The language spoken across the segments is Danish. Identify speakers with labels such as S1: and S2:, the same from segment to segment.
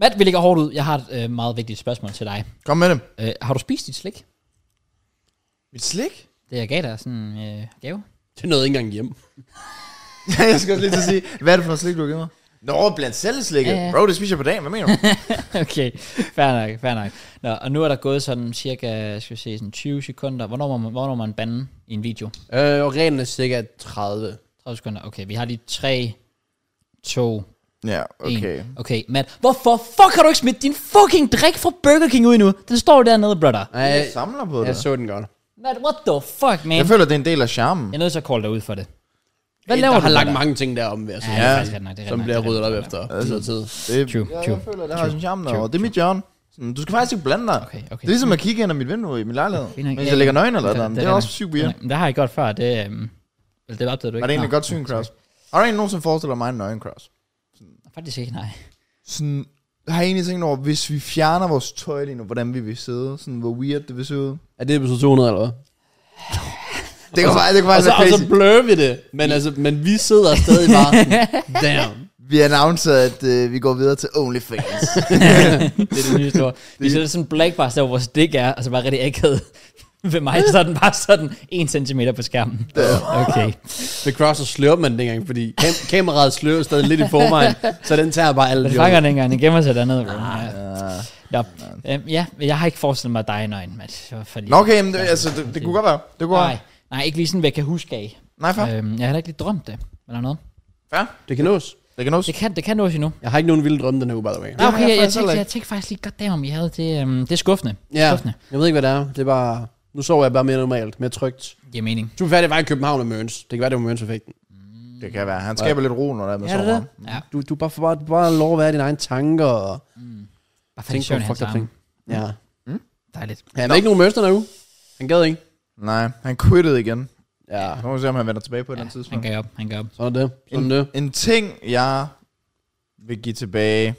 S1: Matt, vi ligger hårdt ud. Jeg har et øh, meget vigtigt spørgsmål til dig.
S2: Kom med dem.
S1: Øh, har du spist dit slik?
S2: Mit slik?
S1: Det jeg gav dig sådan en øh, gave.
S3: Det nåede ikke engang hjem.
S2: Ja, jeg skal også lige til at sige, hvad er det for noget slik, du har givet mig? Nå, blandt selv slikket.
S1: Ja, ja.
S2: Bro, det spiser jeg på dagen. Hvad mener du?
S1: okay, fair nok, fair nok. Nå, og nu er der gået sådan cirka, skal vi se, sådan 20 sekunder. Hvornår må man, hvornår må man bande i en video?
S3: Øh, og reglen er cirka 30.
S1: 30 sekunder. Okay, vi har lige 3, 2, 1.
S2: ja, okay.
S1: Okay, Matt. Hvorfor fuck har du ikke smidt din fucking drik fra Burger King ud nu? Den står jo dernede, brother.
S3: Ej,
S2: Jeg samler på det.
S3: jeg så den godt.
S1: Matt, what the fuck, man?
S2: Jeg føler, det er en del af charmen.
S1: Jeg er nødt til at call dig ud for det. Hvad
S3: Hvad
S1: laver
S3: der
S1: du?
S3: har lagt
S1: brother?
S3: mange ting derom, vil jeg sige,
S1: Ja, det er faktisk ret nok. Det er ret
S3: som
S1: nok,
S3: bliver
S1: det er
S3: ryddet
S1: ret
S3: op
S1: nok.
S3: efter
S2: Altså,
S3: noget tid.
S2: Det,
S1: True,
S2: jeg,
S1: true,
S2: jeg føler, det har sin charme derovre. Det er mit hjørne. Sådan, Du skal faktisk ikke blande dig.
S1: Okay, okay.
S2: Det er ligesom at kigge ind ad mit vindue i min lejlighed,
S1: Fint nok.
S2: mens
S1: Ja,
S2: jeg
S1: ja.
S2: ligger nøgen eller
S1: Det er-
S2: noget.
S1: det
S2: Det
S1: er
S2: er også
S1: nok.
S2: sygt
S1: Ja,
S2: weird.
S1: Det har jeg godt før. Det, øhm, eller det opdagede du ikke.
S2: Var det egentlig
S1: Nå,
S2: godt syn, Kraus? Har du egentlig nogensinde forestillet mig en nøgen, Kraus?
S1: Faktisk ikke, nej.
S2: Sådan, har jeg egentlig tænkt over, hvis vi fjerner vores tøj lige nu, hvordan vi vil sidde? Sådan, hvor weird det vil se ud?
S3: Er det episode 200 eller hvad?
S2: Det kan faktisk, det kan faktisk
S3: Og så,
S2: være
S3: og så
S2: Altså, crazy.
S3: blør vi det, men, altså, men vi sidder stadig bare sådan, damn.
S2: Vi annoncerer, at øh, vi går videre til OnlyFans.
S1: det er det nye store. Vi sætter sådan en blackbox der, hvor vores dæk er, og så bare rigtig akavet ved mig, så er den bare sådan en centimeter på skærmen. Okay.
S3: Ved Crosser slører man den ikke engang, fordi kam- kameraet slører stadig lidt i forvejen, så den tager bare alle
S1: Det
S3: de
S1: fanger
S3: andre.
S1: den engang, den gemmer sig dernede. bro.
S2: Ah,
S1: Ja. Nå, øhm, ja, men jeg har ikke forestillet mig dig i nøgen, Matt. Det var for lige-
S2: Nå, okay, men det, altså, det, det kunne godt være. Det kunne
S1: Nej,
S2: godt være.
S1: nej, ikke lige sådan, hvad jeg kan huske af.
S2: Nej, fair.
S1: Øhm, jeg har heller ikke lige drømt det, eller noget.
S2: Fair.
S3: Det kan nås.
S2: Det kan nås.
S1: Det kan, det kan nås endnu.
S3: Jeg har ikke nogen vilde drømme den her uge, by the way.
S1: Nå,
S2: har
S1: okay,
S2: jeg
S1: jeg, jeg,
S2: faktisk heller
S1: tænkte,
S2: ikke.
S1: jeg tænkte faktisk lige godt der, om I havde det. Øhm, det er skuffende.
S3: Ja,
S1: Skuffende.
S3: jeg ved ikke, hvad det er. Det er bare... Nu sover jeg bare mere normalt, mere trygt.
S1: Giver mening.
S3: Du er færdig var i København og Mørns. Det kan være, det var Mørns-effekten.
S2: Det kan være. Han skaber lidt ro, når der er med
S3: Ja, det er
S2: sover.
S3: det.
S1: Ja.
S3: Du, du bare, får bare, bare lov at være i dine egne tanker og
S1: Mm. Bare fandt
S3: tænke på
S1: søvn i hans
S3: fucked up ting.
S1: arme.
S3: Ja.
S1: Dejligt.
S3: Ja, der er ikke nogen Mørns den her uge. Han gad ikke.
S2: Nej, han quittede igen.
S3: Ja,
S2: Nu må vi se, om han vender tilbage på et eller andet
S1: Han
S2: tidspunkt.
S1: gav op, han gav op.
S3: sådan er det. Sådan
S2: En,
S3: er det.
S2: en ting, jeg vil give tilbage...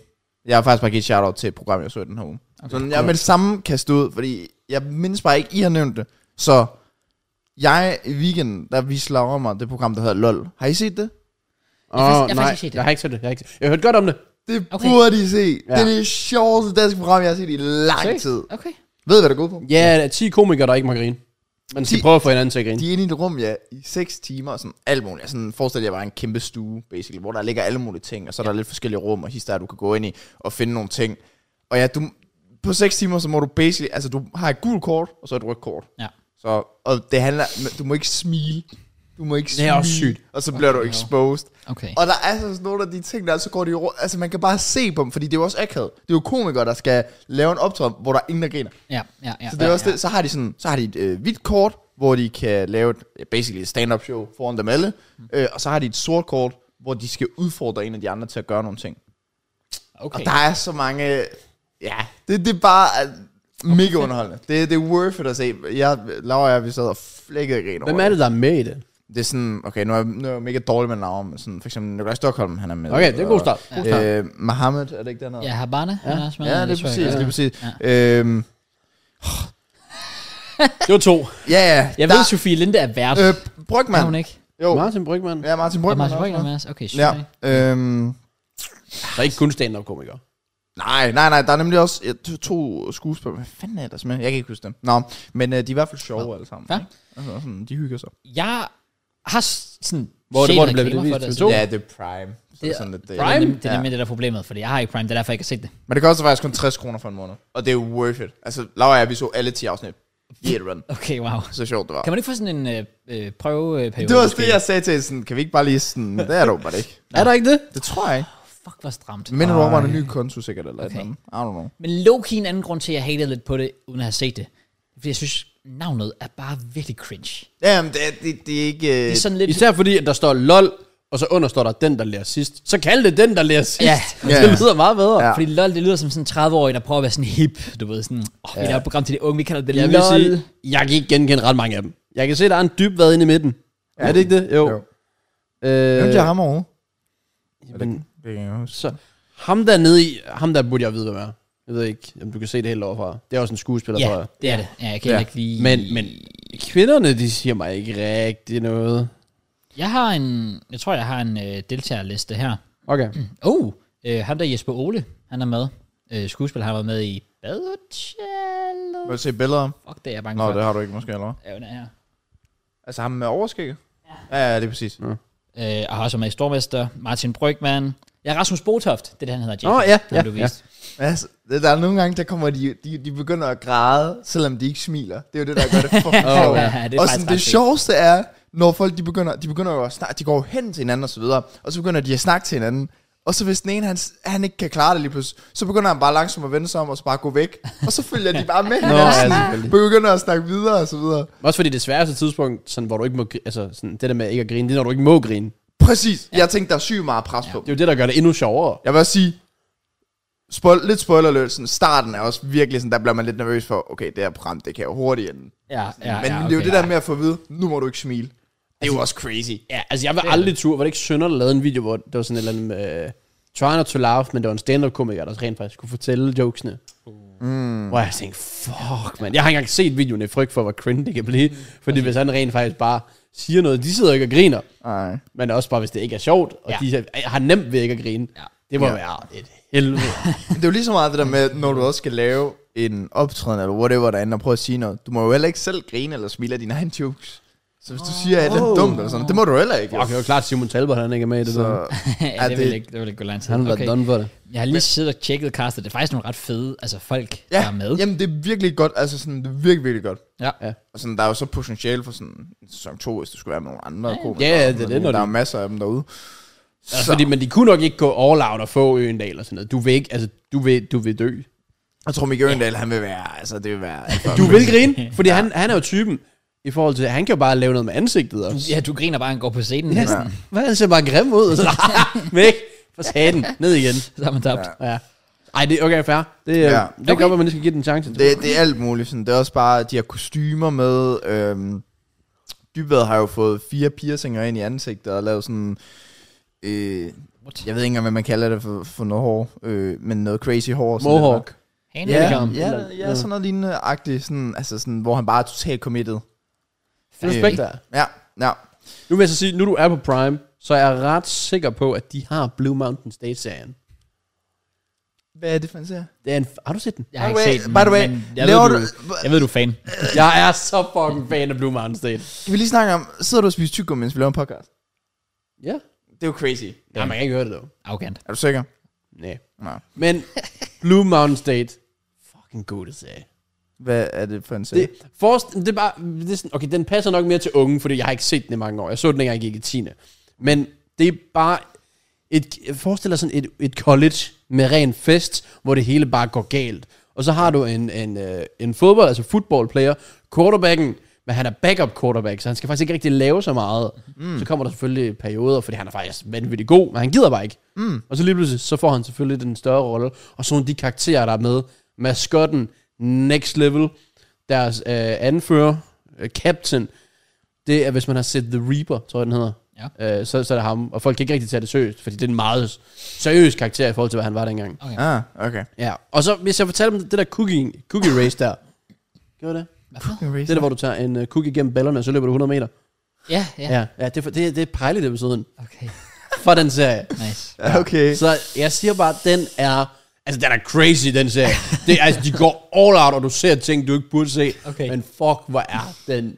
S2: Jeg har faktisk bare givet et shout-out til et program, jeg så i den her uge. Okay. Sådan, jeg er med det samme kastet ud, fordi jeg mindes bare ikke, I har nævnt det. Så jeg i weekenden, der vi slager mig det program, der hedder LOL. Har I set det?
S3: Åh,
S1: faktisk- jeg har
S3: nej,
S1: faktisk ikke set det.
S3: Jeg har ikke set det. Jeg har ikke set det. Jeg har hørt godt om det.
S2: Det
S1: Okay.
S2: okay. burde I se. Ja.
S3: Ja.
S2: Det er det sjoveste danske program, jeg har set i lang
S3: Seriøst?
S2: tid.
S1: Okay.
S2: Ved I, hvad der går på?
S3: Ja, der er 10 komikere, der ikke må grine. Man skal
S2: Ti-
S3: prøve at få hinanden til at grine.
S2: De er inde i et rum, ja, i 6 timer og sådan alt muligt. Jeg Sådan, forestil jer bare en kæmpe stue, basically, hvor der ligger alle mulige ting, og så er der lidt forskellige rum og hister, du kan gå ind i og finde nogle ting. Og ja, du, på 6 timer, så må du basically, altså du har et gult kort, og så et rødt kort.
S1: Ja.
S2: Så, og det handler, men du må ikke smile. Du må ikke
S3: Det
S2: smile.
S3: er også sygt.
S2: Og så bliver du exposed.
S1: Okay.
S2: Og der er altså sådan nogle af de ting, der er så går de ro- Altså man kan bare se på dem, fordi det er jo også akavet. Det er jo komikere, der skal lave en optræden, hvor der er ingen, der griner.
S1: Ja, ja, ja.
S2: Så det er
S1: ja,
S2: også
S1: ja.
S2: det. Så har de sådan, så har de et øh, hvidt kort, hvor de kan lave et ja, basically et stand-up show foran dem alle.
S3: Mm.
S2: Øh, og så har de et sort kort, hvor de skal udfordre en af de andre til at gøre nogle ting.
S1: Okay.
S2: Og der er så mange, ja, det, det er bare øh, mega underholdende. Det, det er worth it at se. Jeg, Laura og jeg, vi sad og flækkede grin over
S3: Hvem er det, der er med i det?
S2: Det er sådan, okay, nu er, nu er jeg mega dårlig med navn, men sådan, for eksempel Nikolaj Stockholm, han er med.
S3: Okay, det er en god start. God start.
S2: Og, øh, Mohammed, er det ikke den her?
S1: Ja, Habana. Ja, han er også med,
S2: ja,
S1: det
S2: det er
S1: tror jeg
S2: præcis, det
S1: godt.
S2: er præcis. Ja. Øhm,
S3: Det var to.
S2: ja, ja.
S1: Jeg ved, Sofie Linde er vært. Øh,
S2: øh, Brygman.
S1: er hun ikke?
S2: Jo.
S3: Martin Brygman.
S2: Ja, Martin
S1: Og
S2: Brygman.
S1: Martin
S2: er
S1: Brygner
S2: også
S1: med os. Okay,
S2: med.
S1: sygt. Ja.
S2: Ja. Øhm,
S3: Der er ikke kun stand-up-komikere.
S2: nej, nej, nej. Der er nemlig også ja, to, to skuespillere. Hvad fanden er der med? Jeg kan ikke huske dem. Nå, men øh, de er i hvert fald sjove alle sammen.
S1: Ja.
S2: ikke? Altså, sådan, de hygger sig.
S1: Jeg har s- sådan...
S3: Hvor er det,
S1: set
S3: hvor det blev
S1: reklamer
S3: vist?
S1: for det,
S3: TV2?
S1: så-
S3: Jo.
S2: Ja, det er Prime. Så det er sådan lidt, det.
S1: Det er nemlig- Det er
S2: Ja.
S1: nemlig det, der er problemet, fordi jeg har ikke Prime, det er derfor, jeg ikke har set det.
S2: Men det koster faktisk kun 60 kroner for en måned. Og det er jo worth it. Altså, Laura og jeg, vi så alle 10 afsnit. I et run.
S1: Okay, wow.
S2: Så sjovt det var.
S1: Kan man ikke få sådan en øh, øh, prøveperiode?
S2: Det var også
S1: måske?
S2: det, jeg sagde til hende, sådan, kan vi ikke bare lige sådan, det er du bare ikke.
S3: Er der ikke det?
S2: Det tror jeg ikke.
S1: Fuck, hvor stramt.
S2: Men du opretter en ny konto sikkert, eller okay.
S1: Okay.
S2: et eller andet. I don't know.
S1: Men Loki er en anden grund til, at jeg hater lidt på det, uden at have set det. Fordi jeg synes, navnet er bare virkelig cringe.
S2: Jamen, det, er- det, det er ikke...
S1: Det
S2: øh,
S1: er sådan lidt...
S3: Især fordi, at der står LOL, og så under står der den, der lærer sidst. Så kald det den, der lærer sidst.
S1: Ja.
S3: Det lyder meget bedre.
S2: Ja.
S3: Ja.
S1: Fordi LOL, det lyder som sådan en 30-årig, der prøver at være sådan hip. Du ved, sådan, åh, oh, vi laver et program til de unge, vi kalder det
S3: Jeg vil
S1: LOL.
S3: sige, jeg kan ikke genkende ret mange af dem. Jeg kan se, der er en dyb hvad inde i midten. Ja. Er det ikke det? Jo.
S2: Jo.
S3: jo.
S2: Nævnte
S3: Øh,
S2: jeg ham overhovedet?
S3: jamen,
S2: Det kan jeg huske.
S3: så, ham der nede i, ham der burde jeg vide, hvem er. Jeg ved ikke, om du kan se det helt overfra. Det er også en skuespiller, tror
S1: Ja,
S3: jeg.
S1: det er det. Ja, jeg kan ja.
S2: Ja.
S1: ikke lige...
S3: Men, men kvinderne, de siger mig ikke rigtig noget.
S1: Jeg har en... Jeg tror, jeg har en øh, deltagerliste her.
S3: Okay.
S1: Oh, øh, ham der Jesper Ole, han er med. øh, skuespil, han har været med i Badehotellet.
S2: Må jeg se billeder?
S1: Fuck, det er jeg bange
S2: Nå,
S1: for.
S2: det har du ikke måske, eller hvad?
S1: Ja, hun er her.
S2: Altså ham med overskægget? Ja, ja, det er præcis.
S1: Øh, og har også været med i Stormester, Martin Brygman. Ja, Rasmus Botoft, det er det, han hedder. Jacob,
S3: Åh, ja,
S1: den har
S3: ja,
S1: du
S3: ja.
S1: vist.
S2: Altså, det- der er nogle gange, der kommer de, de, de begynder at græde, selvom de ikke smiler. Det er jo det, der gør det for
S1: ja,
S2: oh,
S1: det er
S2: ja, det Og
S1: faktisk ret
S2: sådan, det
S1: fedt.
S2: sjoveste er, når folk de begynder, de begynder jo at snakke, de går jo hen til hinanden og så videre, og så begynder de at snakke til hinanden. Og så hvis den ene, han, s- han ikke kan klare det lige pludselig, så begynder han bare langsomt at vende sig om og så bare gå væk. Og så følger de bare med.
S3: Nå, ja,
S2: Nå,
S3: selvfølgelig.
S2: begynder at snakke videre og så videre.
S3: Også fordi det sværeste tidspunkt, sådan, hvor du ikke må, gri- altså, sådan, det der med ikke at grine, det er, når du ikke må grine.
S2: Præcis. Jeg tænkte, der er sygt meget pres på.
S3: Det er jo det, der gør det endnu sjovere.
S2: Jeg vil også sige, spoil, lidt spoilerløst, sådan, starten er også virkelig sådan, der bliver man lidt nervøs for, okay, det her program, det kan jo hurtigt ende.
S1: Ja, ja,
S2: Men
S1: ja, okay,
S2: det er jo det der
S1: ja.
S2: med at få at vide, nu må du ikke smile. Det er jo også crazy.
S3: Ja, altså jeg vil aldrig turde, var det ikke Sønder, der lavede en video, hvor det var sådan et eller andet med, uh, trying not to laugh, men det var en stand-up-komiker, der rent faktisk kunne fortælle jokesene. Mm. Hvor jeg tænkte, fuck mand, jeg har ikke engang set videoen i frygt for, hvor cringe det kan blive, fordi hvis han rent faktisk bare siger noget, de sidder ikke og griner,
S2: Nej.
S3: men også bare hvis det ikke er sjovt, og
S1: Ja.
S3: ja. de har- har nemt ved ikke at grine.
S1: Ja.
S3: Det må
S2: Ja.
S3: ja. være et helvede.
S2: Det er jo lige så meget det der med, når du også skal lave en optræden, eller whatever derinde, og prøve at sige noget. Du må jo heller ikke selv grine eller smile af dine egne jokes. Så hvis du siger et eller andet dumt eller sådan, det må du heller ikke. jo.
S3: Ah. Fuck, det er jo klart, Simon Talbot, han ikke er med i det så, der.
S2: Så,
S1: ja, det,
S2: det-
S1: vil ikke, det vil ikke gå lang tid.
S3: Han har været
S1: Okay.
S3: done for det.
S1: Jeg har lige siddet og tjekket castet. Det er faktisk nogle ret fede altså folk, der
S2: ja,
S1: er med.
S2: jamen det er virkelig godt. Altså sådan, det er virkelig, virkelig godt.
S1: Ja.
S3: Ja.
S2: Og sådan, der er jo så potentiale for sådan en sæson 2, hvis du skulle være med nogle andre komikere.
S3: Ja, ja, det er det,
S2: Der
S3: når
S2: er
S3: du-
S2: jo masser af dem derude.
S3: Altså, fordi, men de kunne nok ikke gå all out og få Øendal og sådan noget. Du vil ikke, altså, du vil, du vil dø.
S2: Jeg tror, Mikke Øgendal, han vil være, altså det vil være...
S3: Du vil grine, fordi han, han er jo typen, i forhold til, han kan jo bare lave noget med ansigtet også.
S1: ja, du griner bare, han går på scenen.
S3: Ja, sådan, Hvad han ser bare grim ud, og så væk for satan, ned igen.
S1: Så er man tabt.
S3: Ja. Ej, det er okay, fair. Det,
S2: Ja.
S3: ja. det okay. gør, at man lige skal give den en chance.
S2: Det, det er alt muligt. Sådan. Det er også bare, de har kostymer med. Øhm, Dybvad har jo fået fire piercinger ind i ansigtet og lavet sådan... Øh,
S1: What?
S2: jeg ved ikke engang, hvad man kalder det for, for noget hår, øh, men noget crazy hår. sådan
S3: Mohawk.
S1: Han
S2: lidt. Ja,
S1: er
S2: ja, ja, ja, sådan noget lignende agtigt, sådan, altså sådan, hvor han bare er totalt committed.
S3: Det respekt der.
S2: Ja, ja.
S3: Nu vil jeg så sige, nu du er på Prime, så er jeg ret sikker på, at de har Blue Mountain State-serien.
S2: Hvad er det for en serie?
S3: Det er en, har du set den?
S1: Jeg har
S2: By
S1: ikke
S2: the way-
S1: set den,
S2: by the way,
S1: men jeg
S2: laver
S1: ved, du,
S2: du-
S1: jeg ved, du er fan.
S3: Jeg er så fucking fan af Blue Mountain State.
S2: Kan vi lige snakke om, sidder du og spiser tyggegummi, mens vi laver en podcast?
S3: Ja.
S2: Det er jo crazy.
S3: Ja, man kan ikke høre det dog.
S1: Arrogant.
S2: Er du sikker?
S3: Nej.
S2: Nej.
S3: Men Blue Mountain State, fucking god serie.
S2: Hvad er det for en serie?
S3: Det, forrest, det er bare, det er sådan, okay, den passer nok mere til unge, fordi jeg har ikke set den i mange år. Jeg så den, dengang jeg gik i 10. Men det er bare, et, jeg forestiller sådan et, et college med ren fest, hvor det hele bare går galt. Og så har du en, en, øh, en fodbold, altså footballplayer, quarterbacken, men han er backup quarterback, så han skal faktisk ikke rigtig lave så meget. Mm. Så kommer der selvfølgelig perioder, fordi han er faktisk vanvittigt god, men han gider bare ikke. Mm. Og så lige pludselig, så får han selvfølgelig den større rolle, og så nogle af de karakterer, der er med. Maskotten, next level, deres øh, anfører, øh, captain, det er, hvis man har set The Reaper, tror jeg, den hedder. Ja. Øh, så, så er det ham, og folk kan ikke rigtig tage det seriøst, fordi det er en meget seriøs karakter i forhold til, hvad han var dengang.
S1: Okay.
S2: Ah, okay.
S3: Ja, og så hvis jeg fortæller dem det der cookie, cookie race der. Gør det? Det er der, hvor du tager en uh, cookie gennem ballerne, og så løber du 100 meter.
S1: Ja, ja.
S3: Ja, ja det, er, for- det, er- det er pejligt episoden
S1: Okay,
S3: for den serie.
S1: nice.
S2: Okay.
S3: Så jeg siger bare, at den er... Altså, den er crazy, den serie. Det, er- altså, de går all out, og du ser ting, du ikke burde se.
S1: Okay.
S3: Men fuck, hvor er den...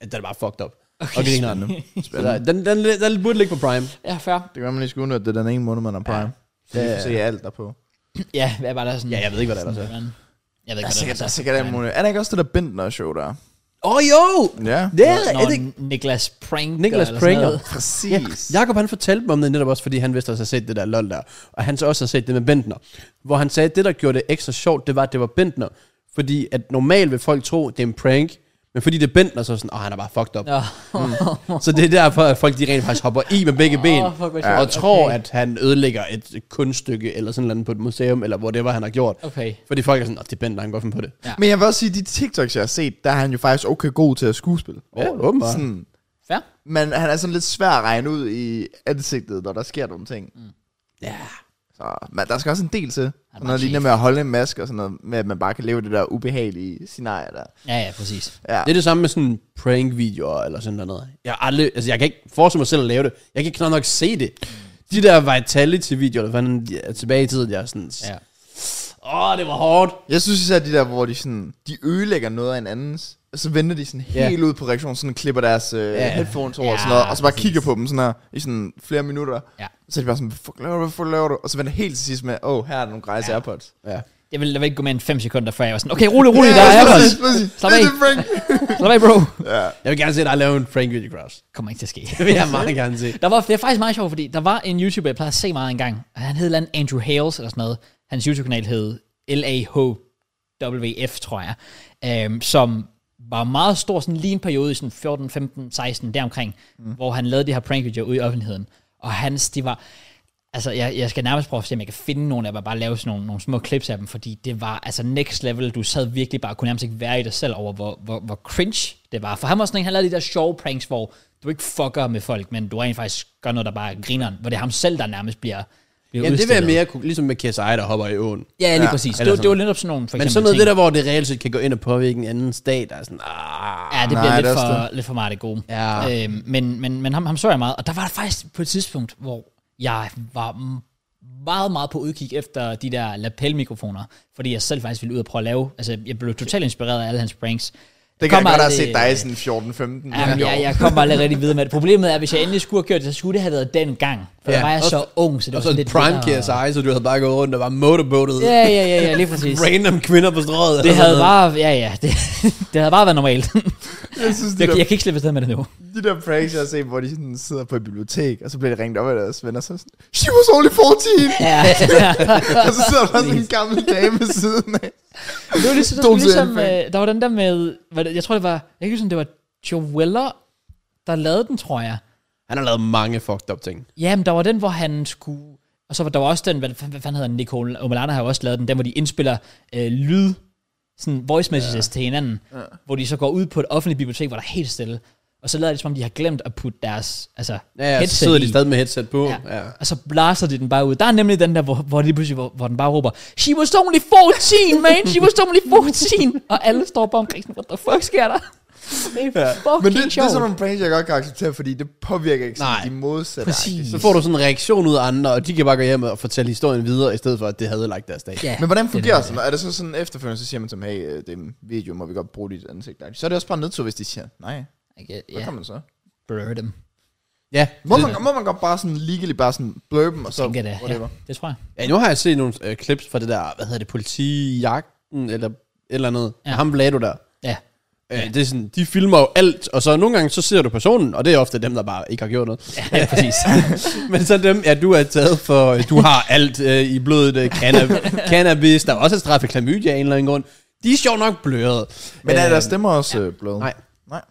S3: Den er bare fucked up. Okay. Og griner den. Så
S2: Spændende.
S3: der- Den, den, den burde ligge på Prime.
S1: Ja, fair.
S2: Det kan være, man lige skal udnytte det den ene måned, man er prime. Ja. Så
S3: Ja,
S2: lige
S3: ja.
S2: får se alt derpå.
S1: Ja, hvad er bare der er sådan...
S3: Ja, jeg ved ikke, hvad der er, der
S1: sådan, Jeg ved
S2: Der
S1: ikke,
S2: er
S1: hvad
S2: sikkert, der
S1: der altså.
S2: er sikkert alt muligt. Er der ikke også det der Bindner-show der?
S3: Åh, oh, jo!
S2: Ja.
S3: Det er, er
S1: Når
S3: det ikke?
S1: Niklas Prank
S3: Niklas Pranger.
S2: Præcis.
S3: Jakob han fortalte mig om det netop også, fordi han vidste også har set det der lol der. Og han så også har set det med Bentner. Hvor han sagde, at det der gjorde det ekstra sjovt, det var, at det var Bentner. Fordi at normalt vil folk tro, det er en prank. Men fordi det er Bentner, så er det sådan, åh, han er bare fucked up. Mm.
S1: Nå,
S3: Så det er derfor, at folk de rent faktisk hopper i med begge ben.
S1: fuck, hvor
S3: og
S1: sjovt.
S3: tror,
S1: Okay.
S3: at han ødelægger et kunststykke eller sådan noget på et museum, eller hvor det var, han har gjort.
S1: okay.
S3: Fordi folk er sådan, at det er Bentner, han går på det.
S2: Men jeg vil også sige, at de TikToks, jeg har set, der er han jo faktisk okay god til at skuespille.
S3: Ja, åbenbart.
S2: Sådan.
S1: Fair.
S2: Men han er sådan lidt svær at regne ud i ansigtet, når der sker nogle ting.
S3: Ja.
S2: Så, men der skal også en del til. Sådan
S1: bare
S2: noget lignende
S1: chef.
S2: med at holde en maske og sådan noget, med at man bare kan leve det der ubehagelige scenarie der.
S1: Ja, ja, præcis.
S2: Ja.
S3: Det er det samme med sådan prank-videoer eller sådan noget. Jeg, har aldrig, altså, jeg kan ikke forestille mig selv at lave det. Jeg kan ikke knap nok se det. De der Vitality-videoer, der fandt tilbage i tiden, jeg er sådan...
S1: Ja.
S3: Ja. Åh, oh, det var hårdt.
S2: Jeg synes især de der, hvor de sådan, de ødelægger noget af en andens, og så venter de sådan
S3: Ja.
S2: helt ud på reaktionen, sådan klipper deres øh, headphones over og sådan
S1: Ja,
S2: noget, og så bare
S1: præcis.
S2: kigger på dem sådan her, i sådan flere minutter.
S1: Ja.
S2: Så er de bare sådan, hvad fuck laver du, hvad fuck laver du? Og så venter helt til sidst med, åh, oh, her er der nogle grejs ja. Airpods.
S3: Ja.
S1: Jeg ville, der ville ikke gå mere end 5 sekunder, før jeg var sådan, okay, rolig, rolig, der er Airpods.
S2: præcis, præcis.
S1: Slap
S2: Det er
S1: af.
S2: det, Frank.
S1: Slap af, bro.
S3: Jeg vil gerne se dig lave en Frank Video Cross.
S1: Kommer ikke til at ske.
S3: Det vil jeg meget gerne se.
S1: Der var, det er faktisk meget sjovt, fordi der var en YouTuber, jeg plejede at se meget engang. og Han hed et eller andet Andrew Hales eller sådan noget. Hans YouTube-kanal hed LAHWF, tror jeg. Øhm, som var meget stor sådan lige en periode i sådan 14, 15, 16, deromkring, mm. hvor han lavede de her prank videoer ude i offentligheden. Og hans, de var... Altså, jeg, jeg skal nærmest prøve at se, om jeg kan finde nogle af dem, og bare lave sådan nogle, nogle små clips af dem, fordi det var altså next level. Du sad virkelig bare, og kunne nærmest ikke være i dig selv over, hvor, hvor, hvor cringe det var. For han var sådan en, han lavede de der sjove pranks, hvor du ikke fucker med folk, men du rent faktisk gør noget, der bare griner, hvor det er ham selv, der nærmest bliver, bliver
S3: Ja, det vil
S1: udstillet.
S3: jeg mere kunne, ligesom med KSI, der hopper i åen.
S1: Ja, lige
S2: Ja,
S1: ja, præcis.
S3: eller
S1: Det, det,
S3: sådan
S1: var lidt op sådan nogle, for
S3: Men
S1: eksempel
S3: sådan noget,
S1: ting.
S3: det der, hvor det reelt set kan gå ind og påvirke en anden stat, der er sådan, ah,
S1: Ja, det
S2: Nej,
S1: bliver
S2: det er
S1: lidt,
S2: også
S1: for, lidt for meget det gode.
S3: Ja.
S1: Øhm, men men, men ham, ham så jeg meget, og der var der faktisk på et tidspunkt, hvor jeg var m- meget, meget på udkig efter de der lapel-mikrofoner, fordi jeg selv faktisk ville ud og prøve at lave, altså jeg blev totalt inspireret af alle hans pranks.
S2: Det kan jeg godt have
S1: aldrig-
S2: set dig i sådan 14-15.
S1: Jamen, jeg, jeg kommer aldrig rigtig videre med det. Problemet er, at hvis jeg endelig skulle have gjort det, så skulle det have været den gang. For
S3: Ja,
S1: ja, der var jeg
S3: også-
S1: så ung, så det
S3: og
S1: var
S3: så
S1: sådan
S3: en
S1: lidt
S3: prime
S1: lettere-
S3: KSI, så du havde bare gået rundt og var motorboatet.
S1: Ja, ja, ja, ja, lige præcis.
S3: Random kvinder på Altså strøget.
S1: Det havde bare, ja, ja, det, det havde bare været normalt.
S2: jeg synes, de
S1: Jeg,
S2: der,
S1: jeg kan ikke slippe afsted med det nu.
S2: de der pranks, jeg har set, hvor de sådan sidder på et bibliotek, og så bliver de ringt op af deres venner, så er sådan, she was only 14!
S1: Ja.
S2: og så sidder der sådan en gammel dame ved siden af.
S1: Det var ligesom, det
S2: Don't
S1: var ligesom
S2: say anything.
S1: øh, der var den der med, hvad det, jeg tror det var, jeg kan huske, om det var Joella, der lavede den, tror jeg.
S3: Han har lavet mange fucked up ting.
S1: Ja, men der var den, hvor han skulle, og så var der var også den, hvad, hvad fanden hedder den, Nicole Omelana har jo også lavet den, den hvor de indspiller øh, lyd, sådan voice messages ja. til hinanden, ja. hvor de så går ud på et offentligt bibliotek, hvor der er helt stille, og så lader de, som om de har glemt at putte deres altså,
S3: Ja, ja så
S1: headset
S3: sidder
S1: i.
S3: de stadig med headset på. Ja.
S1: Ja. Og så blaster de den bare ud. Der er nemlig den der, hvor, hvor, lige pludselig, hvor, hvor den bare råber, She was only 14, man! She was only 14! og alle står bare omkring sådan, what the fuck sker der? Det er fucking
S2: Men det, det er
S1: sjovt.
S2: sådan nogle pranks, jeg godt kan acceptere, fordi det påvirker ikke sådan
S3: Nej,
S2: de modsatte.
S1: Præcis.
S3: Så får du sådan en reaktion ud af andre, og de kan bare gå hjem og fortælle historien videre, i stedet for, at det havde lagt deres dag.
S1: Ja,
S2: Men hvordan
S1: det er
S2: fungerer
S1: det.
S2: sådan noget? Er det så sådan efterfølgende, så siger man til dem, hey, øh, det er en video, må vi godt bruge dit ansigt. der? Så er det også bare nedtur, hvis de siger, nej,
S1: Okay,
S2: hvad
S1: Ja,
S2: kan man så?
S1: blur dem.
S3: Ja.
S2: Må man, må man godt bare sådan legally bare sådan blurbe dem, og så
S1: Tænker det.
S2: whatever.
S1: Ja, det tror jeg.
S3: ja, nu har jeg set nogle øh, clips fra det der, hvad hedder det, politijagten, eller et eller andet. Ja.
S1: Ja.
S3: Ham lagde du der.
S1: Ja.
S3: Ja. Det er sådan, de filmer jo alt, og så nogle gange, så ser du personen, og det er ofte dem, der bare ikke har gjort noget.
S1: ja, præcis.
S3: Men så dem, ja, du er taget for, du har alt øh, i blodet, øh, cannab- cannabis, der er også et straf af klamydia af en eller anden grund. De er sjovt nok blørede.
S2: Men er deres stemmer også ja. bløde?
S3: Nej,
S2: Nej.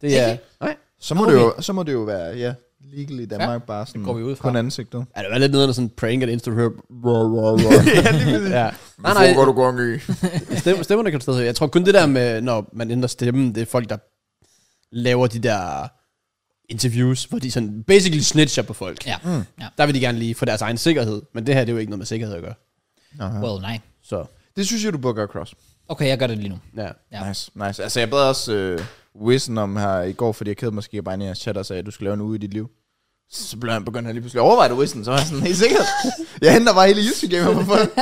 S3: det er...
S1: Ikke?
S3: Nej.
S2: Så må, okay. det jo, så må det jo være, ja, legal i Danmark, ja. bare sådan
S1: går vi ud fra.
S2: kun ansigtet.
S3: Ja, det var lidt nede under sådan en prank, at Insta hører...
S2: Raw, raw, raw. ja, lige ved
S3: Ja. Nej,
S2: nej.
S3: nej,
S2: du gang i.
S3: stem, stemmerne kan du stadig høre. Jeg tror kun det der med, når man ændrer stemmen, det er folk, der laver de der interviews, hvor de sådan basically snitcher på folk.
S1: Ja.
S2: Mm.
S1: ja.
S3: Der vil de gerne lige for deres egen sikkerhed, men det her, det er jo ikke noget med sikkerhed at gøre.
S1: Well, nej.
S3: Så,
S2: Det synes jeg, du burde gøre cross.
S1: Okay, jeg gør det lige nu.
S3: ja.
S1: Ja.
S2: Nice, nice. Altså, jeg bad også øh, Wissen om her i går, fordi jeg kædede mig skide bare ind i hans chat og sagde, at du skal lave en uge i dit liv. Så blev han begyndt at lige pludselig overveje det, Wissen, så var jeg sådan helt sikkert. jeg henter bare hele YouTube-gamer på folk.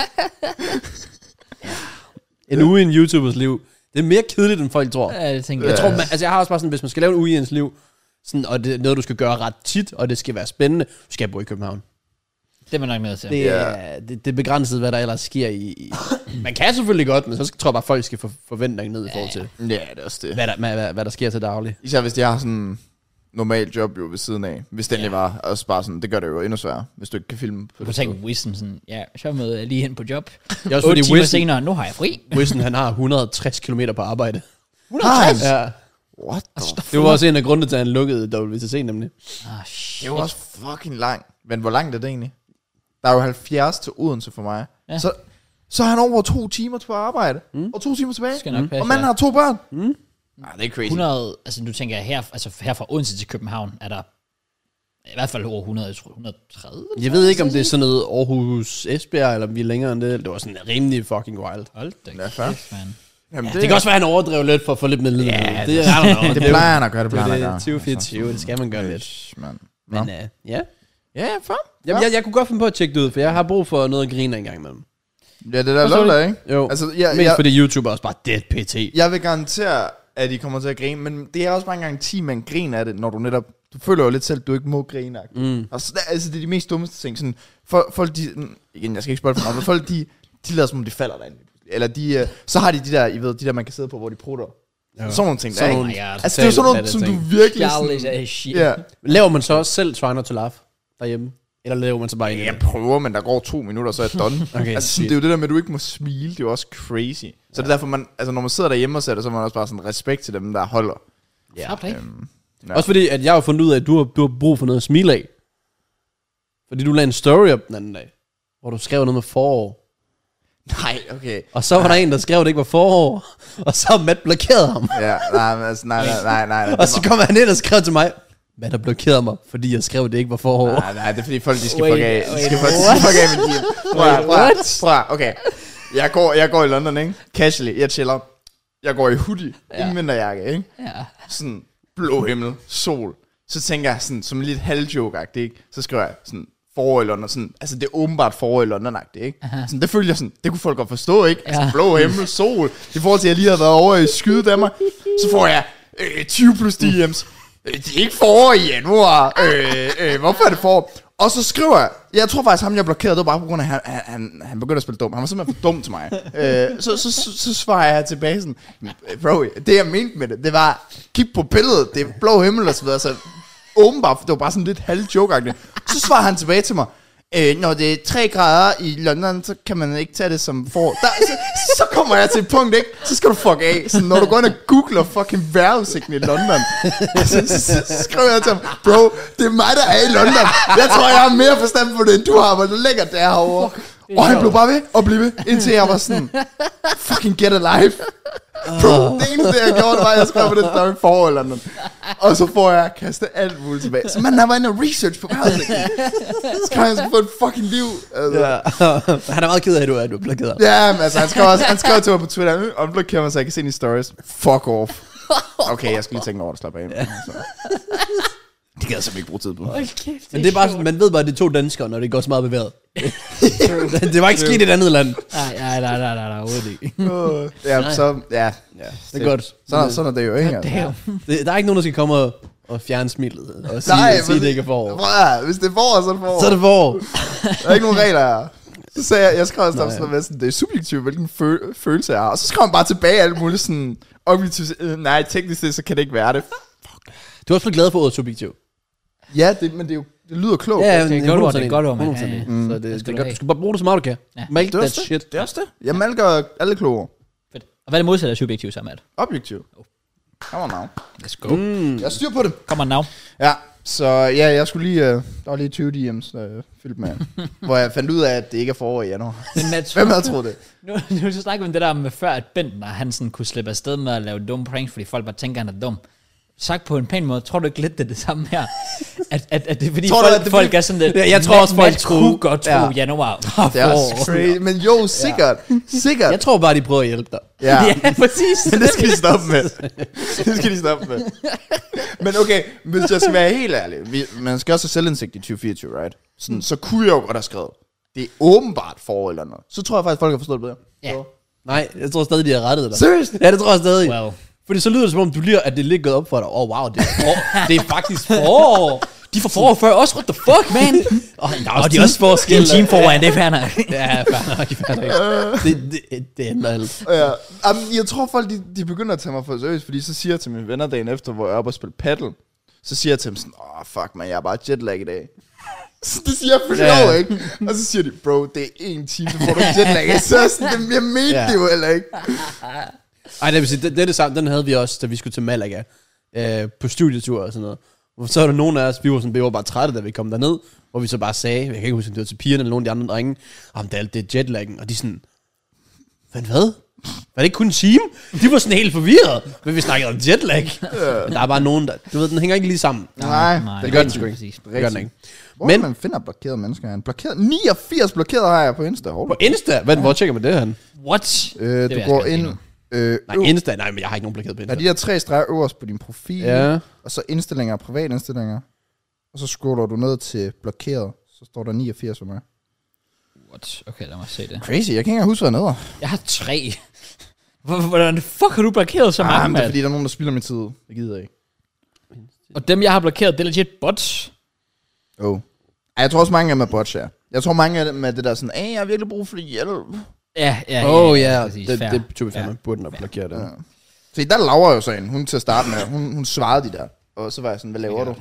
S3: En uge i en YouTubers liv, det er mere kedeligt, end folk tror.
S1: Ja, det tænker
S3: Jeg
S1: jeg.
S3: tror, man, altså jeg har også bare sådan, hvis man skal lave en uge i ens liv, sådan, og det er noget, du skal gøre ret tit, og det skal være spændende, så skal jeg bo i København.
S1: Det er man nok nødt til.
S3: Det, er, det, det er begrænset, hvad der ellers sker i... i- Man kan selvfølgelig godt, men så skal- tror jeg bare, folk skal få forventninger ned i forhold til,
S2: ja, det er også det.
S3: hvad der, hvad, hvad, hvad der sker til daglig.
S2: Især hvis de har sådan normal job jo ved siden af. Hvis den yeah. var også bare sådan, det gør det jo endnu sværere, hvis du ikke kan filme. På
S1: Du kunne
S2: det
S1: tænke Wisdom sådan, ja, så møder jeg lige hen på job.
S3: Jeg er
S1: 8
S3: også fordi,
S1: timer
S3: Wilson,
S1: senere, nu har jeg fri.
S3: Wilson, han har 160 km på arbejde.
S1: 160?
S3: Ja,
S2: What the
S3: det var også en af grundene til, at han lukkede WTC nemlig.
S1: Ah,
S2: Det
S1: shit.
S2: er jo også fucking langt. Men hvor langt er det egentlig? Der er jo 70 til Odense for mig. Ja.
S1: Ja.
S2: Så, så er han over to timer på arbejde. Mm. Og to timer tilbage.
S1: Skal nok
S2: og
S1: passe,
S2: man
S1: ja.
S2: har to børn. Mm. Ah, det er crazy.
S1: 100, altså nu tænker jeg her, altså her fra Odense til København, er der i hvert fald over 100, jeg tror 130.
S3: Jeg ved ikke, om det er sådan noget Aarhus, Esbjerg, eller om vi er længere end det. Det var sådan rimelig fucking wild.
S1: Hold da
S2: Ja, fair.
S1: kæft, mand.
S2: Jamen,
S3: Det kan også være, at han overdrev lidt for at få lidt med lidt.
S1: Ja,
S3: det,
S1: det-
S3: er- I don't know.
S2: det plejer han at gøre, det
S3: Det
S2: plejer
S3: er
S2: han
S3: det
S2: at gøre. altså.
S3: 2024, det skal man gøre lidt.
S2: Man.
S3: Men uh, ja.
S2: Ja, ja, fair.
S3: Jamen, jeg, jeg kunne godt finde på at tjekke det ud, for jeg har brug for noget at grine en gang imellem.
S2: Ja, det der
S1: Forstår
S2: lol,
S1: du?
S2: der, ikke?
S3: Jo.
S2: Altså, jeg,
S3: Mest
S2: jeg,
S3: fordi YouTube er også bare dead pt.
S2: jeg vil garantere, at I kommer til at grine, men det er også bare en garanti, man griner af det, når du netop... Du føler jo lidt selv, at du ikke må grine. Mm. Altså, det, altså, det er de mest dummeste ting. Sådan, for, folk, de... mm, Igen, jeg skal ikke spørge for meget, men folk, de, de lader som om, de falder derinde. Eller de, øh, så har de de der, I ved, de der, man kan sidde på, hvor de prutter. Ja. Sådan nogle ting der,
S3: Sådan
S2: ikke?
S3: nogle
S1: Oh my God.
S2: Altså, det er jo sådan nogle, som
S3: totalt
S2: du
S3: platte
S2: virkelig...
S1: Charles
S2: sådan-
S1: er shit.
S2: Ja.
S3: Laver man så også selv Try Not To Laugh derhjemme? Eller laver man så bare en?
S2: Jeg prøver, men der går to minutter, så er jeg done. altså,
S3: Okay,
S2: sådan,
S3: shit.
S2: det er jo det der med, at du ikke må smile, det er jo også crazy. Så det er derfor, man, altså, når man sidder derhjemme og ser det, så er man også bare sådan respekt til dem, der holder.
S1: Ja, okay.
S2: Ja.
S3: Også fordi, at jeg har fundet ud af, at du har, du har brug for noget at smile af. Fordi du lagde en story op den anden dag, hvor du skrev noget med forår.
S2: Nej, okay.
S3: Og så var der en, der skrev, at det ikke var forår. Og så har Matt blokeret ham.
S2: Ja, nej, men altså, nej, nej, nej, nej.
S3: Og så kom han ind og skrev til mig, Matt har blokeret mig, fordi jeg skrev, at det ikke var forår.
S2: Nej, nej, det er fordi folk, de skal
S1: Wait,
S2: fuck af. De
S1: wait,
S2: skal fuck, de skal fuck af med din. Prøv, at- prøv, at- prøv, at- okay. Jeg går, jeg går i London, ikke? Casually, jeg chiller. Jeg går i hoodie, ja. ingen vinterjakke, ikke?
S1: Ja.
S2: Sådan blå himmel, sol. Så tænker jeg sådan, som en lidt halvjoke ikke? Så skriver jeg sådan, forår i London, sådan, altså det er åbenbart forår i London, ikke? Sådan, det følger jeg sådan, det kunne folk godt forstå, ikke? Altså,
S1: Ja.
S2: blå himmel, sol. I forhold til, at jeg lige har været over i skyde Danmark, så får jeg øh, 20 plus DM's. Øh, det er ikke forår i januar. Øh, øh, hvorfor er det forår? Og så skriver jeg, jeg tror faktisk, ham jeg blokerede, det var bare på grund af, at han, han- han, han begyndte at spille dum. Han var simpelthen for dum til mig. øh, så, så, så, så svarer jeg tilbage sådan, øh, bro, det jeg mente med det, det var, kig på billedet, det er blå himmel og så videre. Så åbenbart, det var bare sådan lidt halv joke Så svarer han tilbage til mig, øh, når det er 3 grader i London, så kan man ikke tage det som for. Der, så, så kommer jeg til et punkt, ikke? Så skal du fuck af. Så når du går ind og googler fucking vejrudsigten i London, så, så, så, så skriver jeg til ham, bro, det er mig, der er i London. Jeg tror, jeg har mere forstand på det, end du har, hvor lækkert det er herovre. Og han blev bare ved og blev ved, indtil jeg var sådan, fucking get a life. Bro, det eneste, jeg gjorde, det var, at jeg skrev på den story for London. Og så får jeg kastet alt muligt tilbage. Så man har været inde og research på vejrudsigten. Så kan han sgu få et fucking liv. Altså. Ja.
S3: han er meget ked af, at du er, at du er blokeret. ham.
S2: Ja, men altså, han skrev, også, han skrev til mig på Twitter, "Øh, unblokér mig, så jeg kan se dine stories. Fuck off. Okay, jeg skal lige tænke over det, slappe af. Ja. Så. Det gad jeg simpelthen ikke bruge tid på.
S1: Hold kæft,
S3: Men det er bare, sådan, man ved bare, at det er to danskere, når det går så meget bevæget. det var ikke sket i et andet land.
S1: Nej, nej, nej, nej, nej, nej, overhovedet ikke.
S2: Åh, Ja, så, ja. ja
S3: Det er godt.
S2: Sådan, sådan er det jo, ikke? Altså.
S1: Damn.
S3: Det, der er ikke nogen, der skal komme og, og fjerne smilet og sige,
S2: Nej,
S3: Nej, sige
S2: men-
S3: det ikke er forår.
S2: Prøv at høre, hvis det er forår, så er det forår.
S3: Så er det forår.
S2: Der er ikke nogen regler her. Så sagde jeg, jeg skrev også
S3: Nå, ja.
S2: sådan noget med, sådan, det er subjektivt, hvilken fø- følelse jeg har. Og så skrev han bare tilbage alt muligt sådan, objektivt, øh, nej, teknisk set, så kan det ikke være det.
S3: Du er også blevet glad for ordet subjektiv.
S2: Ja, det, men det, er jo, det lyder klogt.
S3: Ja,
S1: det er et godt ord, det er et godt ord, mand. Ja, ja.
S3: Så
S1: Det
S3: det, det,
S1: skal du
S3: er godt.
S1: have.
S3: Du skal bare bruge det så meget, du kan.
S1: Ja.
S3: Make
S2: Mm. Det er
S3: that
S2: også det.
S3: shit.
S2: Det er også det. Jeg malker alle kloge.
S1: Fedt. Og hvad er det modsatte af subjektiv så, Matt?
S2: Objektiv. Kom on now.
S1: Let's go.
S3: Mm.
S2: Jeg har styr på det.
S1: Kommer now.
S2: Ja, så ja, jeg skulle lige... Øh, der var lige 20 DM's øh, fyldt med, hvor jeg fandt ud af, at det ikke er forår i januar.
S1: Men Matt,
S2: Hvem havde troet det?
S1: nu, nu så snakker vi om det der med før, at Bentner, han sådan kunne slippe afsted med at lave dumme pranks, fordi folk bare tænker, han er dum. Sagt på en pæn måde, tror du ikke lidt, det er det samme her? At, at, at det er fordi, tror
S2: Tror du,
S1: folk,
S2: at det er
S1: folk
S2: fordi-
S1: er sådan lidt...
S3: Ja, jeg tror også,
S1: Matt-
S3: folk
S1: Matt
S3: troede-
S1: kunne godt tro
S3: Ja.
S1: januar.
S2: Det er også crazy. Men jo, sikkert. Sikkert.
S3: Jeg tror bare, de prøver at hjælpe dig.
S2: Ja.
S1: ja, præcis.
S2: Men det skal de stoppe med. Det skal de stoppe med. Men okay, hvis jeg skal være helt ærlig, vi, man skal også have selvindsigt i 2024, right? Sådan, så kunne jeg jo godt have skrevet, det er åbenbart forår eller noget. Så tror jeg faktisk, folk har forstået det bedre.
S1: Ja.
S3: Nej, jeg tror stadig, de har rettet dig.
S2: Seriøst?
S3: Ja, det tror jeg stadig.
S1: Well.
S3: Fordi så lyder det som om, du lige, at det er lige gået op for dig. Åh, oh, wow, det er, forår. det er faktisk forår. De får forår før også. What the fuck, man? Oh, der er
S1: Og
S3: også
S1: de er også forskel.
S3: tidsforskel.
S1: En time foran, det er fair nok.
S3: Ja, fair nok, fair nok. Det, det, det ændrer alt.
S2: Ja. Jamen, jeg tror folk, de, de begynder at tage mig for seriøst, fordi så siger jeg til mine venner dagen efter, hvor jeg er oppe og spille paddle, så siger jeg til dem sådan, åh, oh, fuck man, jeg er bare jetlag i dag. Så det siger jeg for
S3: Ja.
S2: sjov, ikke? Og så siger de, bro, det er en time, så får du jetlag. Så er jeg sådan, "Jamen, jeg mente
S3: Ja.
S2: det jo heller ikke.
S3: Ej, det vil sige, det, det er det samme. Den havde vi også, da vi skulle til Malaga. Øh, på studietur og sådan noget. Og så var der nogen af os, vi var, sådan, vi var bare trætte, da vi kom derned. Hvor vi så bare sagde, jeg kan ikke huske, om det var til pigerne eller nogen af de andre drenge. Om det er alt det er jetlaggen. Og de sådan, men hvad? Var det ikke kun en time? De var sådan helt forvirret, men vi snakkede om jetlag. Men der er bare nogen, der... Du ved, den hænger ikke lige sammen.
S2: Nej,
S1: nej,
S3: Det
S2: det
S3: gør
S2: gør
S3: den sgu ikke.
S1: Præcis.
S3: Det gør den ikke.
S2: Hvor
S3: Men-
S2: Men, man finder blokerede mennesker han blokeret 89 blokerede har jeg på Insta. Hold
S3: På Insta? Hvad, hvor tjekker man det han?
S1: What?
S2: øh,
S1: vil
S2: du
S1: jeg
S2: går
S1: sgu ikke
S2: ind... Øh,
S3: Nej,
S2: øv,
S3: Insta? Nej, men jeg har ikke nogen blokeret på
S2: der
S3: Insta.
S2: er de her tre streger øverst på din profil,
S3: Ja.
S2: og så indstillinger, private indstillinger, og så scroller du ned til blokeret, så står der 89 for mig.
S1: What? Okay, lad mig se det.
S2: Crazy, jeg kan ikke engang huske, hvad jeg er nede.
S1: Jeg har tre. Hvor- Hvordan fuck har du blokeret så mange,
S2: Ah, men det er
S1: mand?
S2: fordi, der er nogen, der spilder min tid. Det gider jeg ikke.
S1: Og dem, jeg har blokeret, det er legit bots.
S2: Oh. Ej, jeg tror også, mange af dem er bots, ja. Jeg tror, mange af dem er det der sådan, hey, jeg har virkelig brug for hjælp.
S1: Ja, ja,
S3: Åh oh, ja,
S1: præcis.
S3: det,
S1: Fair.
S3: det tog vi fandme.
S1: Ja.
S3: Burde nok blokere det.
S2: Ja. Se, der laver jo så en. Hun til at starte med. Hun, hun svarede de der. Og så var jeg sådan, hvad laver
S3: Ja.
S2: du?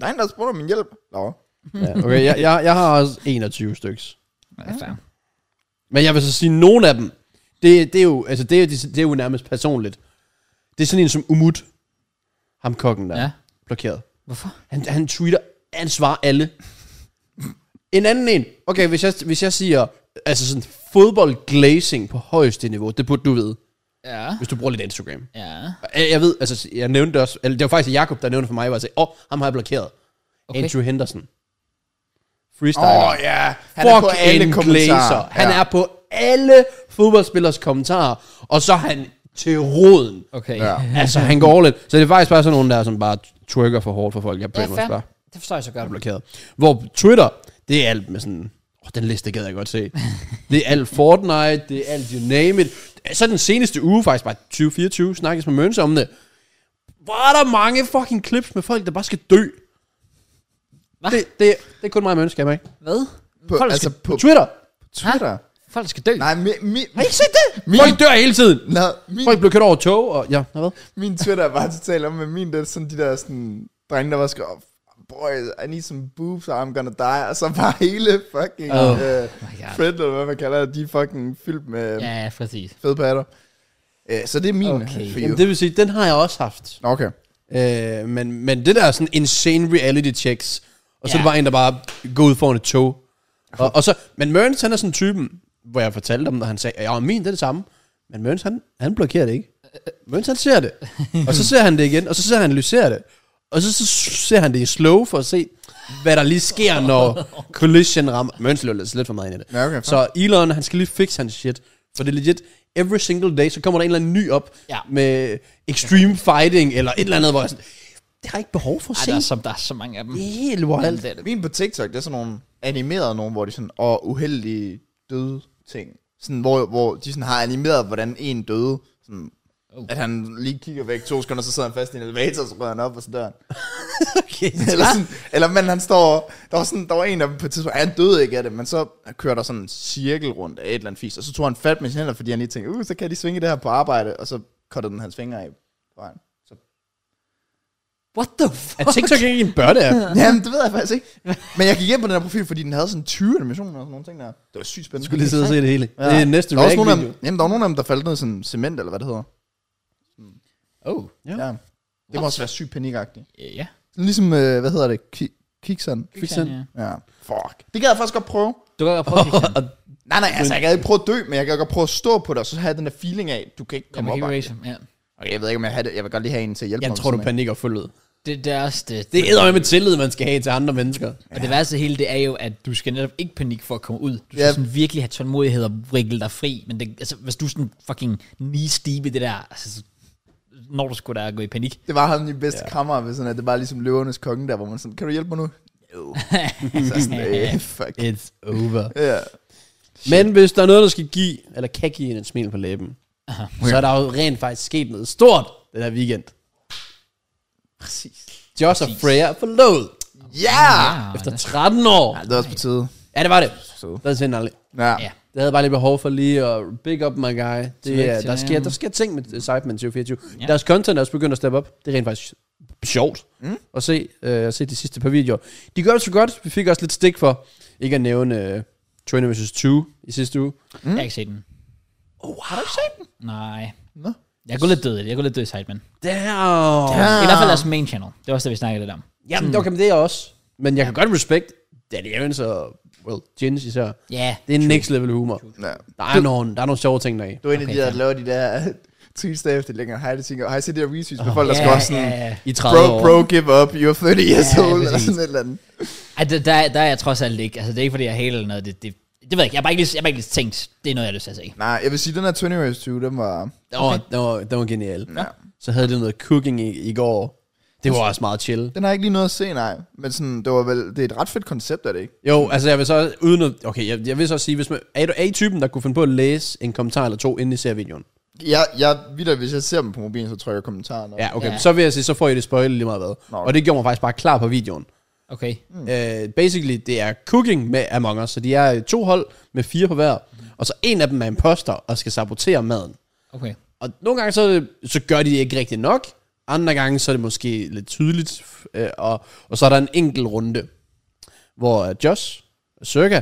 S2: Der er en, der spurgte om min hjælp. Laura.
S3: Ja, okay, jeg, jeg, jeg har også 21 styks.
S1: Ja, fair.
S3: Men jeg vil så sige, nogle af dem, det, det, er, jo, altså, det, er, jo- det er jo nærmest personligt. Det er sådan en som Umut, ham kokken der,
S1: Ja.
S3: ja. blokeret.
S1: Hvorfor?
S3: Han, han tweeter, han svarer alle. En anden en, okay, hvis jeg, hvis jeg siger, altså sådan fodboldglazing på højeste niveau, det burde du vide,
S1: Ja.
S3: hvis du bruger lidt Instagram.
S1: Ja.
S3: Jeg, jeg ved, altså jeg nævnte det også, eller det var faktisk Jakob der nævnte for mig, hvor jeg sagde, åh, oh, ham har jeg blokeret.
S1: Okay.
S3: Okay. Andrew Henderson. Freestyler.
S2: Åh, oh, ja. Han er på alle kommentarer.
S3: Han
S2: ja.
S3: er på alle fodboldspillers kommentarer, og så er han til roden.
S1: Okay.
S2: Ja.
S3: Altså, han går all in. Så det er faktisk bare sådan nogen, der som bare trykker for hårdt for folk. Jeg
S1: Ja,
S3: pretty much
S1: fair.
S3: bare
S1: Det forstår jeg så godt.
S3: blokeret. Hvor Twitter, det er alt med sådan... Åh, oh, den liste gad jeg godt se. Det er alt Fortnite, det er alt you name it. Så den seneste uge, faktisk bare 2024, snakkes med Møns om det. Var der mange fucking clips med folk, der bare skal dø.
S1: Hva?
S3: Det, det, det er kun mig og Møns, kan jeg ikke?
S1: Hvad?
S2: På,
S1: Folk, der
S2: altså
S1: skal,
S2: på
S3: På Twitter.
S2: Twitter.
S1: folk der skal dø.
S2: Nej, mi, mi,
S3: Har I ikke set det?
S2: Min-
S3: Folk dør hele tiden.
S2: Nå, min,
S3: Folk blev kørt over tog, og ja, hvad?
S2: min Twitter er bare totalt om, men min det er sådan de der sådan, drenge, der var skal op. Boy, I need some boobs, or I'm gonna die. Og så bare hele fucking
S1: Oh
S2: oh. uh,
S1: God.
S2: friend, eller hvad man kalder det, de er fucking fyldt med
S1: Ja,
S2: yeah.
S1: ja, præcis.
S2: fede patter. Uh, så det er min
S1: Okay.
S2: okay. for you.
S3: Jamen, det vil sige, den har jeg også haft.
S2: Okay.
S3: Øh, men, men det der sådan insane reality checks, og så
S1: Ja.
S3: er det bare en, der bare går ud foran et tog. Og, og så, men Mørns, han er sådan typen, hvor jeg fortalte om, når han sagde, ja, min, det er det samme. Men Mørns, han, han blokerer det ikke. Mørns, han ser det. Og så ser han det igen, og så ser han analyserer det. Og så, så ser han det i slow for at se, hvad der lige sker, når collision rammer. Mørns løb lidt for meget ind i det.
S2: Ja, okay, fair.
S3: så Elon, han skal lige fikse hans shit. For det er legit, every single day, så kommer der en eller anden ny op
S1: Ja.
S3: med extreme fighting, eller et eller andet, hvor jeg sådan, det har jeg ikke behov for at
S1: Ej,
S3: se.
S1: der er, så, der er så mange af dem.
S3: Det er helt wild.
S1: Det er det.
S2: Min på TikTok, det er sådan nogle animerede nogen, hvor de sådan, og uheldige døde ting. Sådan, hvor, hvor de sådan har animeret, hvordan en døde. Sådan,
S1: Oh.
S2: oh. At han lige kigger væk to sekunder, så sidder han fast i en elevator, så rører han op og så dør han.
S3: Okay.
S2: eller, sådan, eller manden, han står, der var, sådan, der var en af dem på et tidspunkt, han døde ikke af det, men så kørte der sådan en cirkel rundt af et eller andet fisk, og så tog han fat med sine hænder, fordi han lige tænkte, uh, så kan de svinge det her på arbejde, og så kottede den hans fingre af. foran. Så
S1: What the
S3: Er
S1: fuck?
S3: TikTok ikke en børne app?
S2: Jamen, det ved jeg faktisk ikke. Men jeg gik hjem på den her profil, fordi den havde sådan 20 animationer og sådan nogle ting der. Det var sygt spændende.
S3: Skulle lige sidde og se det hele.
S2: Ja.
S3: Det er næste
S2: der var også nogle af
S3: react-video.
S2: dem, jamen, der var nogle af dem, der faldt ned i sådan cement, eller hvad det hedder.
S1: Oh,
S3: Ja.
S2: Ja. Det må også være sygt panikagtigt.
S1: ja.
S2: Sådan Ligesom, øh, hvad hedder det? Ki- Kiksan.
S3: Kiksan,
S1: ja.
S2: Ja. Fuck. Det gad jeg faktisk godt prøve.
S1: Du kan godt prøve det.
S3: Og
S2: Nej, nej, altså jeg gad ikke prøve at dø, men jeg gad godt prøve at stå på det, og så have den der feeling af, du kan ikke
S1: Kom
S2: komme
S1: op,
S2: op. agtigt.
S1: ja.
S2: Okay, jeg ved ikke, om jeg har det. Jeg vil godt lige have en til at hjælpe
S3: jeg
S2: mig.
S3: tror, du
S2: sådan en.
S3: panik og følger ud.
S1: Det, det er også det.
S3: Det
S1: det.
S3: æder med tillid, man skal have til andre mennesker.
S1: Og det værste af hele, det er jo, at du skal netop ikke panik for at komme ud. Du skal
S2: Ja.
S1: sådan virkelig have tålmodighed og vrikle dig fri. Men det, altså, hvis du er sådan fucking knee deep i det der, altså, så når du skulle da gå i panik.
S2: Det var ham i bedste ja. kammer, ved sådan, at det var ligesom løvernes konge der, hvor man sådan, kan du hjælpe mig nu? Jo. så sådan, øh, fuck.
S3: It's over.
S2: Ja.
S3: Men hvis der er noget, der skal give, eller kan give en et smil på læben, så er der jo rent faktisk sket noget stort den her weekend.
S2: Præcis.
S3: Josh og Freya er forlovet
S2: Ja!
S1: Ah,
S3: efter
S1: det-
S3: 13 år.
S2: Ja, det var også på tide.
S3: Ja, det var det.
S2: Så.
S3: Det havde jeg simpelthen aldrig.
S2: Ja.
S1: Ja.
S3: Det havde bare lige behov for lige at big up my guy. Det,
S1: Tillykke
S3: er-
S1: til
S3: der, sker,
S1: ham.
S3: der sker ting med Cyberman 2024.
S1: Ja.
S3: Ja. Deres content er også begyndt at steppe op. Det er rent faktisk sjovt mm. at, se, øh, at se de sidste par videoer. De gør det så godt. Vi fik også lidt stik for ikke at nævne øh, 20 vs. 2 i sidste uge.
S1: Jeg har ikke set den.
S2: Oh, har du ikke set den?
S1: Nej.
S2: Nå.
S1: Jeg går lidt død i det. Jeg går lidt død i Sidemen.
S3: Damn!
S1: Ja.
S2: Ja.
S1: I hvert fald deres main channel. Det var også det, vi snakkede lidt om.
S3: Jamen, okay, men det er jeg også. Men jeg kan godt respekt Danny Evans og, well, Jens især.
S1: Ja.
S3: Det er next level humor.
S2: Ja.
S3: Der er, nogle, der er nogle sjove ting deri.
S2: Du er en af
S1: Okay,
S2: de der,
S1: fair.
S2: der laver de der øh, tweets der efter længere. Hej, det tænker, hej, se det der retweets med folk, der
S1: Ja,
S2: skal også sådan,
S1: ja, ja.
S3: I 30
S2: bro,
S3: år.
S2: bro, give up, you're 30 years
S1: Ja,
S2: old, eller
S1: præcis.
S2: sådan et eller andet.
S1: Ej, det, der, der er jeg trods alt ikke. Altså, det er ikke, fordi jeg haler eller noget. Det, det, det ved jeg ikke. Jeg har bare ikke, lige- jeg har bare ikke lige tænkt, det er noget, jeg har lyst til at se.
S2: Nej, jeg vil sige, den her 20 Race 20, den var...
S3: Den var, den var, den var genial.
S2: Ja.
S3: Så havde de noget cooking i, i går. Det var også meget chill.
S2: Den har jeg ikke lige noget at se, nej. Men sådan, det, var vel, det er et ret fedt koncept, er det ikke?
S3: Jo, altså jeg vil så uden at, Okay, jeg, jeg vil så sige, hvis man, er, du, er I typen, der kunne finde på at læse en kommentar eller to, inden I ser videoen?
S2: Jeg, jeg vidder, hvis jeg ser dem på mobilen, så trykker jeg kommentaren. op.
S3: Ja, okay.
S1: Ja.
S3: Ja. Så vil jeg sige, så får I det spoilet lige meget hvad.
S2: Nå,
S3: Nå,
S2: okay.
S3: Og det gjorde mig faktisk bare klar på videoen.
S1: Okay.
S3: Mm. Uh, basically, det er cooking med Among Us. Så de er to hold med fire på hver. Mm. Og så en af dem er imposter og skal sabotere maden.
S1: Okay.
S3: Og nogle gange, så, er det- så gør de det ikke rigtigt nok. Andre gange, så er det måske lidt tydeligt. Øh, og, og så er der en enkelt runde, hvor øh, Josh, Cirka,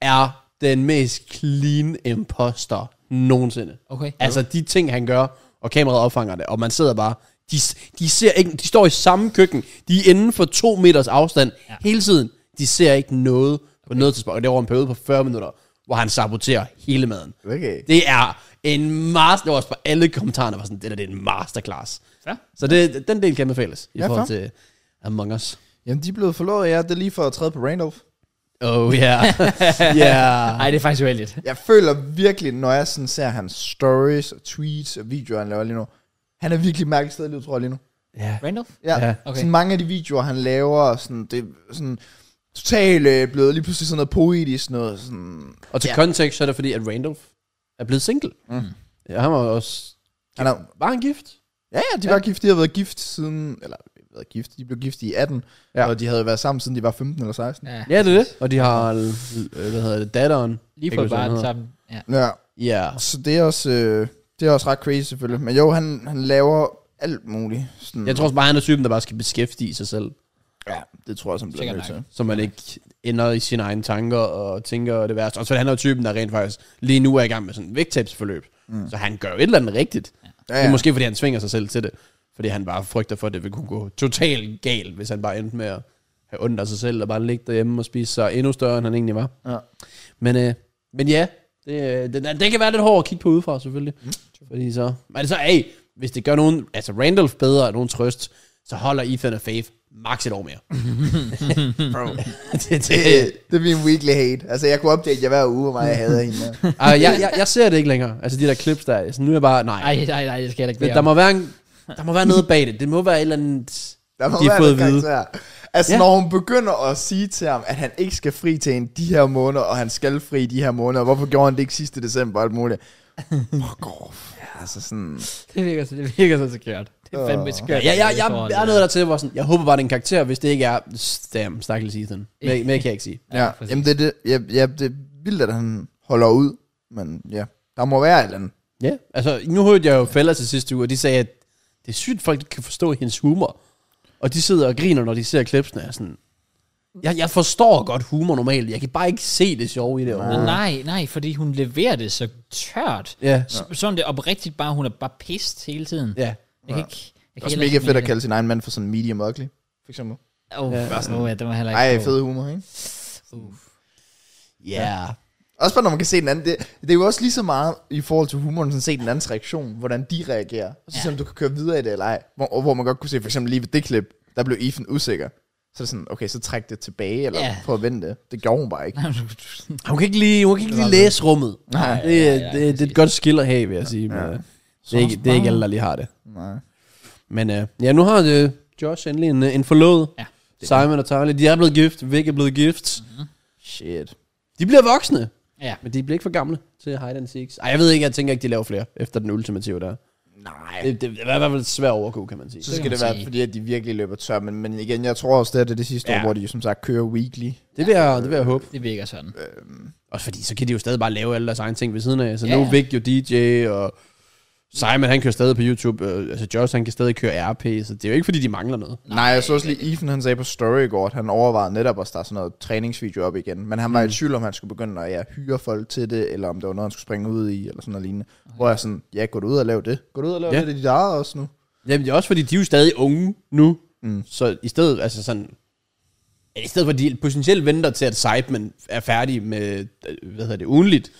S3: er den mest clean imposter nogensinde.
S1: Okay.
S3: Altså de ting, han gør, og kameraet opfanger det, og man sidder bare... De, de, ser ikke, de står i samme køkken. De er inden for to meters afstand
S1: Ja.
S3: ja. hele tiden. De ser ikke noget på noget tidspunkt. Og det var en periode på 40 minutter, hvor han saboterer hele maden.
S2: Okay.
S3: Det er en master... Det var også på alle kommentarerne, var sådan, det der det er en masterclass.
S1: Ja.
S3: Så det, den del kan anbefales i
S2: Ja,
S3: ja, forhold
S2: for.
S3: til Among Us.
S2: Jamen, de er blevet forlovet, ja. Det er lige for at træde på Randolph.
S3: Oh yeah. yeah.
S1: Ej, det er faktisk uheldigt.
S2: Jeg føler virkelig, når jeg sådan ser hans stories og tweets og videoer, han laver lige nu. Han er virkelig et mærkeligt sted i livet, tror jeg lige nu.
S3: Ja.
S1: Randolph?
S2: Ja, ja.
S3: Ja,
S2: Okay.
S1: okay.
S2: Sådan mange af de videoer, han laver, og sådan, det er sådan totalt øh, blevet lige pludselig sådan noget poetisk noget. Sådan,
S3: Og til
S2: Ja.
S3: kontekst, så er det fordi, at Randolph er blevet single.
S2: Mm.
S3: Ja, han var også...
S2: han er,
S3: Var han gift?
S2: ja, ja, de var gift, de har været gift siden, eller været gift, de blev gift i 18, ja.
S3: Ja.
S2: og de havde været sammen siden de var 15 eller 16.
S1: Ja.
S3: Ja, det er det. Og de har, øh, hvad hedder det, datteren.
S1: Lige
S3: Ikke
S1: fået
S3: huske, hvad
S1: barn
S3: han hedder.
S1: sammen. Ja.
S2: Ja,
S3: Ja.
S2: så det er også, øh, det er også ret crazy selvfølgelig. Men jo, han, han laver alt muligt. Sådan,
S3: Jeg tror også bare, han er typen, der bare skal beskæftige sig selv.
S2: ja, det tror jeg, som bliver
S1: Sikkert
S2: nødt til.
S1: nok.
S3: Så man ikke ender i sine egne tanker og tænker det værste. Og så er han jo typen, der rent faktisk lige nu er i gang med sådan en vægttabsforløb. Mm. Så han gør jo et eller andet rigtigt. Ja.
S2: Ja,
S3: Ja. Det
S2: ja.
S3: er måske, fordi han svinger sig selv til det. Fordi han bare frygter for, at det vil kunne gå totalt galt, hvis han bare endte med at have ondt af sig selv og bare ligge derhjemme og spise sig endnu større, end han egentlig var.
S2: Ja.
S3: Men, øh, men ja, det, øh, den, den kan være lidt hård at kigge på udefra, selvfølgelig. Mm. Fordi så, men så, hey, hvis det gør nogen, altså Randolph bedre og nogen trøst, så holder Ethan og Faith max et år mere. Bro. det, det,
S2: Det, øh, det er min weekly hate. Altså, jeg kunne opdage jer hver uge, hvor meget jeg hader hende.
S3: Ej, jeg, jeg, jeg, ser det ikke længere. Altså de der clips der, så nu er jeg bare, nej.
S1: Ej, nej, nej, det skal jeg da ikke
S3: det,
S1: bede
S3: der,
S1: om.
S3: må være en, der må være noget bag det. Det må være et eller andet,
S2: Der må
S3: de har
S2: være
S3: fået
S2: fået
S3: at vide.
S2: karakter. Altså, ja.
S3: Ja.
S2: når hun begynder at sige til ham, at han ikke skal fri til en de her måneder, og han skal fri i de her måneder, og hvorfor gjorde han det ikke sidste december og alt muligt? Fuck off. Altså sådan...
S1: Det virker, så- det virker så skørt. Det er fandme
S2: Åh.
S1: skørt.
S3: Ja, jeg, jeg,
S1: forhold,
S3: jeg, jeg er
S1: det
S3: noget der til, hvor sådan, jeg håber bare, det er en karakter, hvis det ikke er, damn, stakkels Ethan. Mere, mere kan jeg ikke sige.
S2: Ja,
S1: præcis.
S2: jamen det, er det, ja, ja, det er vildt, at han holder ud, men ja, der må være et eller andet.
S3: Ja, altså nu hørte jeg jo fælder til sidste uge, og de sagde, at det er sygt, folk ikke kan forstå hendes humor. Og de sidder og griner, når de ser klipsene. Jeg er Sådan, jeg, jeg forstår godt humor normalt, jeg kan bare ikke se det sjove i det overhovedet.
S1: Nej, nej, fordi hun leverer det så tørt.
S3: Ja,
S1: S- Sådan det oprigtigt bare, hun er bare pissed hele tiden.
S3: ja.
S1: Jeg kan ikke... Jeg
S2: Det er
S1: kan
S2: også
S1: heller
S2: mega
S1: ikke
S2: fedt at
S1: lide
S2: kalde sin egen mand for sådan medium ugly, for eksempel.
S1: det. Åh,
S3: Ja.
S1: ja. oh, ja, det var heller ikke...
S2: Ej,
S1: god.
S2: fed humor, ikke?
S3: Ja.
S2: Også bare, når man kan se den anden. Det, det er jo også lige så meget i forhold til humoren, sådan se den andens reaktion, hvordan de reagerer. Og så ja. om du kan køre videre i det eller ej. Hvor, og hvor man godt kunne se, for eksempel lige ved det klip, der blev Ethan usikker. Så er det sådan, okay, så træk det tilbage, eller ja.
S1: Ja.
S2: prøv at vente det. Det gjorde hun bare ikke.
S3: Hun kan ikke lige, hun kan ikke lige læse rummet.
S2: Nej.
S3: Det, ja, ja, det, det er et godt skill at have, vil jeg sige. Men, øh, det, er ikke, det er ikke alle, der lige har det.
S2: Nej.
S3: Men øh, ja, nu har øh, Josh endelig en, øh, en forlod.
S1: Ja.
S3: Simon og Tyler, de er Mhm. blevet gift. Vic er blevet gift.
S2: Shit.
S3: De bliver voksne.
S1: Ja.
S3: Men de bliver ikke for gamle til Hide and Seeks. Ej, jeg ved ikke, jeg tænker ikke, de laver flere efter den ultimative der.
S2: Nej. Det,
S3: Det, det er i hvert fald svært at overgå, kan man sige.
S2: så
S1: det
S2: skal
S1: kan
S2: det
S1: man
S2: være,
S1: sige.
S2: fordi at de virkelig løber tør. Men, men igen, jeg tror også, det er det, det sidste ja.
S3: Ja.
S2: år, hvor de jo som sagt kører weekly.
S3: Det vil jeg, det vil jeg håbe.
S1: Det virker sådan.
S3: Øh, Også fordi, så kan de jo stadig bare lave alle deres egne ting ved siden af. Så
S1: Ja,
S3: nu
S1: ja.
S3: er Vic jo DJ, og Simon, han kører stadig på YouTube. Øh, altså, Josh, han kan stadig køre RP, så det er jo ikke, fordi de mangler noget.
S2: Nej, jeg så også lige, Ethan han sagde på story i går, at han overvejede netop at starte sådan noget træningsvideo op igen. Men han
S3: Mm.
S2: var i tvivl, om han skulle begynde at ja, hyre folk til det, eller om det var noget, han skulle springe ud i, eller sådan noget lignende. Okay. Hvor jeg sådan, ja, gå du ud og lav det. Gå du ud og lav
S3: Ja.
S2: det, det er dit eget også nu.
S3: Jamen, det er også fordi, de er jo stadig unge nu.
S2: Mm.
S3: Mm. Så i stedet, altså sådan... ja, I stedet for, at de potentielt venter til, at Seidman er færdig med, øh, hvad hedder det, ugenligt,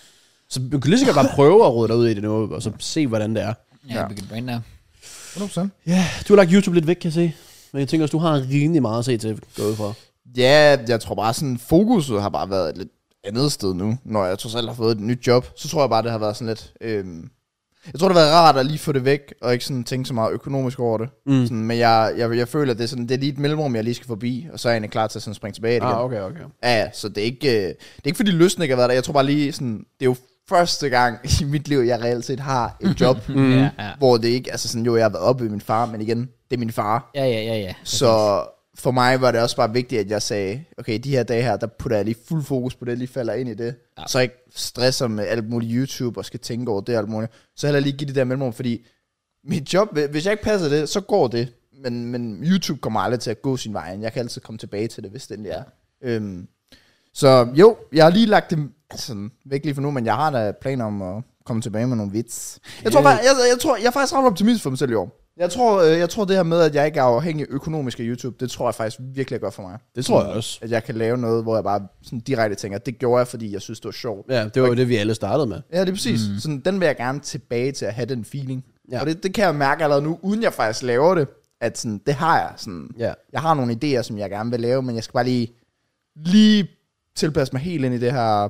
S3: så du kan lige så godt bare prøve at rode dig ud i det nu, og så se, hvordan det er.
S1: Ja,
S2: Ja.
S1: ja. Brain der.
S2: 100%.
S3: Ja, du har lagt YouTube lidt væk, kan jeg se. Men jeg tænker også, du har rimelig meget at se til gået for.
S2: Ja, jeg tror bare sådan, fokuset har bare været et lidt andet sted nu, når jeg trods alt har fået et nyt job. Så tror jeg bare, det har været sådan lidt... Øhm, Jeg tror, det har været rart at lige få det væk, og ikke sådan tænke så meget økonomisk over det.
S3: Mm.
S2: Sådan, men jeg, jeg, jeg føler, at det er, sådan, det er lige et mellemrum, jeg lige skal forbi, og så er jeg egentlig klar til at sådan springe tilbage igen.
S3: Ah, okay, okay.
S2: Ja, ja, så det er ikke, øh, det er ikke fordi lysten ikke har været der. Jeg tror bare lige sådan, det er jo første gang i mit liv, jeg reelt set har et job,
S1: Mm. Ja, ja.
S2: hvor det ikke, altså sådan, jo, jeg har været oppe ved min far, men igen, det er min far.
S1: Ja, ja, ja, ja.
S2: Så for mig var det også bare vigtigt, at jeg sagde, okay, de her dage her, der putter jeg lige fuld fokus på det, lige falder ind i det. Ja. Så jeg ikke stresser med alt muligt YouTube og skal tænke over det og alt muligt. Så heller lige give det der mellemrum, fordi mit job, hvi- hvis jeg ikke passer det, så går det. Men, men YouTube kommer aldrig til at gå sin vej. Jeg kan altid komme tilbage til det, hvis det endelig er. Øhm, så jo, jeg har lige lagt det sådan, væk lige for nu, men jeg har da planer om at komme tilbage med nogle vits. Jeg tror, bare, jeg, jeg, tror, jeg er faktisk ret optimist for mig selv i år. Jeg tror, øh, jeg tror det her med, at jeg ikke er afhængig økonomisk af YouTube, det tror jeg faktisk virkelig er godt for mig.
S3: Det tror jeg også.
S2: At jeg kan lave noget, hvor jeg bare sådan direkte tænker, det gjorde jeg, fordi jeg synes, det var sjovt.
S3: Ja, det var jo det, vi alle startede med.
S2: Ja, det er præcis. Mm. Sådan, den vil jeg gerne tilbage til at have den feeling.
S3: Ja.
S2: Ja. Og det, det kan jeg mærke allerede nu, uden jeg faktisk laver det, at sådan, det har jeg. Sådan,
S3: Ja.
S2: Jeg har nogle idéer, som jeg gerne vil lave, men jeg skal bare lige, lige tilpasse mig helt ind i det her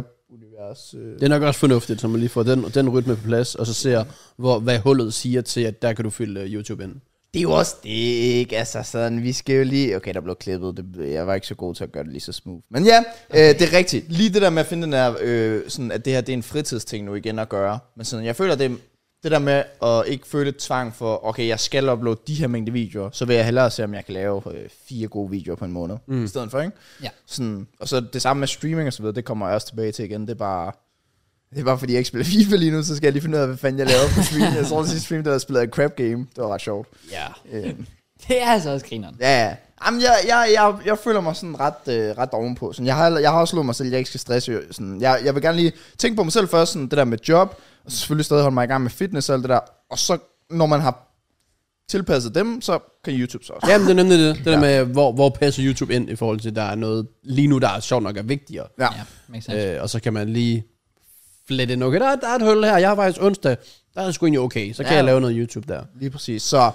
S2: job-univers. øh.
S3: Det er nok også fornuftigt, så man lige får den, den rytme på plads, og så ser, hvor, hvad hullet siger til, at der kan du fylde øh, YouTube ind.
S2: Det er jo også det, ikke? Altså sådan, vi skal jo lige... Okay, der blev klippet. Det, jeg var ikke så god til at gøre det lige så smooth. Men ja, okay. øh, det er rigtigt. Lige det der med at finde den her... Øh, sådan, at det her, det er en fritidsting nu igen at gøre. Men sådan, jeg føler det... Det der med at ikke føle tvang for, okay, jeg skal uploade de her mængde videoer, så vil jeg hellere se, om jeg kan lave øh, fire gode videoer på en måned, mm. i stedet for, ikke?
S1: Ja.
S2: Sådan, og så det samme med streaming og så videre, det kommer jeg også tilbage til igen. Det er bare, det er bare fordi jeg ikke spiller FIFA lige nu, så skal jeg lige finde ud af, hvad fanden jeg laver på stream. jeg tror, at sidste stream, der jeg spillede et crap game. Det var ret sjovt.
S1: ja.
S2: Øhm,
S1: Det er altså også grineren.
S2: Ja, ja. Jamen, jeg, jeg, jeg, jeg føler mig sådan ret, øh, ret ovenpå. Sådan, jeg, har, jeg har også slået mig selv, at jeg ikke skal stresse. øh, Sådan, jeg, jeg vil gerne lige tænke på mig selv først, sådan, det der med job, og så selvfølgelig stadig holde mig i gang med fitness og alt det der. Og så, når man har tilpasset dem, så kan YouTube så også.
S3: Jamen, det er nemlig det. Det der med, hvor, hvor passer YouTube ind i forhold til, der er noget lige nu, der er sjovt nok er vigtigere.
S2: Ja.
S1: Ja, makes sense.
S3: Øh, og så kan man lige flette ind. Okay, der, er- der er et hul her. Jeg har faktisk onsdag. Der er sgu egentlig okay. Så kan
S2: Ja.
S3: jeg lave noget YouTube der.
S2: Lige præcis. Så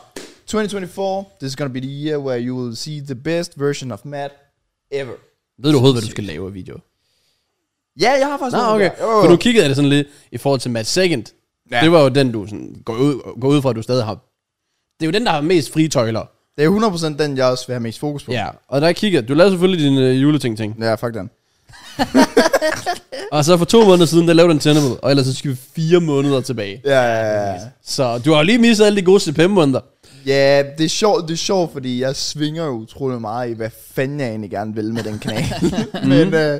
S2: 2024, this is gonna be the year where you will see the best version of Matt ever.
S3: Ved du overhovedet, hvad du skal lave af video?
S2: Ja, jeg har faktisk...
S3: Nå,
S2: noget
S3: okay.
S2: der. Jo, jo,
S3: For
S2: jo.
S3: nu kiggede jeg det sådan lidt i forhold til Matt Second. Ja.
S2: Ja.
S3: Det var jo den, du sådan, går, ud, går ud fra, at du stadig har. Det er jo den, der har mest fritøjler.
S2: Det er 100% den, jeg også vil have mest fokus på.
S3: Ja, og der kigger, du lavede selvfølgelig din øh, juleting-ting.
S2: Ja, fuck den.
S3: Og så for to måneder siden, der lavede du en Tenable, og ellers så skal vi fire måneder tilbage.
S2: Ja, ja, ja.
S3: Så du har jo lige misset alle de gode CPM-måneder.
S2: Ja, det er sjovt, det er sjovt, fordi jeg svinger jo utrolig meget i, hvad fanden jeg egentlig gerne vil med den kanal. men øh,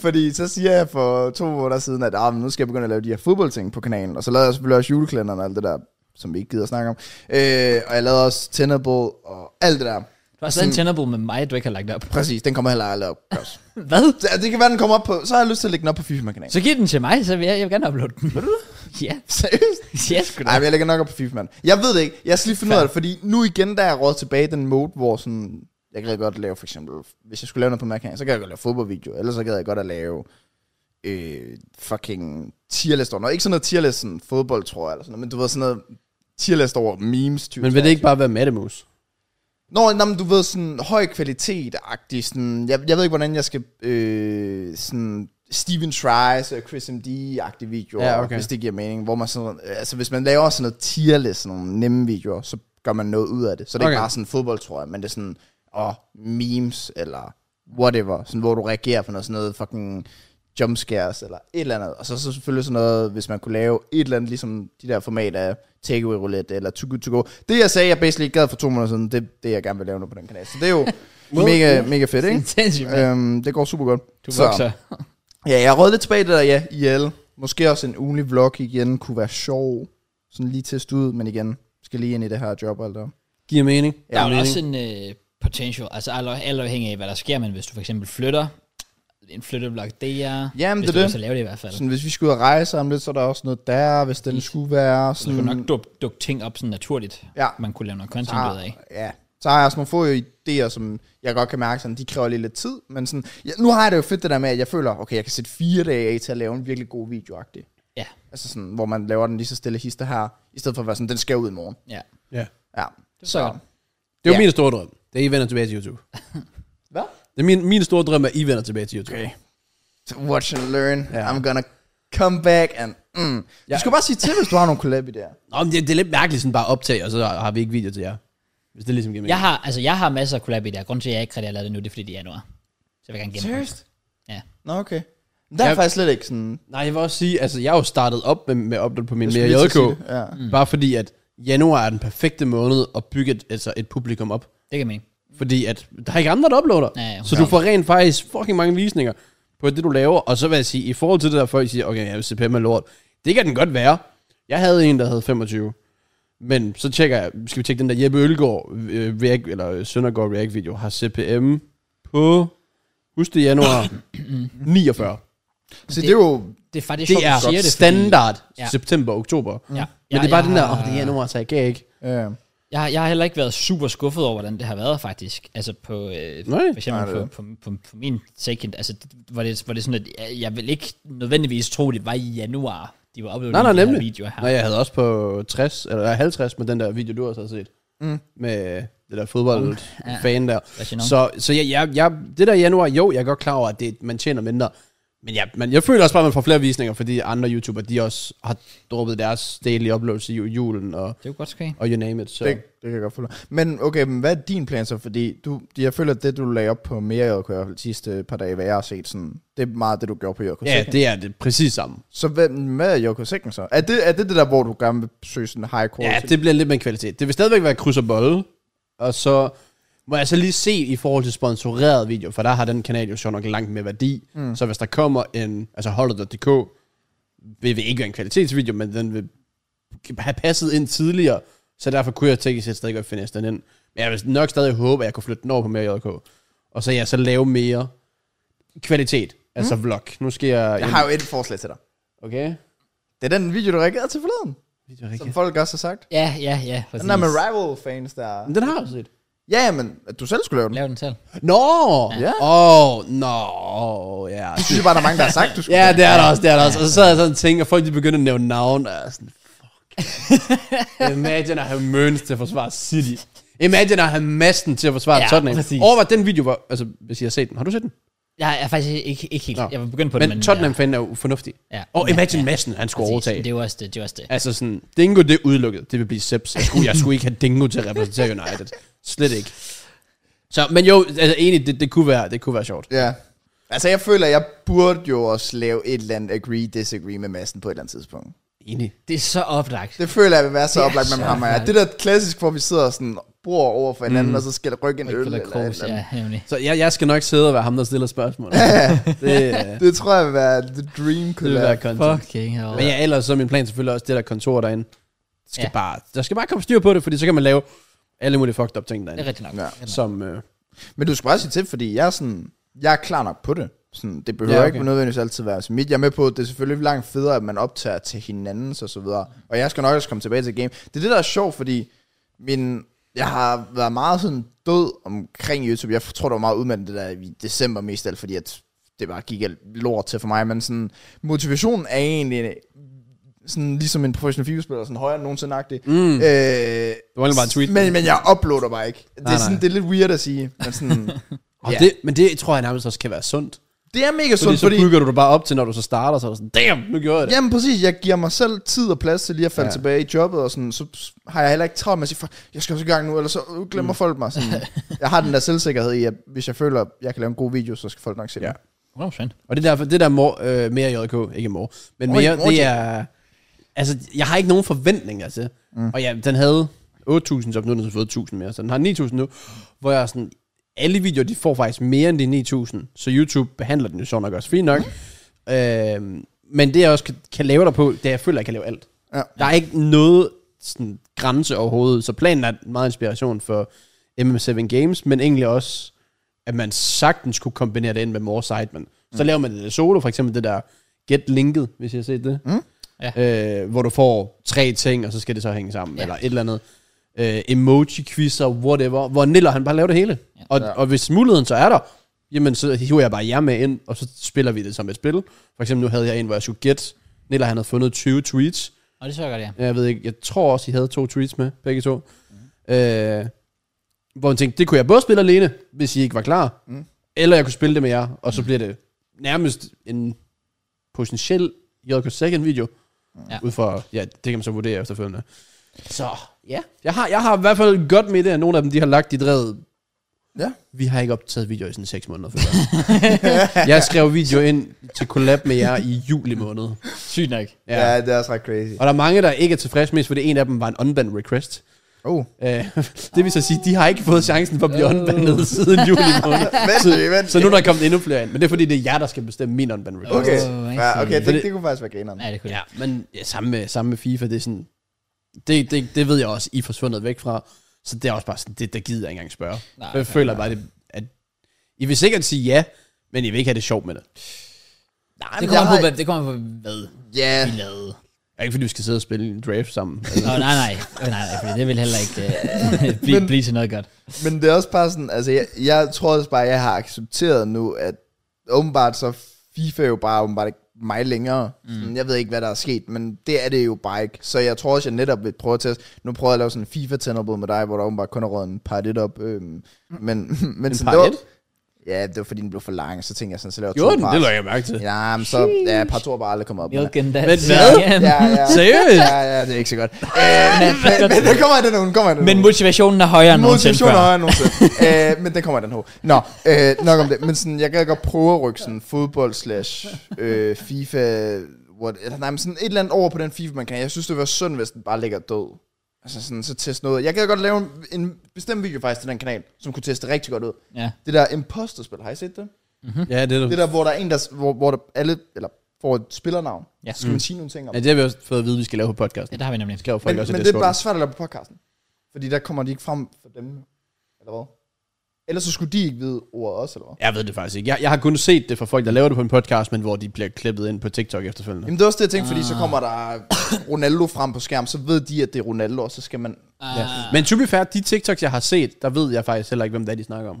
S2: fordi så siger jeg for to måneder siden, at ah, men nu skal jeg begynde at lave de her fodboldting på kanalen, og så lavede jeg selvfølgelig også juleklænderne og alt det der, som vi ikke gider at snakke om. Øh, og jeg lavede også Tenable og alt det der.
S1: Du har stadig en Tenable med mig, du ikke har lagt op.
S2: Præcis, den kommer heller aldrig op. Claus.
S1: Hvad?
S2: Så, det kan være, den kommer op på, så har jeg lyst til at lægge den op på FIFA-kanalen.
S1: Så giv den til mig, så vil jeg, jeg vil gerne uploade den. Vil du Ja.
S2: Seriøst?
S1: Ja, sgu da.
S2: Nej, men jeg lægger nok op på FIFA, mand. Jeg ved det ikke. Jeg skal lige finde ud af det, fordi nu igen, der er jeg råd tilbage i den mode, hvor sådan... Jeg kan rigtig godt lave, for eksempel, hvis jeg skulle lave noget på Mac, så kan jeg godt lave fodboldvideo, eller så kan jeg godt at lave øh, fucking tierlist over noget. Ikke sådan noget tierlist, sådan fodbold, tror jeg, eller sådan noget, men du ved sådan noget tierlist over memes, typ.
S3: Men vil det ikke bare være Mattemus?
S2: Nå, nej, men du ved, sådan høj kvalitet-agtig, sådan, jeg, jeg ved ikke, hvordan jeg skal, øh, sådan, Steven Trice og Chris MD-agtige videoer,
S3: Ja, okay.
S2: hvis det giver mening, hvor man sådan, øh, altså hvis man laver sådan noget tierlist, sådan nogle nemme videoer, så gør man noget ud af det. Så det er
S3: Okay.
S2: ikke bare sådan fodbold, tror jeg, men det er sådan, åh, memes, eller whatever, sådan, hvor du reagerer på noget, sådan noget fucking jumpscares, eller et eller andet. Og så, så selvfølgelig sådan noget, hvis man kunne lave et eller andet, ligesom de der format af takeaway roulette, eller too good to go. Det jeg sagde, jeg basically ikke gad for to måneder siden, det det jeg gerne vil lave nu på den kanal. Så det er jo mega, mega fedt, ikke?
S1: Sindssygt, mand.
S2: Øhm, det går super godt.
S1: Du vokser.
S2: Ja, jeg råd lidt tilbage i det der, ja, i alle. Måske også en ugenlig vlog igen kunne være sjov. Sådan lige teste ud, men igen, skal lige ind i det her job og alt det.
S3: Giver mening.
S1: Der er
S3: Giver
S1: jo
S3: mening.
S1: også en øh, potential, altså alt, alt afhængig af, hvad der sker, men hvis du for eksempel flytter, en flytteblok, det er,
S2: Jamen,
S1: hvis
S2: det er
S1: du
S2: det.
S1: så laver det i hvert fald.
S2: Sådan, hvis vi skulle ud og rejse om lidt, så er der også noget der, hvis den skulle være.
S1: Så du kan
S2: Sådan,
S1: nok dukke duk ting op sådan naturligt,
S2: Ja.
S1: man kunne lave noget content ud af.
S2: Så, Ah, ja. Så har jeg sådan nogle få idéer, som jeg godt kan mærke, sådan, de kræver lige lidt tid. Men sådan, ja, nu har jeg det jo fedt det der med, at jeg føler, okay, jeg kan sætte fire dage af til at lave en virkelig god video -agtig.
S1: Ja,
S2: Altså sådan, hvor man laver den lige så stille hister her, i stedet for at være sådan, den skal ud i morgen.
S1: ja.
S3: Ja.
S2: Ja.
S1: Så godt.
S3: Det er jo
S2: Ja.
S3: min store drøm. Det er, I vender tilbage til YouTube.
S2: Hvad?
S3: Det er min, min store drøm, er, at I vender tilbage til YouTube.
S2: Okay. So watch and learn.
S3: Ja.
S2: Yeah. I'm gonna come back and... Mm. Ja. Du skal bare sige til, hvis du har nogle collab i det her.
S3: Nå, men det, det er lidt mærkeligt sådan bare optag, og så har vi ikke video til jer. Hvis det ligesom giver mening.
S1: Jeg har, altså, jeg har masser af collab i der. Grunden til, at jeg ikke rigtig har lavet det nu, det er fordi, det er januar. Så jeg vil gerne gennem.
S2: Seriøst?
S1: Ja.
S2: Nå, okay. Men Der er
S3: Ja.
S2: ja. faktisk slet ikke sådan...
S3: Nej, jeg vil også sige, altså jeg har jo startet op med, med upload på min
S2: Jeg
S3: mere
S2: skulle lige
S3: JK.
S2: til at sige det, ja.
S3: Mm. Bare fordi, at januar er den perfekte måned at bygge et, altså et publikum op.
S1: Det kan mening.
S3: Fordi at der er ikke andre, der uploader.
S1: Ja, ja.
S3: så du får rent faktisk fucking mange visninger på det, du laver. Og så vil jeg sige, i forhold til det der, folk siger, okay, jeg CPM er lort. Det kan den godt være. Jeg havde en, der havde 25. Men så tjekker jeg, skal vi tjekke den der Jeppe Ølgaard øh, react, eller øh, Søndergaard react video, har CPM på, husk det i januar, 49.
S2: Så det, det er jo...
S1: Det er faktisk sjovt,
S3: Det
S1: at
S3: er
S1: du siger det, fordi-
S3: standard
S1: Ja.
S3: september og oktober.
S1: Ja, ja,
S3: Men det er bare
S1: jeg
S3: den der,
S1: har-
S3: åh, oh, det er januar, så jeg kan ikke.
S2: Øh,
S1: Jeg har, jeg har heller ikke været super skuffet over, hvordan det har været, faktisk. Altså på, øh,
S3: Nej.
S1: for eksempel
S2: Nej,
S1: på,
S2: det
S1: på, på, på, min second, altså, det- hvor det, hvor det sådan, at jeg, jeg vil ikke nødvendigvis tro, det var i januar, de var uploadet
S3: Nej, nej,
S1: de her
S3: nemlig.
S1: videoer her.
S3: Nej, jeg havde også på 60, eller 50 med den der video, du også har set.
S2: Mm.
S3: Med det der fodboldfan der.
S1: Hvad siger nogen?
S3: Så, så jeg, jeg, jeg, det der i januar, jo, jeg er godt klar over, at det, man tjener mindre. Men jeg, man, jeg føler også bare, at man får flere visninger, fordi andre YouTubere, de også har droppet deres daily uploads i ju- julen og,
S1: Det er jo godt ske.
S3: og you name it. Så.
S2: det, det kan jeg godt forstå. Men okay, men hvad er din plan så? Fordi du, jeg føler, at det, du lagde op på mere JK de sidste par dage, hvad jeg har set, sådan, det er meget det, du gjorde på JK
S3: ja, det er det præcis samme.
S2: Så hvad, hvad er JK Sikken så? Er det, er det det der, hvor du gerne vil søge sådan high
S3: Ja,
S2: quality?
S3: det bliver lidt med kvalitet. Det vil stadigvæk være kryds og bolle. Og så må jeg så lige se i forhold til sponsoreret video, for der har den kanal jo sjovt nok langt mere værdi. Mm. Så hvis der kommer en, altså holdet.dk, vil vi ikke være en kvalitetsvideo, men den vil have passet ind tidligere, så derfor kunne jeg tænke, at jeg stadig godt finde den ind. Men jeg vil nok stadig håbe, at jeg kunne flytte den over på mere JK. Og så ja, så lave mere kvalitet. Altså mm. vlog. Nu skal jeg...
S2: Jeg har jo et forslag til dig.
S3: Okay.
S2: Det er den video, du reagerede til forleden,
S3: Video er
S2: som
S3: rigtig-
S2: folk også har sagt.
S1: Ja, ja, ja. Præcis.
S2: Den der med rival-fans, der...
S3: Men Den har jeg set.
S2: Ja, men at du selv skulle lave den.
S1: Lav den selv.
S3: Nå!
S2: Ja.
S3: Åh, nå, ja.
S2: Jeg synes jo bare, der er mange, der har sagt, du skulle
S3: Ja, det er der også, det er der også. Og så sad jeg sådan og tænkte, og folk de begyndte at nævne navn, og jeg er sådan, fuck. Imagine at have Møns til at forsvare City. Imagine at have Madsen til at forsvare
S1: Ja,
S3: ja, Tottenham.
S1: præcis.
S3: Over hvad den video var, altså hvis I har set den. Har du set den?
S1: Jeg er faktisk ikke, ikke helt.
S3: Nå.
S1: Jeg var begyndt på
S3: Men,
S1: det, men...
S3: Tottenham fan er jo fornuftig.
S1: Ja.
S3: Og
S1: Ja,
S3: Imagine
S1: ja.
S3: Madsen, han skulle
S1: Præcis.
S3: overtage.
S1: Det er jo også det, det er jo også det.
S3: Altså sådan, Dingo det er udelukket. Det vil blive Seps. Jeg skulle, jeg skulle ikke have Dingo til at repræsentere United. Slet ikke. Så, men jo, altså egentlig, det, det, kunne være, det kunne være sjovt.
S2: Ja. Altså, jeg føler, jeg burde jo også lave et eller andet agree-disagree med massen på et eller andet tidspunkt.
S3: Enig.
S1: Det er så oplagt.
S2: Det føler jeg vil være så
S1: Det er
S2: oplagt
S1: så
S2: med ham og jeg. Det der klassisk, hvor vi sidder sådan bor over for hinanden, mm. og så skal der rykke en øl.
S1: Ikke for
S2: Eller
S1: the
S2: et
S1: crows,
S2: eller andet.
S1: ja, nemlig.
S3: Så jeg, jeg skal nok sidde og være ham, der stiller spørgsmål. det, øh,
S2: Det tror jeg vil være the dream
S3: det vil være
S2: collab.
S3: content. Fuck.
S1: Fucking hell.
S3: Men ja, ellers så er min plan selvfølgelig også det der kontor derinde. Det Skal
S1: Ja.
S3: ja. bare, der skal bare komme styr på det, fordi så kan man lave alle mulige fucked up ting
S1: Det er
S3: derinde.
S1: rigtigt nok.
S2: Ja.
S3: Som, øh,
S2: Men du skal bare sige til, fordi jeg er sådan, jeg er klar nok på det. Sådan, det behøver
S3: Ja,
S2: ja,
S3: okay.
S2: okay. ikke nødvendigvis altid være som mit. Jeg er med på, at det er selvfølgelig langt federe, at man optager til hinanden og så videre. Og jeg skal nok også komme tilbage til game. Det er det, der er sjovt, fordi min, jeg har været meget sådan død omkring YouTube. Jeg tror, det var meget udmattet det der i december mest af alt, fordi at det bare gik alt lort til for mig. Men sådan, motivationen er egentlig sådan ligesom en professionel FIFA-spiller, sådan højere end nogensinde agtig.
S3: mm,
S2: Øh, det
S3: var egentlig bare en tweet.
S2: Men, men jeg uploader bare ikke. Det er,
S3: Nej, nej.
S2: sådan, det er lidt weird at sige. Men sådan,
S3: og
S2: ja.
S3: det, men det tror jeg nærmest også kan være sundt.
S2: Det er mega
S3: Fordi
S2: sundt,
S3: så
S2: fordi...
S3: bygger du det bare op til, når du så starter, så er du sådan, damn, nu gjorde jeg det.
S2: Jamen præcis, jeg giver mig selv tid og plads til lige at falde
S3: Ja.
S2: ja. tilbage i jobbet, og sådan, så har jeg heller ikke travlt med at sige, "Fuck, jeg skal også i gang nu, eller så glemmer mm. folk mig. Sådan. Jeg har den der selvsikkerhed i, at hvis jeg føler, at jeg kan lave en god video, så skal folk nok se
S3: Ja.
S2: ja.
S1: 100%.
S3: Og det der, det der mor, øh, mere JK, ikke mor, men
S2: Mor-
S3: mere, det
S2: Morten.
S3: er, altså, jeg har ikke nogen forventninger til. Mm. Og ja, den havde 8.000, så nu har den så fået 1.000 mere, så den har 9.000 nu, hvor jeg er sådan, alle videoer, de får faktisk mere end de 9.000, så YouTube behandler den jo så nok også fint nok. Mm. Øh, men det, jeg også kan, kan lave dig på, det er, jeg føler, jeg kan lave alt.
S2: Ja.
S3: Der er ikke noget sådan, grænse overhovedet, så planen er meget inspiration for MM7 Games, men egentlig også at man sagtens kunne kombinere det ind med more Sidemen. Så mm. laver man det solo, for eksempel det der Get Linket, hvis jeg har set det. Mm. Ja. Øh, hvor du får tre ting, og så skal det så hænge sammen,
S1: Ja.
S3: ja. eller et eller andet. Øh, emoji-quizzer, whatever, hvor Niller han bare laver det hele. Ja. Og, og hvis muligheden så er der, jamen så hiver jeg bare jer med ind, og så spiller vi det som et spil. For eksempel nu havde jeg en, hvor jeg skulle gætte, Niller han havde fundet 20 tweets,
S1: Og det så jeg godt, ja.
S3: jeg ved ikke, jeg tror også, I havde to tweets med, begge to. Mm. Øh, hvor hun tænkte, det kunne jeg både spille alene, hvis I ikke var klar, mm. eller jeg kunne spille det med jer, og så bliver det nærmest en potentiel Jelko second video.
S1: Ja.
S3: Ja. Ud fra, ja, det kan man så vurdere efterfølgende. Så, ja. Jeg har, jeg har i hvert fald godt med det, at nogle af dem, de har lagt i drevet.
S2: Ja.
S3: Vi har ikke optaget videoer i sådan 6 måneder før. jeg skrev video ind til collab med jer i juli måned.
S1: Sygt nok.
S2: Ja. ja, det er også ret crazy.
S3: Og der er mange, der ikke er tilfredse med, fordi en af dem var en unbanned request.
S2: Oh.
S3: Øh, det vil så sige, de har ikke fået chancen for at blive
S1: Øh.
S3: unbandet siden juli måned.
S2: vent, lige, vent.
S3: Så nu er der kommet endnu flere ind. Men det er fordi, det er jer, der skal bestemme min unbanned request.
S2: Okay,
S1: Oh, I
S2: ja,
S1: see.
S2: okay
S3: Fordi-
S2: det, det kunne faktisk være grineren.
S1: Ja, det kunne
S3: Ja,
S1: jeg.
S3: men ja, samme, med, samme med FIFA, det er sådan... Det, det, det ved jeg også, I er forsvundet væk fra. Så det er også bare sådan, det, der gider jeg ikke engang spørge.
S1: Nej,
S3: Nej, jeg føler bare, det, at I vil sikkert sige ja, men I vil ikke have det sjovt med det.
S2: Nej,
S1: Det
S2: men
S1: kommer,
S2: jeg
S1: an på,
S2: har-
S1: hvad, det kommer an på, hvad
S2: Ja,
S1: vi lavede.
S3: Ja, ikke fordi vi skal sidde og spille en draft sammen.
S1: Nå, nej, nej. Øh, nej, nej, fordi det vil heller ikke øh, blive,
S2: Men-
S1: blive til noget godt.
S2: men det er også bare sådan, altså jeg, jeg tror også bare, jeg har accepteret nu, at åbenbart så FIFA jo bare åbenbart ikke mig længere. Mm. Jeg ved ikke, hvad der er sket, men det er det jo bare ikke. Så jeg tror også, jeg netop vil prøve at teste. Nu prøver jeg at lave sådan en FIFA tænderbrød med dig, hvor der åbenbart kun er røget en par lidt op. Øhm, men, men sådan,
S3: par
S2: det var-
S3: et?
S2: Ja, det var fordi den blev for lang, så tænkte jeg sådan, så laver jeg
S3: Jo,
S2: to
S3: den,
S2: par.
S3: det lader jeg mærke til.
S2: Ja, men så ja, par to er bare aldrig kommet op. med.
S1: Milk and that.
S3: Men hvad?
S1: jam.
S2: Ja, ja.
S3: Seriøst?
S2: Ja, ja, det er ikke så godt. Øh, men, men der kommer den hun, kommer den
S1: Men motivationen er højere end nogensinde
S2: Motivation er
S1: før.
S2: højere end nogensinde. øh, men den kommer i den hoved. Nå, øh, nok om det. Men sådan, jeg kan godt prøve at rykke sådan fodbold slash øh, FIFA, what, eller nej, men sådan et eller andet over på den FIFA, man kan. Jeg synes, det var synd, hvis den bare ligger død. Altså sådan, så teste noget. Jeg kan godt lave en, en bestemt video faktisk til den kanal, som kunne teste rigtig godt ud.
S1: Ja.
S2: Det der imposterspil, har I set det?
S3: Ja, det er
S2: Det
S3: det.
S2: der, hvor der er en, der, s- hvor, hvor der alle, eller får et spillernavn.
S1: Ja.
S2: Ja. Så skal man sige nogle ting om
S3: Ja, det har vi også fået at vide, vi skal lave på podcasten.
S1: ja, der har vi nemlig.
S3: Det Skal jo folk
S2: Men,
S3: også i
S2: men det er
S3: Discorden.
S2: bare svært at lave på podcasten. Fordi der kommer de ikke frem for dem, eller hvad? Ellers så skulle de ikke vide ordet også, eller hvad?
S3: Jeg ved det faktisk ikke. Jeg, jeg har kun set det fra folk, der laver det på en podcast, men hvor de bliver klippet ind på TikTok efterfølgende.
S2: Jamen det er også det, jeg tænkte, fordi så kommer der Ronaldo frem på skærmen, så ved de, at det er Ronaldo, og så skal man...
S1: Øh,
S3: Ja. Men to be fair, de TikToks, jeg har set, der ved jeg faktisk heller ikke, hvem det er, de snakker om.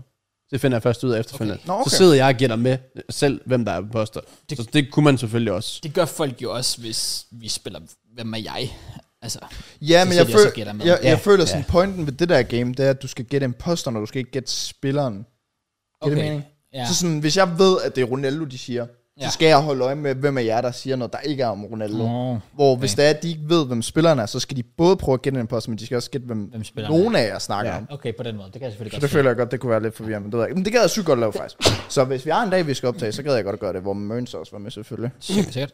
S3: Det finder jeg først ud af efterfølgende.
S2: Nå, okay.
S3: Så sidder jeg og gætter med selv, hvem der er poster.
S4: Det-
S3: Det, så det kunne man selvfølgelig også.
S4: Det gør folk jo også, hvis vi spiller, hvem er jeg? Altså,
S2: Ja, men
S4: sidder
S2: jeg,
S4: de også
S2: føl-
S4: og gætter med.
S2: jeg, jeg,
S3: Ja,
S2: føler sådan,
S3: ja.
S2: pointen ved det der game, det er, at du skal gætte imposteren, og du skal ikke gætte spilleren. Giver det
S1: Okay.
S2: mening?
S1: Ja.
S2: Så sådan, hvis jeg ved, at det er Ronaldo, de siger,
S4: Ja.
S2: så skal jeg holde øje med, hvem af jer, der siger noget, der ikke er om Ronaldo.
S1: Åh,
S2: Hvor hvis det er, at de ikke ved, hvem spilleren er, så skal de både prøve at gætte en imposter, men de skal også gætte, hvem,
S1: Hvem
S2: hvem
S1: spilleren
S2: nogen af jer snakker
S3: Ja.
S2: om.
S1: Okay, på den måde. Det kan jeg selvfølgelig
S2: Så
S1: godt
S2: det føler jeg godt, det kunne være lidt forvirrende, men det ved jeg ikke. Men det gad jeg sygt godt lave, faktisk. Så hvis vi har en dag, vi skal optage, så gad jeg godt at gøre det, hvor Mørns også var med, selvfølgelig.
S1: se. Super sikkert.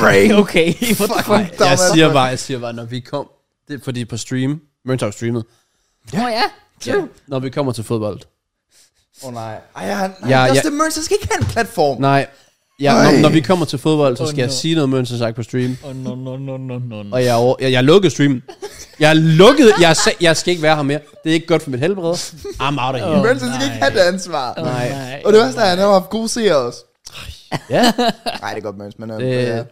S2: Brain!
S1: Okay, what the fuck?
S2: Der
S3: Jeg
S2: var-
S3: siger bare, jeg siger bare, når vi kom, det er fordi på stream, Møntag streamet,
S1: Nå ja.
S3: ja, når vi kommer til fodbold.
S2: Åh oh, nej. Ej, han, han,
S3: Ja,
S2: ja, ja.
S3: ja.
S2: det Mørns, han skal ikke have en platform.
S3: Nej, ja,
S2: Ej.
S3: når, når, vi kommer til fodbold, så
S1: Åh,
S3: skal oh, no. jeg
S1: no.
S3: sige noget, Møntag sagt på stream.
S1: Åh, Oh, no, no, no, no, no, no.
S3: Og jeg, er over- jeg, jeg lukkede streamen. Jeg lukkede, jeg, sag, jeg skal ikke være her mere. Det er ikke godt for mit helbred. I'm out of here.
S1: Åh,
S2: Mørns, han skal
S1: nej.
S2: ikke have det ansvar.
S1: Åh,
S3: Nej.
S2: Og det var sådan, han har haft gode seere også.
S3: Ja.
S2: Nej, det er godt, Mørns, men... Øh,
S3: Det-
S2: ja.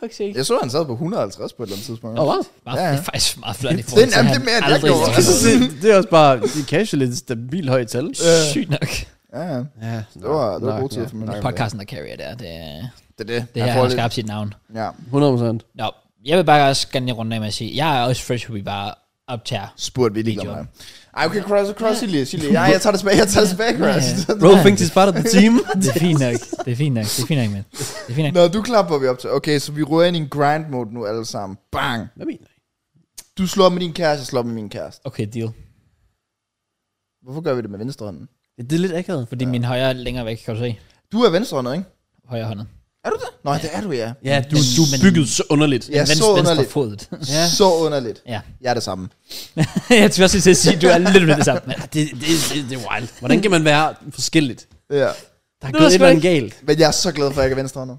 S1: Fuck sake.
S2: Jeg så, han sad på 150 på et eller andet tidspunkt.
S3: Åh, wow.
S1: Bare,
S2: Ja, ja.
S1: Det er faktisk meget flot i
S2: Det er
S1: forhold til, at
S2: nemt, det
S1: han
S2: er mere, end jeg
S1: aldrig
S2: gjorde.
S1: skal
S3: Altså,
S1: have
S3: det, det er også bare, det er casual et stabilt højt tal. Øh,
S1: noget. Sygt nok.
S2: Ja, ja.
S3: Ja,
S2: Det var, det var gode tid for mig.
S1: Podcasten, der carrier der, det er
S2: Det er det.
S1: det
S2: Jeg
S1: her,
S2: får
S1: der
S2: lidt-
S1: skarpt sit navn.
S2: Ja.
S3: 100 procent.
S1: Nå, jeg vil bare også gerne lige runde af med at sige, jeg er også fresh, vi bare optager.
S2: Spurgte vi lige om
S1: Video.
S2: mig. Ej, okay, cross, cross, Silje, Silje. Ja, jeg tager det tilbage, jeg tager det tilbage, cross.
S3: Bro thinks he's part of the team.
S1: Det er fint nok, det er fint nok, det er fint nok, men det er fint nok.
S2: Nå, du klapper vi op til. Okay, så vi rører ind i en grind mode nu alle sammen. Bang!
S3: Hvad mener I?
S2: Du slår med din kæreste, jeg slår med min kæreste.
S1: Okay, deal.
S2: Hvorfor gør vi det med venstre hånden?
S3: Det er lidt akavet.
S1: Fordi min højre er længere væk, kan du se.
S2: Du er venstrehåndet, ikke?
S1: Højre hånden.
S2: Er du det? Nå, det er du, ja.
S3: Ja, du, du er
S1: Men-
S3: bygget så underligt.
S2: Ja,
S1: Venstre,
S2: så
S1: venstre
S2: underligt.
S1: fodet.
S2: Ja. Så underligt.
S1: Ja.
S2: Jeg er det samme.
S1: jeg tror også, jeg skal sige, at du er lidt med det samme. mand.
S3: Det, det, det, det er wild. Hvordan kan man være forskelligt?
S2: Ja.
S3: Der
S1: ved
S3: er
S1: jeg
S3: gået et
S1: sgu
S3: eller andet galt.
S2: Men jeg er så glad for, at jeg er venstrehåndet.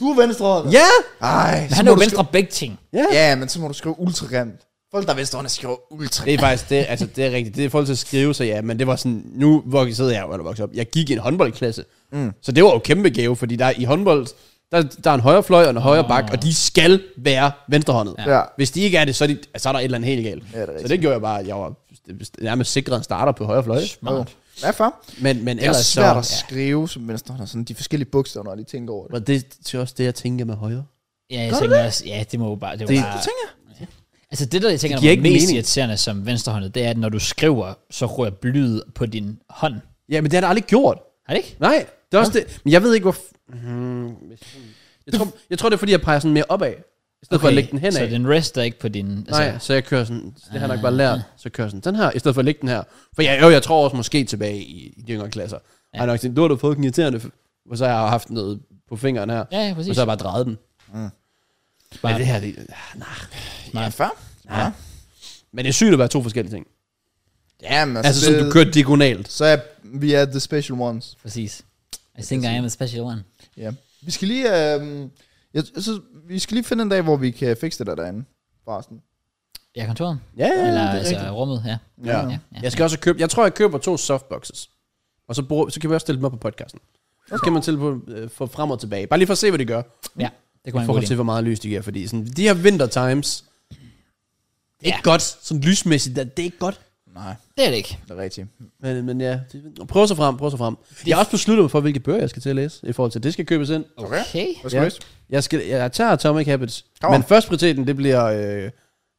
S2: Du er venstrehåndet?
S3: Ja!
S2: Ej,
S1: Men
S2: så
S1: han
S2: må
S1: er jo
S2: du
S1: venstre begge ting.
S2: Skrive... Ja, men så må du skrive ultragrimt. Folk, der er venstrehåndet, skriver ultra.
S3: Det er faktisk, det, altså, det er rigtigt. Det er i forhold til at skrive, så ja, men det var sådan, nu voksede jeg, eller voksede op, jeg gik i en håndboldklasse. Mm. Så det var jo kæmpe gave, fordi der i håndbold, der, der er en højre fløj og en højre bak, og de skal være venstrehåndet.
S2: Ja.
S3: Hvis de ikke er det, så er, de, så er der et eller andet helt galt.
S2: Ja, det er rigtigt.
S3: så det gjorde jeg bare, jeg var nærmest sikret en starter på højre fløj.
S1: Smart.
S2: Hvad for?
S3: Men, men
S2: Det er
S3: ellers så,
S2: svært at
S3: ja.
S2: skrive som venstrehåndet, sådan de forskellige bogstaver, når jeg lige tænker over det.
S3: Men det det er også det, jeg tænker med højre.
S1: Ja, jeg tænker også, ja, det må jo bare... Det, var
S3: Det-
S1: bare,
S3: det
S1: tænker jeg. Altså det, der jeg tænker,
S3: Det
S1: der
S3: giver
S1: er
S3: ikke
S1: mest
S3: mening.
S1: irriterende som venstrehåndet, det er, at når du skriver, så rører blyet på din hånd.
S3: Ja, men det har jeg da aldrig gjort.
S1: Har det ikke?
S3: Nej, det er også det. Men Hmm, jeg ved ikke, hvor... Mm, Jeg tror, jeg tror det er fordi, jeg peger sådan mere opad, i stedet okay, for at lægge den henad.
S1: Så den rester ikke på din...
S3: Altså, Ah. Nej, så jeg kører sådan, så det har jeg nok bare lært, så kører jeg sådan den her, i stedet for at lægge den her. For jeg, jo, jeg tror også måske tilbage i, i de yngre klasser. Ja. Har jeg nok tænkt, du har da fucking irriterende, f-" og så har jeg haft noget på fingeren her,
S1: Ja, ja, præcis.
S3: og så har jeg bare drejet den.
S1: Bare-
S3: Men det her, det, ah, nej.
S2: Ja, fair. Ja.
S3: Men det er sygt at være to forskellige ting.
S2: Jamen, altså,
S3: Altså
S2: altså
S3: sådan,
S2: det,
S3: du kører diagonalt.
S2: Så er vi er the special ones.
S1: Præcis. I think I am a special one.
S2: Ja. Vi skal lige... Øh, jeg, så, vi skal lige finde en dag, hvor vi kan fikse det der derinde. Forresten.
S1: Ja, kontoret.
S3: Ja, ja,
S1: Eller
S3: det er
S1: altså
S3: rigtigt.
S1: rummet, ja.
S3: Ja.
S1: ja, ja.
S3: Jeg skal også købe, jeg tror, jeg køber to softboxes. Og så, bruger, så kan vi også stille dem op på podcasten. Okay. Så kan man til på, øh, få frem og tilbage. Bare lige for at se, hvad de gør.
S1: ja. Det kunne
S3: I
S1: være en god
S3: forhold
S1: idé.
S3: til, hvor meget lys de giver. Fordi sådan, de her winter times, det er ikke godt. Sådan lysmæssigt, det det er ikke godt.
S2: Nej,
S1: Det er det ikke.
S2: det er rigtigt.
S3: Men, men ja, det- prøv så frem, prøv så frem. Jeg har også besluttet mig for, hvilke bøger jeg skal til at læse. I forhold til, at det skal købes ind.
S2: Okay.
S1: Okay.
S2: Hvad skal
S3: Ja.
S2: ja.
S3: Jeg, skal, jeg tager Atomic Habits.
S2: Kom.
S3: Men først prioriteten, det bliver øh,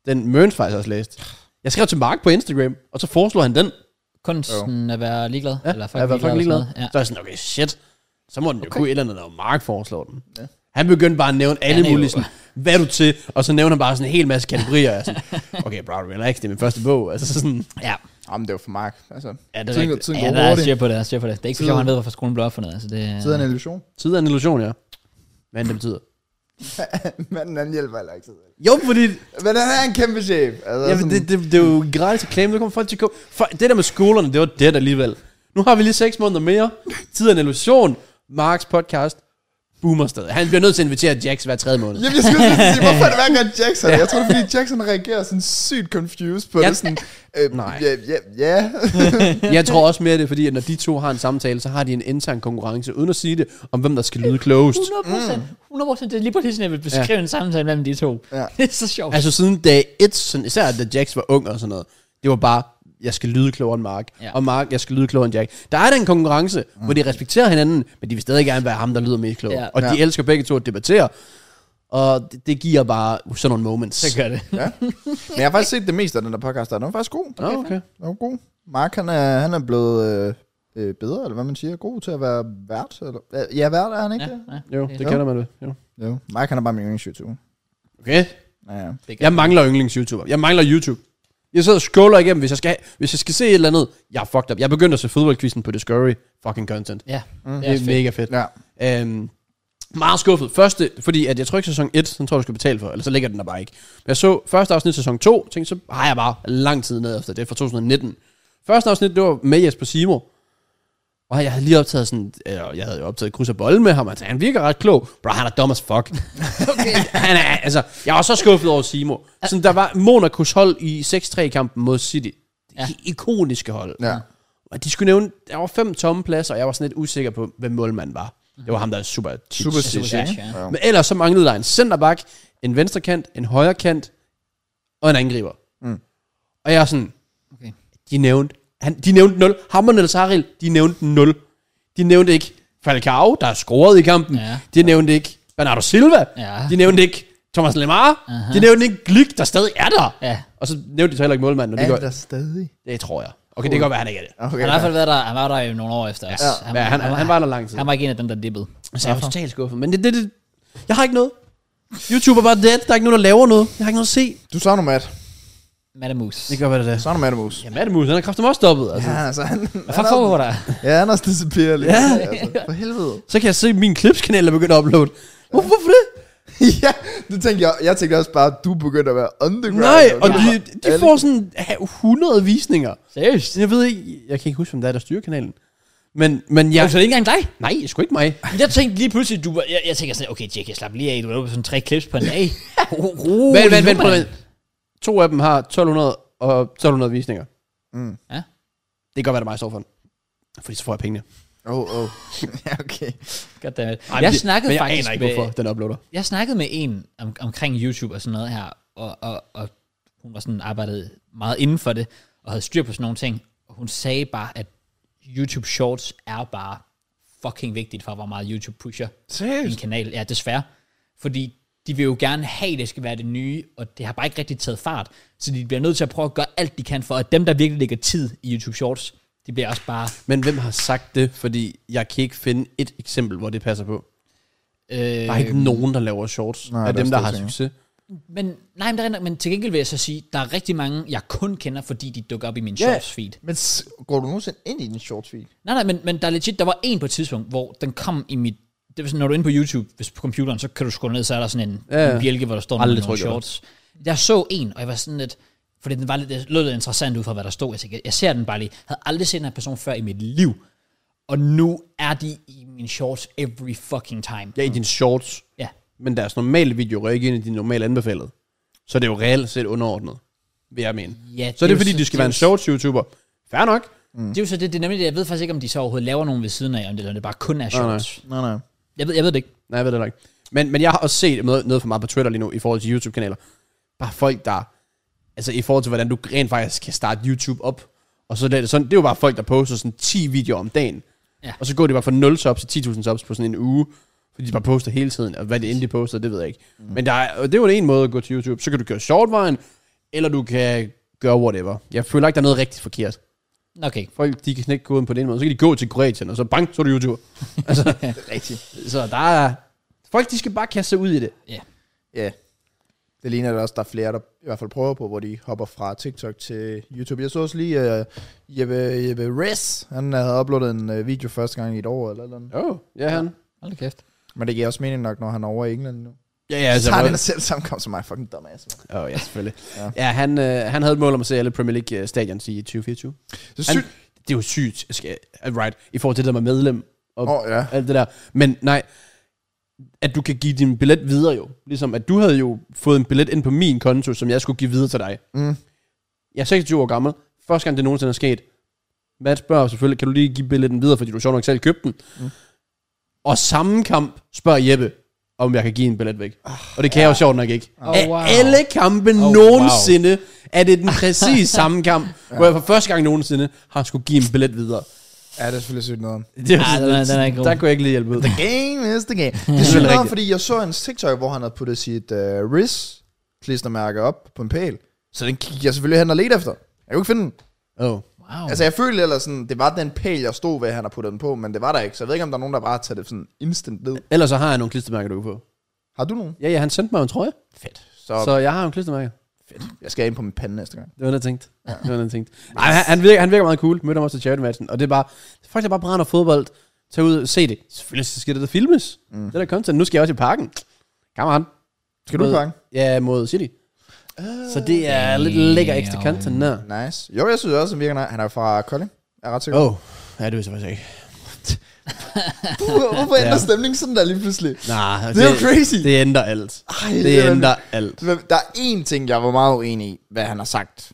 S3: den Mørns faktisk også læst. Jeg skrev til Mark på Instagram, og så foreslår han den.
S1: Kunsten at være ligeglad.
S3: Ja,
S1: Eller
S3: jeg var
S1: fucking
S3: fucking
S1: ligeglad.
S3: ligeglad.
S1: og sådan noget.
S3: Så er jeg sådan, okay, shit. Så må den jo okay. kunne et eller andet, når Mark foreslår den. Ja. Han begyndte bare at nævne alle
S1: Han er jo-
S3: mulige, sådan, hvad er du til? Og så nævner han bare sådan en hel masse kategorier. Jeg er sådan, okay, bro, relax, det er min første bog. Altså sådan,
S1: Ja. ja.
S2: Jamen, det var for Mark. Altså,
S1: Ja, det er
S2: Tiden-
S1: rigtigt.
S2: tiden
S1: ja,
S2: går
S1: der er
S2: hurtigt.
S1: styr på det, der er styr på det. Det er ikke så sjovt,
S2: Tiden-
S1: han ved, hvorfor skolen blev opfundet. Altså, det,
S2: tid er en illusion.
S3: tid er en illusion, ja. Men det betyder.
S2: Manden, han hjælper heller ikke.
S3: Jo, fordi
S2: Men han er en kæmpe chef. Altså,
S3: ja, men det, det, det, er jo gratis at claim. Nu kommer folk til at købe. For, det der med skolerne, det var det alligevel. Nu har vi lige 6 måneder mere. Tid er en illusion. Marks podcast boomer stadig. Han bliver nødt til at invitere Jax hver tredje måned.
S2: Jamen, jeg skulle lige til at sige, hvorfor er det hver gang Jackson? Jeg tror, det er, fordi Jackson reagerer sådan sygt confused på
S3: Ja.
S2: det. Sådan, øh,
S3: Nej.
S2: Ja, ja, ja.
S3: Jeg tror også mere, det er fordi, at når de to har en samtale, så har de en intern konkurrence, uden at sige det, om hvem der skal lyde klogest.
S1: 100%,
S3: Mm.
S1: 100%, det er lige præcis, sådan, jeg vil beskrive en samtale mellem de to.
S2: Ja.
S1: Det er så sjovt.
S3: Altså siden dag et, sådan, især da Jax var ung og sådan noget, det var bare, jeg skal lyde klogere end Mark,
S1: Ja.
S3: ja. og Mark, jeg skal lyde klogere end Jack. Der er den konkurrence, mm. hvor de respekterer hinanden, men de vil stadig gerne være ham, der lyder mest klog.
S1: Ja.
S3: Ja. Og de
S2: Ja.
S3: elsker begge to at debattere, og det, det giver bare sådan nogle moments.
S1: det gør det.
S2: Men jeg har faktisk set det meste af den der podcast, der den var faktisk god.
S3: Nå, okay.
S2: Den var god. Mark, han er, han er blevet øh, øh, bedre, eller hvad man siger, god til at være vært. Eller, øh, ja, vært er han ikke
S1: Ja,
S2: ja. det?
S1: ja.
S3: Jo, det kalder man det. Jo.
S2: Jo. Mark, han er bare min yndlings YouTube.
S3: Okay.
S2: Ja, ja.
S3: Jeg mangler yndlings-YouTuber. Jeg mangler YouTube. Jeg sidder og scroller igennem, hvis jeg skal, hvis jeg skal se et eller andet. Jeg er fucked up. Jeg begyndte at se fodboldquizzen på Discovery. Fucking content.
S1: Ja,
S3: Mm. Det
S1: det er
S3: er
S1: fedt.
S3: mega fedt.
S2: ja.
S3: Øhm, meget skuffet. Første, fordi at jeg tror ikke sæson 1, den tror jeg, du skal betale for, eller så ligger den der bare ikke. Men jeg så første afsnit sæson 2, tænkte så har jeg bare lang tid ned efter det, er fra 2019. Første afsnit, det var med Jesper Simo. Og jeg havde lige optaget sådan, eller jeg havde jo optaget kryds og bold med ham, altså han virker ret klog. Bro, han er dum as fuck. okay. han er, altså, jeg var så skuffet over Simo. Sådan, der var Monacos hold i 6-3-kampen mod City. Ja. Ikoniske hold.
S2: ja.
S3: Og de skulle nævne, der var fem tomme pladser, og jeg var sådan lidt usikker på, hvem målmanden var. Det var ham, der er super tit.
S2: Super
S1: Super
S2: Stitch,
S1: Stitch,
S2: ikke?
S1: ja.
S2: Ja.
S3: Men ellers så manglede der en centerback, en venstre kant, en højre kant og en angriber. Mm. Og jeg er sådan,
S1: Okay.
S3: de nævnte, han, de nævnte 0. Hammer eller Saril, de nævnte 0. De nævnte ikke Falcao, der er scoret i kampen.
S1: Ja.
S3: De nævnte ikke Bernardo Silva.
S1: Ja.
S3: De nævnte ikke Thomas Lemar. Uh-huh. De nævnte ikke Glick, der stadig er der.
S1: Ja.
S3: Og så nævnte de så heller ikke målmanden, og det,
S2: Er
S3: gør,
S2: der stadig?
S3: det tror jeg. Okay, det kan godt være, han ikke er det.
S1: Han
S2: Okay.
S1: har i hvert fald været der, han var der jo nogle år efter os. Ja.
S3: Han, han, han, han var der lang tid.
S1: han var ikke en af dem, der dippede.
S3: Så jeg var totalt skuffet. Men det, det, det, jeg har ikke noget. YouTube er bare dead. Der er ikke nogen, der laver noget. Jeg har ikke noget at se.
S2: Du savner Matt.
S1: Madamus.
S3: gør, hvad det er.
S2: Savner Matt Mus.
S3: Ja, Mattemus, han har kraftigt også stoppet. Altså.
S2: Ja, altså, han,
S1: Hvad
S2: han
S1: fuck
S2: er-
S1: foregår der?
S2: Ja, han er også disappear lidt.
S3: Ja.
S2: Altså, for helvede.
S3: Så kan jeg se, at min klipskanal er begyndt at uploade. Hvorfor, hvorfor det?
S2: ja, det tænkte jeg. Jeg tænkte også bare, at du begyndte at være underground.
S3: Nej, og
S2: Ja.
S3: de, de
S2: Alle-
S3: får sådan ha- 100 visninger.
S1: Seriøst?
S3: Jeg ved ikke, jeg kan ikke huske, hvem der er, der styrer kanalen. Men, men
S1: Ja.
S3: jeg...
S1: Så det er ikke engang dig?
S3: Nej, Altså, det er sgu ikke mig.
S1: Jeg tænkte lige pludselig, du var, jeg, jeg tænker sådan, okay, Jake, jeg slap lige af, du lavede sådan tre clips på en dag. Rolig
S3: Vent, vent,
S1: nu,
S3: vent, prøv
S1: mand.
S3: at- To af dem har 1200 og 1200 visninger.
S2: Mm.
S1: Ja.
S3: Det kan godt være, det er mig, der står for den. Fordi så får jeg pengene.
S2: Oh, oh. ja, okay.
S1: Goddammit.
S3: Ej, men
S1: Jeg
S3: det-
S1: snakkede
S3: men jeg
S1: faktisk
S3: aner ikke,
S1: med,
S3: hvorfor den uploader.
S1: jeg snakkede med en om, omkring YouTube og sådan noget her, og, og, og hun var sådan arbejdet meget inden for det, og havde styr på sådan nogle ting, og hun sagde bare, at YouTube Shorts er bare fucking vigtigt for, hvor meget YouTube pusher din
S2: Seriøst?
S1: kanal. Ja, desværre. Fordi de vil jo gerne have, at det skal være det nye, og det har bare ikke rigtig taget fart, så de bliver nødt til at prøve at gøre alt, de kan for, at dem, der virkelig lægger tid i YouTube Shorts, de bliver også bare...
S3: Men hvem har sagt det? Fordi jeg kan ikke finde et eksempel, hvor det passer på.
S1: Øh,
S3: Der er ikke nogen, der laver shorts
S2: Nej,
S3: Nej, af
S2: der er
S3: dem, der
S2: stor
S3: har
S2: ting.
S3: succes.
S1: Men, nej, men, der er, nok- men til gengæld vil jeg så sige, der er rigtig mange, jeg kun kender, fordi de dukker op i min
S2: Ja.
S1: shorts feed.
S2: Men s- går du nogensinde ind i den shorts feed?
S1: Nej, nej, men, men der er legit, der var en på et tidspunkt, hvor den kom i mit... Det vil sige, når du er inde på YouTube, hvis på computeren, så kan du scrolle ned, så er der sådan en,
S3: Ja,
S1: ja,
S3: ja.
S1: en bjælke, hvor der står
S3: Aldrig
S1: nogle, nogle
S3: trykker på
S1: shorts. Jeg så en, og jeg var sådan lidt... Fordi den var lidt, det lød lidt interessant ud fra, hvad der stod. Jeg, tænkte, jeg- jeg ser den bare lige. Jeg havde aldrig set den her person før i mit liv. Og nu er de i min shorts every fucking time.
S3: Ja, i dine shorts.
S1: Ja.
S3: Men deres normale video rører ikke ind i dine normale anbefalede. Så det er jo reelt set underordnet, vil jeg mene.
S1: ja
S3: Så er det,
S1: jo
S3: fordi, de skal være en
S1: er jo-
S3: shorts-YouTuber. Fair nok.
S1: Det er jo så det, det er nemlig det. Jeg ved faktisk ikke, om de så overhovedet laver nogen ved siden af, om det, eller om det bare kun er
S3: nej.
S1: shorts.
S2: Nej, nej.
S1: Jeg ved, jeg ved det ikke.
S3: Nej, jeg ved det nok. Men, men jeg har også set noget, noget for meget på Twitter lige nu, i forhold til YouTube-kanaler. Bare folk, der... Altså i forhold til, hvordan du rent faktisk kan starte YouTube op. Og så det, sådan, det er jo bare folk, der poster sådan 10 videoer om dagen.
S1: Ja.
S3: Og så går de bare fra 0 subs til 10.000 subs på sådan en uge. Fordi de bare poster hele tiden. Og hvad det end de poster, det ved jeg ikke. Mm. Men der er, og det er jo en måde at gå til YouTube. Så kan du køre shortvejen, eller du kan gøre whatever. Jeg føler ikke, der er noget rigtig forkert.
S1: Okay.
S3: Folk, de kan knække koden på den måde. Så kan de gå til Kroatien, og så bang, så er du YouTuber. altså,
S2: Det er rigtigt.
S3: så der er... Folk, de skal bare kaste sig ud i det.
S2: Ja. Det ligner det også, der er flere, der i hvert fald prøver på, hvor de hopper fra TikTok til YouTube. Jeg så også lige uh, Jeppe, Jeppe Riz, han havde uploadet en uh, video første gang i et år eller et eller andet.
S3: Jo, oh, ja han.
S1: Hold da kæft.
S2: Men det giver også mening nok, når han er over i England nu.
S3: Ja, ja,
S2: Altså,
S3: altså,
S2: så har
S3: hvor-
S2: den selv sammenkomst som mig, fucking dumbass. mand.
S3: Åh, oh, ja, selvfølgelig.
S2: Ja.
S3: ja. ja, han, øh, han havde et mål om at se alle Premier League øh, stadions i 2024.
S2: Det er
S3: Han,
S2: sygt.
S3: det er jo sygt, skal, uh, right, i forhold til det der med medlem og
S2: Åh,
S3: oh.
S2: oh, ja.
S3: alt det der. Men nej, at du kan give din billet videre jo. Ligesom at du havde jo fået en billet ind på min konto, som jeg skulle give videre til dig.
S2: Mm.
S3: Jeg er 26 år gammel. Første gang det nogensinde er sket. Mads spørger selvfølgelig, kan du lige give billetten videre, fordi du sjovt nok selv købte den. Mm. Og samme kamp spørger Jeppe, om jeg kan give en billet væk. Oh, og det kan ja. jeg jo sjovt nok ikke. Oh,
S1: Ah, wow.
S3: Af alle kampe oh,
S1: wow.
S3: nogensinde, wow. er det den præcis samme kamp, ja. hvor jeg for første gang nogensinde har skulle give en billet videre.
S2: Ja, det er selvfølgelig sygt noget.
S3: Det
S1: Ej, den er- den er ikke god.
S3: der kunne jeg ikke lige hjælpe ud.
S2: Game is the game. Det er sygt
S3: selvfølgelig
S2: nok,
S3: rigtigt.
S2: fordi jeg så en TikTok, hvor han havde puttet sit uh, Riz klistermærke op på en pæl. Så den gik jeg selvfølgelig hen og ledte efter. Jeg kunne ikke finde den.
S3: Oh.
S1: Wow.
S2: Altså jeg følte ellers sådan, det var den pæl, jeg stod ved, han har puttet den på, men det var der ikke. Så jeg ved ikke, om der er nogen, der bare har taget det sådan instant ned.
S3: Ellers så har jeg nogle klistermærker, du kan få.
S2: Har du nogen?
S3: Ja, ja, han sendte mig en trøje,
S2: Så
S3: så jeg har en klistermærke.
S2: jeg skal ind på min pande næste gang.
S3: Det var det, jeg tænkte. Ja. Det var det, jeg tænkte. Ej, han, han, virker, han virker meget cool. Mødte ham også til charity-matchen. Og det er bare... Folk, der bare brænder fodbold. Tag ud og se det. Selvfølgelig skal det da filmes. Mm. Det er der content. Nu skal jeg også i parken. Kom on.
S2: Skal du
S3: Mod-
S2: gange?
S3: Ja, mod City. Så det er lidt lækker ekstra content der.
S2: Nice. Jo, jeg synes også, han virker nej. Han er fra Kolding. Jeg er ret sikker.
S3: Åh, oh, ja, det ved jeg så faktisk ikke.
S2: Hvorfor, hvorfor ændrer
S3: Ja.
S2: stemningen sådan der lige pludselig?
S3: Nej, altså,
S2: Det er jo crazy.
S3: Det ændrer alt.
S2: Ej,
S3: Det,
S2: er-
S3: det ændrer alt.
S2: Men Der er én ting, jeg var meget uenig i, hvad han har sagt.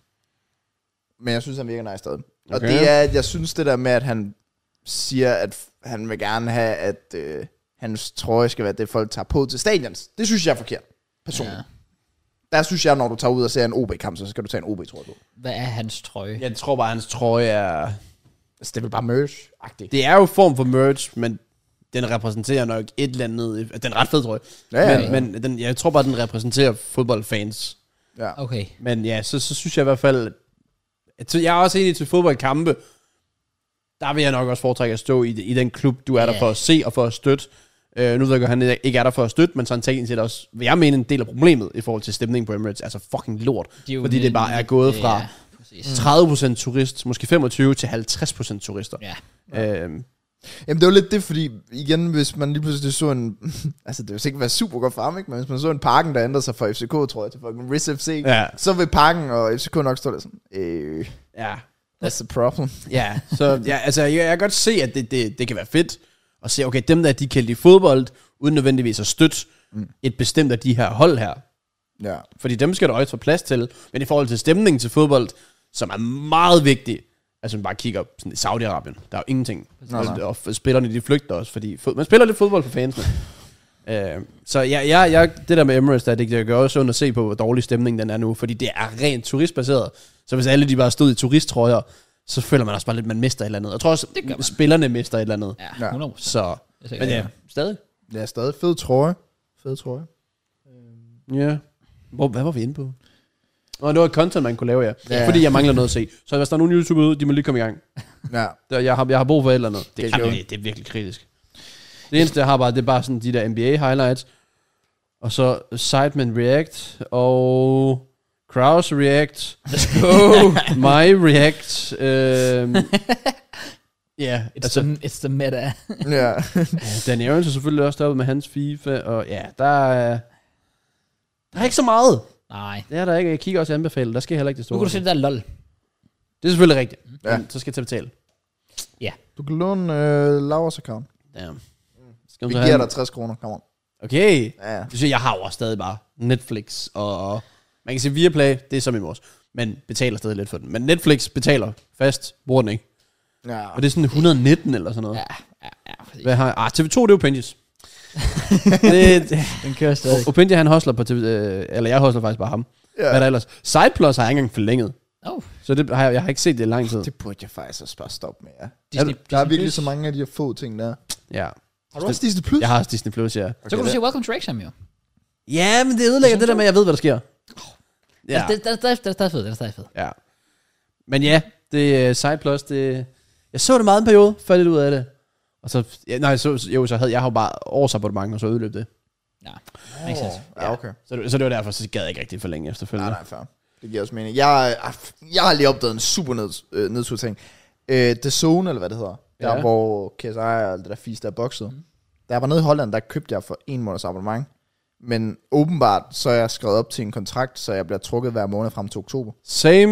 S2: Men jeg synes, han virker nice stadig. Og
S3: Okay.
S2: det er, at jeg synes det der med, at han siger, at f- han vil gerne have, at øh, hans trøje skal være det, folk tager på til stadions. Det synes jeg er forkert, personligt. Ja. Der synes jeg, når du tager ud og ser en OB-kamp, så skal du tage en OB-trøje på.
S1: Hvad er hans trøje?
S3: Jeg tror bare, hans trøje er...
S2: Altså, det er vel bare merch-agtigt.
S3: Det er jo form for merch, men den repræsenterer nok et eller andet... Den er ret fed, tror jeg.
S2: Ja, ja,
S3: men,
S2: ja.
S3: men den, jeg tror bare, den repræsenterer fodboldfans.
S2: Ja.
S1: Okay.
S3: Men ja, så, så synes jeg i hvert fald... at- så Jeg er også enig til fodboldkampe. Der vil jeg nok også foretrække at stå i, i den klub, du er der
S1: Ja.
S3: for at se og for at støtte. Øh, nu ved jeg godt, at han ikke er der for at støtte, men sådan teknisk set også, vil jeg mene, en del af problemet i forhold til stemningen på Emirates. Altså fucking lort.
S1: De er jo
S3: fordi det bare er gået fra
S1: Ja, Mm. præcis.
S3: 30% turist, måske 25 til 50% turister.
S1: Ja.
S3: Ja. Øh,
S2: Jamen, det var lidt det, fordi igen, hvis man lige pludselig så en... altså, det vil sikkert være super godt for ham, ikke? Men hvis man så en parken, der ændrede sig fra FCK, tror jeg, til fucking Riz FC,
S3: Ja.
S2: så vil parken og FCK nok stå der sådan... Øh,
S3: ja.
S2: That's the problem.
S3: Ja, så ja, altså, jeg, jeg kan godt se, at det, det, det kan være fedt at se, okay, dem der, de kan lide fodbold, uden nødvendigvis at støtte mm. et bestemt af de her hold her.
S2: Ja.
S3: Fordi dem skal der også få plads til, men i forhold til stemningen til fodbold, som er meget vigtig, altså man bare kigger op sådan, i Saudi-Arabien, der er jo ingenting.
S2: Nej,
S3: Altså,
S2: nej.
S3: Og f- spillerne, de flygter også, fordi fod- man spiller lidt fodbold for fansene. Øh, så jeg, jeg, jeg, det der med Emirates, der, det, det gør også ondt at se på, hvor dårlig stemning den er nu, fordi det er rent turistbaseret. Så hvis alle de bare stod i turisttrøjer, så føler man også bare lidt, at man mister et eller andet. Jeg tror også,
S1: gør man.
S3: spillerne mister et eller andet.
S1: Ja,
S3: Ja.
S1: 100
S3: Så, men ja, stadig.
S2: Det er stadig fed trøje. Fed trøje.
S3: Ja. Hvor, hvad var vi inde på? Nå, det var content, man kunne lave, ja.
S2: Ja.
S3: ja. Fordi jeg mangler noget at se. Så hvis der er nogen YouTuber ude, de må lige komme i gang.
S2: Ja.
S3: Der, jeg, har, jeg har brug for et eller andet. Det,
S2: Get
S3: det,
S2: going.
S3: det, det er virkelig kritisk. Det eneste, jeg har bare, det er bare sådan de der NBA highlights. Og så Sideman React, og Kraus React, oh, My React. Øhm, ja,
S1: It's,
S3: altså,
S1: the, it's the meta.
S2: ja.
S3: Dan Aarons er selvfølgelig også deroppe med hans FIFA, og ja, der er, der er ikke så meget.
S1: Nej.
S3: Det er der ikke, jeg kigger også i anbefalet, der sker heller ikke
S1: Nu
S3: det store.
S1: kan du se det der lol.
S3: Det er selvfølgelig rigtigt.
S2: Mhm. Ja.
S3: Ja. Så skal jeg til at betale.
S2: Du kan låne øh, Lauras account.
S3: Damn. Skal
S2: Vi
S3: man så
S2: giver
S3: have-
S2: dig 60 kroner, kom on.
S3: Okay.
S2: Ja.
S3: Det synes jeg, jeg har jo også stadig bare Netflix og... og man kan sige Viaplay, det er som i vores. Men betaler stadig lidt for den. Men Netflix betaler fast, bruger den ikke.
S2: ja.
S3: Og det er sådan 119 eller sådan noget.
S1: Ja,
S3: Ja.
S1: ja, ja. præcis.
S3: Hvad har jeg? Ah, TV2, det er Opinions. det, det,
S1: Den kører stadig.
S3: Opinion, han hostler på TV... Øh, eller jeg hostler faktisk bare ham. Ja. Hvad er der ellers? Sideplus har jeg ikke engang forlænget.
S1: Oh,
S3: Så det har jeg, jeg har ikke set det i lang tid.
S2: Det burde jeg faktisk også bare stoppe med, ja.
S1: Disney,
S2: Der er
S1: Disney
S2: virkelig
S1: Plus.
S2: så mange af de her få ting, der er.
S3: Ja.
S2: Har du også Disney Plus?
S3: Jeg har også Disney Plus, ja.
S1: Så kan du se Welcome to Wrexham jo.
S3: Ja, men det ødelægger det der med, at jeg ved, hvad der sker.
S1: Ja. Altså, det, det, det, det er stadig fedt, det er stadig fedt.
S3: Ja. Men ja, det er Sideplus, det... Jeg så det meget en periode, før lidt ud af det. Og så, ja, nej, så, jo, så havde jeg jo bare årsabonnement, og så ødeløb det.
S1: Nej, makes sense.
S2: Ja, okay.
S3: Så, det- så det var derfor, så gad jeg ikke rigtig for længe efterfølgende.
S2: Nej, nej, fair. Det giver også mening. Jeg, ah, f- jeg har lige opdaget en super ned, øh, nedtur ting. Øh, The Zone, eller hvad det hedder. Der,
S3: Ja.
S2: hvor KSI og alt det der fisk, der er bokset. Mm. Da jeg var nede i Holland, der købte jeg for en måneds abonnement. Men åbenbart, så er jeg skrevet op til en kontrakt, så jeg bliver trukket hver måned frem til oktober.
S3: Same.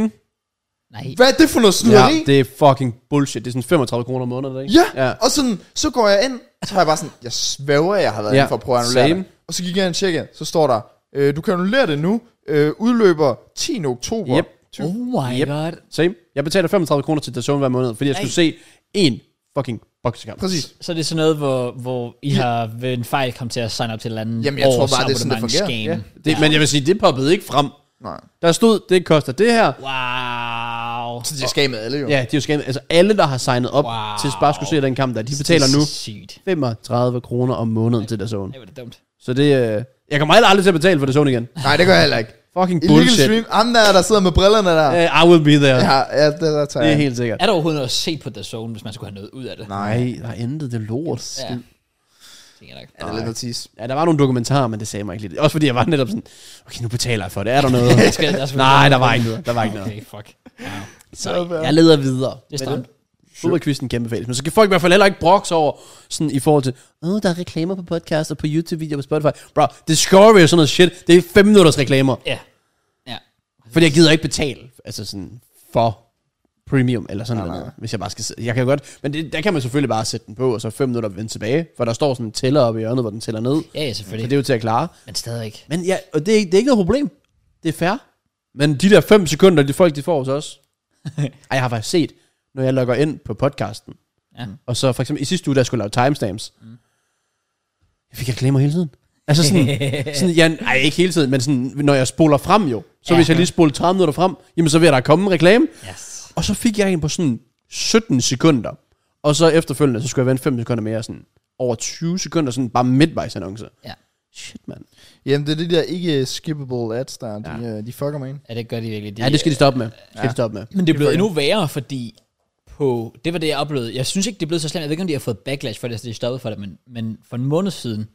S1: Nej,
S2: Hvad er det for noget snyderi?
S3: Ja, det er fucking bullshit. Det er sådan 35 kroner om måneden, er det ikke?
S2: Ja, ja, og sådan, så går jeg ind, så har jeg bare sådan, jeg svæver, jeg har været ja,
S3: Ja,
S2: inde for at prøve at annullere
S3: same.
S2: det. Og så gik jeg ind og tjekkede, så står der, øh, du kan annullere det nu, øh, udløber 10. oktober.
S3: Yep.
S1: oh my
S3: Yep.
S1: god.
S3: Same. Jeg betaler 35 kroner til Dazone hver måned, fordi jeg skulle se en fucking boksekamp.
S2: Præcis.
S1: Så det er sådan noget, hvor, hvor I har ved en fejl kommet til at sign op til et eller andet
S2: Jamen, jeg tror bare, det er sådan, det fungerer.
S1: årsabonnementsscheme.
S3: Ja. Det, Men jeg vil sige, det poppede ikke frem.
S2: Nej.
S3: Der stod, det koster det her.
S1: Wow.
S2: Så de skal med alle jo.
S3: Ja, de er jo skamet. Altså alle, der har signet op
S1: Wow.
S3: wow. til bare skulle se den kamp der, de betaler
S1: Det er
S3: nu
S1: Sygt.
S3: 35 kroner om måneden til Dazone.
S1: Det var det dumt.
S3: Så det, øh, jeg kommer heller aldrig til at betale for det zone igen.
S2: Nej, det gør jeg heller ikke.
S3: Fucking
S2: Illegal
S3: bullshit.
S2: stream. Ham der, der sidder med brillerne der.
S3: Uh, I will be there.
S2: Ja, ja det der tager
S3: Det er
S2: jeg.
S3: helt sikkert.
S1: Er der overhovedet noget at se på The Zone, hvis man skulle have noget ud af det?
S2: Nej.
S3: Nej, der er intet det lort.
S1: Ja.
S3: Ja.
S1: Tænker jeg nok.
S2: Er det lidt noget tis?
S3: ja, der var nogle dokumentarer, men det sagde mig ikke lidt. Også fordi jeg var netop sådan, okay, nu betaler jeg for det. Er der noget?
S1: Der skal, der skal
S3: Nej, der var ikke noget. Der var ikke noget.
S1: Okay, fuck. Wow.
S3: Så jeg leder videre.
S1: Det er stramt.
S3: Fodboldquizzen kæmpe fælles. Men så kan folk i hvert fald heller ikke brokse over, sådan i forhold til, åh, der er reklamer på podcast og på YouTube-videoer på Spotify. Bro, Discovery og sådan noget shit, det er fem minutters reklamer.
S1: Ja. Ja.
S3: Fordi jeg gider ikke betale altså sådan, for premium eller sådan noget, hvis jeg bare skal sidde. Jeg kan jo godt, men det, der kan man selvfølgelig bare sætte den på, og så fem minutter vende tilbage, for der står sådan en tæller oppe i hjørnet, hvor den tæller ned.
S1: Ja, ja,
S3: Så
S1: selvfølgelig.
S3: det er jo til at klare.
S1: Men stadigvæk.
S3: Men ja, og det er, ikke- det er ikke noget problem. Det er fair. Men de der 5 sekunder, de folk de får hos os. Ej, jeg har faktisk set, når jeg logger ind på podcasten.
S1: Ja.
S3: Og så for eksempel i sidste uge, der jeg skulle lave timestamps. Mm. Jeg fik reklamer hele tiden. Altså sådan, sådan ja, nej, ikke hele tiden, men sådan, når jeg spoler frem jo. Så
S1: Ja.
S3: ja. hvis jeg lige spoler 30 minutter frem, jamen så vil der komme en reklame.
S1: Yes.
S3: Og så fik jeg en på sådan 17 sekunder. Og så efterfølgende, så skulle jeg vente 5 sekunder mere, sådan over 20 sekunder, sådan bare midtvejsannonce.
S1: Ja.
S3: Shit, mand.
S2: Jamen, det er de der ikke skippable ads, der de, øh, de fucker mig ind.
S1: Ja, det gør de virkelig.
S3: Ja, det skal de stoppe med. Det skal ja. de stoppe med.
S1: Men det er blevet endnu værre, fordi på, det var det, jeg oplevede. Jeg synes ikke, det er blevet så slemt. Jeg ved ikke, om de har fået backlash for det, så de stoppede for det. Men, men for en måned siden,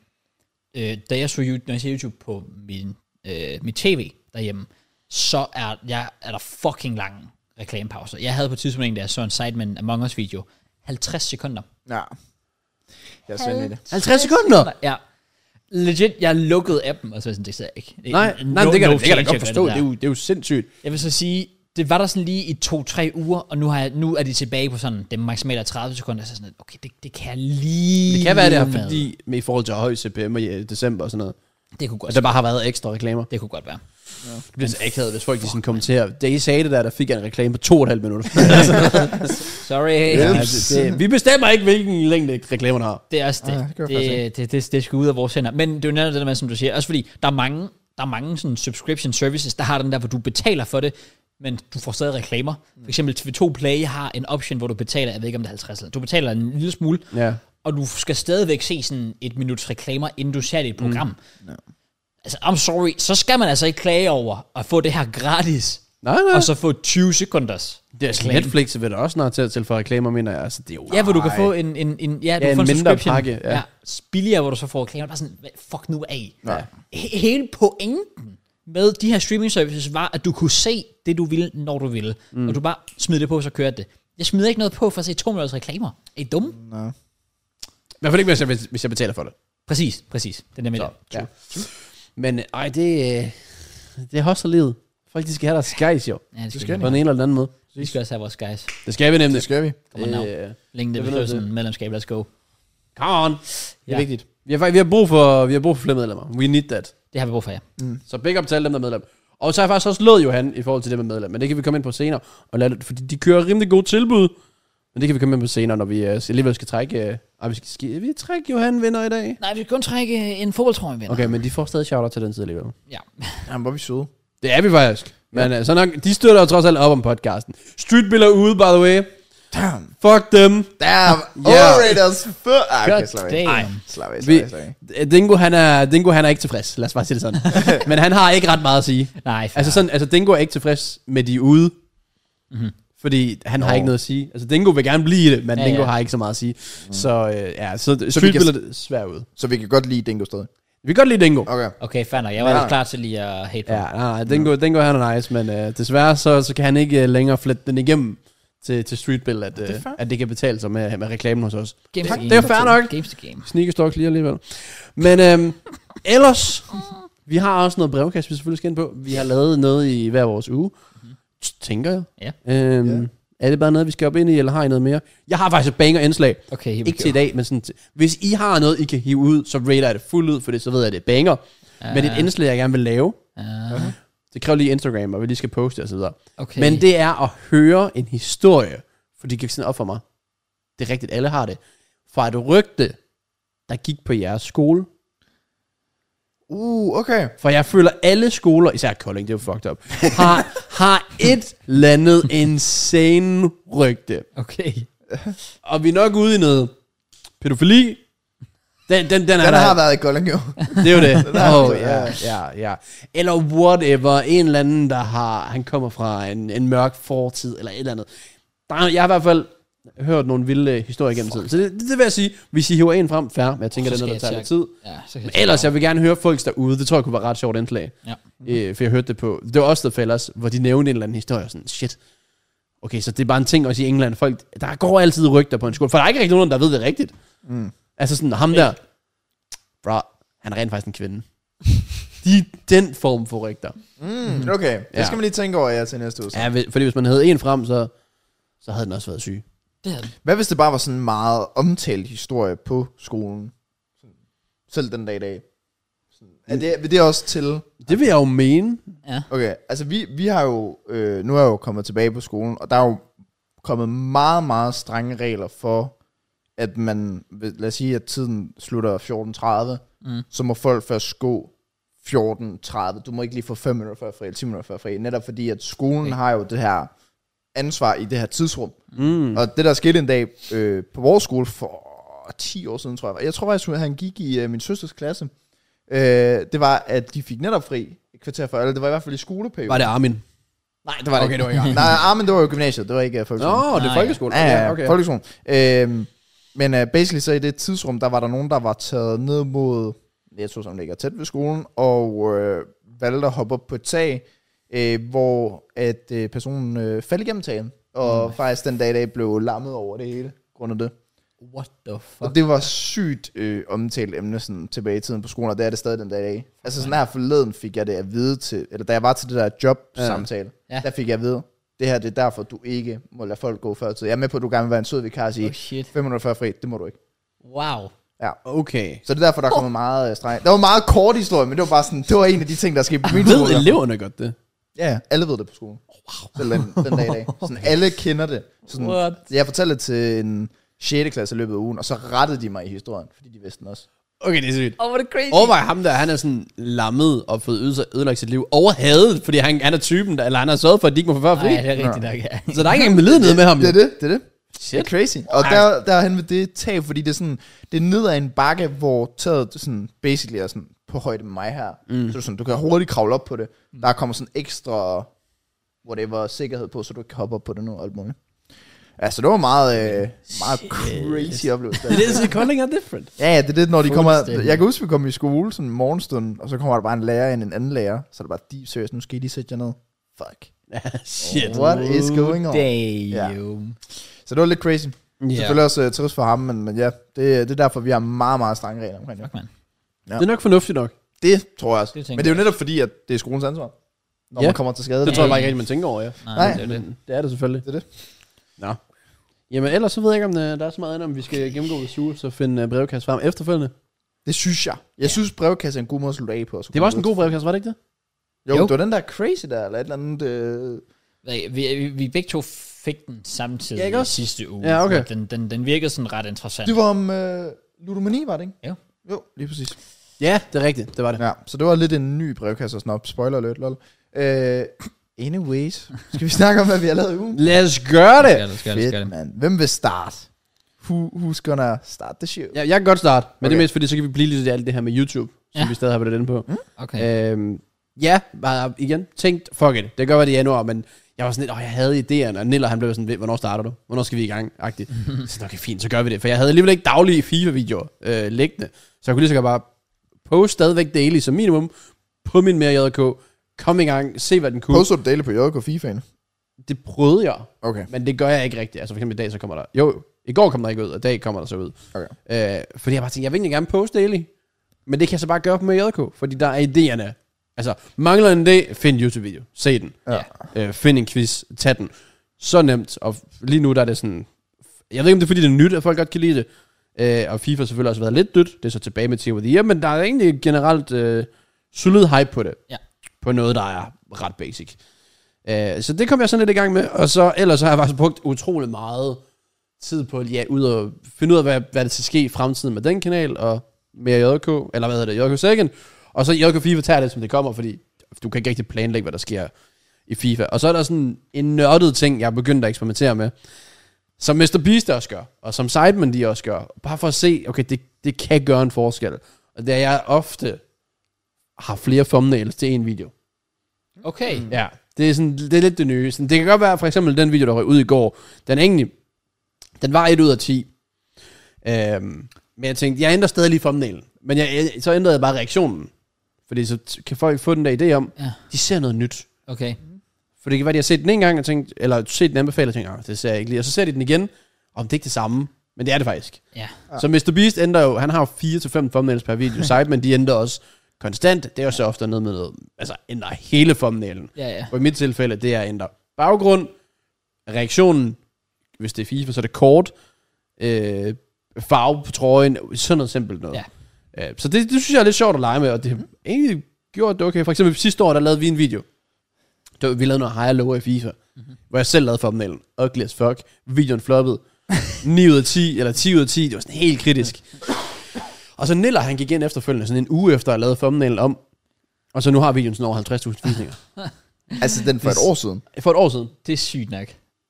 S1: øh, da jeg så YouTube, når jeg ser YouTube på min, øh, mit tv derhjemme, så er, jeg, er der fucking lange reklamepauser. Jeg havde på et tidspunkt, en, da jeg så en Sidemen Among Us video, 50 sekunder.
S2: Ja. Jeg er svendt i det.
S3: 50 sekunder?
S1: Ja. Legit, jeg lukkede appen, og så var jeg sådan, det ser jeg ikke.
S3: Nej,
S1: No-
S3: nej men det kan,
S1: no
S3: no det kan jeg da
S1: change,
S3: godt forstå.
S1: der.
S3: Det, er jo, det er jo sindssygt.
S1: Jeg vil så sige, det var der sådan lige i to-tre uger, og nu, har jeg, nu er de tilbage på sådan det maksimale 30 sekunder. Så sådan, lidt, okay, det, det kan jeg lige...
S3: Det kan være, det er
S1: med.
S3: fordi, med i forhold til høj CPM og i øh, december og sådan noget,
S1: Det kunne godt,
S3: at der bare har været ekstra reklamer.
S1: det kunne godt være.
S3: Det bliver så akavet, hvis folk de sådan kommenterer. Da I sagde det der, der fik jeg en reklame på to og et halvt minutter. ja,
S1: Sorry.
S2: Ja.
S1: Ja.
S3: det, det, vi bestemmer ikke, hvilken længde reklamerne har.
S1: Det er også det.
S2: Ah, det
S1: Ah,
S2: kan jeg
S1: det, det,
S2: faktisk
S1: det, det, det skal ud af vores hænder. Men det er jo netop det der med, som du siger. Også fordi, der er mange, der er mange sådan subscription services, der har den der, hvor du betaler for det, men du får stadig reklamer.
S2: Mm.
S1: For eksempel TV2 Play har en option, hvor du betaler, jeg ved ikke om det er 50 eller du betaler en lille smule,
S3: Ja.
S1: og du skal stadigvæk se sådan et minuts reklamer, inden du ser det i et program. Mm. No. Altså, I'm sorry, så skal man altså ikke klage over at få det her gratis,
S3: Nej, nej.
S1: og så få 20 sekunders
S3: det er altså,
S1: reklame.
S3: Netflix vil da også snart til at tilføje reklamer, mener jeg. Altså, det er jo,
S1: Ja, hvor du kan
S3: Ej.
S1: få en, en, en, ja, du
S3: Ja,
S1: ja, får
S3: en
S1: en,
S3: mindre
S1: subscription.
S3: pakke, ja.
S1: ja. Billigere, hvor du så får reklamer. Bare sådan, hvad- fuck nu af.
S2: Ja.
S1: He- Hele pointen med de her streaming services var, at du kunne se det, du ville, når du ville. Mm. Og du bare smider det på, så kørte det. Jeg smider ikke noget på for at se to minutters reklamer. Er I dumme? Mm.
S3: I hvert fald ikke, hvis jeg, hvis, hvis jeg betaler for det.
S1: Præcis, præcis. Det er nemlig det.
S3: Ja. Men øh, ej, det, øh, det er hostel livet. Folk, de skal have deres guys, jo.
S1: Ja, det skal,
S3: På den ene eller den anden måde.
S1: vi. vi skal også have vores guys.
S3: Det skal vi nemlig.
S2: Det skal vi.
S1: Kommer navn.
S3: Øh,
S1: Længe det
S3: ved
S1: betyder
S3: du,
S1: sådan medlemskab, let's go.
S3: come on. Det er
S1: Ja.
S3: vigtigt. Vi har, fakt- vi, har brug for, vi har brug for flere medlemmer. We need that.
S1: Det har vi brug for, ja.
S3: Så big up til alle dem, der er medlem. Og så har jeg faktisk også lovet Johan i forhold til det med medlem, men det kan vi komme ind på senere. Og lad, det- fordi de kører rimelig gode tilbud, men det kan vi komme ind på senere, når vi uh, alligevel skal trække... Uh, ah, vi skal, skal vi trække Johan vinder i dag?
S1: Nej, vi kan kun trække
S3: øh,
S1: en fodboldtrøje, venner.
S3: Okay, men de får stadig shout til den side alligevel.
S1: Ja.
S2: Jamen, hvor er vi søde.
S3: Det er vi faktisk. Men uh, så nok, de støtter jo trods alt op om podcasten. Streetbill er ude, by the way.
S2: Damn.
S3: Fuck dem.
S2: Damn.
S3: Ja.
S2: Overrated as fuck. Ah, Okay, slap af.
S1: damn.
S2: Ej, Slap af, slap
S3: Vi-
S2: af, slap af.
S3: Dingo, han er, Dingo, han er ikke tilfreds. Lad os bare sige det sådan. men han har ikke ret meget at sige.
S1: Nej, fair.
S3: Altså, sådan, altså Dingo er ikke tilfreds med de er ude. Mm-hmm. Fordi han har ikke noget at sige. Altså Dingo vil gerne blive i det, men ja,
S1: Ja,
S3: Dingo
S1: ja.
S3: har ikke så meget at sige. Mm. Så øh, ja, så, så
S2: vi kan-
S3: streetbiller det svært ud.
S2: Så vi kan godt lide Dingo stadig.
S3: Vi kan godt lide Dingo. Okay.
S2: Okay.
S1: Okay, fair nok. Jeg var
S2: Ja.
S1: ja. klar til lige at hate på
S3: Ja,
S1: ham.
S3: nej, nej, Dingo, Dingo han er nice, men øh, desværre så, så kan han ikke øh, længere flette den igennem til, til streetbill, at, øh,
S2: er fair.
S3: at det kan betale sig med, med reklamen hos os.
S1: Games
S3: Tak,
S1: to
S3: det er
S1: game.
S3: fair nok.
S1: Games to game.
S3: Sneakerstok lige alligevel. Men øhm, ellers, vi har også noget brevkast, vi selvfølgelig skal ind på. Vi har lavet noget i hver vores uge, tænker jeg.
S1: Ja.
S3: Øhm,
S2: Ja.
S3: Er det bare noget, vi skal op ind i, eller har I noget mere? Jeg har faktisk et banger indslag.
S1: Okay, here we
S3: Ikke til i
S1: go.
S3: dag, men sådan til, hvis I har noget, I kan hive ud, så rater jeg det fuldt ud, for det, så ved jeg, at det er banger. Uh. Men et indslag, jeg gerne vil lave,
S1: Uh,
S3: det kræver lige Instagram, og vi lige skal poste osv.
S1: okay.
S3: Men det er at høre en historie, for det gik sådan op for mig. Det er rigtigt, alle har det. Fra et rygte, der gik på jeres skole.
S2: Uh, okay.
S3: For jeg føler, alle skoler, især Kolding, det er jo fucked up, har, har et eller andet insane rygte.
S1: Okay.
S3: Og vi er nok ude i noget pædofili. Den, den, den, er
S2: Den
S3: der.
S2: har været i Kolding, jo.
S3: Det er jo det.
S2: har
S3: oh,
S2: vi,
S3: ja,
S2: ja.
S3: ja, ja. Eller whatever. En eller anden, der har... Han kommer fra en, en mørk fortid, eller et eller andet. Der, er- jeg har i hvert fald hørt nogle vilde øh, historier gennem tiden. Så det, det, vil jeg sige, hvis I hiver en frem, fair. Men jeg tænker,
S1: Så
S3: det er noget, der
S1: skal
S3: tager
S1: jeg
S3: lidt tid.
S1: Ja, så kan
S3: Men
S1: jeg
S3: ellers, jeg vil gerne høre folk derude. Det tror jeg kunne være ret sjovt indslag.
S1: Ja.
S3: Øh, for jeg hørte det på... Det var også The Fellers, hvor de nævnte en eller anden historie. og Sådan, shit. Okay, så det er bare en ting også i England. Folk, der går altid rygter på en skole. For der er ikke rigtig nogen, der ved det rigtigt.
S2: Mm.
S3: Altså sådan, ham der, bro, han er rent faktisk en kvinde. De, den form for rygter.
S2: Mm, okay.
S3: Ja.
S2: Det skal man lige tænke over, ja, til næste uge. så.
S3: Ja, hvis- fordi hvis man havde en frem, så, så havde den også været syg.
S1: Det havde den.
S2: Hvad hvis det bare var sådan en meget omtalt historie på skolen? Selv den dag i dag. Sådan, Er det, vil det også til...
S3: Det vil jeg jo mene.
S1: Ja.
S2: Okay, altså vi, vi har jo... Øh, nu er jeg jo kommet tilbage på skolen, og der er jo kommet meget, meget strenge regler for, at man... Lad os sige, at tiden slutter 14.30, mm. så må folk først gå 14.30. Du må ikke lige få 5 minutter før fri, eller 10 minutter før fri. Netop fordi, at skolen okay. har jo det her ansvar i det her tidsrum.
S3: Mm.
S2: Og det, der skete en dag øh, på vores skole for 10 år siden, tror jeg. Jeg tror faktisk, at han gik i øh, min søsters klasse. Øh, det var, at de fik netop fri et kvarter for alle. Det var i hvert fald i skoleperioden.
S3: Var det Armin?
S1: Nej, det var det
S3: Okay,
S1: ikke.
S3: det var ikke Armin.
S2: Nej, ah, men det var jo gymnasiet. Det var ikke øh,
S3: Nå,
S2: folkeskolen.
S3: det er
S1: Nej,
S3: folkeskole.
S2: Ja, ja,
S3: okay.
S2: okay. folkeskolen. Øhm, men uh, basically så i det tidsrum, der var der nogen, der var taget ned mod, jeg tror, som ligger tæt ved skolen, og øh, valgte at hoppe op på et tag, øh, hvor at øh, personen øh, faldt igennem tagen, og mm. faktisk den dag i dag blev lammet over det hele, grund af det.
S1: What the fuck?
S2: Og det var sygt øh, omtalt emne sådan, tilbage i tiden på skolen, og det er det stadig den dag i dag. Altså sådan her forleden fik jeg det at vide til, eller da jeg var til det der job-samtale,
S1: Ja.
S2: ja.
S1: Ja.
S2: der fik jeg at vide, det her det er derfor, du ikke må lade folk gå før tid. Jeg er med på, at du gerne vil være en sød vikar og sige,
S1: Oh shit.
S2: 540 fri, det må du ikke.
S1: Wow.
S3: Okay.
S2: Så det er derfor, der kommer meget øh, streng. Det var en meget kort historie, men det var bare sådan, det var en af de ting, der skete på min skole.
S3: Ved eleverne godt det?
S2: Ja, alle ved det på skolen. Wow. Selv den, den dag i dag. Sådan, alle kender det. Sådan,
S1: What?
S2: jeg fortalte det til en 6. klasse i løbet af ugen, og så rettede de mig i historien, fordi de vidste den også.
S3: Okay, det er sygt.
S1: Oh, what a crazy.
S3: Overvej ham der, han er sådan lammet og fået øde- ødelagt sit liv over hadet, fordi han, han er typen, der, eller han har sørget for, at de ikke må få før fri.
S1: Nej, det er rigtigt nok, ja.
S3: Så der er ikke engang medlidenhed med ham.
S2: Det er
S3: jo.
S2: det, det er det.
S3: Shit.
S2: Det er crazy. Og der, derhen ved det tag, fordi det er sådan, det er ned ad en bakke, hvor taget sådan, basically er sådan på højde med mig her. Mm. Så du, sådan, du kan hurtigt kravle op på det. Der kommer sådan ekstra whatever sikkerhed på, så du ikke kan hoppe op på det nu og alt muligt. Altså, det var meget, øh, meget crazy oplevelse.
S3: It is, calling are different.
S2: Ja, ja, det er det, når de kommer...
S1: Fuldstændig.
S2: Jeg kan huske, vi kom i skole sådan morgenstunden, og så kommer der bare en lærer ind, en anden lærer. Så er det bare, de seriøst, nu skal I lige sætte jer ned. Fuck.
S3: Shit.
S2: What is going on?
S1: Damn.
S2: Så det var lidt crazy. Yeah.
S3: Yeah.
S2: Selvfølgelig også uh, trist for ham, men, men ja, det, det er derfor, vi har meget, meget strenge regler omkring det.
S1: Fuck, man.
S3: Det er nok fornuftigt nok.
S2: Det tror jeg også.
S1: Det
S2: Det
S1: tænker
S2: men det er jo netop fordi, at det er skolens ansvar, når
S3: Ja.
S2: yeah. man kommer til skade.
S3: Det tror jeg bare ikke rigtig, man tænker over, ja.
S1: Nej.
S2: Nej.
S1: det er det.
S3: Men det er det selvfølgelig.
S2: Det er det.
S3: Nå. Jamen ellers så ved jeg ikke, om øh, der er så meget andet, om vi skal gennemgå ved Sule, så finde øh, brevkasse frem efterfølgende.
S2: Det synes jeg. Jeg yeah. synes, brevkasse er en god måde at slutte af på. og så
S3: Det var også
S2: komme
S3: en god brevkasse, var det ikke det?
S2: ud. Jo,
S1: Jo.
S2: jo, det var den der crazy der, eller et eller andet... Øh,
S1: Vi, vi, vi begge to fik den samtidig
S3: Ja, ikke
S1: ja,
S3: også?
S1: sidste uge.
S3: Ja, okay.
S1: så Den, den, den virkede sådan ret interessant.
S2: det var om øh, ludomani, var det ikke?
S1: Jo.
S2: Jo, lige præcis.
S3: Ja, det er rigtigt. Det var det.
S2: Ja, så det var lidt en ny brevkasse og snop. Spoiler alert, lol. Øh, anyways, skal vi snakke om, hvad vi har lavet i ugen?
S3: Lad os gøre det!
S1: skal, det, skal, det, skal,
S2: Fedt,
S1: det.
S2: mand. Hvem vil starte? Who, who's gonna start the show?
S3: Ja, jeg kan godt starte, men okay. det er
S2: Okay.
S3: mest fordi, så kan vi blive lidt i alt det her med YouTube, som
S1: Ja.
S3: vi stadig har været inde på.
S1: Okay.
S3: Okay. Øhm, ja, bare igen, tænkt, fuck it, det kan godt være det er januar, men jeg var sådan lidt, åh, jeg havde idéerne, og Niller han blev sådan, "Ved, hvornår starter du? Hvornår skal vi i gang? Agtigt. så okay, fint, så gør vi det, for jeg havde alligevel ikke daglige FIFA-videoer øh, liggende, så jeg kunne lige så godt bare poste stadigvæk daily som minimum, på min mere JK, kom i gang, se hvad den kunne. Post.
S2: Poster du daily på JK FIFA'en?
S3: Det prøvede jeg,
S2: Okay.
S3: men det gør jeg ikke rigtigt. Altså for eksempel i dag, så kommer der... Jo, i går kom der ikke ud, og i dag kommer der så ud. Okay. Øh, fordi jeg bare tænkte, jeg vil egentlig gerne poste daily, men det kan jeg så bare gøre på med JK, fordi der er idéerne. Altså, mangler en idé, find en YouTube-video. Se den.
S2: Ja.
S3: Øh, find en quiz, tag den. Så nemt, og lige nu der er det sådan... Jeg ved ikke, om det er, fordi det er nyt, at folk godt kan lide det. Øh, og FIFA har selvfølgelig også været lidt dødt. Det er så tilbage med Team of the Year, men der er egentlig generelt øh, solid hype på det.
S1: Ja.
S3: På noget, der er ret basic. Øh, så det kom jeg sådan lidt i gang med, og så ellers så har jeg faktisk brugt utrolig meget tid på at ja, ud og finde ud af, hvad, hvad der skal ske i fremtiden med den kanal, og med JK, eller hvad hedder det, JK Second, og så JK FIFA tager det, som det kommer, fordi du kan ikke rigtig planlægge, hvad der sker i FIFA. Og så er der sådan en nørdet ting, jeg er begyndt at eksperimentere med, som Mr. Beast også gør, og som Sidemen de også gør, bare for at se, okay, det, det kan gøre en forskel. Og det er, at jeg ofte har flere thumbnails til en video.
S1: Okay.
S3: Ja, det er, sådan, det er lidt det nye. Sådan, det kan godt være, for eksempel den video, der røg ud i går, den er egentlig, den var 1 ud af 10. Øhm, men jeg tænkte, jeg ændrer stadig lige thumbnailen. Men jeg, jeg, så ændrede jeg bare reaktionen. Fordi så t- kan folk få den der idé om,
S1: Ja.
S3: de ser noget nyt.
S1: Okay.
S3: For det kan være, de har set den en gang, og tænkt, eller set den anbefalet, og tænkt, "Ah, det ser jeg ikke lige. Og så ser de den igen, og det er ikke det samme. Men det er det faktisk.
S1: Ja.
S3: Så Mr. Beast ændrer jo, han har jo 4-5 thumbnails per video. Sidemen, de ændrer også konstant. Det er jo så ofte noget med noget, altså ændrer hele thumbnailen.
S1: Ja, ja.
S3: Og i mit tilfælde, det er at ændre baggrund, reaktionen, hvis det er FIFA, så er det kort, øh, farve på trøjen, sådan noget simpelt noget. Ja. Øh, så det, det synes jeg er lidt sjovt at lege med, og det har egentlig gjort det okay. For eksempel sidste år, der lavede vi en video. Der, vi lavede noget high og low i FIFA, mm-hmm. hvor jeg selv lavede thumbnailen. Ugly as fuck. Videoen floppede. 9 ud af 10, eller 10 ud af 10. Det var sådan helt kritisk. Og så Niller, han gik ind efterfølgende, sådan en uge efter, at jeg lavede thumbnailen om. Og så nu har videoen sådan over 50.000 visninger.
S2: Altså, den for et år siden.
S3: For et år siden.
S1: Det er sygt nok,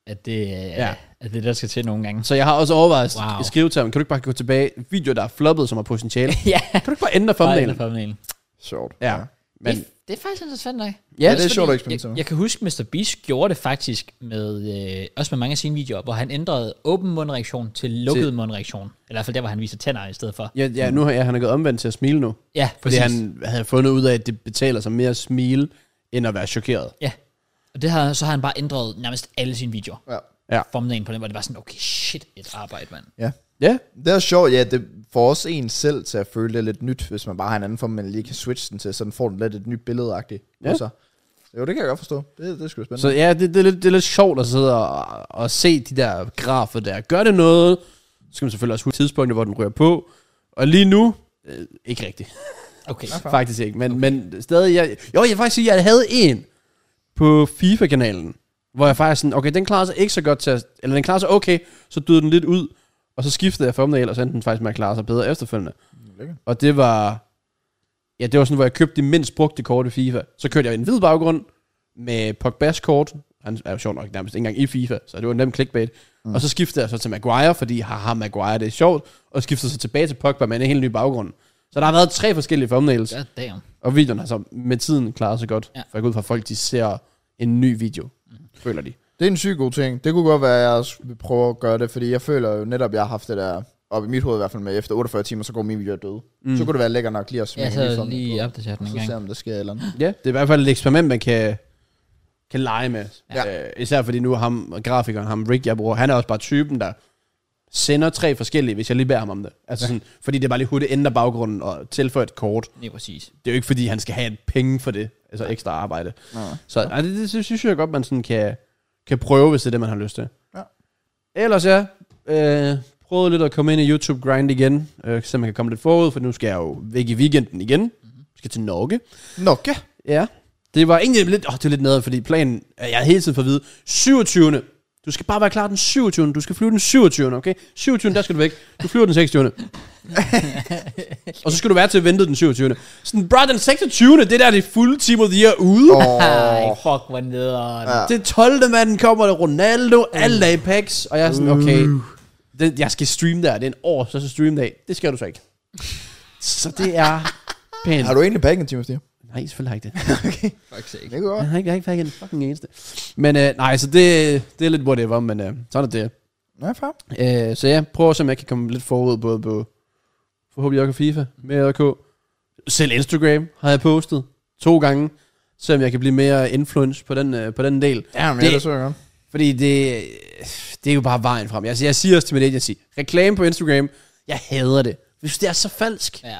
S1: at det,
S3: Ja.
S1: ja. at det er der skal til nogle gange.
S3: Så jeg har også overvejet wow.
S1: Wow.
S3: at skrive til ham, kan du ikke bare gå tilbage, videoer der er floppet, som har potentiale.
S1: ja.
S3: kan du ikke bare ændre
S1: Thumbnail.
S3: thumbnailen?
S1: Thumbnail.
S2: Sjovt.
S3: Ja. Men,
S1: det, det er faktisk interessant nok.
S3: ja,
S2: Ja, det er
S1: Også
S2: sjovt at
S1: fordi
S2: eksperimentere.
S1: Jeg, jeg kan huske, Mr. Beast gjorde det faktisk med, øh, også med mange af sine videoer, hvor han ændrede åben mundreaktion til lukket
S3: Til-
S1: mundreaktion. Eller i hvert fald der, hvor han viser tænder i stedet for.
S3: ja, ja, nu har jeg, han er gået omvendt til at smile nu.
S1: Ja,
S3: Fordi
S1: præcis.
S3: han havde fundet ud af, at det betaler sig mere at smile, end at være chokeret.
S1: Ja. Og det har, så har han bare ændret nærmest alle sine videoer.
S2: Ja.
S3: Ja.
S1: Thumbnailen på den, hvor det var sådan, okay, shit, et arbejde, mand.
S2: ja.
S3: Ja,
S2: Det er sjovt, ja, det får også en selv til at føle det lidt nyt, hvis man bare har en anden form, man lige kan switche den til, så den får den lidt et nyt billedeagtigt.
S3: Ja.
S2: Ja. Så. Jo, det kan jeg godt forstå. Det, det er sgu spændende.
S3: så ja, det, det, er lidt, det er lidt sjovt at sidde og, og se de der grafer der. Gør det noget? Så skal man selvfølgelig også huske tidspunktet, hvor den rører på. Og lige nu, øh, ikke rigtigt.
S1: Okay.
S3: Ja. Faktisk ikke, men, okay. men stadig, jeg, jo, jeg vil faktisk sige, at jeg havde en på FIFA-kanalen, hvor jeg faktisk sådan, okay, den klarer sig ikke så godt til at, eller den klarer sig okay, så døde den lidt ud, og så skiftede jeg thumbnail, og så endte den faktisk med at klare sig bedre efterfølgende.
S2: Lækkert.
S3: Og det var, ja, det var sådan, hvor jeg købte de mindst brugte kort i FIFA. Så kørte jeg en hvid baggrund med Pogba's kort, han er jo sjov nok nærmest ikke engang i FIFA, så det var en nem clickbait. Mm. Og så skiftede jeg så til Maguire, fordi haha, Maguire, det er sjovt, og skiftede så tilbage til Pogba med en helt ny baggrund. Så der har været tre forskellige thumbnails.
S1: God damn.
S3: Og videoen har så med tiden klaret sig godt.
S1: Ja.
S3: Ja. For jeg går ud fra, at folk de ser en ny video. føler de.
S2: Det er en syg god ting. Det kunne godt være, at jeg også vil prøve at gøre det, fordi jeg føler jo netop, at jeg har haft det der, op i mit hoved i hvert fald med, efter 48 timer, så går min video død. Mm. Så kunne det være lækker nok lige at smide
S1: Jeg
S2: den
S1: så
S2: sådan
S1: lige
S2: på.
S1: opdateret den en
S2: Så
S1: gang.
S2: ser om der sker et eller andet.
S3: Ja, det er i hvert fald et eksperiment, man kan, kan lege med.
S2: Ja.
S3: Ja. Øh, især fordi nu ham, grafikeren, ham Rick, jeg bruger, han er også bare typen, der sender tre forskellige, hvis jeg lige beder ham om det. Altså sådan, fordi det er bare lige hurtigt ændrer baggrunden og tilføjer et kort.
S1: Lige præcis.
S3: Det er jo ikke, fordi han skal have et penge for det, altså ekstra arbejde.
S2: Nå.
S3: Så nej, det, det, synes- synes jeg godt, man sådan kan, kan prøve, hvis det er det, man har lyst til.
S2: Ja.
S3: Ellers ja, øh, prøvede lidt at komme ind i YouTube Grind igen, øh, så man kan komme lidt forud, for nu skal jeg jo væk i weekenden igen.
S2: Mhm.
S3: Mm-hmm. Skal til Norge.
S2: Nå, ja.
S3: Ja. Det var egentlig lidt, åh, det er lidt noget, fordi planen, jeg har hele tiden fået at vide, 27. Du skal bare være klar den 27. Du skal flyve den 27. Okay? 27. der skal du væk. Du flyver den 26. og så skal du være til ventet den 27. Sådan, bro, den 26. Det der er det fulde Team of the Year ude. Oh.
S1: Ej, fuck, hvor nederen.
S2: Ja.
S3: Det 12. manden kommer, der Ronaldo, alle er i packs, og jeg er sådan, okay,
S2: Uh.
S3: det, jeg skal streame der, det er en år, så skal streame dag. Det skal du så ikke. Så det er pænt.
S2: Har du egentlig packing timer, Steve?
S3: Nej, selvfølgelig har jeg ikke det.
S1: Fuck sake.
S2: Det kan godt.
S3: Jeg har ikke, jeg har ikke fået en fucking eneste. Men øh, nej, så det, det er lidt whatever, men øh, sådan er det.
S2: Ja, far.
S3: Øh, så jeg prøver, så jeg kan komme lidt forud, både på forhåbentlig også FIFA, med AK. Selv Instagram har jeg postet to gange, selvom jeg kan blive mere influence på den, øh, på den del.
S2: Ja, men
S3: Det-
S2: det, det så jeg godt.
S3: Fordi det, det er jo bare vejen frem. Jeg, jeg siger også til mit agency, reklame på Instagram, jeg hader det. Jeg synes, det er så falsk.
S1: Ja, ja,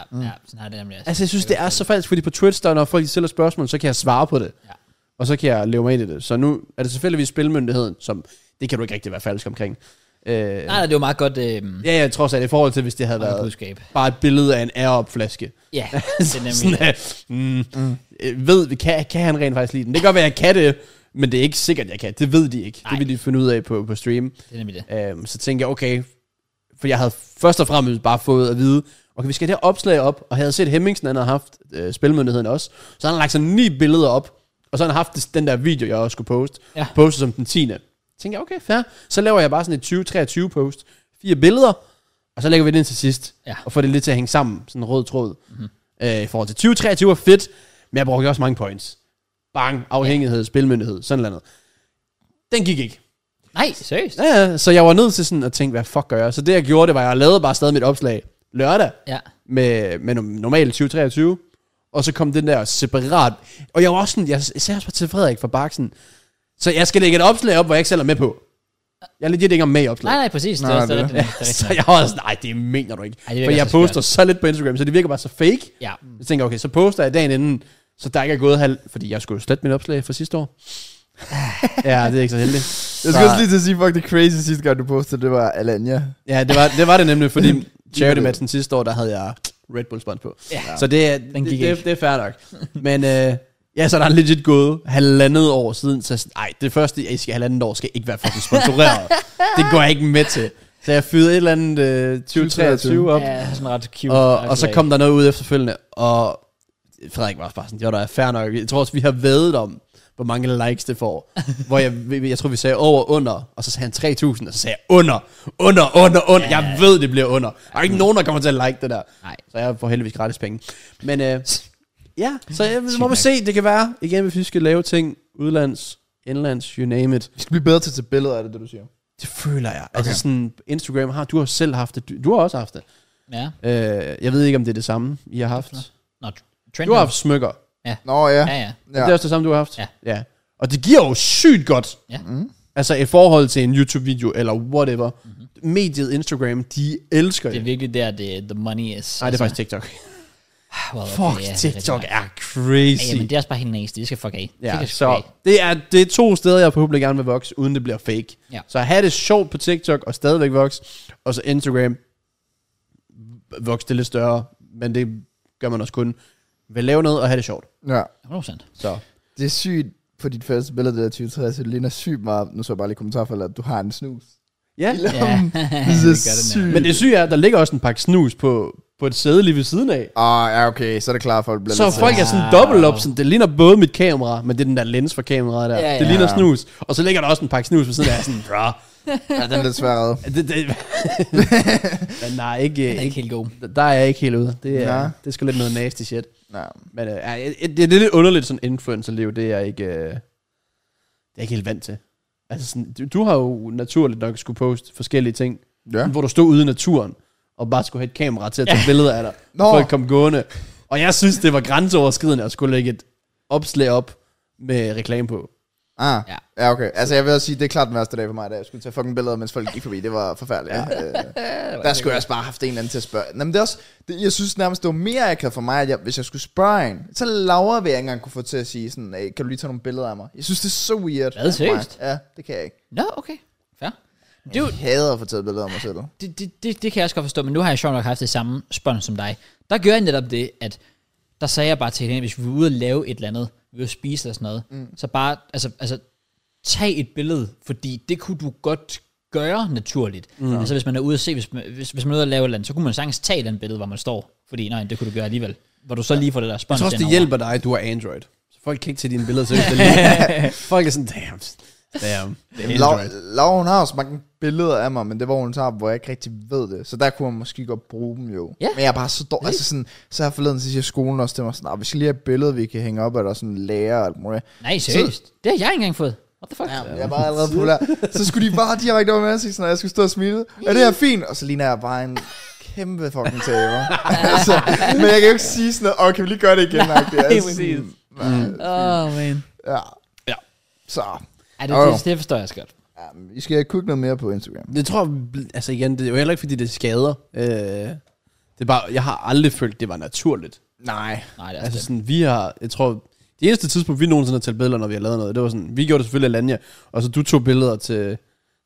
S1: sådan har det nemlig. også.
S3: Altså, jeg synes, det er så falsk, fordi på Twitch, der når folk stiller spørgsmål, så kan jeg svare på det.
S1: Ja.
S3: Ja. Og så kan jeg leve mig ind i det. Så nu er det selvfølgelig Spilmyndigheden, som det kan du ikke rigtig være falsk omkring. Øh,
S1: Nej, nej, det var meget godt øh,
S3: ja, jeg tror at i forhold til, hvis det havde
S1: ja,
S3: været
S1: budskab.
S3: bare et billede af en air-op-flaske.
S1: Ja, det er nemlig.
S3: Sådan, at, mm, mm. øh, ved vi, kan, kan han rent faktisk lide den? Det kan godt være, jeg kan det, men det er ikke sikkert, jeg kan. Det ved de ikke. Nej.
S1: Nej.
S3: Det vil de finde ud af på, på stream.
S1: Det er nemlig det.
S3: Øhm, så tænkte jeg, okay, for jeg havde først og fremmest bare fået at vide, okay, vi skal have det her opslag op, og havde set Hemmingsen, han havde haft øh, spilmyndigheden også, så han har lagt sådan ni billeder op, og så har han haft det- den der video, jeg også skulle poste,
S1: Ja.
S3: ja. postet som den 10. tænkte jeg, okay, fair. Så laver jeg bare sådan et 2023 post, fire billeder, og så lægger vi det ind til sidst,
S1: Ja.
S3: og får det lidt til at hænge sammen, sådan en rød tråd. Mm-hmm. Øh, I forhold til 2023 er fedt, men jeg brugte også mange points. Bang, afhængighed, ja. spilmyndighed, sådan noget. Den gik ikke.
S1: Nej, seriøst?
S3: Ja, ja, så jeg var nødt til sådan at tænke, hvad fuck gør jeg? Så det jeg gjorde, det var, at jeg lavede bare stadig mit opslag lørdag
S1: Ja.
S3: med, med no- normalt 2023. Og så kom den der separat. Og jeg var også sådan, jeg sagde også bare til Frederik fra Baksen, så jeg skal lægge et opslag op, hvor jeg ikke selv er med på. Jeg er legit ikke engang med i
S1: Nej,
S3: opslaget.
S1: nej, præcis. Det
S2: Nej,
S1: er også
S2: det-
S1: det. Det er rigtigt.
S3: Så jeg var sådan, nej, det mener du ikke.
S1: Ej, det virker
S3: For jeg
S1: så
S3: poster så lidt på Instagram, så det virker bare så fake.
S1: Ja,
S3: Jeg tænker, okay, så poster jeg dagen inden, så der ikke er gået halv, fordi jeg skulle jo slette mit opslag fra sidste år. ja, det er ikke så heldigt.
S2: Jeg skal
S3: Så-
S2: også lige til at sige, fuck, det crazy sidste gang, du postede, det var Alanya.
S3: Ja, det var det, var det nemlig, fordi charity
S2: det.
S3: matchen sidste år, der havde jeg Red Bull spons på.
S1: Ja.
S3: Så det, er- det,
S1: Den gik
S3: det,
S1: ikke.
S3: det, er fair nok. Men øh, ja, så er der legit gået halvandet år siden, så sådan, ej, det første, I skal halvandet år, skal ikke være fucking sponsoreret. det går jeg ikke med til. Så jeg fyrede et eller andet øh, 2023 op,
S1: ja sådan ret cute.
S3: og,
S1: opslag.
S3: og så kom der noget ud efterfølgende, og Frederik var også bare sådan, jo, der er fair nok. Jeg tror også, vi har vædet om, hvor mange likes det får. Hvor jeg, jeg tror, vi sagde over, under, og så sagde han 3.000, og så sagde jeg under, under, under, under. Jeg ved, det bliver under. Der er ikke nogen, der kommer til at like det der.
S1: Nej.
S3: Så jeg får heldigvis gratis penge. Men øh, ja, så jeg, må man se, det kan være. Igen, hvis vi skal lave ting udlands, indlands, you name it.
S2: Vi skal blive bedre til at tage billeder af det, det du siger.
S3: Det føler jeg. Okay. Altså sådan, Instagram har, du har selv haft det, du, du har også haft det.
S1: Ja.
S3: Øh, jeg ved ikke, om det er det samme, I har haft.
S1: Nå, trend.
S3: Du har haft smykker.
S2: Nå, ja.
S1: Ja, ja.
S2: ja.
S3: Ja. Det er også det samme, du har haft?
S1: Ja.
S3: ja. Og det giver jo sygt godt.
S1: Ja.
S2: Mm.
S3: Altså i forhold til en YouTube-video eller whatever. Mm-hmm. Mediet Instagram, de elsker
S1: Mhm. Det
S3: det.
S1: er virkelig der, det, the money is.
S3: Nej, det er
S1: Altså,
S3: faktisk TikTok.
S1: well, okay,
S3: Fuck,
S1: ja, det er rigtig
S3: TikTok
S1: nok.
S3: er
S1: Ja,
S3: crazy.
S1: jamen, det er også bare helt næste. Det skal fuck af. Det
S3: Ja,
S1: skal
S3: så
S1: fuck af.
S3: det er, det er to steder, jeg forhåbentlig gerne vil vokse, uden det bliver fake.
S1: Ja.
S3: Så at have det sjovt på TikTok og stadigvæk vokse, og så Instagram vokse det lidt større, men det gør man også kun ved at lave noget og have det sjovt.
S2: ja.
S1: 100%.
S3: Så
S2: Det er sygt på dit første billede, det der 2030, så det ligner sygt meget. Nu så jeg bare lige kommentarfeltet, at du har en snus.
S3: ja.
S2: Ja.
S1: Ja.
S2: det er
S1: gør det
S2: sygt.
S3: Men det syge er, at der ligger også en pakke snus på, på et sæde lige ved siden af.
S2: Ah, ja, okay, så er det klart, at folk bliver
S3: Så
S2: lidt
S3: folk er sådan dobbelt op, sådan, det ligner både mit kamera, men det er den der lens fra kameraet der.
S1: Ja,
S3: Ja,
S1: ja.
S3: ja. Det ligner
S2: Ja.
S3: snus. Og så ligger der også en pakke snus ved siden af, sådan, bra.
S2: Ja, den er lidt svær at redde.
S3: Det, det, men nej, ikke,
S1: Den er
S3: ikke,
S1: ikke helt god.
S3: der er jeg ikke helt ude. Det er,
S2: Nej.
S3: det er sgu lidt noget nasty shit.
S2: Ja.
S3: Men øh, ja, det, det er lidt underligt sådan influencerliv, det er jeg ikke... Øh, det er jeg ikke helt vant til. Altså sådan, du, du har jo naturligt nok skulle poste forskellige ting,
S2: Ja.
S3: ja. hvor du stod ude i naturen, og bare skulle have et kamera til at tage billeder af dig.
S2: Nå.
S3: Nå. Folk kom gående. Og jeg synes, det var grænseoverskridende at skulle lægge et opslag op med reklame på.
S2: Ah, ja.
S1: Ja.
S2: ja, okay. Altså, jeg vil også sige, det er klart den værste dag for mig, da jeg skulle tage fucking billeder, mens folk gik forbi. Det var forfærdeligt. Ja. Øh, der skulle jeg også bare have haft en eller anden til at spørge. Nå, men det er også, det, jeg synes nærmest, det var mere akavet for mig, at jeg, hvis jeg skulle spørge en, så Laura vil jeg ikke engang kunne få til at sige sådan, hey, kan du lige tage nogle billeder af mig? Jeg synes, det er så
S1: Hvad,
S2: weird. for mig.
S1: seriøst?
S2: Ja, det kan jeg ikke.
S1: Nå, okay. Fair. Det, er jo-
S2: Jeg hader at få taget billeder af mig selv.
S1: det, det, det, det kan jeg også godt forstå, men nu har jeg sjovt nok haft det samme spørgsmål som dig. Der gør jeg netop det, at der sagde jeg bare til hende, hvis vi var ude og lave et eller andet, vi var ude at spise eller sådan noget, mm. så bare, altså, altså, tag et billede, fordi det kunne du godt gøre naturligt. Mm. Altså hvis man er ude at se, hvis man, hvis, hvis man er ude at lave et eller andet, så kunne man sagtens tage et eller andet billede, hvor man står, fordi nej, det kunne du gøre alligevel. Hvor du så lige får det der
S3: Jeg
S1: spons
S3: tror også, det
S1: indover.
S3: hjælper dig, at du har Android. Så folk kan ikke tage dine billeder til lige. Folk er sådan, damn, damn.
S2: Laura, Laura, hun har også mange billeder af mig, men det var hun tager, hvor jeg ikke rigtig ved det. Så der kunne man måske godt bruge dem jo.
S1: Ja.
S2: Men jeg er bare så dårlig. Altså sådan, så her forleden, så siger skolen også til mig sådan, "Ah, vi skal lige have et billede, vi kan hænge op, eller sådan lærer og alt muligt.
S1: Nej, seriøst. Det har jeg ikke engang fået. What the fuck?
S2: Ja, jeg var allerede populær. Så skulle de bare direkte over med at sige sådan, at jeg skulle stå og smile. Er det her fint? Og så ligner jeg bare en kæmpe fucking taber. altså, men jeg kan jo ikke sige sådan noget, åh, kan vi lige gøre det igen? Nej, det er
S1: præcis.
S2: sådan, mm.
S1: Åh, oh, man.
S2: ja.
S3: Ja.
S2: Så,
S1: Ej, det,
S2: Åh.
S1: det, det forstår jeg også godt.
S2: ja, I skal kukke noget mere på Instagram.
S3: Det tror jeg, altså igen, det er jo heller ikke, fordi det skader. Øh, det er bare, jeg har aldrig følt, det var naturligt.
S2: Nej.
S1: Nej, det er
S3: Altså
S1: altså,
S3: sådan, vi har, jeg tror, det eneste tidspunkt, vi nogensinde har taget billeder, når vi har lavet noget, det var sådan, vi gjorde det selvfølgelig af Lanja, og så du tog billeder til,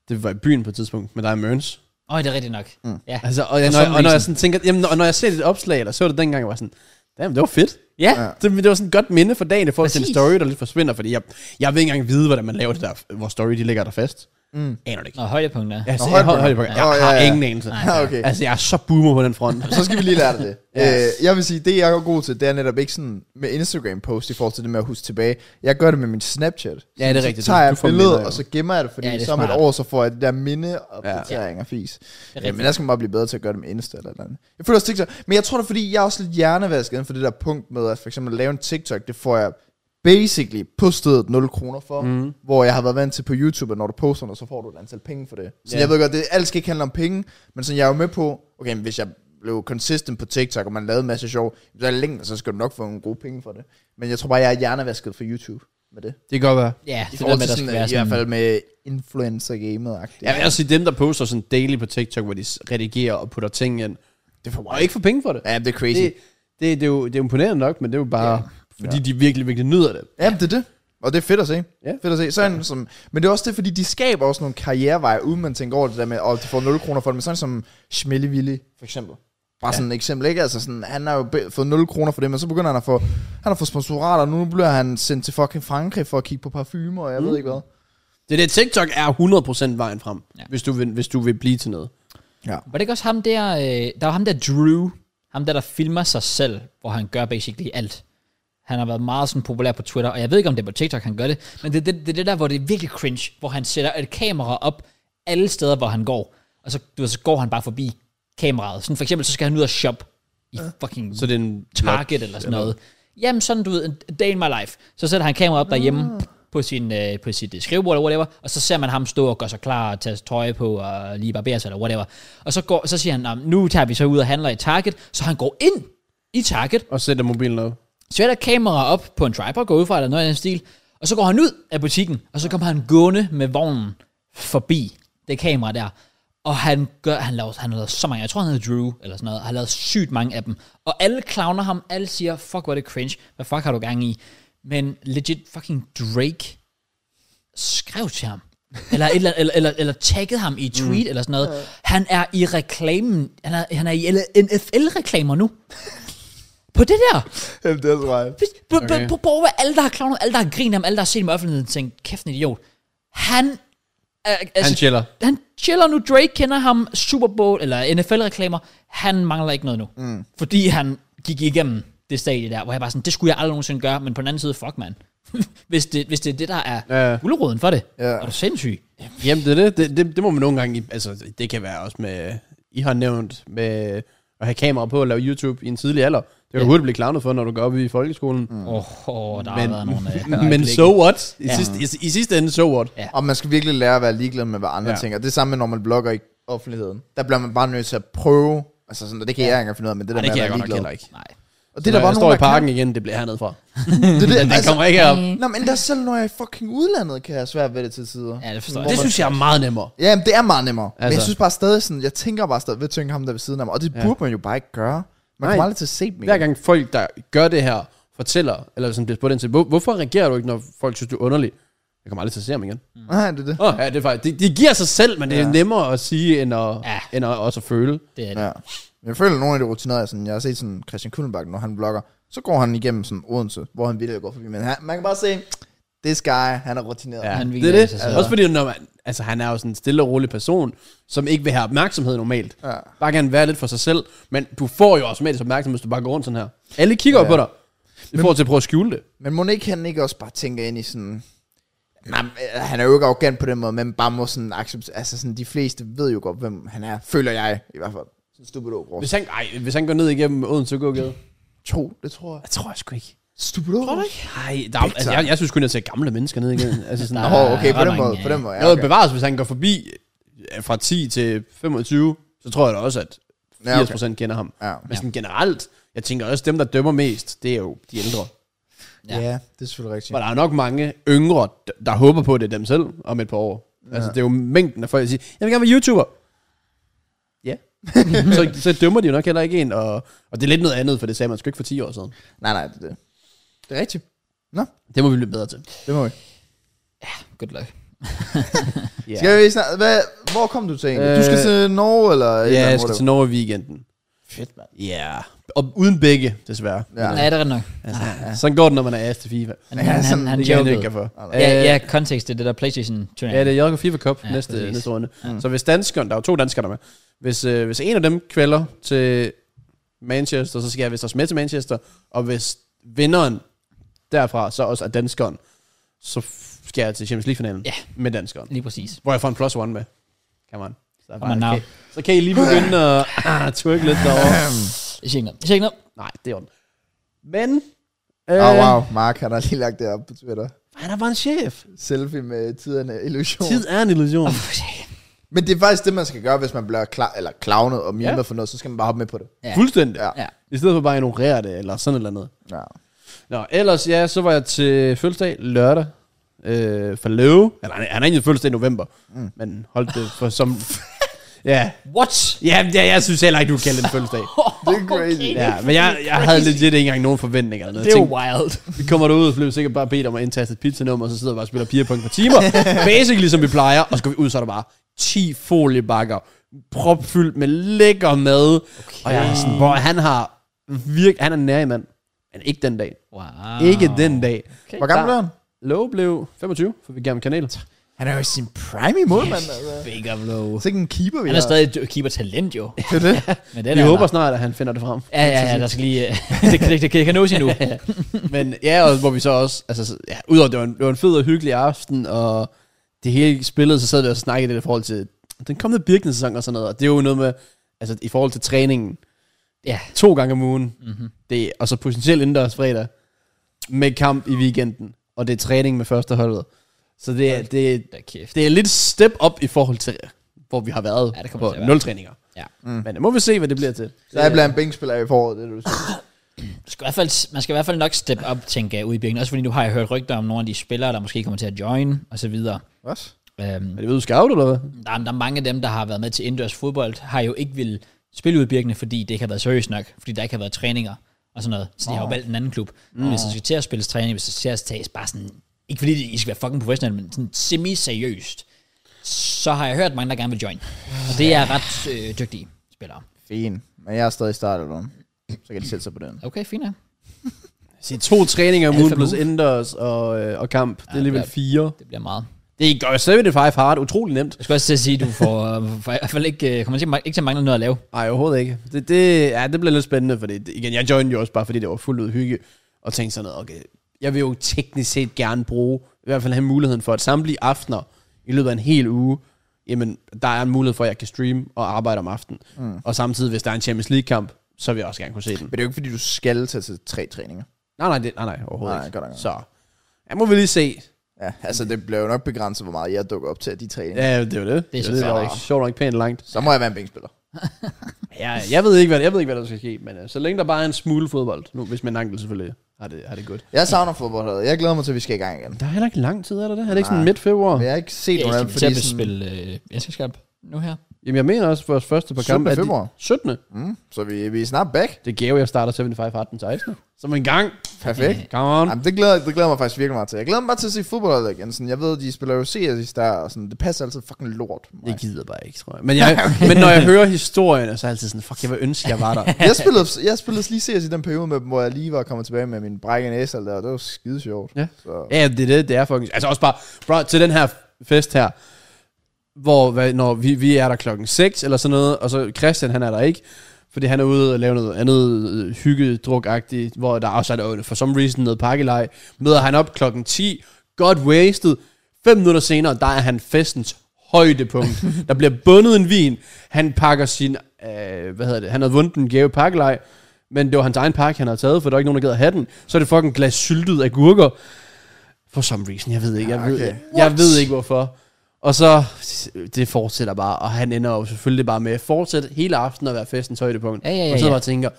S3: det var i byen på et tidspunkt, med dig og Mørns.
S1: Åh, det er rigtigt nok. Mm. Ja.
S3: Altså, og, jeg,
S1: For
S3: når,
S1: some
S3: jeg, og når jeg
S1: reason.
S3: sådan tænker, jamen, og når jeg ser dit opslag, eller så det dengang, jeg var sådan, jamen, det var fedt.
S1: Ja.
S3: Det, det var sådan et godt minde for dagen, i forhold til en
S1: Præcis.
S3: story, der lidt forsvinder, fordi jeg, jeg vil ikke engang vide, hvordan man laver det der, hvor story, de ligger der fast.
S2: Mm.
S3: Aner det ikke.
S1: Nå, højdepunkter.
S3: Altså,
S2: Nå,
S3: jeg,
S2: højdepunkter.
S3: hold, hold, hold, jeg
S2: Nå, ja,
S3: har
S2: ja.
S3: ingen anelse.
S2: Ja, okay.
S3: Altså, jeg er så boomer på den front.
S2: Så skal vi lige lære dig det.
S3: Ja.
S2: øh, jeg vil sige, det jeg er god til, det er netop ikke sådan med Instagram-post i forhold til det med at huske tilbage. Jeg gør det med min Snapchat.
S3: Ja, det er
S2: så
S3: rigtigt.
S2: Så tager
S3: Du-
S2: jeg
S3: du
S2: et
S3: får minder,
S2: billede,
S3: jo.
S2: og så gemmer jeg det, fordi
S1: Ja,
S2: ja,
S1: det er
S2: det som et
S1: smart.
S2: år, så får jeg det der mindeopdatering ja. af fis. Ja, men der skal man bare blive bedre til at gøre det med Insta eller et eller andet. Jeg føler også TikTok, men jeg tror det er, fordi jeg er også lidt hjernevasket inden for det der punkt med, at for eksempel lave en TikTok, det får jeg basically på stedet 0 kroner for, mm. hvor jeg har været vant til på YouTube, at når du poster noget, så får du et antal penge for det. Så
S3: Ja.
S2: yeah. jeg ved godt, det alt skal ikke handle om penge, men sådan, jeg er jo med på, okay, men hvis jeg blev consistent på TikTok, og man lavede en masse sjov, så er det længe, så skal du nok få nogle gode penge for det. Men jeg tror bare, jeg er hjernevasket for YouTube med det.
S3: Det kan godt være.
S1: Ja,
S2: I
S1: det der
S2: forhold
S1: med,
S2: til
S1: der skal
S2: sådan,
S1: være
S2: i
S1: sådan...
S2: hvert fald med influencer-gamet-agtigt.
S3: Jeg vil også sige, altså, dem, der poster sådan daily på TikTok, hvor de s- redigerer og putter ting ind,
S2: det er for
S3: og ikke får penge for det.
S2: Ja, det er crazy.
S3: Det, det, det, er jo, det er imponerende nok, men det er jo bare, fordi de virkelig, virkelig nyder det.
S2: Ja, det er det. Og det er fedt at se.
S3: Ja.
S2: Fedt at se. Sådan, som, men det er også det, fordi de skaber også nogle karriereveje, uden man tænker over det der med, at de får 0 kroner for det. Men sådan som Schmelleville, for eksempel. Bare ja. sådan et eksempel, ikke? Altså sådan, han har jo be- fået 0 kroner for det, men så begynder han at få, han har fået sponsorater, og nu bliver han sendt til fucking Frankrig for at kigge på parfumer, og jeg mm. ved ikke hvad.
S3: Det der TikTok er 100% vejen frem, ja.
S1: Ja.
S3: hvis, du vil, hvis du vil blive til noget.
S1: Var det ikke også ham der... Øh, der var ham der Drew. Ham der, der filmer sig selv, hvor han gør basically alt. Han har været meget sådan populær på Twitter, og jeg ved ikke, om det er på TikTok, han gør det, men det er det, det, er det der, hvor det er virkelig cringe, hvor han sætter et kamera op alle steder, hvor han går, og så, du, ved, så går han bare forbi kameraet. Sådan for eksempel, så skal han ud og shoppe i fucking
S3: Så det er en
S1: Target eller sådan noget. Jamen sådan, du ved, en day in my life. Så sætter han kamera op derhjemme på, sin, øh, på sit øh, skrivebord eller whatever, og så ser man ham stå og gøre sig klar og tage tøj på og lige barbere sig eller whatever. Og så, går, så siger han, "Nå, nu tager vi så ud og handler i Target, så han går ind i Target,
S3: Og sætter mobilen op.
S1: sætter kamera op på en tripod, går ud fra eller noget i den stil, og så går han ud af butikken, og så kommer han gående med vognen forbi det kamera der. Og han, gør, han, laver, han har lavet så mange, jeg tror han hedder Drew eller sådan noget, og har lavet sygt mange af dem. Og alle clowner ham, alle siger, fuck hvor er det cringe, hvad fuck har du gang i? Men legit fucking Drake skrev til ham. eller, et eller, eller, eller, eller taggede ham i et tweet mm. eller sådan noget. Han er i reklamen, han er, han er i NFL-reklamer nu. På det der.
S2: Jamen, det er så right.
S1: På, okay. på, på, på alle, der har klovnet, alle, der har grinet ham, alle, der har set ham i offentligheden, tænkt, kæft en idiot. Han, er, altså,
S3: Han chiller.
S1: han chiller nu. Drake kender ham, Super Bowl eller NFL-reklamer. Han mangler ikke noget nu. Mm. Fordi han gik igennem det stadie der, hvor jeg bare sådan, det skulle jeg aldrig nogensinde gøre, men på den anden side, fuck man. hvis, det, hvis det er det, der er
S3: Ja. Mm.
S1: ja. guleroden for det, ja.
S2: Ja.
S1: er du sindssyg.
S3: Jamen, det, er det, det, det, det må man nogle gange... Altså, det kan være også med... I har nævnt med at have kamera på og lave YouTube i en tidlig alder. Det kan
S1: Ja.
S3: du hurtigt blive clownet for, når du går op i folkeskolen. Mm.
S1: Åh, oh, oh, der har været nogle... øh,
S3: Men, men
S1: øjeblikke.
S3: so what? I, ja. sidste, i, I sidste ende, so what?
S1: Ja.
S2: Og man skal virkelig lære at være ligeglad med, hvad andre
S3: Ja.
S2: ja. tænker. Det er samme med, når man blogger i offentligheden. Der bliver man bare nødt til at prøve. Altså sådan, og det kan ja. jeg ikke engang finde ud af, men det der
S3: Nej, det
S2: med
S3: kan
S2: at
S3: jeg
S2: være
S3: godt nok
S2: ligeglad.
S3: heller ikke.
S1: Nej.
S2: Og det er
S3: Når
S2: der bare
S3: jeg står
S2: nogen,
S3: i parken igen, det bliver hernede fra.
S2: Der kan. Det, er det,
S3: Den altså,
S2: altså,
S3: kommer ikke herop.
S2: Nå, men der selv når jeg er i fucking udlandet, kan jeg have svært ved det til tider.
S1: Ja, det forstår
S2: Hvor
S1: jeg.
S3: Det synes jeg er meget nemmere.
S2: Ja, men det er meget nemmere. Altså. Men
S3: Altså.
S2: jeg synes bare stadig sådan, jeg tænker bare stadig, ved at tænke ham der ved siden af mig. Og det ja. burde man jo bare ikke gøre. Man
S3: Nej.
S2: kommer aldrig til at se dem
S3: Hver
S2: igen.
S3: gang folk, der gør det her, fortæller, eller som bliver spurgt ind til, "Hvor- hvorfor reagerer du ikke, når folk synes, du er underlig? Jeg kommer aldrig til at se ham igen.
S2: Nej, det er det.
S3: Åh, ja, det er faktisk, de, de giver sig selv, men det er nemmere at sige, end at, ja.
S1: Ja.
S3: end at også at føle.
S1: Det er det.
S2: Ja. Men Jeg føler, at nogle af de rutinerede, sådan, jeg har set sådan Christian Kullenbach, når han vlogger, så går han igennem sådan Odense, hvor han virkelig går forbi. Men han, man kan bare se, this guy, han er rutineret.
S3: Ja,
S2: Ja.
S1: Han
S3: det er
S1: hviler i
S3: det.
S1: sig
S3: Altså.
S1: selv.
S3: Også fordi, når man, altså, han er jo sådan en stille og rolig person, som ikke vil have opmærksomhed normalt.
S2: Ja.
S3: Bare gerne være lidt for sig selv, men du får jo automatisk opmærksomhed, hvis du bare går rundt sådan her. Alle kigger ja.
S2: Ja.
S3: på dig. I forhold til at prøve at skjule det.
S2: Men må ikke han ikke også bare tænke ind i sådan... Nej, men, øh, han er jo ikke arrogant på den måde, men bare må sådan acceptere... Altså sådan, de fleste ved jo godt, hvem han er. Føler jeg i hvert fald. Sådan stupid
S3: Hvis han, ej, hvis han går ned igennem Odense Gågade.
S2: To, Uh, det tror jeg.
S3: Jeg tror jeg sgu ikke.
S2: Stupid
S3: Nej, der, er- altså, jeg, jeg synes kun, at jeg ser gamle mennesker ned igennem. altså sådan,
S2: Åh, okay, på
S1: ret
S2: den
S1: mange,
S2: måde,
S1: ja.
S2: på den måde.
S3: Ja,
S2: Ja,
S3: okay.
S2: okay.
S3: bevares, hvis han går forbi øh, fra 10 til 25, så tror jeg da også, at 80%
S2: Ja, okay.
S3: kender ham.
S2: Ja.
S3: Men sådan generelt, jeg tænker også, dem, der dømmer mest, det er jo de ældre.
S1: Ja.
S2: ja, det er selvfølgelig rigtigt.
S3: For der er nok mange yngre, d- der håber på, at det er dem selv om et par år. Altså, det er jo mængden af folk, der siger, jeg vil gerne være YouTuber. Ja. så, så dømmer de jo nok heller ikke en, og, og det er lidt noget andet, for det sagde man sgu ikke for 10 år siden.
S2: Nej, nej, det er det. Det er rigtigt.
S3: Det må vi blive bedre til.
S2: Det må vi.
S1: Good luck.
S3: Ja.
S2: Skal vi snart, hvad, hvor kom du til egentlig? du skal
S3: Øh,
S2: til Norge, eller? et eller
S3: Ja,
S2: andet,
S3: jeg
S2: hvor
S3: skal
S2: det
S3: til Norge i weekenden.
S2: Fedt, mand.
S3: Ja. Yeah. Og uden begge, desværre.
S2: Ja.
S1: Ja, det er nok.
S3: Altså, sådan går det, når man er ass til FIFA.
S1: Han, han, han, han
S3: det kan jeg
S1: jokede.
S3: ikke for.
S1: Ja, ja, kontekst, det er det der PlayStation-turnering.
S3: Øh, ja, det er Jørgen FIFA Cup
S1: Ja,
S3: ja, næste,
S1: præcis.
S3: næste runde. Mm. Så hvis danskeren, der er jo to danskere der er med, hvis, øh, hvis en af dem kvælder til Manchester, så skal jeg vist også med til Manchester, og hvis vinderen derfra så også er danskeren, så f- skal jeg til Champions League-finalen
S1: Ja.
S3: med danskeren,
S1: Lige præcis.
S3: hvor jeg får en plus one med. Come on. Så, er
S1: Come on now.
S3: okay. så kan I lige begynde at ah, twerke lidt derovre.
S1: Jeg siger ikke noget. Jeg siger ikke noget.
S3: Nej, det er ondt. Men... øh,
S2: Åh, oh, wow. Mark har der lige lagt det op på Twitter.
S3: Han er bare en chef.
S2: Selfie med tiderne illusion.
S3: Tid er en illusion.
S2: Men det er faktisk det, man skal gøre, hvis man bliver klar, eller clownet og mimet
S3: Ja.
S2: ja. for noget, så skal man bare hoppe med på det.
S1: Ja.
S3: Fuldstændig.
S2: Ja.
S1: Ja.
S3: I stedet for bare at ignorere det, eller sådan et eller andet.
S2: ja.
S3: Nå, ellers ja, så var jeg til fødselsdag lørdag. Øh, for Løve. Eller, han er- han er egentlig fødselsdag i november. Mm. Men holdt det for som... ja.
S1: What?
S3: Ja, ja, jeg synes heller ikke, du kalder det en fødselsdag.
S2: Det er crazy. Okay.
S3: Ja, men jeg, jeg havde legit ikke engang nogen forventninger. Eller noget.
S1: Det
S3: Jeg
S1: er jo
S3: tænkte,
S1: wild.
S3: vi kommer derud, og bliver sikkert bare bedt om at indtaste et pizzanummer, og så sidder vi bare og spiller pigerpunk på timer. Basically, som vi plejer. Og så går vi ud, så er der bare 10 foliebakker, propfyldt med lækker mad. Okay. Og jeg er sådan, hvor han har virk, han er nær i mand. Men ikke den dag.
S1: Wow.
S3: Ikke den dag. Okay.
S2: Hvor gammel er han?
S3: Lowe blev 25, for vi gav ham kanel.
S2: Han er jo i sin prime i målmand. Yes. Altså.
S1: Big up low.
S2: Det er ikke en keeper, vi
S1: Han er stadig et keeper-talent, jo.
S2: Det er det.
S1: Men den
S3: Vi
S1: er
S3: håber
S1: der.
S3: snart, at han finder det frem.
S1: Ja, ja, ja, der skal lige... det, kan, det, kan, det kan nås endnu.
S3: Men ja, og hvor vi så også, altså så- ja, udover det var, en, det var en fed og hyggelig aften, og det hele spillet, så sad vi og snakkede lidt i forhold til den kommende Birken-sæson og sådan noget, og det er jo noget med, altså i forhold til træningen,
S1: Ja.
S3: to gange om ugen,
S1: Mhm.
S3: mm-hmm. det, og så potentielt indendørs fredag, med kamp i weekenden, og det er træning med førsteholdet. Så det, er, det, er-
S1: Da kæft.
S3: det er lidt step up i forhold til, hvor vi har været
S1: Ja, det kommer
S3: på
S1: til at være.
S3: nul træninger.
S1: Ja.
S3: Men det må vi se, hvad det bliver til.
S2: Mm. Så jeg bliver en bænkspiller i foråret, det er det, du siger.
S1: Du skal i hvert fald, man skal i hvert fald nok step up, tænker jeg, ude i byen. Også fordi nu har jeg hørt rygter om nogle af de spillere, der måske kommer til at join, og så videre.
S2: Hvad?
S1: Øhm,
S3: Er det ved du scout, eller hvad?
S1: der, er, der er mange af dem, der har været med til indendørs fodbold, har jo ikke vil spille ud i Birkene, fordi det ikke har været seriøst nok, fordi der ikke har været træninger og sådan noget. Så de har jo valgt en anden klub. Mm. Hvis der skal til at spille træning, hvis der skal til at tages bare sådan, ikke fordi det- I skal være fucking professionelle, men sådan semi-seriøst, så har jeg hørt mange, der gerne vil join. Og det er ret øh, dygtige spillere.
S2: Fint. Men jeg er stadig i startet nu. Så kan de sætte sig på den.
S1: Okay, fint. Ja.
S3: Sige, to træninger om
S1: Alpha
S3: ugen plus
S1: move.
S3: indendørs og, øh, og kamp. Det er alligevel
S1: ja.
S3: fire.
S1: Det bliver meget.
S3: Det gør 75 hard. Utrolig nemt.
S1: Jeg skal også til at sige, at du får, får i hvert fald ikke, øh, kommer til, ikke til at mangle noget at lave.
S3: Nej, overhovedet ikke. Det, det, ja, det bliver lidt spændende, fordi det, igen, jeg joined jo også bare, fordi det var fuldt ud hygge. Og tænkte sådan noget, okay, jeg vil jo teknisk set gerne bruge, i hvert fald have muligheden for at samtlige aftener i løbet af en hel uge, jamen, der er en mulighed for, at jeg kan streame og arbejde om aftenen. Mm. Og samtidig, hvis der er en Champions League-kamp, så vil jeg også gerne kunne se den.
S2: Men det er jo ikke, fordi du skal tage til tre træninger.
S3: Nej, nej, det, nej, nej overhovedet
S2: Nej,
S3: ikke.
S2: godt nok.
S3: Så, jeg må vi lige se.
S2: Ja, altså det bliver jo nok begrænset, hvor meget jeg dukker op til af de træninger. Ja.
S3: Ja, det er jo det.
S1: Det er så
S3: jo
S1: fair
S3: der
S1: nok.
S3: er sjovt nok pænt langt.
S2: Så må jeg være en bænkspiller.
S3: Ja, jeg ved ikke, hvad, jeg ved ikke, hvad der skal ske, men uh, så længe der bare er en smule fodbold, nu, hvis min ankel selvfølgelig har det, har det godt.
S2: Jeg savner fodbold, jeg glæder mig til, at vi skal i gang igen.
S3: Der er heller ikke lang tid, er der det? Er det ikke sådan midt februar?
S2: Men jeg har ikke set
S1: Jeg
S2: nogen af
S1: skal
S2: dem,
S1: til
S2: fordi
S1: at
S2: sådan,
S1: spille øh, mesterskab nu her.
S3: Jamen, jeg mener også, vores første par
S2: 17.
S3: kampe... er de-
S2: februar.
S3: 17.
S2: mm, så vi, vi er snart back.
S3: Det gav jeg starter 75 18 16. Som en gang.
S2: Perfekt.
S3: Come on.
S2: Jamen, det glæder, det glæder mig faktisk virkelig meget til. Jeg glæder mig bare til at se fodbold igen. Sådan, jeg ved, de spiller jo CS i start, og sådan, det passer altid fucking lort. for Mig.
S3: Det gider bare ikke, tror jeg. Men, jeg, men når jeg hører historierne, så er jeg altid sådan, fuck, jeg vil ønske, jeg var der.
S2: Jeg spillede, jeg spillede lige CS i den periode, med, dem, hvor jeg lige var kommet tilbage med min brække næse, og det var skide sjovt.
S3: Ja.
S2: Så,
S3: Ja, det er det, det er fucking... Altså også bare, bro, til den her fest her, hvor hvad, når vi, vi er der klokken 6 eller sådan noget, og så Christian, han er der ikke, fordi han er ude og lave noget andet øh, hyggedrukagtigt, hvor der også er der, for some reason noget pakkelej. Møder han op klokken 10, godt wasted. 5 minutter senere, der er han festens højdepunkt. der bliver bundet en vin. Han pakker sin, øh, hvad hedder det, han havde vundet en gave pakkelej, men det var hans egen pakke, han havde taget, for der var ikke nogen, der gad at have den. Så er det fucking glas syltet agurker. For some reason, jeg ved ikke. Jeg,
S2: Ah,
S3: ved,
S2: okay.
S3: jeg, jeg ved ikke, hvorfor. Og så, det fortsætter bare, og han ender jo selvfølgelig bare med at fortsætte hele aftenen at være festens højdepunkt.
S1: Ja, ja, ja,
S3: og så
S1: ja.
S3: bare og tænker,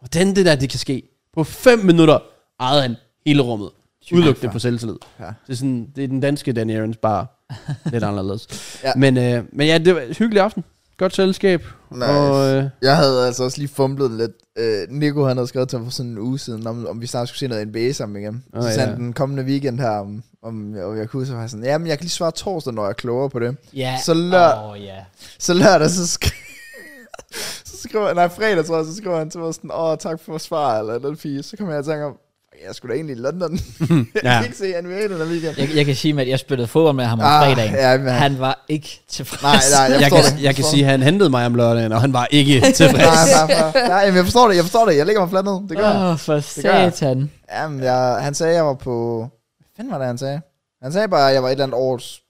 S3: hvordan det der, det kan ske. På 5 minutter ejede han hele rummet. Udelukkende på selvtillid.
S2: Ja.
S3: Ja. Det, er sådan, det er den danske Dan Aarons bare lidt anderledes.
S2: Ja.
S3: ja. men, øh, men ja, det var en hyggelig aften. Godt selskab.
S2: Nice.
S3: Og, øh,
S2: Jeg havde altså også lige fumblet den lidt. Øh, Nico han havde skrevet til mig for sådan en uge siden, om, om vi snart skulle se noget NBA sammen igen. Oh,
S3: Åh,
S2: så sagde
S3: ja.
S2: han den kommende weekend her, om, om og jeg kunne huske, så var jeg sådan, jamen jeg kan lige svare torsdag, når jeg er klogere på det.
S1: Ja.
S2: Så lør-
S1: Åh, ja.
S2: Så lørdag, så skriver, så skriver nej, fredag tror jeg, så skriver han til mig sådan, åh, tak for svar, eller den fie. Så kom jeg og tænker, jeg skulle da egentlig i London. jeg
S3: Ja.
S2: kan ikke se NBA den her weekend.
S1: Jeg, jeg kan sige, at jeg spillede fodbold med ham om
S2: Ah,
S1: fredagen.
S2: ja, men-
S1: han var ikke tilfreds.
S2: Nej, nej, jeg
S3: jeg,
S2: forstår
S3: kan,
S2: det.
S3: jeg kan
S2: forstår
S3: sige, at han hentede mig om lørdagen, og han var ikke tilfreds.
S2: Nej, nej, nej, nej, jamen, jeg forstår det, jeg forstår det. Jeg ligger mig fladt ned. Det gør
S3: Ah.
S2: jeg.
S1: Åh, oh, for
S2: gør jeg.
S1: satan.
S2: Jamen, jeg, han sagde, jeg var på... Hvad fanden var det, han sagde? Han sagde bare, at jeg var et eller andet års...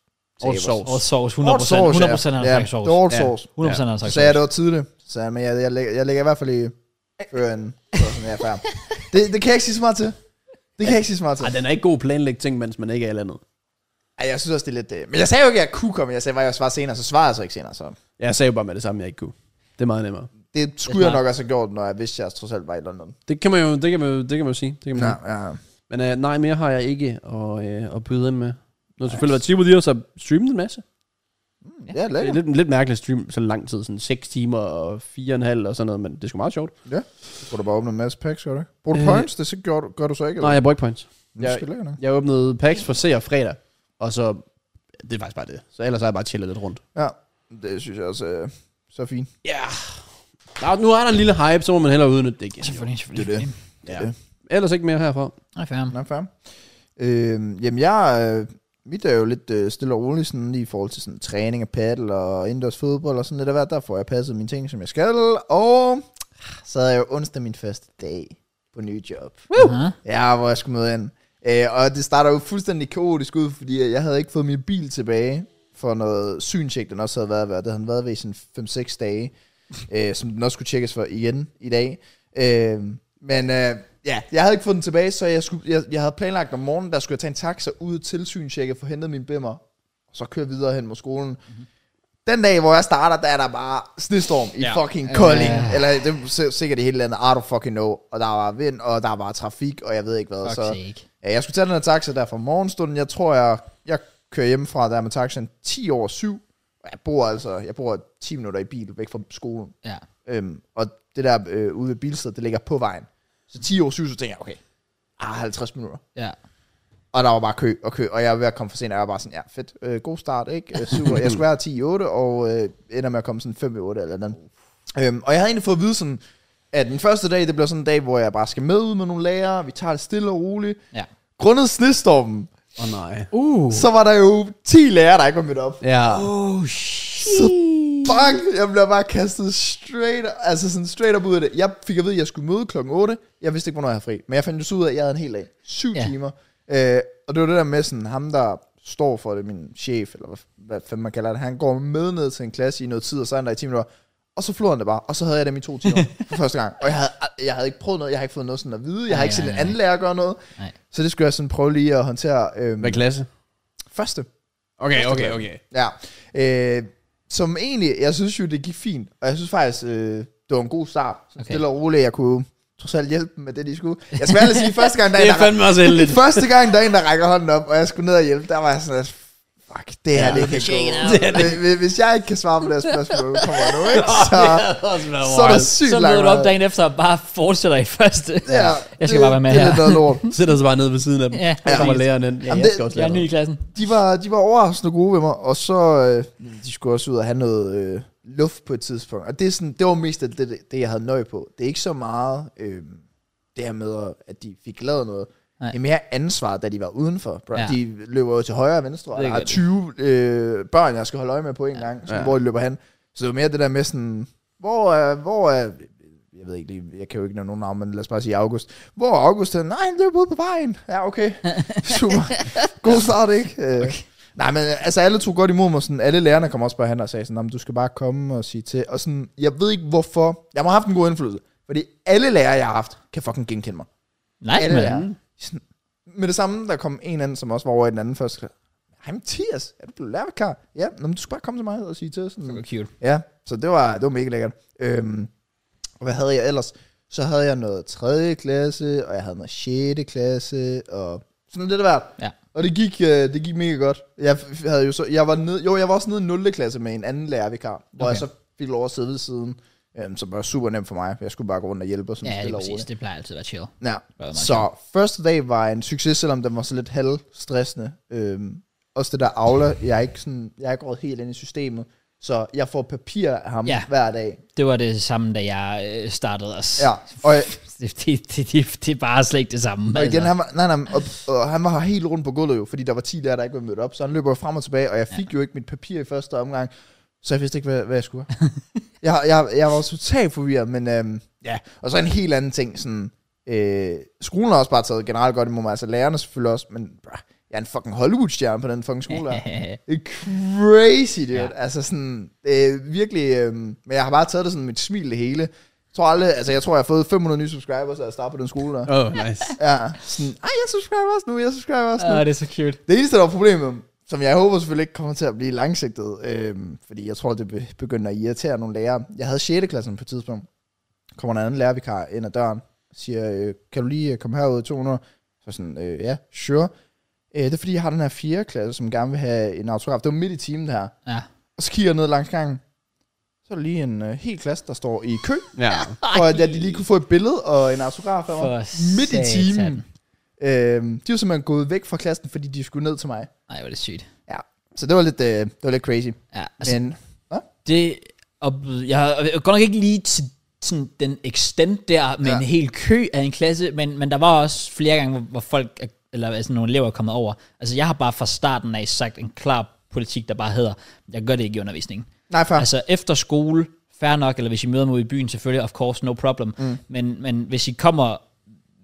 S3: Års sovs.
S1: Og sovs, 100%. 100%, 100% han har sagt
S2: sovs. Ja, det
S1: sovs.
S2: var års
S3: Ja.
S2: sovs.
S1: 100% han har
S2: Så
S1: sagt
S2: sagde
S1: sovs.
S2: jeg, det var tidligt. Så sagde han, men jeg, jeg, ligger, jeg ligger i hvert fald i øren. Så var jeg sådan, ja, fair. Det, det kan jeg ikke sige så meget til. Det kan jeg ikke sige så meget til.
S3: Ej, den er ikke god at planlægge ting, mens man ikke er i landet.
S2: Ej, jeg synes også, det er lidt... Øh, men jeg sagde jo ikke, at jeg kunne komme. Jeg sagde bare, at jeg svarer senere, så svarer jeg så ikke senere. Så
S3: Jeg sagde jo bare med det samme, jeg ikke kunne. Det er meget nemmere.
S2: det
S1: Det
S2: skulle
S1: er
S2: jeg nok også have gjort, når jeg vidste, at jeg trods alt var i London.
S3: Det kan man jo, det kan man jo, det kan man jo sige. Det kan man sige.
S2: ja.
S3: Men øh, nej, mere har jeg ikke at, øh, at byde ind med. Nu har selvfølgelig været Tibo Dier, så streamet en masse.
S2: Ja,
S3: Det er
S2: lækkert.
S3: lidt, en lidt mærkeligt stream så lang tid, sådan 6 timer og 4,5 og sådan noget, men det er sgu meget sjovt.
S2: Så kunne du bare åbne en masse packs, gør du ikke? Bruger du
S3: Øh.
S2: points? Det så gør, du, gør du så ikke?
S3: Nej, jeg bruger ikke points.
S2: jeg... Det skal lækkert. nok.
S3: Jeg åbnede packs for seer fredag, og så, det er faktisk bare det. Så ellers har jeg bare chillet lidt rundt.
S2: Ja, det synes jeg også øh, så fint.
S3: Ja. Yeah. Nu er der en lille hype, så må man hellere udnytte det igen.
S1: Selvfølgelig, selvfølgelig.
S2: Det er det.
S1: selvfølgelig.
S3: Ja. Ellers ikke mere herfra.
S1: Nej, fair.
S2: Nå, fair. Øh, jamen, jeg... Øh, mit er jo lidt øh, stille og roligt, sådan lige i forhold til sådan træning og paddle og indendørs fodbold og sådan lidt af hvert. Der får jeg passet mine ting, som jeg skal. Og så havde jeg jo onsdag min første dag på nye job.
S1: Aha.
S2: Ja, hvor jeg skulle møde ind. Øh, og det starter jo fuldstændig kaotisk ud, fordi jeg havde ikke fået min bil tilbage for noget syntjek, den også havde været ved. Det havde den været ved i sådan 5-6 dage, øh, som den også skulle tjekkes for igen i dag. Øh, men øh, ja, jeg havde ikke fået den tilbage, så jeg, skulle, jeg, jeg havde planlagt om morgenen, der skulle jeg tage en taxa ud til syntjekket, få hentet min bimmer, og så køre videre hen mod skolen. Mm-hmm. Den dag, hvor jeg starter, der er der bare snestorm i
S4: Ja.
S2: fucking Kolding. Eller det er si- sikkert i hele landet. I don't fucking know. Og der var vind, og der var trafik, og jeg ved ikke hvad.
S1: Fuck
S2: Så,
S1: sake.
S2: ja, jeg skulle tage den her taxa der fra morgenstunden. Jeg tror, jeg, jeg kører hjemmefra der med taxaen 10 over 7. Og jeg bor altså, jeg bor 10 minutter i bil væk fra skolen.
S1: Ja.
S2: Øhm, og det der øh, ude ved bilstedet, det ligger på vejen. Så 10 over 7, så tænker jeg, okay, ah, 50 minutter.
S1: Ja.
S2: Og der var bare kø og kø, og jeg var ved at komme for sent, og jeg var bare sådan, ja, fedt, øh, god start, ikke? Øh, super, jeg skulle være 10 i 8, og øh, ender med at komme sådan 5 i 8 eller noget. Øhm, og jeg havde egentlig fået at vide sådan, at den første dag, det blev sådan en dag, hvor jeg bare skal med ud med nogle lærere, vi tager det stille og roligt.
S1: Ja.
S2: Grundet snestormen,
S3: Åh oh, nej.
S1: Uh.
S2: så var der jo 10 lærere, der ikke var mødt op.
S3: Ja.
S1: Oh, shit.
S2: Fuck, jeg blev bare kastet straight, altså sådan straight op ud af det. Jeg fik at vide, at jeg skulle møde klokken 8. Jeg vidste ikke, hvornår jeg havde fri. Men jeg fandt så ud af, at jeg havde en hel dag. Syv
S1: Ja.
S2: timer. Øh, og det var det der med sådan, ham der står for det, min chef, eller hvad, hvad fanden man kalder det, han går med ned til en klasse i noget tid, og så er han der i 10 minutter, og så flod han det bare, og så havde jeg dem i to timer for første gang. Og jeg havde, jeg havde ikke prøvet noget, jeg havde ikke fået noget sådan at vide, jeg havde
S1: Nej,
S2: ikke set
S1: nej,
S2: en
S1: nej.
S2: anden lærer gøre noget.
S1: Nej.
S2: Så det skulle jeg sådan prøve lige at håndtere. Øhm,
S3: Hvad klasse?
S2: første.
S3: Okay, okay, okay.
S2: Ja. Øh, som egentlig, jeg synes jo, det gik fint. Og jeg synes faktisk, øh, det var en god start. Så
S1: Okay.
S2: okay. stille og roligt, jeg kunne trods alt hjælpe dem med det, de skulle. Jeg skal ærligt sige, første gang, der er
S3: Det
S2: en,
S3: er
S2: der,
S3: fandme også heldigt.
S2: første gang, der er en, der rækker hånden op, og jeg skulle ned og hjælpe, der var jeg sådan, at fuck, det her, ja, det kan
S3: Det er
S2: gå. Hvis- Hvis, hvis jeg ikke kan svare på det her spørgsmål, kommer jeg nu, ikke? Så, så er der sygt
S1: Så møder
S2: langt
S1: du op
S2: vej.
S1: dagen efter og bare fortsætter i første.
S2: Ja,
S1: Jeg skal
S2: det-
S1: bare være med
S2: det er
S1: her.
S2: lidt noget lort.
S3: Sidder så bare nede ved siden af dem.
S1: Ja,
S3: Så kommer
S1: præcis.
S3: læreren ind. Ja,
S2: Jamen,
S3: jeg
S2: det-
S3: skal også
S1: Jeg
S3: lære
S1: er ny i
S3: noget.
S1: klassen.
S2: De var, de var overraskende gode ved mig, og så øh, de skulle også ud og have noget øh, luft på et tidspunkt. Og det, er sådan, det var mest af det, det, det, jeg havde nøje på. Det er ikke så meget øh, det her med, at de fik lavet noget.
S1: Nej.
S2: Nej. Det er mere ansvar, da de var udenfor. Bro.
S1: Ja.
S2: Ja. De løber jo til højre og venstre, og
S1: Det
S2: der
S1: gør
S2: er
S1: de.
S2: 20 øh, børn, jeg skal holde øje med på en ja. gang, sådan,
S3: Ja.
S2: ja. hvor de løber hen. Så det var mere det der med sådan, hvor er, hvor er, jeg ved ikke lige, jeg kan jo ikke nævne nogen navn, men lad os bare sige August. Hvor er August? henne? Nej, han løb ud på vejen. Ja, okay. Super. God start, ikke? Okay. Nej, men altså alle tog godt imod mig. Sådan, alle lærerne kom også bare hen og sagde sådan, "Nå, men du skal bare komme og sige til. Og sådan, jeg ved ikke hvorfor. Jeg må have haft en god indflydelse. Fordi alle lærere, jeg har haft, kan fucking genkende mig.
S1: Nej,
S2: Alle
S1: mand.
S2: lærere. Sådan, med det samme, der kom en anden, som også var over i den anden første klasse. Hej, Mathias, er du blevet lærervikar? Ja, nå, men du skal bare komme til mig og sige til. Sådan,
S1: Det var cute.
S2: Ja, så det var, det var mega lækkert. Øhm, og hvad havde jeg ellers? Så havde jeg noget 3. klasse, og jeg havde noget 6. klasse, og sådan lidt af hvert.
S1: Ja.
S2: Og det gik, øh, det gik mega godt. Jeg, f- havde jo, så, jeg var ned, jo, jeg var også nede i 0. klasse med en anden lærervikar, okay. hvor
S1: Okay.
S2: jeg så fik lov at sidde ved siden, øhm, som var super nemt for mig. Jeg skulle bare gå rundt og hjælpe og sådan
S1: Ja, det
S2: stille
S1: er
S2: og
S1: præcis.
S2: roligt.
S1: Det plejer altid at være chill.
S2: Ja.
S1: meget
S2: Så første dag var en succes, selvom den var så lidt halvstressende. Øhm, også det der Aula, jeg er ikke, sådan, jeg er ikke røget helt ind i systemet, så jeg får papir af ham
S1: Ja.
S2: ja. hver dag.
S1: Det var det samme, da jeg øh, startede os.
S2: Ja, og,
S1: Det, det, det, det, det er bare slet ikke det samme.
S2: og igen,
S1: altså.
S2: han var, nej, nej, og, og han var helt rundt på gulvet jo, fordi der var 10 lærere, der ikke var mødt op, så han løber jo frem og tilbage, og jeg fik ja. jo ikke mit papir i første omgang, så jeg vidste ikke, hvad, hvad jeg skulle gøre. jeg, jeg, jeg var totalt forvirret, men øhm, ja, og så en helt anden ting, sådan, øh, skolen har også bare taget generelt godt imod mig, altså lærerne selvfølgelig også, men bruh, jeg er en fucking Hollywood-stjerne på den fucking skole her. Det er Crazy, dude.
S1: Ja.
S2: Ja. Altså sådan, øh, virkelig, øh, men jeg har bare taget det sådan med et smil det hele. Jeg tror aldrig, altså jeg tror, jeg har fået 500 nye subscribers, da jeg startede på den skole der.
S3: Åh, oh, nice.
S2: Ja, sådan, ej, jeg subscriber også nu, jeg subscriber også nu.
S1: Åh, det er så cute.
S2: Det eneste, der var problemet, som jeg håber selvfølgelig ikke kommer til at blive langsigtet, øh, fordi jeg tror, det be- begynder at irritere nogle lærere. Jeg havde 6. klassen på et tidspunkt. Kommer der en anden lærervikar ind ad døren, siger, øh, kan du lige øh, komme herud i 200? Så sådan, øh, ja, sure. Øh, det er fordi, jeg har den her 4. klasse, som gerne vil have en autograf. Det var midt i timen, det her.
S1: Ja.
S2: Og så kigger jeg ned langs gangen. Så er der lige en øh, hel klasse, der står i kø,
S3: Ja.
S2: for at jeg lige kunne få et billede og en autograf af mig.
S1: For
S2: midt i
S1: satan.
S2: timen. Øhm, de var simpelthen gået væk fra klassen, fordi de skulle ned til mig.
S1: Nej, hvor er det sygt.
S2: Ja, så det var lidt, øh, det var lidt crazy.
S1: Ja, altså,
S2: Altså, Men
S1: det... oplevede- Jeg har jeg har godt nok ikke lige til sådan den extent der med ja.
S2: Ja.
S1: en hel kø af en klasse, men, men der var også flere gange, hvor, hvor folk, er- eller altså nogle elever er kommet over. Altså jeg har bare fra starten af sagt en klar politik, der bare hedder, jeg gør det ikke i undervisningen.
S2: nej, far. Altså,
S1: Altså efter skole, fair nok, eller hvis I møder mig ude i byen, selvfølgelig, of course, no problem. Mm. Men, men hvis I kommer,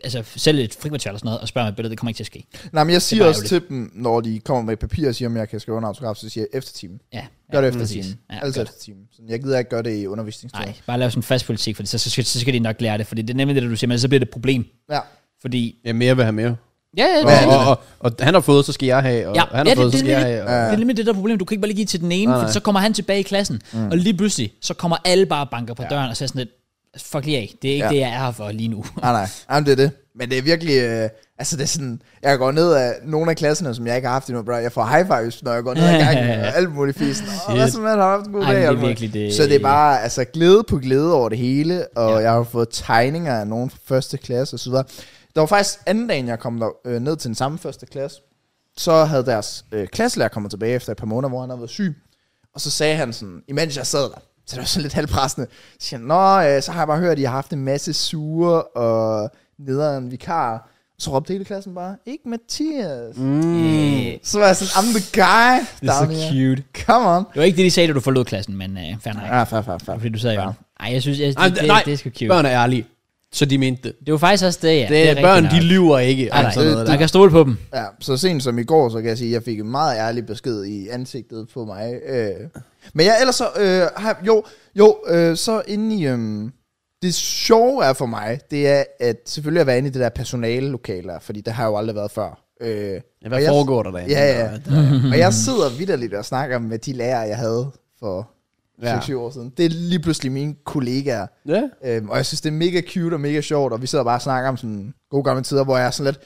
S1: altså selv et frikvarter eller sådan noget, og spørger mig et billede, det kommer ikke til at ske.
S2: nej, men jeg
S1: det
S2: siger
S1: er
S2: også
S1: ærgerligt.
S2: til dem, når de kommer med et papir og siger, om jeg kan skrive en autograf, så siger jeg efter timen.
S1: Ja,
S2: Gør det
S1: ja,
S2: efter
S1: præcis.
S2: timen.
S1: Ja,
S2: Ja, altså
S1: godt.
S2: efter timen. Sådan, jeg gider ikke gøre det i
S1: Nej,
S2: undervisningstiden.
S1: bare lave sådan en fast politik, for det, så, så, skal, så skal de nok lære det, fordi det er nemlig det, du siger, men så bliver det et problem,
S2: Ja.
S1: fordi...
S3: Ja, mere vil have mere.
S1: Ja, ja,
S3: Og,
S1: det,
S3: og, og, og han har fået, så skal jeg have. Og
S1: Ja,
S3: han har
S1: ja, det-
S3: fået, så
S1: det-
S3: skal jeg
S1: det-
S3: have. Og,
S1: det er nemlig det der problem, du kan ikke bare lige give til den ene, for
S3: nej.
S1: så kommer han tilbage i klassen, mm. og lige pludselig, så kommer alle bare og banker på ja. døren, og så er sådan lidt, fuck lige af, det er ikke ja.
S2: Ja.
S1: det, jeg er her for lige nu.
S2: Nej, nej. Jamen, det er det. Men det er virkelig... Øh, altså, det er sådan... Jeg går ned af nogle af klasserne, som jeg ikke har haft endnu. Bro. Jeg får high fives, når jeg går ned ad gangen. og alt muligt fisk. Åh, hvad så, man har haft en god
S1: Ej, men
S2: dag.
S1: det er
S2: og alt muligt.
S1: virkelig det-
S2: Så det er bare altså, glæde på glæde over det hele. Og ja. jeg har fået tegninger af nogen fra første klasse osv. Der var faktisk anden dagen, jeg kom der, øh, ned til den samme første klasse. Så havde deres øh, klasselærer kommet tilbage efter et par måneder, hvor han havde været syg. Og så sagde han sådan, imens jeg sad der, så det var sådan lidt halvpressende, så siger han, Nå, øh, så har jeg bare hørt, at I har haft en masse sure og nederen vikar. Så råbte hele klassen bare, ikke Mathias. Mm.
S1: Øh,
S2: Så var jeg sådan, I'm the guy.
S1: det er så
S2: down here.
S1: cute.
S2: Come on.
S1: Det var ikke det, de sagde, da du forlod klassen, men øh, fair nok.
S2: Ja, fair, fair, fair.
S1: Fordi du sad i hjørnet. Ej, jeg synes, jeg, det,
S3: Ej,
S1: det,
S3: nej,
S1: det, det er sgu cute.
S3: børn er ærlige. så de mente det.
S1: Det er jo faktisk også det, ja.
S3: det, det
S1: er
S3: børn,
S1: rigtigt
S3: de
S1: nok.
S3: lyver ikke.
S1: Nej, nej,
S3: sådan noget der.
S1: man kan stole på dem.
S2: Ja, så sent som i går, så kan jeg sige, at jeg fik en meget ærlig besked i ansigtet på mig. Øh. Men jeg ellers så, øh, har, jo, jo, øh, så inde i, øh, det sjove er for mig, det er at selvfølgelig at være inde i det der personale lokaler, fordi det har jeg jo aldrig været før. Øh,
S3: Ja,
S2: og
S3: hvad
S2: jeg,
S3: foregår der derinde?
S2: Ja, ja.
S3: Der, der,
S2: Og jeg sidder vidderligt og snakker med de lærere, jeg havde for
S3: Ja.
S2: 6-7 år siden. Det er lige pludselig mine kollegaer.
S3: ja.
S2: Øhm, og jeg synes, det er mega cute og mega sjovt, og vi sidder bare og snakker om sådan gode gamle tider, hvor jeg er sådan lidt...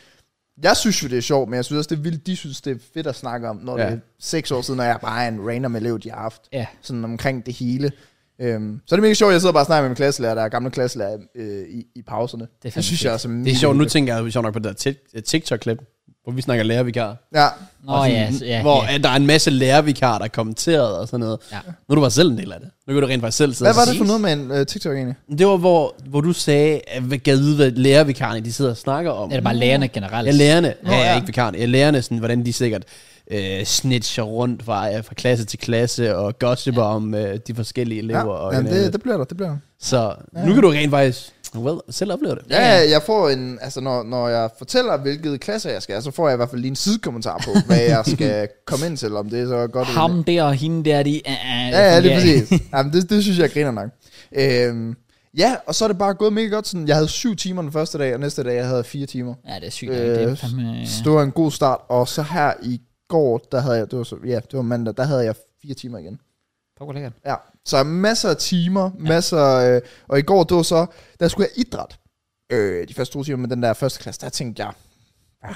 S2: Jeg synes jo, det er sjovt, men jeg synes også, det er vildt, de synes, det er fedt at snakke om, når
S3: Ja.
S2: ja. det er seks år siden, og jeg bare er en random elev, de har haft.
S1: Ja.
S2: Sådan omkring det hele. Øhm, så er det mega sjovt, jeg sidder bare og snakker med min klasselærer, der er gamle klasselærer øh, i, i pauserne.
S1: Det er
S2: det synes jeg også
S3: Det er sjovt, nu tænker jeg jo sjovt nok på det der tik- TikTok-klip, hvor vi snakker lærervikar.
S2: Ja,
S1: Nå
S3: Og sådan,
S1: ja, så- ja,
S3: hvor
S1: ja.
S3: at der er en masse lærervikarer, der kommenterede og sådan noget.
S1: Ja.
S3: Nu er du bare selv en del af det. Nu kan du rent faktisk selv sidde
S2: hvad
S3: og
S2: var det
S3: sige-
S2: for noget med en øh, TikTok egentlig?
S3: Det var, hvor, hvor du sagde, at hvad gad vide, hvad lærervikarerne de sidder og snakker om.
S1: Det er bare lærerne generelt.
S3: Ja, lærerne. Ja, ja,
S2: ja.
S3: ikke vikarerne. Ja, lærerne, sådan, hvordan de sikkert øh, snitcher rundt fra, ja, fra klasse til klasse og gossiper ja. om øh, de forskellige elever.
S2: Ja,
S3: og
S2: jamen,
S3: hinanden.
S2: det, det bliver der, det bliver der.
S3: Så ja. nu kan du rent faktisk well, selv opleve det.
S2: Ja, ja, jeg får en, altså når, når jeg fortæller, hvilket klasse jeg skal, så får jeg i hvert fald lige en sidekommentar på, hvad jeg skal komme ind til, om det er så godt. eller-
S1: Ham der og hende der, de... Uh,
S2: Ja, ja, det er præcis. Jamen, det, det synes jeg griner nok. Øhm, ja, og så er det bare gået mega godt. Sådan, jeg havde syv timer den første dag, og næste dag jeg havde fire timer.
S1: Ja, det er sygt.
S2: Øh,
S1: Øh, det er fandme,
S2: Så det var en god start. Og så her i går, der havde jeg, det var, så, ja, det var mandag, der havde jeg fire timer igen.
S1: Pokker lækkert.
S2: Ja, så masser af timer, masser, øh, og i går, det var så, der skulle jeg idræt. Øh, de første to timer med den der første klasse, der tænkte jeg, ah,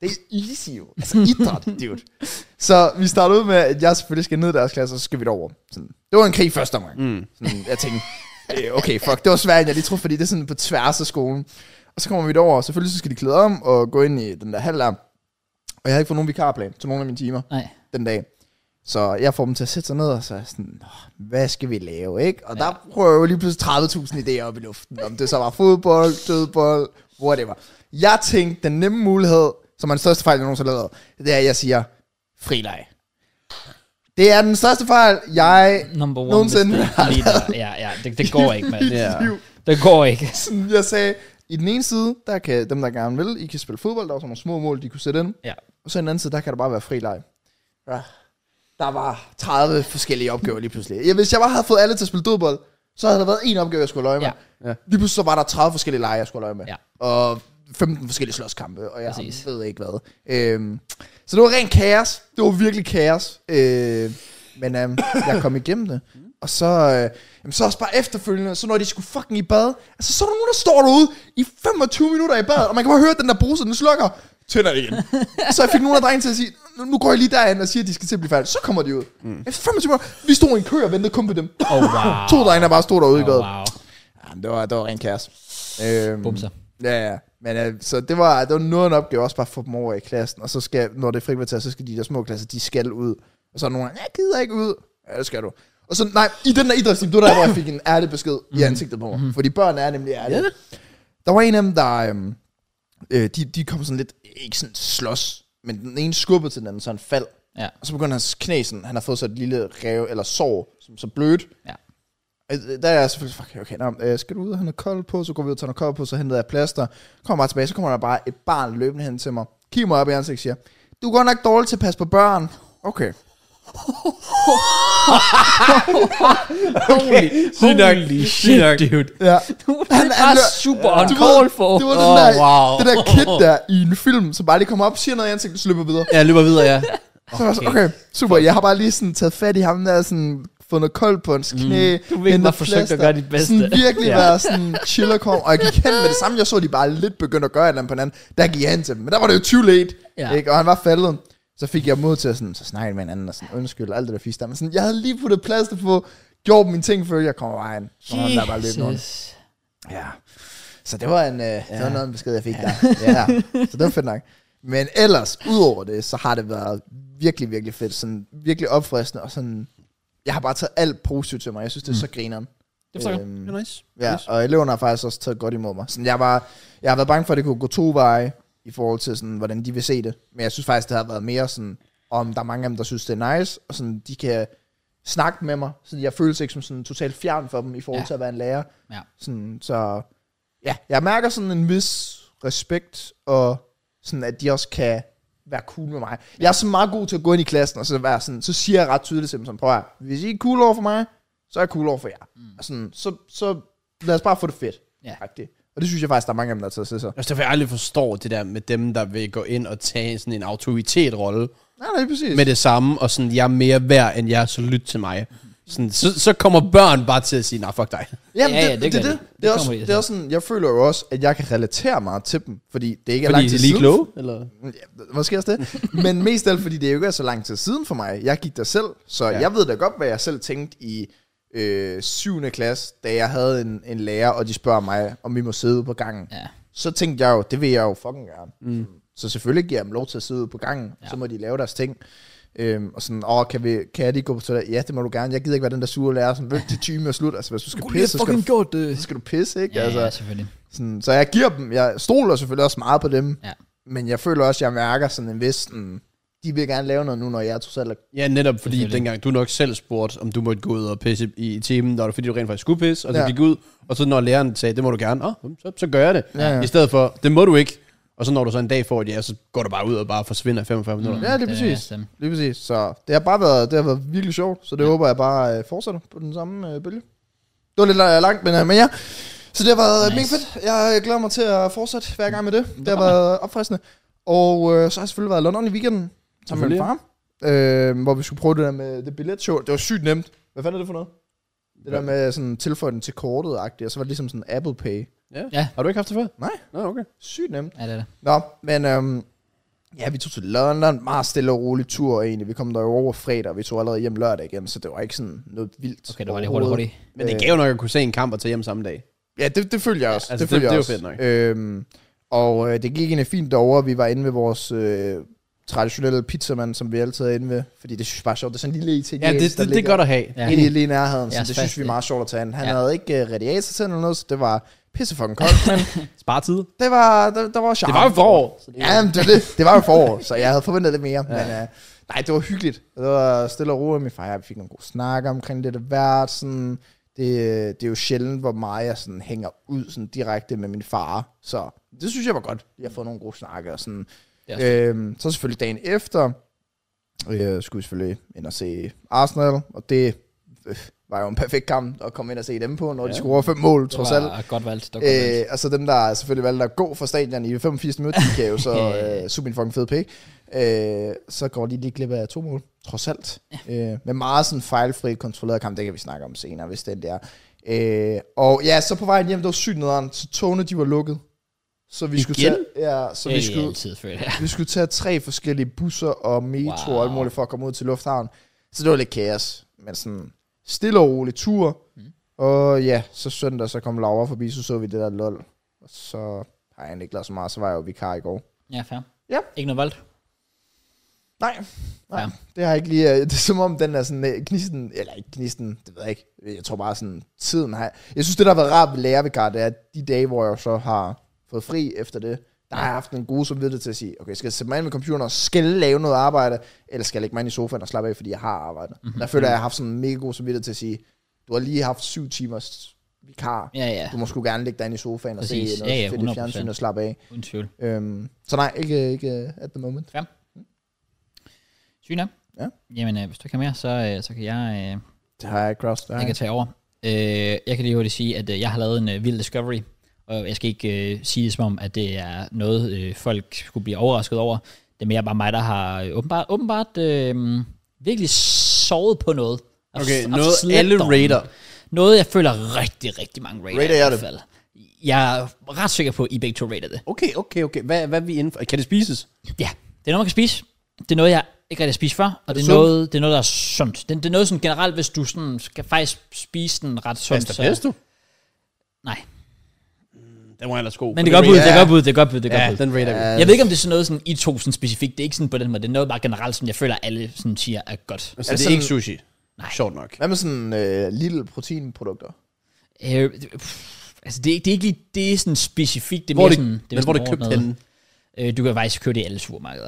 S2: det er easy jo. Altså idræt, dude. Så vi startede ud med, at jeg selvfølgelig skal ned i deres klasse, og så skal vi derover. Sådan. Det var en krig i første omgang. Mm. Sådan, jeg tænkte, øh, okay, fuck, det var svært, end jeg lige troede, fordi det er sådan på tværs af skolen. Og så kommer vi derover, og selvfølgelig så skal de klæde om og gå ind i den der halv der. Og jeg har ikke fået nogen vikarplan til nogen af mine timer
S1: Nej.
S2: den dag. Så jeg får dem til at sætte sig ned, og så er jeg sådan, "Nå, hvad skal vi lave, ikke? Og ja. der prøver jeg jo lige pludselig 30.000 idéer op i luften, om det så var fodbold, dødbold, whatever. Jeg tænkte, den nemme mulighed, som er den største fejl, jeg nogensinde har lavet, det er, at jeg siger, frileg. Det er den største fejl, jeg
S1: Number one.
S2: Nogensinde.
S1: hvis det er lige der. Ja, ja, det, det går ikke, mand.
S3: Ja.
S2: liv
S1: Det går ikke.
S2: sådan, jeg sagde, i den ene side, der kan dem, der gerne vil, I kan spille fodbold, der var sådan nogle små mål, de kunne sætte ind.
S1: Ja.
S2: Og så i den anden side, der kan der bare være fri leg. Ja. Der var 30 forskellige opgaver lige pludselig. Ja, hvis jeg bare havde fået alle til at spille dødbold, så havde der været en opgave, jeg skulle løje med.
S1: Ja.
S3: Ja.
S2: Lige pludselig så var der 30 forskellige lege, jeg skulle løje med.
S1: Ja.
S2: Og 15 forskellige slåskampe, og jeg
S1: Præcis.
S2: Præcis. ved ikke hvad. Øhm, så det var rent kaos. Det var virkelig kaos. Øh, men øhm, jeg kom igennem det.
S1: Mm.
S2: Og så, øh, jamen, så også bare efterfølgende, så når de skulle fucking i bad, altså så er der nogen, der står derude i 25 minutter i badet, og man kan bare høre, at den der bruse, den slukker, tænder det igen. så jeg fik nogle af drengene til at sige, nu, nu går jeg lige derhen og siger, at de skal til at blive færdige. Så kommer de ud. Mm. Efter 25 minutter, vi stod i en kø og ventede kun på dem.
S1: Oh, wow.
S2: To drenge, der bare stod derude i
S1: Oh,
S2: badet.
S1: wow.
S2: Jamen, det var, det var rent kaos. Øhm,
S1: Bumser.
S2: Ja, ja. Men øh, så det var, det var noget af en opgave også bare at få dem over i klassen. Og så skal, når det er frikvarter, så skal de der små klasser, de skal ud. Og så er der nogen, jeg gider ikke ud. Ja, det skal du. Og så, nej, i den der idrætsteam, det var der, hvor jeg fik en ærlig besked i ansigtet på mig. Fordi børn er nemlig ærlige.
S3: Ja.
S2: Der var en af dem, der... øhm, Øh, de, de kom sådan lidt, ikke sådan slås, men den ene skubbede til den anden, så han faldt.
S1: Ja.
S2: Og så begyndte hans knæ sådan, han har fået så et lille rev, eller sår, som så blødt.
S1: Ja.
S2: Øh, Der er jeg selvfølgelig, fuck, okay, nå, øh, skal du ud og have noget kold på? Så går vi ud og tager noget kold på, så henter jeg plaster. Kommer bare tilbage, så kommer der bare et barn løbende hen til mig. Kigger mig op i ansigtet og siger, du er godt nok dårlig til at passe på børn. Okay.
S3: Okay. Sygt nok. Sygt nok. Dude.
S2: Ja.
S1: Han er bare
S2: lø-
S1: super on
S2: Du ved,
S1: call for.
S2: Det var den
S3: Åh,
S2: der,
S3: wow.
S2: det der kid der i en film, som bare lige kommer op, siger noget i ansigtet, så løber videre.
S3: Ja, jeg løber videre, ja.
S2: Så okay. okay, super. Jeg har bare lige sådan taget fat i ham der, sådan fået noget koldt på hans knæ. Mm.
S1: Du har virkelig bare forsøgt at gøre dit bedste.
S2: Sådan virkelig
S1: Ja.
S2: ja. være sådan chill og calm. Og jeg gik hen med det samme. Jeg så, de bare lidt begyndte at gøre et eller andet på hinanden. Der gik jeg hen til dem. Men der var det jo too late.
S1: Ja.
S2: Ja. Ikke? Og han var faldet. Så fik jeg mod til at sådan, så snakke med hinanden og sådan, undskyld, og alt det der fisk der. Men sådan, jeg havde lige puttet plaster på, gjort mine ting, før jeg kom vejen. Så var han der bare løb rundt.
S1: Jesus.
S2: Ja. Så det var en, øh, ja. det var noget af en besked, jeg fik ja. der. Ja. Så det var fedt nok. Men ellers, udover det, så har det været virkelig, virkelig fedt. Sådan virkelig opfriskende, og sådan, jeg har bare taget alt positivt til mig. Jeg synes, det er så grineren.
S1: Mm. Det forstår jeg.
S2: Øhm,
S3: nice.
S2: Ja, og eleverne har faktisk også taget godt imod mig. Sådan, jeg, var, jeg har været bange for, at det kunne gå to veje, i forhold til, sådan, hvordan de vil se det. Men jeg synes faktisk, det har været mere sådan, om der er mange af dem, der synes, det er nice, og sådan, de kan snakke med mig. Så jeg føles ikke som sådan totalt fjern for dem, i forhold
S1: Ja.
S2: ja. til at være en lærer.
S1: Ja.
S2: Sådan, så Ja, jeg mærker sådan en vis respekt, og sådan at de også kan være cool med mig. Jeg er så meget god til at gå ind i klassen, og så være sådan, så siger jeg ret tydeligt til dem sådan, prøv at høre, hvis I er cool over for mig, så er jeg cool over for jer. Mm. Og sådan, så, så lad os bare få det fedt.
S1: Ja.
S2: Agtigt. Og det synes jeg faktisk, der er mange af dem, der har taget til sig.
S3: Altså, derfor jeg aldrig forstår det der med dem, der vil gå ind og tage sådan en autoritet-rolle
S2: Nej, det er præcis.
S3: med det samme, og sådan, jeg er mere værd end jer, så lyt til mig. Sådan, så, så kommer børn bare til at sige, nej, nah, fuck dig.
S2: Jamen,
S1: Ja,
S2: ja,
S1: ja,
S2: det,
S1: det
S2: det,
S1: gør
S2: det,
S1: de.
S2: det,
S1: Det
S2: det, er
S1: kommer
S2: også,
S1: de
S2: det
S1: til.
S2: er også sådan, jeg føler jo også, at jeg kan relatere meget til dem, fordi det ikke er
S3: Fordi
S2: lang tid
S3: de er lige
S2: siden.
S3: kloge, eller?
S2: Ja, måske også det. Men mest af alt, fordi det jo ikke er så lang tid siden for mig. Jeg gik der selv, så
S3: Ja.
S2: ja. jeg ved da godt, hvad jeg selv tænkte i øh, 7. klasse, da jeg havde en, en lærer, og de spørger mig, om vi må sidde ude på gangen.
S1: Ja.
S2: Så tænkte jeg jo, det vil jeg jo fucking gerne. Mm. Så selvfølgelig giver jeg dem lov til at sidde ude på gangen, ja. så må de lave deres ting. Øhm, og sådan, åh, kan, vi, kan jeg lige gå på toilet? Ja, det må du gerne. Jeg gider ikke være den der sure lærer, sådan, vent til timen er slut. Altså, hvis du skal pisse, så skal du,
S1: gjort det.
S2: så skal du pisse, ikke?
S1: Ja,
S2: altså,
S1: ja, selvfølgelig.
S2: sådan, så jeg giver dem, jeg stoler selvfølgelig også meget på dem,
S1: Ja.
S2: men jeg føler også, at jeg mærker sådan en vis, sådan, de vil gerne lave noget nu, når jeg trods alt er
S3: Ja, netop fordi
S1: Selvfølgelig.
S3: dengang du nok selv spurgte, om du måtte gå ud og pisse i timen, når det fordi du rent faktisk skulle pisse, og så
S2: Ja.
S3: gik ud, og så når læreren sagde, det må du gerne, oh, så, så gør jeg det.
S2: Ja, ja.
S3: I stedet for, det må du ikke, og så når du så en dag får et ja, så går du bare ud og bare forsvinder i 45 minutter.
S2: Mm. Ja, det er
S1: Det er
S2: præcis.
S1: stemme.
S2: Lige præcis. Så det har bare været, det har været virkelig sjovt, så det ja. håber jeg bare øh, fortsætter på den samme øh, bølge. Det var lidt la- langt, men, øh, men ja. Så det har været nice.
S1: Nice.
S2: mega fedt. Jeg øh, glæder mig til at fortsætte hver gang med det. Det har været øh, opfriskende. Og øh, så har jeg selvfølgelig været i London i weekenden sammen med min far, øh, hvor vi skulle prøve det der med det billetshow. Det var sygt nemt. Hvad fanden er det for noget? Det der med sådan tilføje den til kortet, og så var det ligesom sådan Apple Pay.
S3: Ja.
S1: Ja.
S3: Har du ikke haft det før?
S2: Nej.
S3: Nå, okay.
S2: Sygt nemt.
S1: Ja, det er det.
S2: Nå, men øhm, ja, vi tog til London, meget stille og rolig tur egentlig. Vi kom der jo over fredag, og vi tog allerede hjem lørdag igen, så det var ikke sådan noget vildt.
S1: Okay, det var lige hurtigt,
S2: overhovedet.
S1: hurtigt.
S3: Men det gav jo nok at kunne se en kamp og tage hjem samme dag.
S2: Ja, det, det følte jeg også.
S3: Ja, altså,
S2: det, følte
S3: det-
S2: jeg
S3: det er jo
S2: også. Øhm, og øh, det gik egentlig fint derovre. Vi var inde ved vores øh, traditionelle pizzamand, som vi altid er inde ved, fordi det synes jeg bare er sjovt. Det er sådan en lille italiensk, der ligger-
S3: at have.
S1: Ja.
S2: Lige, lige i nærheden,
S1: Ja,
S2: ja, det
S1: fast,
S2: synes vi er meget sjovt at tage ind. Han
S1: Ja.
S2: ja. havde ikke uh, radiator til eller noget, så det var pissefucking koldt, men
S3: Spare tid.
S2: det var, der, der var charme.
S3: Det var jo forår. så det-
S2: Ja, men det, var det, det var jo forår, så jeg havde forventet lidt mere. Ja. Men uh, nej, det var hyggeligt. Det var stille og roligt. Min far og jeg vi fik nogle gode snakker omkring det der vært. Sådan, det, det er jo sjældent, hvor meget jeg sådan hænger ud sådan direkte med min far. Så det synes jeg var godt. Jeg har fået nogle gode snakker. og Sådan.
S1: Det er også
S2: Øhm, så selvfølgelig dagen efter, øh, skulle vi selvfølgelig ind og se Arsenal, og det øh, var jo en perfekt kamp at komme ind og se dem på, når ja. de scorer fem mål,
S1: Det
S2: trods alt.
S1: var godt valgt. Det var godt valgt.
S2: Øh, og så dem, der selvfølgelig valgte at gå fra stadion i 85 minutter, de kan jo så øh, super en fucking fed pik. Øh, så går de lige glip af to mål, trods alt. Ja. Øh, med meget sådan fejlfri, kontrolleret kamp, det kan vi snakke om senere, hvis det er. Øh, og ja, så på vejen hjem, det var sygt nederen, så togene de var lukket. Så vi skulle
S3: Igen?
S2: tage, ja, så
S1: det
S2: vi
S1: er skulle...
S2: skulle,
S1: altid, føler jeg.
S2: vi skulle tage tre forskellige busser og metro wow.
S1: Wow.
S2: og alt muligt for at komme ud til lufthavnen. Så det var lidt kaos, men sådan stille og rolig tur. Mm. Og ja, så søndag så kom Laura forbi, så så vi det der lol. Og så har jeg egentlig ikke lavet så meget, så var jeg jo vikar i går.
S1: Ja, fair.
S2: Ja.
S1: Ikke noget valgt.
S2: Nej, nej.
S1: Ja.
S2: Ja. Det har jeg ikke lige... øh, Det er som om den er sådan øh, gnisten... Eller ikke gnisten, det ved jeg ikke. Jeg tror bare sådan, tiden har... Jeg synes, det der har været rart ved lærervikar, det er at de dage, hvor jeg så har fået fri efter det. Der har jeg haft en god samvittighed til at sige, okay, skal jeg sætte mig ind med computeren og skal lave noget arbejde, eller skal jeg lægge mig ind i sofaen og slappe af, fordi jeg har arbejde.
S1: Mhm.
S2: Mm-hmm. Der føler jeg, at jeg har haft sådan en mega god samvittighed til at sige, du har lige haft syv timers vikar.
S1: Ja, ja.
S2: Du må sgu gerne ligge dig ind i sofaen og
S1: Præcis.
S2: se noget
S1: Ja, ja,
S2: fedt i
S1: 100%.
S2: fjernsyn og slappe af.
S1: Uden tvivl.
S2: Øhm, så nej, ikke, ikke at the moment.
S1: Sygt nok.
S2: Ja.
S1: Jamen, øh, hvis du kan mere, så, øh, så kan jeg, øh,
S2: Det har jeg crossed. Det har
S1: jeg kan tage over. Øh, jeg kan lige hurtigt sige, at øh, jeg har lavet en øh, vild discovery, og jeg skal ikke øh, sige det som om, at det er noget, øh, folk skulle blive overrasket over. Det er mere bare mig, der har øh, åbenbart, åbenbart øh, virkelig sovet på noget. Haft-
S3: Okay,
S1: haft
S3: noget
S1: slept
S3: alle
S1: on.
S3: raider.
S1: Noget, jeg føler rigtig, rigtig mange raider,
S2: Raider
S1: i
S2: er
S1: hvert
S2: det.
S1: fald. Jeg er ret sikker på, at I begge to raider det.
S3: Okay, okay, okay. Hvad, hvad er vi inden for? Kan det spises?
S1: Ja, det er noget, man kan spise. Det er noget, jeg ikke rigtig har spist før, og det er,
S3: sundt?
S1: noget, det er noget, der er sundt. Det, det er noget sådan generelt, hvis du sådan skal faktisk spise den ret sundt.
S3: Pasta pesto?
S1: Nej.
S3: Den var ellers god.
S1: Men det er godt bud,
S3: raider-
S1: det er godt bud, det er godt bud, det er
S3: Ja,
S1: godt bud.
S3: den raider vi.
S1: Jeg ved ikke, om det er sådan noget, sådan, I to sådan specifikt. Det er ikke sådan på den måde. Det er noget bare generelt, som jeg føler, alle sådan siger er godt.
S3: Så
S2: Er det
S3: Altså, det er
S2: sådan-
S3: ikke sushi? Nej. Sjovt nok.
S2: Hvad med sådan øh, lille proteinprodukter?
S1: Øh, pff, altså, det er, ikke- det er ikke lige det er sådan specifikt. Det er
S3: Hvor er
S1: mere
S3: det,
S1: sådan...
S3: men hvor er det købt
S1: overordnet.
S3: henne?
S1: Øh, du kan faktisk købe det i alle supermarkeder.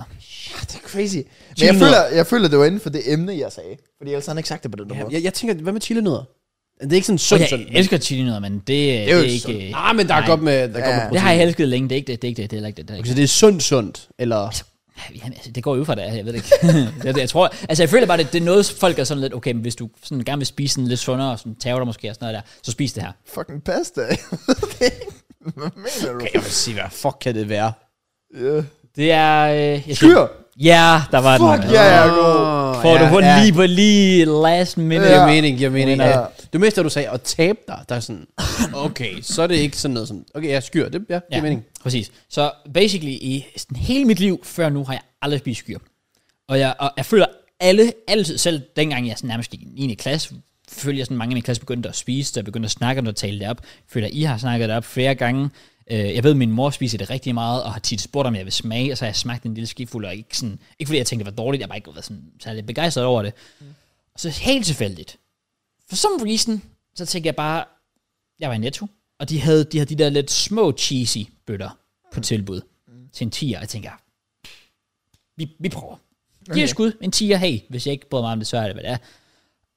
S2: Ah, Det er crazy. Men
S1: Chili
S2: jeg føler, jeg føler, det var inden for det emne, jeg sagde. Fordi ellers havde han ikke sagt det på den der måde.
S3: Jeg, jeg tænker, hvad med chilinødder? Det er ikke sådan
S1: Og
S3: sundt,
S1: jeg
S3: sundt.
S1: elsker chili nødder, men det, det
S2: jo
S1: er ikke...
S2: sundt.
S1: øh,
S3: Nej, Ah, men der er
S1: nej.
S3: godt med, der er godt
S2: Ja.
S3: med
S1: Det
S3: protein.
S1: har jeg elsket længe, det er ikke det, det er ikke det, det er heller ikke det. Det, er ikke
S3: Så det er sundt, sundt, eller...
S1: det. Jamen, altså, det går jo fra det, jeg ved det ikke. jeg, jeg, tror, altså jeg føler bare, det, det er noget, folk er sådan lidt, okay, men hvis du sådan gerne vil spise sådan lidt sundere, og sådan tager dig måske og sådan noget der, så spis det her.
S2: Fucking pasta. Okay. Hvad mener du?
S3: Jeg vil sige, hvad fuck kan det være?
S2: Yeah.
S1: Det er... Øh, jeg skal-
S2: Kyr!
S1: Ja, der var den.
S2: Fuck, ja, ja, god.
S1: Får du hund
S3: ja.
S1: lige på lige last minute.
S3: Giver
S1: Ja.
S3: mening, giver mening.
S1: Winner.
S3: Ja. Det meste, du sagde, at tabe dig, der er sådan, okay, så er det ikke sådan noget som, okay, jeg skyr det, ja, giver mening.
S1: præcis. Så basically i sådan hele mit liv før nu har jeg aldrig spist skyr. Og jeg, og jeg føler alle, altid, selv dengang jeg sådan nærmest gik i 9. klasse, følte jeg sådan mange af min klasse begyndte at spise, der begyndte at snakke om det og tale det op. Føler, I har snakket det op flere gange. Øh, Jeg ved, at min mor spiser det rigtig meget, og har tit spurgt, om jeg vil smage, og så har jeg smagt en lille skifuld, og ikke, sådan, ikke fordi jeg tænkte, det var dårligt, jeg har bare ikke været sådan, særlig begejstret over det.
S3: Mm.
S1: Og så helt tilfældigt, for some reason, så tænkte jeg bare, jeg var i Netto, og de havde de, havde de der lidt små cheesy bøtter på
S3: Mm.
S1: tilbud til en 10'er. Jeg tænker, vi, vi prøver. Giv okay. skud, en 10'er, hey, hvis jeg ikke bryder mig om det, så er det, hvad det er.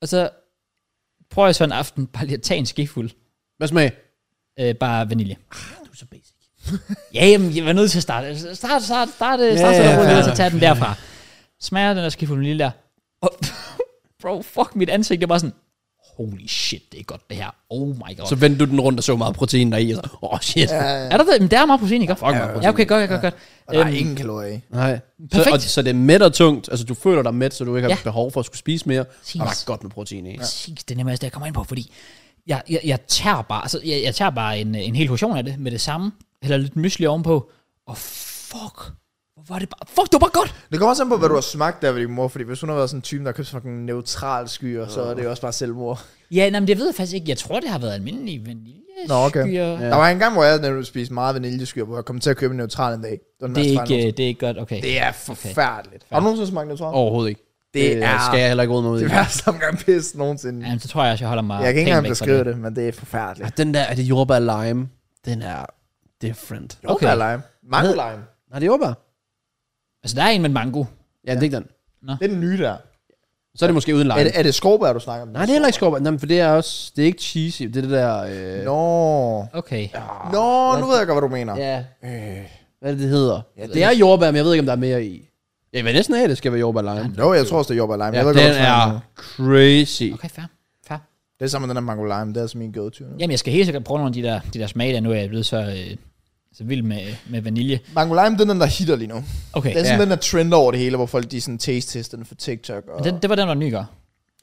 S1: Og så prøver jeg så en aften bare lige at tage en skefuld,
S3: Hvad smag?
S1: øh, bare vanilje. Ah, du er så basic. ja, jamen, jeg var nødt til at starte. Start, start, start, start, yeah, start,
S3: ja,
S1: start,
S3: fair
S1: start, så tager den derfra. Smager den der skefuld vanilje der. Og, bro, fuck mit ansigt, det var sådan, holy shit, det er godt det her. Oh my god.
S3: Så vendte du den rundt og så meget protein der i, og så, åh oh, shit. Ja.
S1: Er der det? Men der er meget protein, ikke? Ja, ja, okay, godt, godt, godt.
S2: Og der er
S1: Øhm,
S2: ingen kalorier i.
S3: Nej. Så,
S1: Perfekt.
S3: og, så det er mæt og tungt, altså du føler dig mæt, så du ikke har
S1: Ja.
S3: behov for at skulle spise mere, og der
S1: Præcis.
S3: er godt med protein i. Ja.
S1: Præcis, det er nemlig også det, jeg kommer ind på, fordi jeg, jeg, jeg tager bare, altså, jeg, jeg tager bare en, en hel portion af det med det samme, hælder lidt mysli ovenpå, og fuck, hvor var det bare, fuck, det var bare godt.
S2: Det kommer også an på, hvad du har smagt der ved din mor, fordi hvis hun har været sådan en type, der har købt sådan fucking neutral skyer, så er det jo også bare selvmord.
S1: Ja, nej, men det ved jeg faktisk ikke, jeg tror, det har været almindelig vanilje.
S2: Nå, okay.
S1: Ja.
S2: Der var en gang, hvor jeg nemlig spiste meget vaniljeskyer, hvor jeg kom til at købe en neutral en dag. Det, var den
S1: Det
S2: værste
S1: er,
S2: fejl, jeg
S1: ikke, øh, det er ikke godt, okay.
S2: Det er forfærdeligt. Okay. Har du nogensinde smagt neutral?
S3: Overhovedet ikke. Øh,
S2: Det er-
S3: skal jeg heller ikke råde mig ud i.
S2: Det værste omgang pis nogensinde.
S1: Jamen, så tror jeg også, jeg holder mig
S2: jeg kan ikke
S1: pænt
S2: engang
S1: væk fra
S2: beskrive det, men det er forfærdeligt.
S3: Ah, Den der, er det jordbær lime? Den er different.
S1: Okay.
S2: Okay. Lime. Mango lime.
S3: Nej, det er jordbær.
S1: Altså, der er en med mango.
S3: Ja, det er ikke den.
S2: Det er den nye der.
S3: Så er det måske uden lime.
S2: Er det, er det skorpær, du snakker om?
S3: Nej, det er heller ikke skorpær. Nej, men for det er også, det er ikke cheesy. Det er det der, øh,
S2: Nå.
S1: Okay.
S2: Ah, Nå, nu ved jeg godt, hvad du mener.
S3: ja, hvad er det, det hedder? Ja, det, det er jordbær, men jeg ved ikke, om der er mere i. Jeg vil næsten have, at det skal være jordbær lime. Ja,
S2: Jo, jeg tror også, det er jordbær lime.
S3: ja,
S2: jeg ved
S3: den
S2: godt, hvad du snakker om
S3: er
S2: nu.
S3: crazy. Okay.
S1: Okay, fair. fair.
S2: Det er sammen med den der mango lime. Det er altså min go-to. nu.
S1: Jamen, jeg skal helt sikkert prøve nogle af de der, de der smage der, nu er jeg blevet så, øh, så vild med, øh, med vanilje.
S2: Mango lime, det er den, der hitter lige nu.
S1: Okay,
S2: Det er sådan
S3: Ja.
S2: den der trend over det hele, hvor folk de sådan taste-tester den for TikTok. Og...
S1: men det, det var den, der var ny, gør.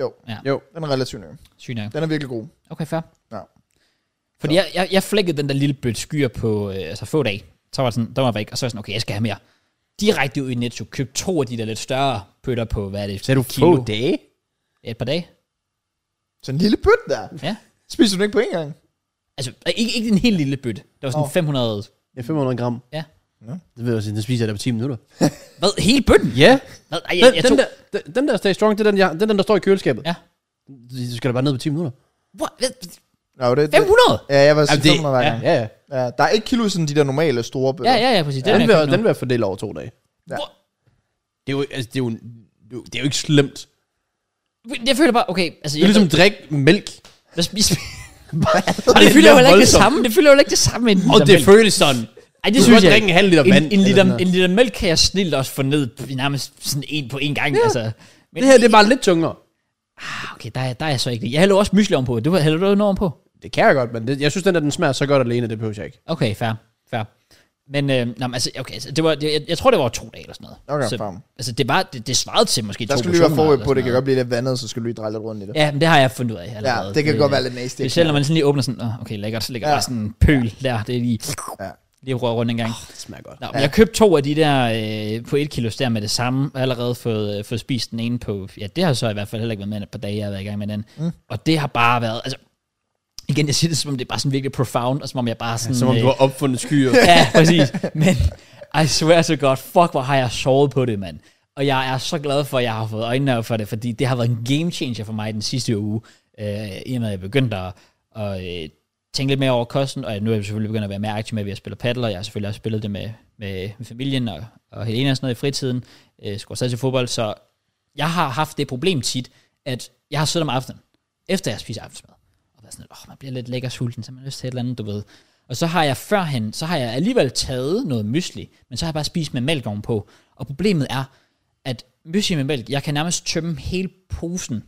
S2: Jo,
S3: Jo,
S2: den er relativt ny.
S1: Sygt nok.
S2: Den er virkelig god.
S1: Okay, fair.
S2: Ja.
S1: Fordi jeg, jeg, jeg flækkede den der lille bødt skyer på øh, altså få dage. Så var jeg sådan, der var jeg væk, og så var jeg sådan, okay, jeg skal have mere. Direkte ud i Netto, køb to af de der lidt større bøtter på, hvad er det,
S3: sagde du få
S1: kilo?
S3: dage?
S1: Et par dage?
S2: Så en lille bøt der.
S1: Ja.
S2: Spiser du den ikke på en gang?
S1: Altså, ikke, ikke en helt lille bøtte. Det var sådan oh.
S2: Nå.
S1: 500...
S3: Ja, 500 gram.
S1: Ja.
S3: Det ved jeg også, den spiser jeg da på 10 minutter.
S1: Hvad? Hele bøtten?
S3: Ja,
S1: Hvad? Ej,
S3: den,
S1: jeg, jeg
S3: den,
S1: tog...
S3: der, den, den der Stay Strong, det er den, jeg, det er den, der står i køleskabet.
S1: Ja.
S3: Du skal da bare ned på 10 minutter.
S1: What? Hvad?
S2: Nå, det, det,
S1: 500?
S2: Ja, jeg var sådan
S3: det-
S2: 500 hver gang.
S3: Ja, ja.
S2: Ja, der er ikke kilo i sådan de der normale store bøtter.
S1: Ja, ja, ja, præcis. Det
S3: Den,
S1: er
S3: den,
S1: jeg
S3: vil,
S1: købt nu.
S3: den vil jeg fordele over to dage.
S2: Ja.
S1: Hvor-
S3: Det er jo, altså, det er jo, det er jo- det er jo ikke slemt.
S1: Jeg føler bare, okay, altså...
S3: Det er
S1: jeg-
S3: ligesom at drikke mælk.
S1: Hvad spiser vi? Og det fylder jo heller ikke det samme. Det fylder jo heller ikke det samme med en
S3: Og
S1: liter
S3: det
S1: mælk.
S3: føles sådan.
S1: Ej, det
S3: Du kan
S1: synes
S3: godt
S1: jeg
S3: drikke
S1: ikke.
S3: en halv liter
S1: en,
S3: vand.
S1: En
S3: eller sådan
S1: liter,
S3: noget.
S1: en liter mælk kan jeg snilt også få ned i nærmest sådan en på en gang. Ja. Altså. Men
S3: Det her, det er bare lidt tungere.
S1: ah, okay, der, er- der er jeg så ikke det. Jeg hælder også mysli ovenpå. Du hælder du noget ovenpå?
S3: Det kan jeg godt, men det, jeg synes, den der, den smager så godt alene, det behøver jeg ikke.
S1: Okay, fair. fair. Men, øh, nå, men altså, okay, altså, det var, det, jeg, jeg, tror, det var to dage eller sådan noget.
S2: Okay,
S1: så,
S2: fair.
S1: Altså, det, var, det, det svarede til måske
S2: Der
S1: to
S2: skal du lige være
S1: portioner
S2: forberedt
S1: eller
S2: på, det
S1: sådan
S2: kan
S1: noget.
S2: godt blive lidt vandet, så skal du lige dreje lidt rundt i det.
S1: Ja, men det har jeg fundet ud af allerede.
S2: Ja, det kan godt være lidt nasty.
S1: Specielt når man sådan lige åbner sådan, "Åh, okay, lækkert, så ligger
S2: Ja.
S1: der sådan en pøl der, det er lige,
S2: Ja.
S1: lige rører rundt en gang.
S3: Det smager godt.
S1: Nå, men jeg købte to af de der øh, på et kilo der med det samme, og allerede fået, øh, fået spist den ene på, ja, det har så i hvert fald heller ikke været med i et par dage, jeg har været i gang med den. Mm. Og det har bare været, altså, igen, jeg siger det, som om det er bare sådan virkelig profound, og som om jeg bare sådan...
S3: Som om
S1: øh,
S3: du har opfundet skyer.
S1: Ja, præcis. Men I swear så godt, fuck, hvor har jeg sovet på det, mand. Og jeg er så glad for, at jeg har fået øjnene op for det, fordi det har været en game changer for mig den sidste uge, øh, i og med at jeg begyndte at, at øh, tænke lidt mere over kosten, og nu er jeg selvfølgelig begyndt at være mere aktiv med, at jeg spiller paddle, og jeg har selvfølgelig også spillet det med, med, med familien og, og Helena og sådan noget i fritiden, øh, skulle stadig til fodbold, så jeg har haft det problem tit, at jeg har siddet om aftenen, efter jeg spiser aftensmad, været sådan, åh, man bliver lidt lækker sulten, så man har lyst til et eller andet, du ved. Og så har jeg førhen, så har jeg alligevel taget noget mysli, men så har jeg bare spist med mælk ovenpå. Og problemet er, at mysli med mælk, jeg kan nærmest tømme hele posen,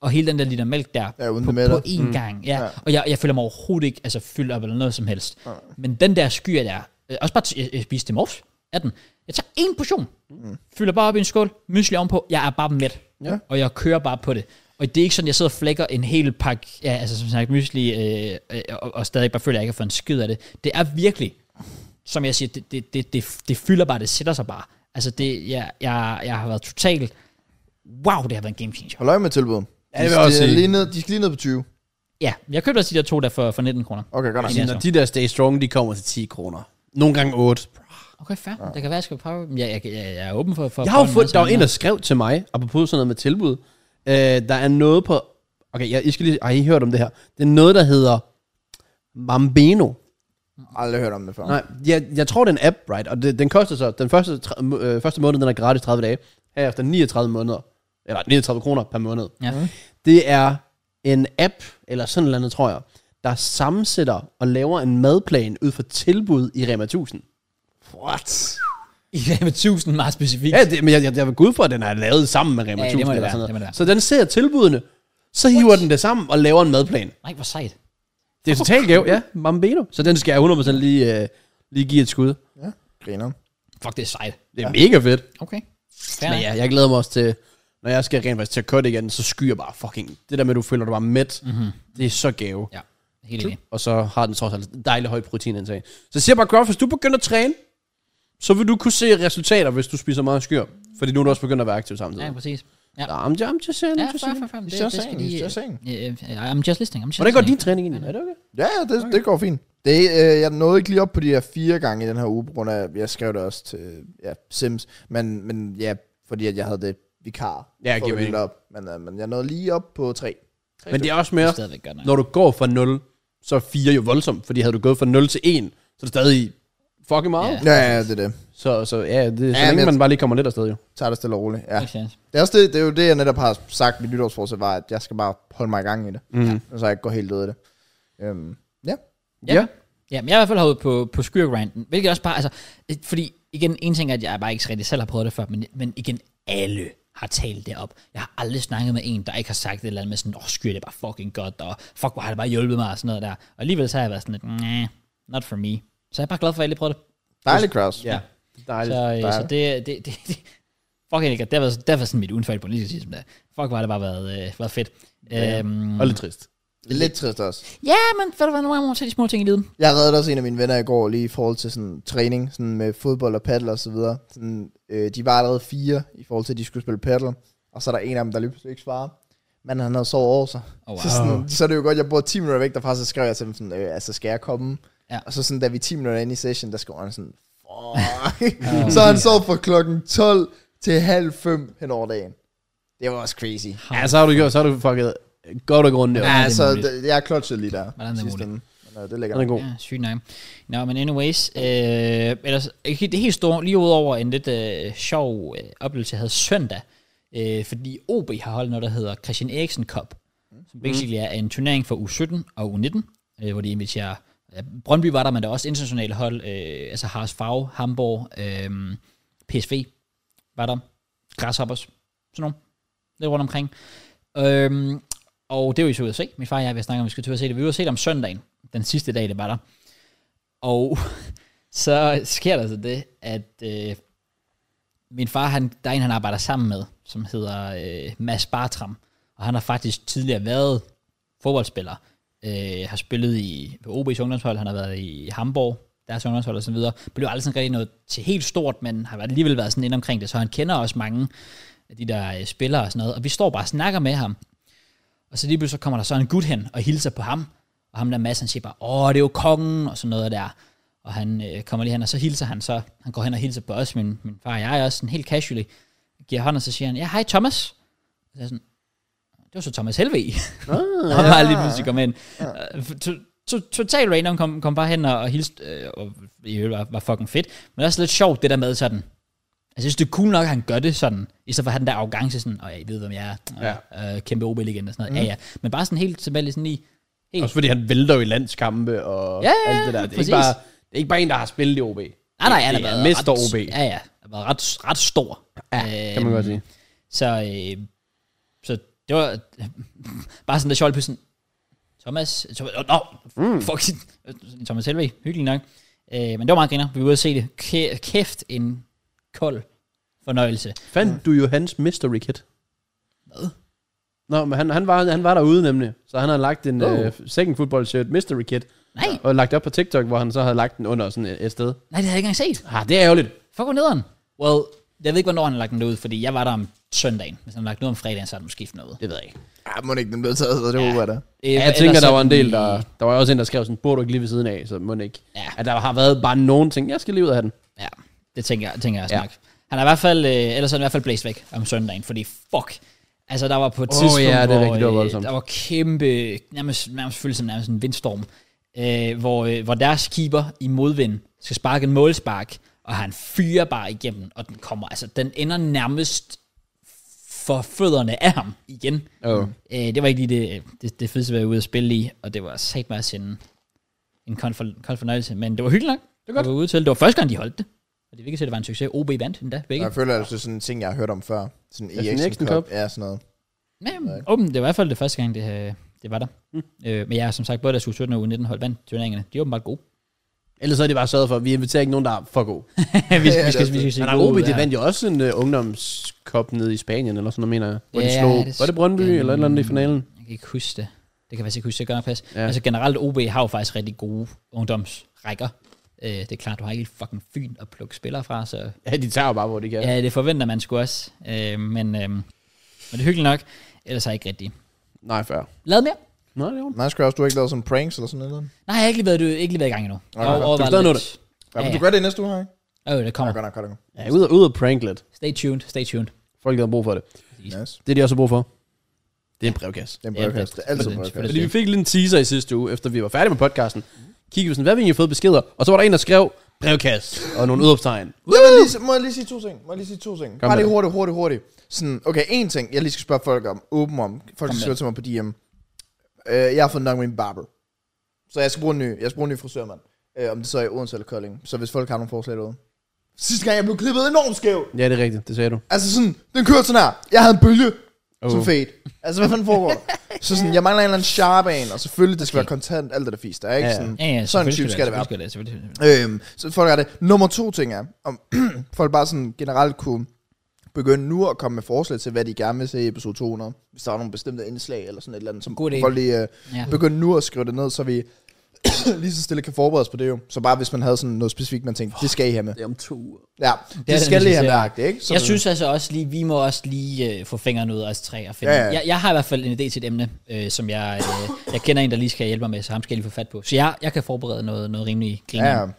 S1: og hele den der liter mælk der,
S2: Ja, uden
S1: på,
S2: det mætter.
S1: på én mm. gang. Ja. ja. Og jeg, jeg føler mig overhovedet ikke altså, fyldt op eller noget som helst. Ja. Men den der sky der, øh, også bare t- jeg, jeg spiste det i morges af den. Jeg tager en portion, mm. fylder bare op i en skål, mysli ovenpå, jeg er bare mæt. Ja. Og jeg kører bare på det. Og det er ikke sådan, jeg sidder og flækker en hel pakke, ja, altså som sagt, mysli, øh, øh, og, og stadig bare føler, at jeg ikke har fået en skid af det. Det er virkelig, som jeg siger, det, det, det, det, det fylder bare, det sætter sig bare. Altså det, jeg, jeg, jeg har været totalt, wow, det har været en game changer.
S2: Hold øje med tilbuddet.
S3: Ja, det vil jeg også
S2: de, er
S3: sige.
S2: lige ned, de skal lige ned på 20.
S1: Ja, jeg købte også de der to der for, for 19 kroner.
S2: Okay, godt nok.
S1: Ja.
S3: Altså, når de der Stay Strong, de kommer til 10 kroner. Nogle gange 8.
S1: Okay, fair. Ja. Det kan være, jeg skal prøve dem. Jeg, jeg, jeg, jeg er åben for... for
S3: Jeg har jo
S1: for
S3: fundet, der var en, der
S1: masse
S3: skrev til mig, apropos sådan noget med tilbud. Øh, der er noget på... Okay, jeg, I skal lige... Ej, I hørt om det her. Det er noget, der hedder Mambeno.
S2: Aldrig hørt om det før.
S3: Nej, jeg, jeg tror, det er en app, right? Og det, den koster så... Den første, tre- må- øh, første måned, den er gratis 30 dage. Herefter 39 måneder. Eller 39 kroner per måned.
S1: andre. Ja.
S3: Det er en app, eller sådan noget andet, tror jeg, der sammensætter og laver en madplan ud fra tilbud i Rema 1000.
S2: What?
S1: I Rema 1000 meget specifikt.
S3: Ja, det, men jeg, jeg, jeg vil gå ud fra, at den er lavet sammen med Rema
S1: Ja,
S3: 1000
S1: det må det
S3: eller
S1: være,
S3: sådan noget.
S1: det må det være.
S3: Så den ser tilbudene, så hiver den det sammen og laver en madplan.
S1: Nej, hvor sejt.
S3: Det er totalt gave, ja. Mambeno. Så den skal jeg 100% lige, øh, lige give et skud.
S2: Griner.
S1: Fuck, det er sejt.
S3: Det er ja. mega fedt.
S1: Okay. Fair
S3: Men
S1: nok.
S3: ja, jeg glæder mig også til, når jeg skal rent faktisk til at cutte igen, så skyer jeg bare fucking. Det der med, at du føler dig bare mæt, mm-hmm. det er så gave.
S1: Mhm. Ja, helt enig.
S3: Og så har den trods alt en dejlig høj proteinindtag. Så jeg siger bare, Groff, hvis du begynder at træne, så vil du kunne se resultater, hvis du spiser meget skyr. Fordi nu er du også begyndt at være aktiv samtidig.
S1: Ja, præcis. Ja.
S3: I'm, I'm just saying,
S1: Ja,
S3: I'm just
S1: fair, fair,
S3: saying.
S1: fair. Det,
S2: It's
S1: det
S2: just
S1: skal
S2: saying,
S1: de...
S2: it's just saying.
S1: Ja, ja, I'm just listening. I'm just
S3: Hvordan går din
S1: listening.
S3: træning egentlig? Er det okay?
S2: Ja, ja, det, okay. det går fint. Det, øh, jeg nåede ikke lige op på de her fire gange i den her uge, på grund af, jeg skrev det også til ja, Sims, men, men ja, fordi at jeg havde det vikar.
S3: Ja, giver
S2: for
S3: mening.
S2: det op. Men, øh, men jeg nåede lige op på tre.
S3: Men det er også mere,
S1: Stadigvæk godt nok.
S3: når du går fra 0, så er 4 jo voldsomt. Fordi havde du gået fra 0 til 1, så er det stadig fucking meget.
S1: Ja.
S3: Yeah.
S2: Ja, ja, det er det.
S3: Så, så ja, det, så
S2: Ja, men
S3: længe
S2: jeg-
S3: man bare lige kommer lidt afsted jo.
S2: Tag det stille og roligt. Ja.
S1: Makes sense.
S2: Det er, også det, det er jo det, jeg netop har sagt mit nytårsforsæt, var, at jeg skal bare holde mig i gang i det.
S3: Mhm.
S2: Mm. Og så jeg ikke går helt ud af det. Øhm, ja.
S1: Ja. Ja, men jeg er i hvert fald herude på, på skyrgrinden, hvilket også bare, altså, øh, fordi igen, en ting er, at jeg bare ikke rigtig selv har prøvet det før, men, men igen, alle har talt det op. Jeg har aldrig snakket med en, der ikke har sagt et eller andet med sådan, åh, oh, skyr, det er bare fucking godt, og fuck, hvor har det bare hjulpet mig, og sådan noget der. Og alligevel så har jeg været sådan lidt, nah, not for me. Så jeg er bare glad for, at jeg lige prøvede det.
S2: Dejlig Kraus.
S3: Ja. Dejligt.
S1: Så, øh,
S2: dejligt.
S1: så det, det, det, det fucking ikke, det har været, det har været sådan mit udenfald på lige som der. Fuck, hvor har det bare været, øh, været fedt. Ja, øhm,
S3: Og lidt trist.
S2: Lidt trist også.
S1: ja men ved du hvad, nogle gange må man tage de små ting i livet.
S2: Jeg reddede også en af mine venner i går lige i forhold til sådan træning sådan med fodbold og paddle og så videre. Sådan, øh, de var allerede fire i forhold til, at de skulle spille paddle. Og så er der en af dem, der lige pludselig ikke svarer. Men han havde sovet over sig.
S1: Oh, wow.
S2: Så, sådan, så er det jo godt, jeg bor 10 minutter væk derfra, så skrev jeg til dem sådan, øh, altså skal jeg komme?
S1: Ja.
S2: Og så sådan, da vi er 10 minutter inde i session, der skrev han sådan, fuck. så han sov fra klokken 12 til halv 5 hen over dagen. Det var også crazy.
S3: Ja, så har du gjort, så har du fucket godt og grundigt. Ja.
S1: er
S2: Ja,
S1: det
S2: så
S1: muligt?
S2: det, jeg er klodset lige der.
S1: Hvordan er det
S2: sidste
S1: muligt?
S2: ende. Men, øh, det ligger
S3: Den er god.
S1: Ja, sygt nok. Nå, men anyways, øh, ellers, ikke det helt store, lige udover en lidt øh, sjov øh, oplevelse, jeg havde søndag, øh, fordi OB har holdt noget, der hedder Christian Eriksen Cup, som
S3: Mhm.
S1: basically er en turnering for U17 og U19, øh, hvor de inviterer, ja, Brøndby var der, men der er også internationale hold, øh, altså Haas Fag, Hamburg, øh, PSV var der, Grasshoppers, sådan nogle, lidt rundt omkring. Øhm, og det var jo så ude at se. Min far og jeg, vi har snakket om, at vi skulle til at se det. Vi var ude at se det om søndagen. Den sidste dag, det var der. Og så sker der så det, at øh, min far, han, der er en, han arbejder sammen med, som hedder øh, Mads Bartram. Og han har faktisk tidligere været fodboldspiller. Øh, har spillet i OB's ungdomshold, han har været i Hamburg, deres ungdomshold og så videre. Blev aldrig sådan rigtig noget til helt stort, men har alligevel været sådan inde omkring det, så han kender også mange af de der øh, spillere og sådan noget. Og vi står bare og snakker med ham, og så lige pludselig så kommer der så en gut hen og hilser på ham. Og ham der Mads, han siger bare, åh, det er jo kongen, og sådan noget der. Og han øh, kommer lige hen, og så hilser han så. Han går hen og hilser på os, min, min far og jeg også, sådan helt casually. Giver hånd, og så siger han, ja, hej Thomas. Og så er jeg sådan, det var så Thomas Helve. Ah, og bare lige pludselig kom ind. Øh, Ja. Total random kom, kom bare hen og, og hilste, øh, og i øvrigt var, var fucking fedt. Men også lidt sjovt, det der med sådan, jeg synes, det er cool nok, at han gør det sådan, i stedet for at have den der Mhm. arrogance sådan, og jeg ved, hvem jeg er, og, ja. øh, kæmpe OB-legende og sådan noget. Mm. Ja, ja. Men bare sådan helt tilbage sådan i, Helt.
S3: Også fordi han vælter jo i landskampe og
S1: Ja, ja,
S3: alt det der. Det er,
S1: præcis.
S3: ikke bare, det er ikke bare en, der har spillet i OB.
S1: Nej, nej, han
S3: Det
S1: har
S3: er
S1: været
S3: Mester
S1: ret-
S3: OB.
S1: Ja, ja. Han har været ret, ret stor. Øh, Ja,
S3: Kan man godt sige.
S1: Så, øh, så det var bare sådan der sjovt på sådan, Thomas, Thomas oh, no, mm. fuck, it. Thomas Helvig, hyggelig nok. Øh, men det var meget griner, vi var ude at se det. Kæ- Kæft en kold fornøjelse.
S3: Fandt du jo hans mystery kit? Hvad? Nå, men han, han, var, han var derude nemlig, så han havde lagt en
S1: Oh.
S3: oh. uh, second football shirt mystery kit,
S1: Nej, ja.
S3: og lagt det op på TikTok, hvor han så havde lagt den under sådan et, et sted.
S1: nej, det havde jeg ikke engang set.
S3: Ah, det er ærgerligt.
S1: Fuck, hvor nederen. Well, jeg ved ikke, hvornår han har lagt den ud, fordi jeg var der om søndagen. Hvis han har lagt den ud om fredagen, så har den måske noget.
S3: Det ved jeg ikke.
S2: Ja, må ikke den blev taget, så det ja. håber jeg da.
S1: Øh,
S3: Ja, jeg
S1: ellers
S3: tænker,
S1: så
S3: der var en
S1: den
S3: del,
S1: i-
S3: der... Der var også en, der skrev sådan, bor du ikke lige ved siden af, så må den ikke...
S1: Ja.
S3: At der har været bare nogen ting, jeg skal lige ud af den.
S1: Ja, det tænker jeg, tænker jeg også ja.
S3: Ja.
S1: nok. Han er i hvert fald, øh, ellers er han i hvert fald blæst væk om søndagen, fordi fuck. Altså, der var på et tidspunkt,
S3: ja, det er
S1: hvor,
S3: rigtigt, det var
S1: øh,
S3: voldsomt.
S1: der var kæmpe, nærmest, nærmest føles som nærmest en vindstorm, øh, hvor, øh, hvor deres keeper i modvind skal sparke en målspark, og han fyrer bare igennem, og den kommer, altså, den ender nærmest for fødderne af ham igen.
S3: Oh.
S1: Øh, det var ikke lige det, det, det fedeste, vi var ude at spille i, og det var sat mig en, en kold, for, kold fornøjelse, men det var hyggeligt nok. Det var, godt. var ude til. Det var første gang, de holdt det. Altså, Og det virkede til, at det var en succes. OB vandt endda, begge.
S2: Jeg føler altså sådan en ting, jeg har hørt om før. Sådan
S3: sådan en
S2: en
S3: Eriksen
S2: Eriksen Cup.
S3: Cup.
S2: Ja, sådan noget.
S1: Men åben, det var i hvert fald det første gang, det, øh, det var der. Mm. Øh, men jeg er som sagt både der 17 og 19 hold vandt turneringerne. De er åbenbart gode.
S3: Ellers er det bare sørget for, at vi inviterer ikke nogen, der er for god.
S1: vi, vi,
S2: det er
S1: skal, vi
S2: også
S1: skal, vi
S2: det.
S1: skal
S3: Men OB, de vandt jo også en uh, ungdomskop nede i Spanien, eller sådan noget, mener jeg. Hvor de
S1: Ja,
S3: slog,
S1: det-
S3: var det Brøndby, eller et eller andet i finalen?
S1: Jeg kan ikke huske det. Det kan faktisk ikke huske, det gør nok pas. Ja.
S3: Ja.
S1: Altså generelt, OB har jo faktisk rigtig gode ungdomsrækker. Øh, det er klart, du har ikke helt fucking fyn at plukke spillere fra, så
S3: Ja, de tager jo bare, hvor de kan. Ja.
S1: Ja, det forventer man sgu også. Øh, men, øh, men det er hyggeligt nok. Ellers har jeg ikke rigtig
S3: Nej, før.
S1: lavet mere.
S3: Nej, det er ondt.
S2: Nej, skal også, du har ikke lavet sådan pranks eller sådan noget?
S1: Nej, jeg har ikke lige været, du, ikke lige været i gang endnu. Jeg
S2: okay.
S1: har overvejet
S3: Du stadig
S1: lidt.
S3: nå det.
S2: Ja,
S1: Ja,
S2: men
S1: ja.
S2: du gør det næste uge, har ikke?
S1: Åh, oh, det
S2: Ja,
S1: kommer.
S2: godt nok, godt nok.
S3: Ja, ud, ud at prank lidt.
S1: Stay tuned, stay tuned.
S3: Folk der har brug for det.
S2: Nice.
S3: Det er de også har brug for. Det er en brevkasse.
S2: Det er en
S1: Ja,
S2: podcast.
S1: det-
S2: Det er altid
S1: det-
S2: en
S1: det-
S2: podcast.
S3: Fordi vi fik lidt en teaser i sidste uge, efter vi var færdige med podcasten. Kiggede vi sådan, hvad vi egentlig har fået beskeder? Og så var der en, der skrev, brevkasse og nogle udopstegn.
S2: Jeg vil lige, må jeg lige sige to ting? Må jeg lige sige to ting? Bare
S3: med
S2: lige
S3: det.
S2: hurtigt, hurtigt, hurtigt. Sådan, okay, en ting, jeg lige skal spørge folk om, åben om. Folk skal
S1: med
S2: skrive til mig på DM. Øh, jeg har fået nok med min barber. Så jeg skal bruge en ny, jeg skal bruge en ny frisørmand. Øh, om det så er i Odense eller Kolding. Så hvis folk har nogle forslag derude. Sidste gang, jeg blev klippet enormt skæv.
S3: Ja, det er rigtigt. Det sagde du.
S2: Altså sådan, den kørte sådan her. Jeg havde en bølge. Oh. Som
S3: Oh.
S2: fade. Altså, hvad fanden foregår der? Så sådan, jeg mangler en eller anden sharp en, og selvfølgelig, det skal være kontant, alt det der fisk, der er ikke
S3: Ja, ja.
S2: sådan,
S1: Ja, ja,
S2: sådan en
S1: selvfølgelig
S2: type skal det være.
S1: selvfølgelig Skal det, selvfølgelig skal det.
S2: Øhm, så folk er det. Nummer to ting er, om folk bare sådan generelt kunne begynde nu at komme med forslag til, hvad de gerne vil se i episode 200. Hvis der er nogle bestemte indslag eller sådan et eller andet, som
S1: God idé.
S2: folk lige øh,
S1: Ja.
S2: ja. begynder nu at skrive det ned, så vi lige så stille kan forberede os på det jo. Så bare hvis man havde sådan noget specifikt, man tænkte, det skal I have med.
S3: Det er om to uger.
S2: Ja, det,
S1: det,
S2: det skal
S1: man
S2: I have
S1: skal
S2: med,
S1: se.
S2: agtigt, ikke?
S1: Jeg synes altså også lige, vi må også lige øh, få fingrene ud af os tre og finde.
S2: Ja, ja.
S1: Jeg, jeg har i hvert fald en idé til et emne, øh, som jeg, øh, jeg kender en, der lige skal hjælpe mig med, så ham skal jeg lige få fat på. Så jeg, jeg kan forberede noget, noget rimelig
S2: Ja,
S1: griner.
S2: ja. Nej,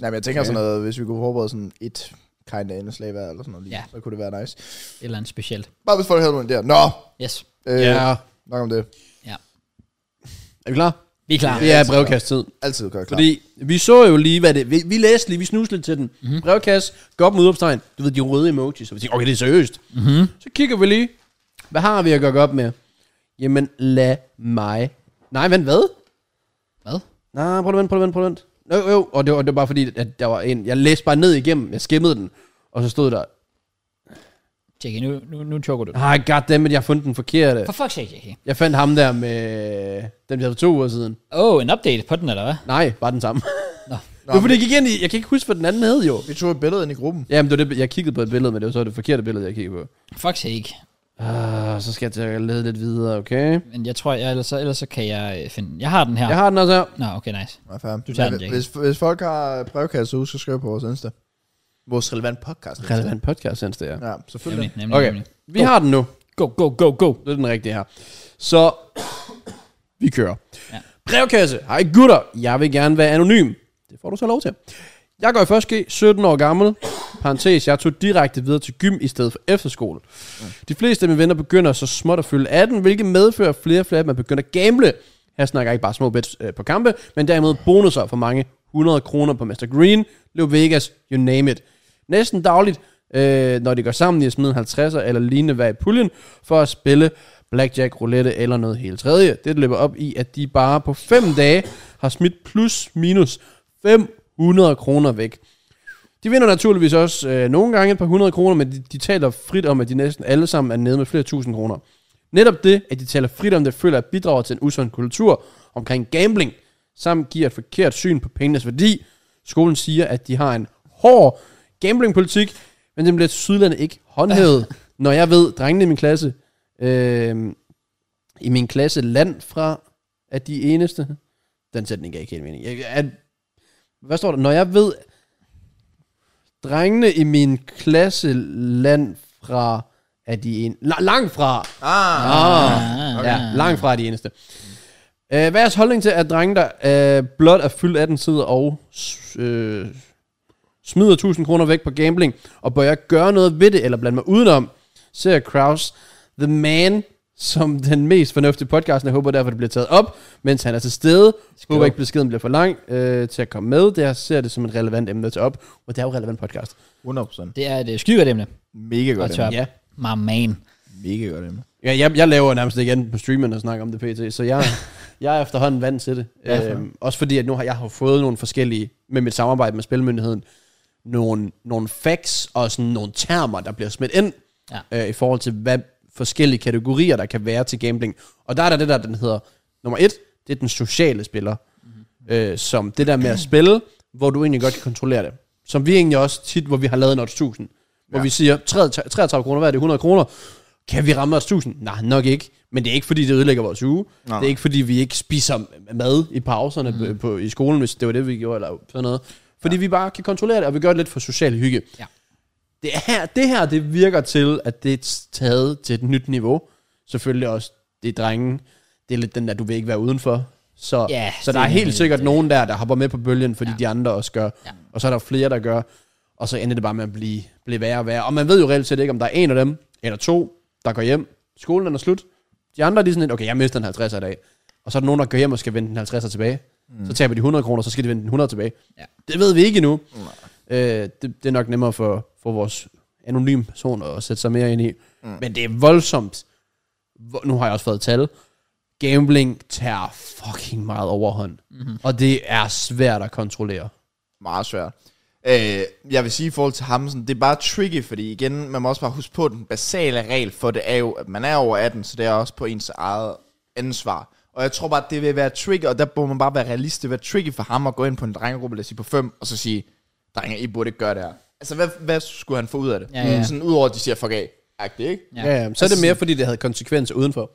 S2: men jeg tænker sådan noget, hvis vi kunne forberede sådan et kind af indslag hver eller sådan noget lige,
S1: Ja.
S2: ja. så kunne det være nice.
S1: Et eller andet specielt.
S2: Bare hvis folk havde nogle der. Nå,
S1: Yes,
S2: øh,
S3: Ja.
S2: ja. nok om det.
S3: Er vi klar?
S1: vi er klar.
S3: Det er brevkastetid.
S2: Altid gør jeg klar.
S3: Fordi vi så jo lige, hvad det... Vi, vi læste lige, vi snuslede lidt til den. Mm-hmm. Brevkasse, gå op med udopstegn. Du ved, de røde emojis. Og vi tænkte, okay, det er seriøst. Mm-hmm. Så kigger vi lige. Hvad har vi at gøre op med? Jamen, lad mig... Nej, vent, hvad?
S1: Hvad?
S3: Nej, prøv at vente, prøv at vente, prøv at vente. Jo, jo, og det var, det var bare fordi, at der var en... Jeg læste bare ned igennem, jeg skimmede den. Og så stod der...
S1: JK, nu, nu, nu choker du.
S3: Ah, goddammit, jeg har fundet den forkerte.
S1: For fuck's sake, JK.
S3: Jeg fandt ham der med... Den vi havde for to uger siden.
S1: Åh, oh, en update på den, eller hvad?
S3: Nej, bare den samme.
S1: Nå.
S3: Nå. Det var fordi, jeg gik ind i... Jeg kan ikke huske, hvad den anden hed, jo.
S2: Vi tog et billede ind i gruppen.
S3: Jamen, det var det, jeg kiggede på et billede, men det var så det forkerte billede, jeg kiggede på.
S1: Fuck sake.
S3: Ah, så skal jeg til at lede lidt videre, okay?
S1: Men jeg tror, jeg, ellers, så- ellers så kan jeg øh, finde den. Jeg har den her.
S3: Jeg har den altså. også her.
S1: Nå, okay, nice.
S2: Nej, fanden.
S1: Du tager
S2: Men
S1: den, Jacob.
S2: hvis, hvis folk har brevkasse, så husk at skrive på vores Insta. Vores relevant podcast. Insta.
S3: Relevant podcast, synes det er.
S2: Ja, selvfølgelig.
S1: Nemlig, nemlig,
S3: Okay,
S1: nemlig.
S3: vi har den nu.
S1: Go, go, go, go.
S3: Det er den rigtige her. Så, vi kører.
S1: Ja.
S3: Ja. Brevkasse. Hej gutter, jeg vil gerne være anonym. Det får du så lov til. Jeg går i første G, 17 år gammel. Parentes, jeg tog direkte videre til gym i stedet for efterskole. De fleste af mine venner begynder så småt at fylde 18, hvilket medfører at flere og flere, at man begynder at gamble. Her snakker jeg ikke bare små bets øh, på kampe, men derimod bonusser for mange 100 kroner på Mr. Green, Las Vegas, you name it. Næsten dagligt, øh, når de går sammen i at smide en 50'er eller lignende hver i puljen, for at spille blackjack, roulette eller noget helt tredje. Det løber op i, at de bare på 5 dage har smidt plus minus 500 kroner væk. De vinder naturligvis også øh, nogle gange et par hundrede kroner, men de, de taler frit om, at de næsten alle sammen er nede med flere tusind kroner. Netop det, at de taler frit om det, føler at bidrager til en usund kultur omkring gambling, samt giver et forkert syn på pengenes værdi. Skolen siger, at de har en hård gamblingpolitik, men den bliver til sydlandet ikke håndhævet. Når jeg ved, drengene i min klasse, øh, i min klasse land fra, at de eneste... Den sætning gav ikke helt mening. Jeg, at, hvad står der? Når jeg ved, drengene i min klasse land fra, at de en... La- langt fra,
S2: Ah,
S3: Ah, okay. ja, langt fra de eneste. Uh, hvad er jeres holdning til, at drenge, der uh, blot er fyldt 18 sider og uh, smider 1000 kroner væk på gambling, og bør jeg gøre noget ved det, eller blande mig udenom, ser Kraus The Man som den mest fornuftige podcast, jeg håber derfor, det bliver taget op, mens han er til stede. Skal håber ikke, beskeden bliver for lang øh, til at komme med. Det her ser det som et relevant emne at tage op, og det er jo et relevant podcast.
S2: 100%.
S1: Det er et øh, skydegodt emne.
S2: Mega
S1: Og
S2: godt
S1: tør.
S2: emne.
S1: Ja. My man.
S2: Mega godt emne.
S3: Ja, jeg, jeg laver nærmest ikke andet på streamen og snakker om det pt. Så jeg, jeg er efterhånden vant til det. Ja, øhm, også fordi, at nu har jeg har fået nogle forskellige, med mit samarbejde med Spilmyndigheden, nogle, nogle facts og sådan nogle termer, der bliver smidt ind, ja. øh, i forhold til, hvad forskellige kategorier, der kan være til gambling. Og der er der det der, den hedder, nummer et, det er den sociale spiller. Mm-hmm. Øh, som det der med at spille, hvor du egentlig godt kan kontrollere det. Som vi egentlig også tit, hvor vi har lavet en 1000 hvor ja. vi siger, 33 33 kroner, hvad er det, 100 kroner? Kan vi ramme os 1000? Nej, nok ikke. Men det er ikke, fordi det ødelægger vores uge. Nej. Det er ikke, fordi vi ikke spiser mad i pauserne mm. på, i skolen, hvis det var det, vi gjorde, eller sådan noget. Fordi ja. vi bare kan kontrollere det, og vi gør det lidt for social hygge.
S1: Ja.
S3: Det, her, det her, det virker til, at det er taget til et nyt niveau. Selvfølgelig også, det er drengen. Det er lidt den der, du vil ikke være udenfor. Så,
S1: Ja,
S3: så der
S1: det
S3: er
S1: er
S3: helt
S1: lidt
S3: sikkert
S1: det.
S3: nogen der, der hopper med på bølgen, fordi ja.
S1: Ja.
S3: de andre også gør. Ja. Og så er der flere, der gør. Og så ender det bare med at blive, blive værre og værre. Og man ved jo reelt set ikke, om der er en af dem, eller to, der går hjem. Skolen den er slut. De andre de er sådan lidt, okay, jeg mister en 50'er i dag. Og så er der nogen, der går hjem og skal vende den 50'er tilbage. Mm. Så taber de 100 kroner, så skal de vende den 100 tilbage.
S1: Ja.
S3: Det ved vi ikke endnu. Øh, det, det er nok nemmere for, for vores anonyme person at sætte sig mere ind i. Mm. Men det er voldsomt. Vo- Nu har jeg også fået tal. Gambling tager fucking meget overhånd. Mm-hmm. Og det er svært at kontrollere.
S2: meget svært. Øh, jeg vil sige i forhold til ham, sådan, det er bare tricky, fordi igen, man må også bare huske på, at den basale regel for det er jo, at man er over 18, så det er også på ens eget ansvar. Og jeg tror bare, at det vil være tricky, og der må man bare være realist. Det vil være tricky for ham at gå ind på en drengegruppe, lad os sige på 5, og så sige, drenge, I burde ikke gøre det her. Altså, hvad, hvad skulle han få ud af det?
S1: Ja, ja.
S2: Sådan udover, at de siger, fuck af. Agtigt, ikke?
S1: Ja.
S3: Ja, ja. Så er det mere, fordi det havde konsekvenser udenfor.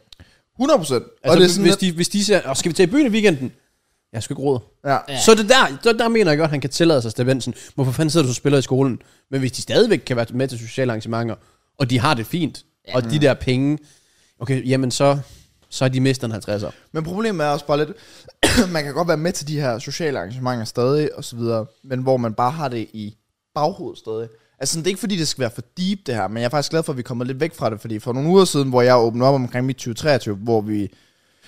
S2: 100 procent.
S3: Altså, og det er sådan, hvis, de, hvis de siger, "Åh, skal vi tage i byen i weekenden? Jeg skal ikke råd.
S2: ja.
S3: Ja. Så det der, så der mener jeg godt, han kan tillade sig Stevensen. Hvorfor fanden sidder du og spiller i skolen? Men hvis de stadigvæk kan være med til sociale arrangementer, og de har det fint, ja. og de der penge, okay, jamen så, så er de mister en 50'er.
S2: Men problemet er også bare lidt, man kan godt være med til de her sociale arrangementer stadig og så videre, men hvor man bare har det i baghovedet stadig. Altså sådan, det er ikke fordi, det skal være for deep det her, men jeg er faktisk glad for, at vi kommer lidt væk fra det, fordi for nogle uger siden, hvor jeg åbnede op omkring mit 2023, hvor vi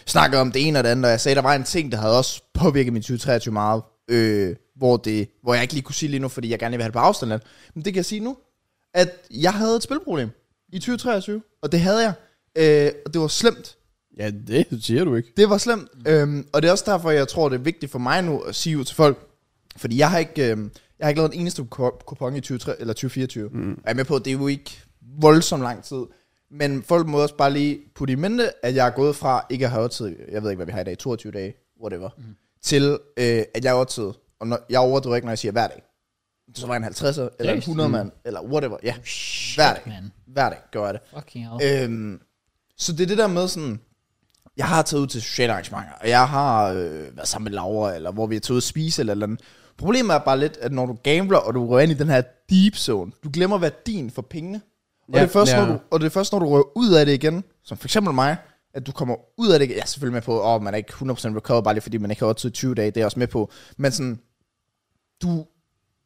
S2: snakkede om det ene og det andet, og jeg sagde, at der var en ting, der havde også påvirket min 2023 meget, øh, hvor, det, hvor jeg ikke lige kunne sige lige nu, fordi jeg gerne vil have det på afstand lidt. Men det kan jeg sige nu, at jeg havde et spilproblem i 2023, og det havde jeg, øh, og det var slemt.
S3: Ja, det siger du ikke.
S2: Det var slemt,
S1: Mhm.
S2: øhm, og det er også derfor, jeg tror, det er vigtigt for mig nu at sige ud til folk, fordi jeg har ikke, øhm, jeg har ikke lavet en eneste ku- kupon i 20, eller 2024.
S1: Mhm.
S2: Mm. Jeg er med på, at det er jo ikke voldsomt lang tid, men folk må også bare lige putte i mente, at jeg er gået fra ikke at have overtid, jeg ved ikke, hvad vi har i dag, 22 dage, whatever,
S1: Mhm.
S2: mm. til øh, at jeg er overtid, og når, jeg overdriver ikke, når jeg siger hver dag. Så var jeg en 50'er, eller en
S1: Seriøst? Mm. Oh,
S2: 100 mand, eller whatever, ja, hver dag,
S1: man.
S2: hver dag gør jeg det.
S1: Fucking hell.
S2: Øhm, så det er det der med sådan, jeg har taget ud til sociale arrangementer, og jeg har øh, været sammen med Laura, eller hvor vi er taget ud at spise, eller, eller andet. Problemet er bare lidt, at når du gambler, og du rører ind i den her deep zone, du glemmer værdien for pengene. Og,
S3: Ja,
S2: det er først,
S3: ja.
S2: når du, og det er først, når du rører ud af det igen, som for eksempel mig, at du kommer ud af det igen. Jeg er selvfølgelig med på, at oh, man er ikke 100% recover, bare lige fordi man ikke har været i 20 dage, det er jeg også med på. Men sådan, du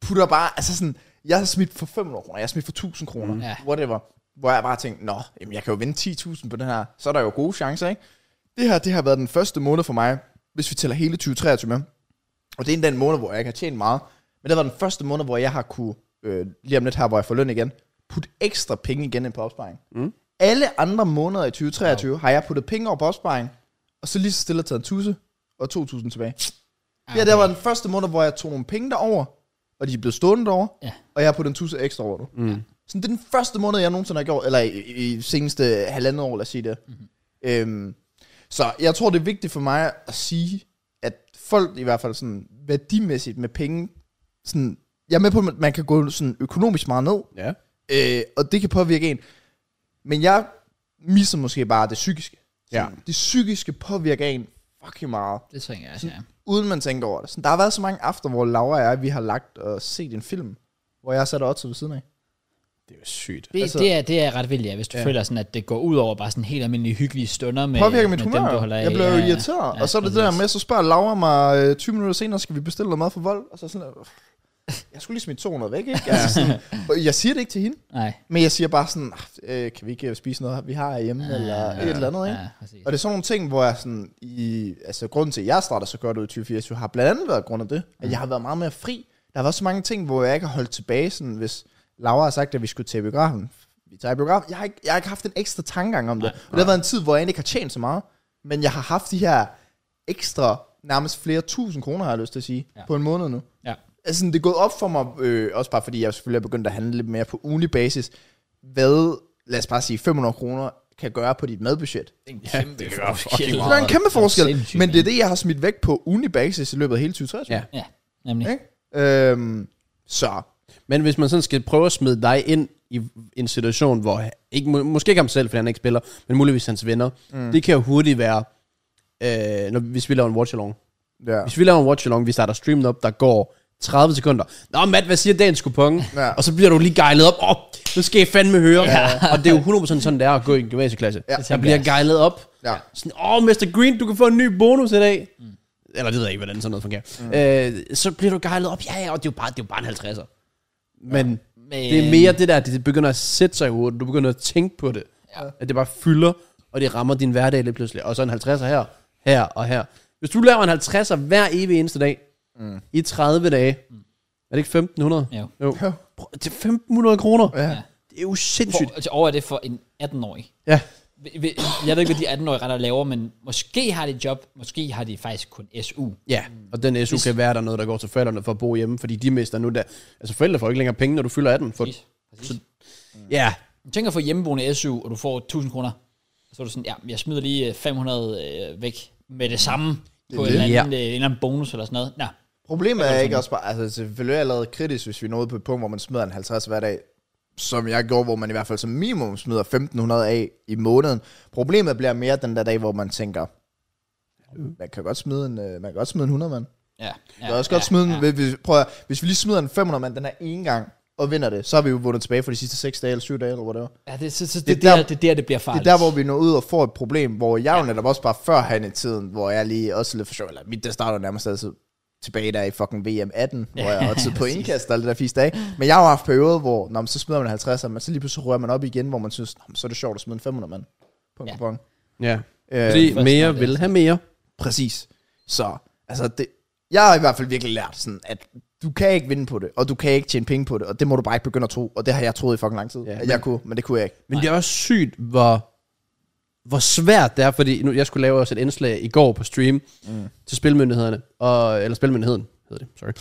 S2: putter bare, altså sådan, jeg har smidt for 500 kroner, jeg har smidt for 1000 kroner,
S1: Ja.
S2: mm. whatever. Hvor jeg bare tænkte, nå, jamen jeg kan jo vinde 10.000 på den her, så er der jo gode chancer, ikke? Det her, det har været den første måned for mig, hvis vi tæller hele 2023 med. Og det er endda en måned, hvor jeg ikke har tjent meget. Men det har været den første måned, hvor jeg har kunne, øh, lige om lidt her, hvor jeg får løn igen, putte ekstra penge igen ind på opsparing. Mm. alle andre måneder i 2023 wow. har jeg puttet penge over på opsparing, og så lige så stille taget en tusse og 2.000 tilbage. Okay. Ja, det var den første måned, hvor jeg tog nogle penge derover, og de blev stående derover,
S1: Ja.
S2: og jeg har puttet en tusse ekstra over nu. Mm. Sådan, det er den første måned, jeg nogensinde har gjort, eller i, i, i seneste halvandet år, lad os sige det. Mm-hmm. Øhm, så jeg tror, det er vigtigt for mig at sige, at folk i hvert fald sådan værdimæssigt med penge, sådan, jeg er med på, at man kan gå sådan økonomisk meget ned,
S3: Ja.
S2: Øh, og det kan påvirke en. Men jeg misser måske bare det psykiske.
S3: Ja.
S2: Det psykiske påvirker en fucking meget.
S1: Det tænker jeg også, ja.
S2: Uden man tænker over det. Sådan, der har været så mange aftener, hvor Laura og jeg, vi har lagt og set en film, hvor jeg satte Otto ved siden af.
S3: Det er jo sygt.
S1: Det, altså,
S2: Altså-
S1: det, er, det er ret vildt, ja, hvis du ja. føler sådan, at det går ud over bare sådan helt almindelige hyggelige stunder med,
S2: Påvirker
S1: med
S2: mit humør.
S1: du holder af.
S2: jeg blev
S1: Ja,
S2: jo
S1: ja.
S2: irriteret.
S1: Ja,
S2: og så er det det der
S1: præcis.
S2: med, så spørger Laura mig øh, 20 minutter senere, skal vi bestille noget mad for vold? Og så sådan, øh, jeg skulle lige smide 200 væk, ikke? Altså, sådan, og jeg siger det ikke til hende,
S1: Nej.
S2: men jeg siger bare sådan, øh, kan vi ikke spise noget, vi har hjemme, eller et eller andet, ikke?
S1: Ja, præcis.
S2: Og det er sådan nogle ting, hvor jeg sådan, i, altså grunden til, at jeg starter så godt ud i 2024, har blandt andet været grund af det, at jeg har været meget mere fri. Der har været så mange ting, hvor jeg ikke har holdt tilbage, sådan hvis Laura har sagt, at vi skulle til biografen. Vi tager i biografen. Jeg har ikke, jeg har ikke haft en ekstra tankegang om det. Nej, og det har været en tid, hvor jeg egentlig ikke har tjent så meget, men jeg har haft de her ekstra, nærmest flere tusind kroner, har jeg lyst til at sige, ja. på en måned nu.
S1: Ja.
S2: Altså, sådan, det er gået op for mig, øh, også bare fordi jeg selvfølgelig er begyndt at handle lidt mere på ugenlig basis, hvad, lad os bare sige, 500 kroner kan gøre på dit madbudget.
S1: Ja, det gør
S2: Det er en kæmpe forskel,
S1: sindssygt,
S2: men det er det, jeg har smidt væk på ugenlig basis i løbet af hele 2023.
S3: Ja.
S1: Ja, nemlig.
S2: Ikke? Øhm, så,
S3: Men hvis man sådan skal prøve at smide dig ind i en situation, hvor ikke, må- måske ikke ham selv, for han ikke spiller, men muligvis hans venner, mm. det kan jo hurtigt være, øh, når, hvis vi laver en watch-along.
S2: ja.
S3: Hvis vi laver en watch-along, vi starter streamen op, der går 30 sekunder. Nå, Matt, hvad siger dagens kupon?
S2: Ja.
S3: Ja. Og så bliver du lige gejlet op. Åh, nu skal I fandme høre. Ja. Og det er jo 100% sådan, det er at gå i en gymnasieklasse.
S2: Ja.
S3: Ja.
S2: Det
S3: Der bliver gejlet op.
S2: Ja.
S3: Sådan, åh, Mr. Green, du kan få en ny bonus i dag. Mm. Eller det ved jeg ikke, hvordan sådan noget fungerer. Mm. Øh, så bliver du gejlet op. Ja, ja, og det er jo bare, det er jo bare en 50'er. Men
S1: Men,
S3: det er mere det der, at det begynder at sætte sig i hovedet. Du begynder at tænke på det. Ja. At det bare fylder, og det rammer din hverdag lidt pludselig. Og så en 50'er her, her og her. Hvis du laver en 50'er hver evig eneste dag, mm. i 30 dage, mm. er det ikke 1500?
S1: Jo.
S2: Jo.
S3: Prøv, det er 1500 kroner. Ja.
S2: Ja.
S3: Det er jo sindssygt.
S1: For, altså, over er det for en 18-årig.
S3: Ja.
S1: Vi- vi- Jeg ved ikke, hvad de 18-årige retter laver, men måske har de et job, måske har de faktisk kun SU.
S3: Ja, og den SU kan være, der er noget, der går til forældrene for at bo hjemme, fordi de mister nu der... Altså forældre får ikke længere penge, når du fylder 18. For,
S1: Præcis. Præcis.
S3: ja,
S1: Så, tænk at få hjemmeboende SU, og du får 1000 kroner. Så er du sådan, ja, jeg smider lige øh, 500 øh, væk med det samme det på en
S2: det.
S1: eller, anden, øh, en eller anden bonus eller sådan noget. Nå,
S2: Problemet er ikke også bare, altså selvfølgelig er jeg allerede kritisk, hvis vi nåede på et punkt, hvor man smider en 50 hver dag, som jeg gjorde, hvor man i hvert fald som minimum smider 1500 af i måneden. Problemet bliver mere den der dag, hvor man tænker, man kan godt smide en, øh, man kan godt smide en 100 mand.
S1: ja.
S2: Man kan også godt smide en, hvis, hvis- prøv at, hvis vi lige smider en 500 mand den her ene gang, og vinder det, så har vi jo vundet tilbage for de sidste 6 dage eller 7 dage, eller hvad det var.
S1: Ja, det, så, så det,
S2: Det er
S1: det, der,
S2: der-
S1: der, det er der, det bliver
S2: Det
S1: farligt.
S2: er der, hvor vi når ud og får et problem, hvor jeg jo netop også bare førhen i tiden, hvor jeg lige også lidt for sjov, eller mit, der starter jo nærmest altid tilbage der i fucking VM 18, hvor jeg også på indkast og alt det der fisk af. Men jeg har jo haft perioder, hvor når man så smider man 50, men så lige pludselig rører man op igen, hvor man synes, "Nå, men så er det sjovt at smide en 500 mand på en
S1: Ja.
S2: kupon.
S3: ja.
S2: Øh,
S3: Fordi
S1: først
S3: mere
S1: når det er
S3: vil have mere.
S2: Præcis. Så, altså det, jeg har i hvert fald virkelig lært sådan, at du kan ikke vinde på det, og du kan ikke tjene penge på det, og det må du bare ikke begynde at tro, og det har jeg troet i fucking lang tid,
S3: Ja,
S2: ja, at
S3: men-
S2: jeg kunne, men det kunne jeg ikke.
S3: Men det er også sygt, hvor, hvor svært det er, fordi nu, jeg skulle lave også et indslag i går på stream mm. til Spilmyndighederne, og, eller Spilmyndigheden hedder det, sorry.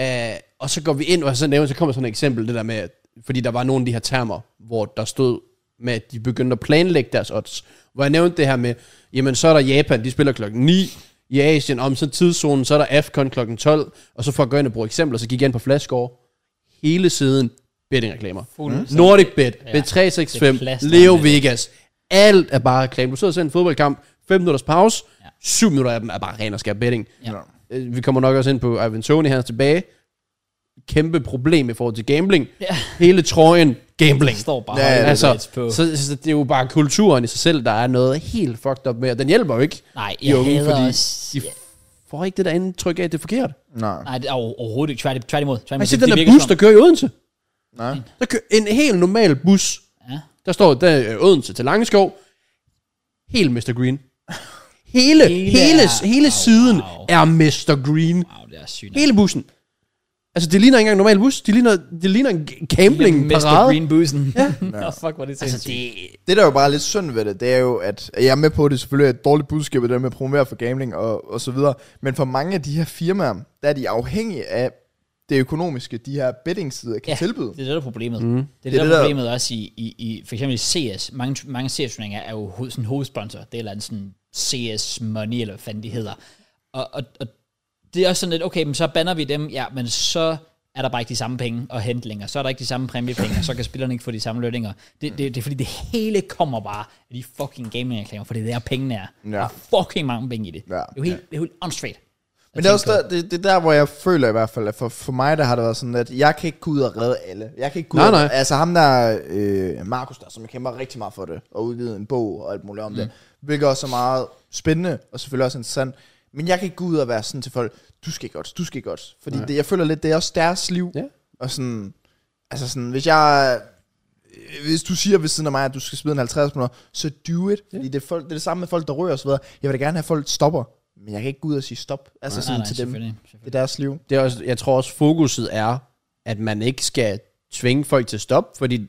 S3: Uh, og så går vi ind, og så, nævner, så kommer sådan et eksempel, det der med, at- fordi der var nogle af de her termer, hvor der stod med, at de begyndte at planlægge deres odds. Hvor jeg nævnte det her med, jamen så er der Japan, de spiller klokken 9 i Asien, om så tidszonen, så er der AFCON klokken 12, og så for at gå ind og bruge eksempler, så gik jeg ind på Flashscore, hele siden bettingreklamer.
S1: Fuldstændig.
S3: Nordic Bet,
S1: Ja. Det er
S3: Bet365,
S1: plaster
S3: Leo
S1: med det.
S3: Vegas. Alt er bare reklame. Du sidder og ser en fodboldkamp, 5 minutters pause,
S1: Ja.
S3: 7 minutter af dem er bare ren og skær betting.
S1: Ja.
S3: Øh, Vi kommer nok også ind på Ivan Tony her tilbage. Kæmpe problem i forhold til gambling.
S1: Ja.
S3: Hele trøjen, gambling.
S1: Det står bare
S2: Ja,
S1: ja,
S2: ja,
S1: ja,
S3: Altså,
S1: på.
S3: så, så det er jo bare kulturen i sig selv, der er noget helt fucked up med, og den hjælper jo ikke.
S1: Nej,
S3: de
S1: jeg
S3: unge,
S1: hader
S3: fordi
S1: også-
S3: de får ikke det der indtryk af, at det er forkert.
S2: Nej.
S1: Nej, det er over- overhovedet ikke. Tvært- Tværtimod. tværtimod.
S3: Man
S1: Det-
S3: siger, den
S1: det
S3: der
S1: virker
S3: bus,
S1: som
S3: der
S1: om-
S3: kører i Odense.
S2: Nej.
S3: Der kører en helt normal bus.
S1: Ja.
S3: Der står der øh, Odense til Langeskov. Helt Mr. Green. Hele, hele,
S1: Hele
S3: hele,
S1: er-
S3: hele
S1: Au,
S3: siden
S1: au.
S3: er Mr. Green.
S1: Wow, det er sygt.
S3: Hele bussen. Altså, det ligner ikke engang en normal bus. Det ligner, det ligner en g-
S1: Mr.
S3: campingparade.
S1: Green Boosen. Ja.
S2: Ja.
S1: fuck, hvor er det
S3: Altså,
S1: sindssygt.
S3: det,
S2: Det, der er jo bare er lidt synd ved det, det er jo, at jeg er med på, at det selvfølgelig er et dårligt budskab, det der med at promovere for gambling og, og så videre. Men for mange af de her firmaer, der er de afhængige af det økonomiske, de her betting-sider kan
S1: Ja,
S2: ja. tilbyde.
S1: Det er det, der er problemet. Mm. Det er det,
S2: er
S1: der
S2: det, der-
S1: er problemet også i, i, i, for eksempel i CS. Mange, mange CS-turneringer er jo hoved, sådan hovedsponsor. Det er et eller andet sådan CS Money, eller hvad fanden de hedder. Og, og, og det er også sådan lidt, okay, men så banner vi dem, ja, men så er der bare ikke de samme penge og hentlinger, så er der ikke de samme præmiepenge, og så kan spillerne ikke få de samme lønninger. Det, det, det er fordi, det hele kommer bare af de fucking gaming-reklamer, for det er der pengene er.
S2: Ja.
S1: Der er fucking mange penge i det.
S2: Ja.
S1: Det er jo helt, det er jo helt åndssvagt.
S2: Men det er også der, det, det er der, hvor jeg føler i hvert fald, at for, for mig der har det været sådan, at jeg kan ikke gå ud og redde alle. Jeg kan ikke gå
S3: Nej,
S2: ud og-
S3: nej.
S2: Altså ham der, øh, Markus der, som jeg kæmper rigtig meget for det, og udgivet en bog og alt muligt om mm. det, hvilket også er meget spændende, og selvfølgelig også interessant. Men jeg kan ikke gå ud og være sådan til folk, du skal ikke odds, du skal ikke odds. Fordi det, jeg føler lidt, det er også deres liv.
S3: Ja.
S2: Og sådan, altså sådan, hvis jeg hvis du siger ved siden af mig, at du skal smide en 50 minutter, så do it. Fordi det er, folk, det er det samme med folk, der rører osv. Jeg vil da gerne have, at folk stopper, men jeg kan ikke gå ud og sige stop. Altså nej, sådan nej, til dem.
S1: selvfølgelig.
S2: Det er deres liv.
S3: det er også, jeg tror også, fokuset er, at man ikke skal tvinge folk til stop, fordi,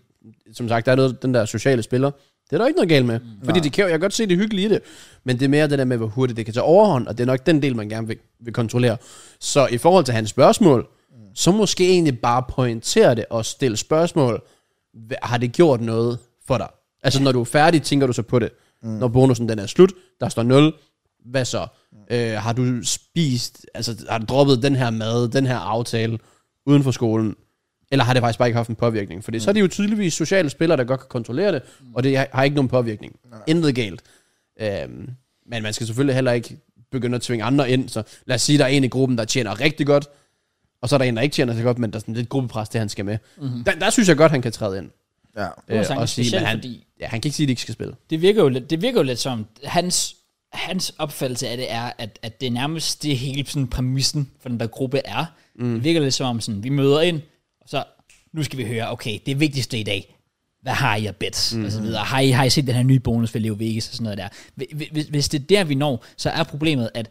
S3: som sagt, der er noget, den der sociale spiller, det er der ikke noget galt med. Mm, fordi det kan, jo- jeg kan godt se det hyggelige i det, men det er mere det der med, hvor hurtigt det kan tage overhånd, og det er nok den del, man gerne vil, vil kontrollere. Så i forhold til hans spørgsmål, så måske egentlig bare pointere det og stille spørgsmål. Hva- Har det gjort noget for dig? Altså, når du er færdig, tænker du så på det. Mm. Når bonusen den er slut, der står 0, hvad så? Øh, har du spist, altså har du droppet den her mad, den her aftale uden for skolen? Eller har det faktisk bare ikke haft en påvirkning? For mm. så er det jo tydeligvis sociale spillere, der godt kan kontrollere det, og det har- har ikke nogen påvirkning. Intet galt. Øhm, men man skal selvfølgelig heller ikke begynde at tvinge andre ind. Så lad os sige, der er en i gruppen, der tjener rigtig godt, og så er der en, der ikke tjener så godt, men der er sådan lidt gruppepres, det han skal med. Mm-hmm. Der, der synes jeg godt, han kan træde ind.
S2: Ja.
S1: Det var sagtens specielt,
S3: men han,
S1: fordi-
S3: ja, han kan ikke sige, at de ikke skal spille.
S1: det virker jo lidt, det virker jo lidt som, hans, hans opfattelse af det er, at, at det er nærmest det hele sådan præmissen for den der gruppe er. Mm. Det virker lidt som om, sådan, vi møder ind, og så nu skal vi høre, okay, det vigtigste i dag, hvad har I at bet? Mm. Og
S3: Mhm.
S1: så videre. Har, I, har I set den her nye bonus ved Leo Vegas og sådan noget der? Hvi- Hvis, hvis det er der, vi når, så er problemet, at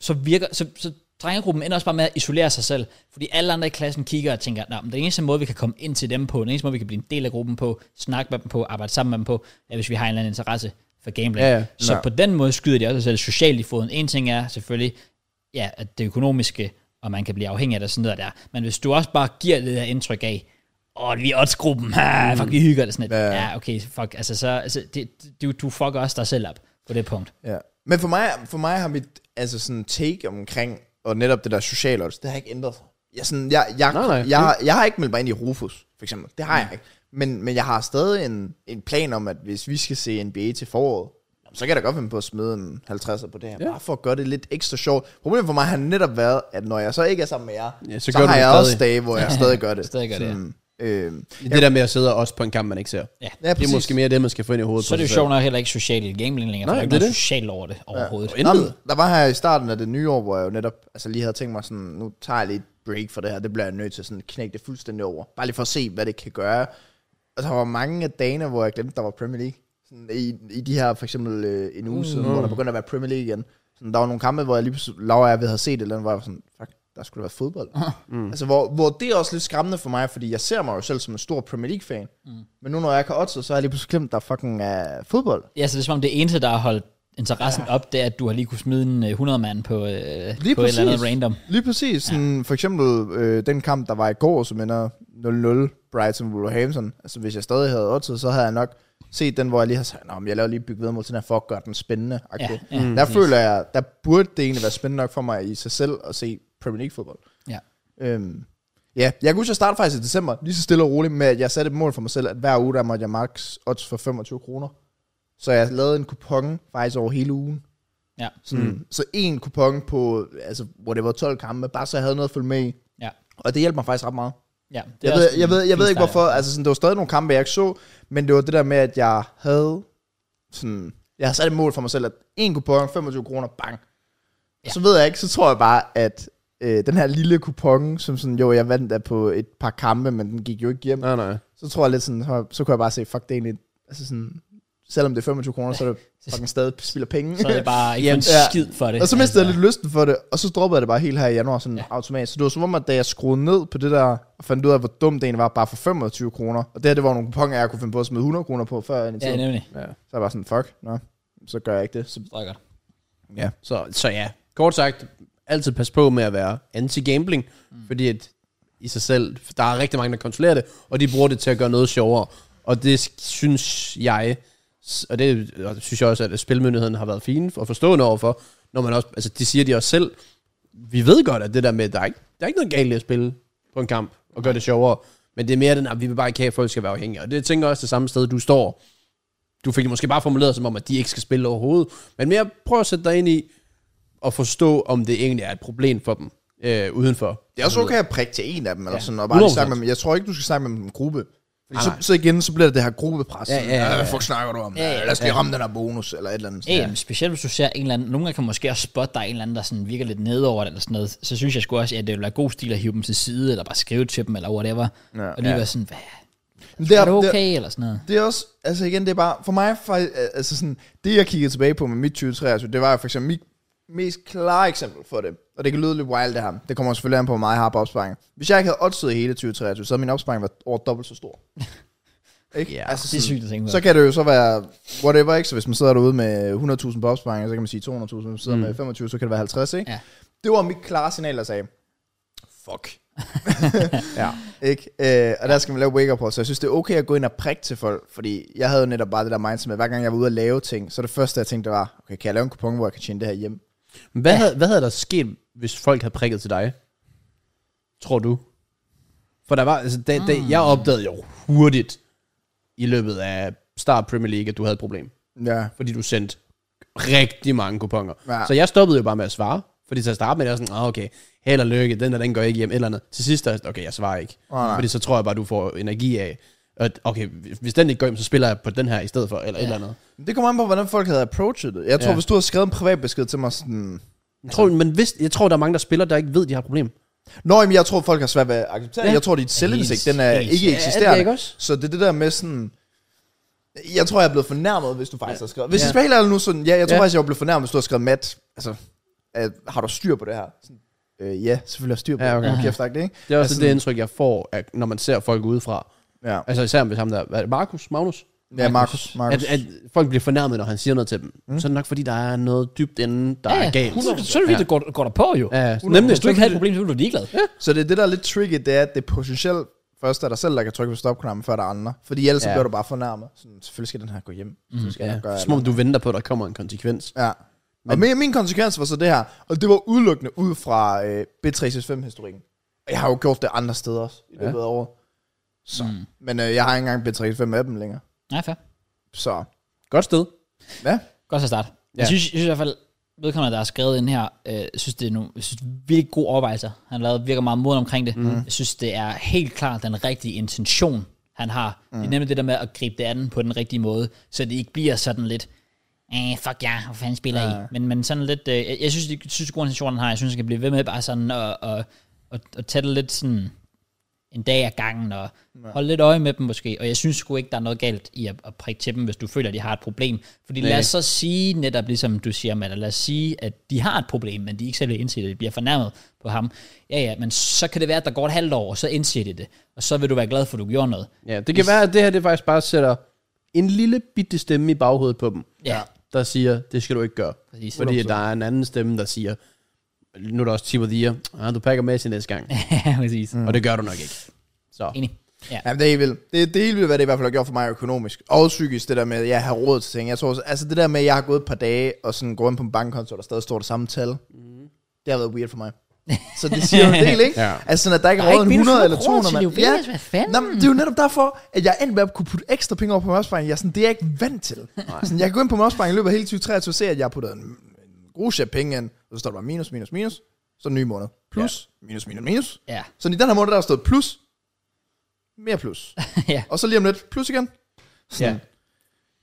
S1: så virker, så, så drengegruppen ender også bare med at isolere sig selv, fordi alle andre i klassen kigger og tænker, nej, men den eneste måde, vi kan komme ind til dem på, den eneste måde, vi kan blive en del af gruppen på, snakke med dem på, arbejde sammen med dem på, er, hvis vi har en eller anden interesse for gambling.
S3: Ja, ja.
S1: så
S2: Ja.
S1: på den måde skyder de også sig selv socialt i foden. En ting er selvfølgelig, ja, at det økonomiske, og man kan blive afhængig af det og sådan noget der, men hvis du også bare giver det der indtryk af, åh, vi er oddsgruppen, ha, fuck, vi hygger det sådan lidt.
S2: Mm. Ja.
S1: Ja, okay, fuck, altså så, altså, det, du, du fucker også dig selv op på det punkt.
S2: ja. Men for mig, for mig har mit altså sådan take omkring, og netop det der sociale odds, det har ikke ændret sig. Jeg, sådan, jeg, jeg,
S3: Nej, nej.
S2: jeg, jeg, jeg har ikke meldt mig ind i Rufus, for eksempel. Det har jeg ikke. Men, men jeg har stadig en, en plan om, at hvis vi skal se NBA til foråret, jamen, så kan jeg da godt finde på at smide en 50'er på det her, ja. bare for at gøre det lidt ekstra sjovt. Problemet for mig har netop været, at når jeg så ikke er sammen med jer,
S3: Ja,
S2: ja,
S3: så
S2: så,
S3: gør
S2: så
S3: du
S2: har
S3: det
S2: jeg
S3: stadig.
S2: også dage, hvor jeg stadig gør det.
S1: Stadig gør det, ja.
S2: Sådan, øh,
S3: Det der med at sidde og også på en kamp, man ikke ser.
S1: Ja,
S2: ja,
S3: det er
S2: præcis.
S3: måske mere det, man skal få ind i hovedet.
S1: Så er det jo sjovt nok heller ikke social gambling længere, for
S3: Nej,
S1: der er
S3: det er
S1: ikke noget
S3: det.
S1: socialt over det overhovedet.
S3: Og
S1: Ja.
S2: Nå,
S3: intet.
S2: men der var her i starten af det nye år, hvor jeg jo netop altså lige havde tænkt mig sådan, nu tager jeg lige et break for det her, det bliver jeg nødt til at sådan knække det fuldstændig over. Bare lige for at se, hvad det kan gøre. Og der var mange af dagene, hvor jeg glemte, der var Premier League. Sådan i, I de her, for eksempel øh, en uge siden, hvor der begyndte at være Premier League igen. Sådan, der var nogle kampe, hvor jeg lige pludselig, Laura og jeg, vi havde set et eller andet, hvor jeg var sådan, fuck, der skulle da være fodbold. Mm. Altså, hvor, hvor det er også lidt skræmmende for mig, fordi jeg ser mig jo selv som en stor Premier League-fan. Mm. Men nu når jeg kan odds, så har jeg lige pludselig glemt, der fucking er fodbold.
S1: ja, så det er som om det eneste, der har holdt interessen op, det er, at du har lige kunne smide en øh, 100 mand på, øh, på et
S2: Lige
S1: eller andet
S2: præcis.
S1: random.
S2: Lige præcis. Sådan, For eksempel øh, den kamp, der var i går, som ender 0-0 Brighton Wolverhampton. Altså hvis jeg stadig havde oddset, så havde jeg nok set den, hvor jeg lige har sagt, "Nå, men jeg laver lige et byg ved mod den her, for at gøre den spændende. Ja,
S1: Ja,
S2: ja,
S1: ja,
S2: der
S1: præcis.
S2: føler jeg, der burde det egentlig være spændende nok for mig i sig selv at se Premier League fodbold.
S1: Ja.
S2: Øhm, ja, jeg kunne huske, jeg startede faktisk i december, lige så stille og roligt med, at jeg satte et mål for mig selv, at hver uge, der måtte jeg max odds for 25 kroner. Så jeg lavede en kupon faktisk over hele ugen.
S1: Ja.
S2: Sådan, mm. Så en kupon på, altså, hvor det var 12 kampe, bare så jeg havde noget at følge med i.
S1: Ja.
S2: Og det hjalp mig faktisk ret meget.
S1: Ja, det er
S2: Jeg
S1: også
S2: ved, jeg, ved, jeg
S1: en
S2: ved
S1: fin
S2: ikke
S1: start.
S2: hvorfor, altså sådan, det var stadig nogle kampe, jeg ikke så, men det var det der med, at jeg havde sådan, jeg havde sat et mål for mig selv, at en kupon, 25 kroner, bang.
S1: Ja.
S2: Ja. Så ved jeg ikke, så tror jeg bare, at øh, den her lille kupon, som sådan, jo, jeg vandt da på et par kampe, men den gik jo ikke hjem. Ja.
S3: Nej, nej.
S2: Så tror jeg lidt sådan, så, så kunne jeg bare se, fuck, det er egentlig, altså sådan, Selvom det er 25 kroner, så er det fucking stadig spilder penge.
S1: Så er det bare ikke
S3: Jamen,
S1: Jamen, en skid for det. Altså.
S2: og så mistede jeg lidt lysten for det, og så droppede jeg det bare helt her i januar sådan ja. automatisk. Så det var som om, at da jeg skruede ned på det der, og fandt ud af, hvor dumt det egentlig var, bare for 25 kroner. Og det her, det var nogle kuponer, jeg kunne finde på at smide 100 kroner på før i
S1: Ja,
S2: tiden.
S1: nemlig.
S2: Så jeg var sådan, fuck, nå, så gør jeg ikke det. Så,
S1: Det er godt.
S2: ja.
S3: Så, så ja, kort sagt, altid pas på med at være anti-gambling, mm. fordi at i sig selv, der er rigtig mange, der kontrollerer det, og de bruger det til at gøre noget sjovere. Og det sk- synes jeg, s- og det og det synes jeg også, at Spilmyndigheden har været fine og forstående overfor, når man også, altså de siger de også selv, vi ved godt, at det der med, der er ikke, der er ikke noget galt i at spille på en kamp og gøre det sjovere, men det er mere den, at vi vil bare ikke have, at folk skal være afhængige. Og det tænker jeg også det samme sted, du står. Du fik det måske bare formuleret som om, at de ikke skal spille overhovedet, men mere prøv at sætte dig ind i, og forstå, om det egentlig er et problem for dem øh, udenfor.
S2: Det er også okay at prikke til en af dem, eller sådan, og bare
S3: 100%.
S2: lige snakke med dem. Jeg tror ikke, du skal snakke med dem i en gruppe. Fordi
S3: Nej,
S2: så,
S3: nej.
S2: så, igen, så bliver det det her gruppepres.
S3: Ja,
S2: Sådan,
S3: ja, ja,
S2: "Ah,
S3: ja.
S2: Hvad fuck snakker du om? Ja, Lad os lige ramme den her bonus, eller et eller andet.
S1: Ja, jamen, specielt hvis du ser en eller anden, nogle gange kan man måske også spotte, der er en eller anden, der sådan virker lidt nedover det, eller sådan noget, så synes jeg sgu også, at det ville være god stil at hive dem til side, eller bare skrive til dem, eller whatever, ja, og lige
S2: ja.
S1: være sådan, hvad,
S2: Men
S1: er det
S2: det-
S1: okay, eller sådan noget.
S2: Det er også, altså igen, det er bare, for mig, for, altså sådan, det jeg kiggede tilbage på med mit 2023, det var jo for eksempel mit mest klare eksempel for det. Og det kan lyde lidt wild det her. Det kommer selvfølgelig an på, hvor meget jeg har på opsparingen. Hvis jeg ikke havde oddset i hele 2023, så havde min opsparing været over dobbelt så stor. ikke?
S3: Ja,
S2: altså
S1: Det er sygt at tænke på.
S2: Så kan det jo så være whatever, ikke? Så hvis man sidder derude med 100.000 på opsparingen, så kan man sige 200.000. Hvis man sidder mm. med 25, så kan det være 50, ikke?
S1: Ja.
S2: Det var mit klare signal, der sagde,
S4: Fuck.
S2: Ja. Ikke? Øh, og der skal man lave wake-up call, så jeg synes, det er okay at gå ind og prikke til folk, fordi jeg havde jo netop bare det der mindset med, at hver gang jeg var ude og lave ting, så det første, jeg tænkte, var, okay, kan jeg lave en kupon, hvor jeg kan tjene det her hjem?
S3: Hvad, havde, hvad havde der sket, hvis folk havde prikket til dig? Tror du? For der var, altså, da, da, jeg opdagede jo hurtigt i løbet af start Premier League, at du havde et problem.
S2: Ja.
S3: Fordi du sendte rigtig mange kuponer. Ja.
S2: Ja.
S3: Så jeg stoppede jo bare med at svare. Fordi til at starte med, det var sådan, ah, okay, held og lykke, den der, den går ikke hjem, et eller andet. Til sidst, er jeg sådan, okay, jeg svarer ikke.
S2: nej.
S3: Fordi så tror jeg bare, du får energi af, at okay, hvis den ikke går hjem, så spiller jeg på den her i stedet for, eller ja. et eller andet.
S2: Det kommer an på, hvordan folk havde approachet det. Jeg tror,
S3: Ja.
S2: ja. hvis du havde skrevet en privat besked til mig sådan...
S3: Jeg tror, men hvis, jeg tror, der er mange, der spiller, der ikke ved, de har et problem.
S2: Nå, jamen, jeg tror, folk har svært ved at acceptere
S3: Ja.
S2: ja. Jeg tror, dit selvindsigt, den er
S1: helt-
S2: ikke
S3: ja,
S2: eksisterende.
S3: det er ikke også?
S2: Så det er det der med sådan... Jeg tror, jeg er blevet fornærmet, hvis du faktisk har skrevet... Hvis
S3: Ja.
S2: jeg skal være helt ærlig nu, sådan... Ja, jeg tror
S3: Ja.
S2: ja. faktisk, jeg er blevet fornærmet, hvis du har skrevet mat. Altså, øh, har du styr på det her? Sådan, øh, ja, selvfølgelig har jeg styr på
S3: Ja,
S2: det.
S3: okay.
S2: Hold Kæft, tak, det, ikke?
S3: Det er også
S2: Altså,
S3: altså, det indtryk, jeg får, at, når man ser folk udefra.
S2: Ja,
S3: Altså især med ham der, hvad er det, Markus, Magnus?
S2: ja Markus. Markus.
S3: At, at, folk bliver fornærmet, når han siger noget til dem. Mm. Så er det nok, fordi der er noget dybt inden, der
S1: ja,
S3: er galt.
S1: 100, så er det fordi, det går, går der på jo.
S3: Ja, ja.
S1: Nemlig, hvis du ikke
S3: Så-
S1: havde et problem, så ville du ligeglad. Ja.
S2: Så det er det, der er lidt tricky, det er, at det potentielt først er dig selv, der kan trykke på stopknappen, før der er andre. Fordi ellers
S3: Ja.
S2: ja. bliver du bare fornærmet. Sådan, selvfølgelig skal den her gå hjem. Mm. Så skal jeg nok gøre
S3: Ja,
S2: et
S3: som om du venter på, at der kommer en konsekvens.
S2: Ja. Og min, min konsekvens var så det her, og det var udelukkende ud fra øh, B365-historikken. Jeg har jo gjort det andre steder også i løbet af året. Så. Mm. Men øh, jeg har ikke engang B365 af dem længere.
S1: Nej, fair.
S2: Så
S3: Godt sted.
S2: ja,
S1: Godt så start. Ja. Jeg, synes, jeg synes i hvert fald, vedkommende, der har skrevet ind her, øh, synes det er nogle jeg synes, virkelig gode overvejelser. Han har lavet, virker meget moden omkring det. Mm. Jeg synes, det er helt klart den rigtige intention, han har. Mm. Det er nemlig det der med at gribe det an på den rigtige måde, så det ikke bliver sådan lidt, eh, fuck ja, hvor fanden spiller ja. I? Men, men sådan lidt, øh, jeg, jeg synes, det synes, det er gode intention, han har. Jeg synes, han kan blive ved med bare sådan at, at, at, at tage det lidt sådan en dag ad gangen, og holde lidt øje med dem måske. Og jeg synes sgu ikke, der er noget galt i at, at prikke til dem, hvis du føler, at de har et problem. Fordi Nej. lad os så sige, netop ligesom du siger, Matt, lad os sige, at de har et problem, men de ikke selv indser det, de bliver fornærmet på ham. Ja, ja, men så kan det være, at der går et halvt år, og så indser de det. Og så vil du være glad for, at du gjorde noget.
S3: Ja, det kan være, at det her det faktisk bare sætter en lille bitte stemme i baghovedet på dem,
S1: Ja, ja.
S3: der siger, det skal du ikke gøre.
S1: Præcis.
S3: Fordi at der er en anden stemme, der siger, nu er der også tip of the year, ah, du pakker med til næste gang,
S1: præcis.
S3: og det gør du nok ikke. Så.
S1: Enig. Ja.
S2: ja men det Mm. er helt vildt. Det, det er helt vildt, hvad det i hvert fald har gjort for mig økonomisk. Og psykisk, det der med, at jeg har råd til ting. Jeg tror, også- altså det der med, at jeg har gået et par dage, og sådan går ind på en bankkonto, og der stadig står det samme tal. Mm. Det har været weird for mig. Så det siger jo en del, ikke?
S3: Ja.
S2: Altså sådan, at der ikke
S1: Der
S2: er
S1: er
S2: råd
S1: ikke
S2: en 100
S1: minus 100
S2: eller
S1: kroner
S2: 200,
S1: til
S2: mand.
S1: det, jo. Hvad fanden?
S2: Nå, men det er jo netop derfor, at jeg endte med at kunne putte ekstra penge over på min opsparing. Jeg er sådan, det er jeg ikke vant til. Sådan, jeg kan gå ind på min opsparing i løbet af hele 2023 og se, at jeg har puttet en, en god chat penge ind. Og så står der bare minus, minus, minus. Så en ny måned. Plus, ja. minus, minus, minus.
S1: Ja.
S2: Så i den her måned, der har stået plus. Mere plus.
S1: Ja.
S2: Og så lige om lidt, plus igen.
S3: Ja.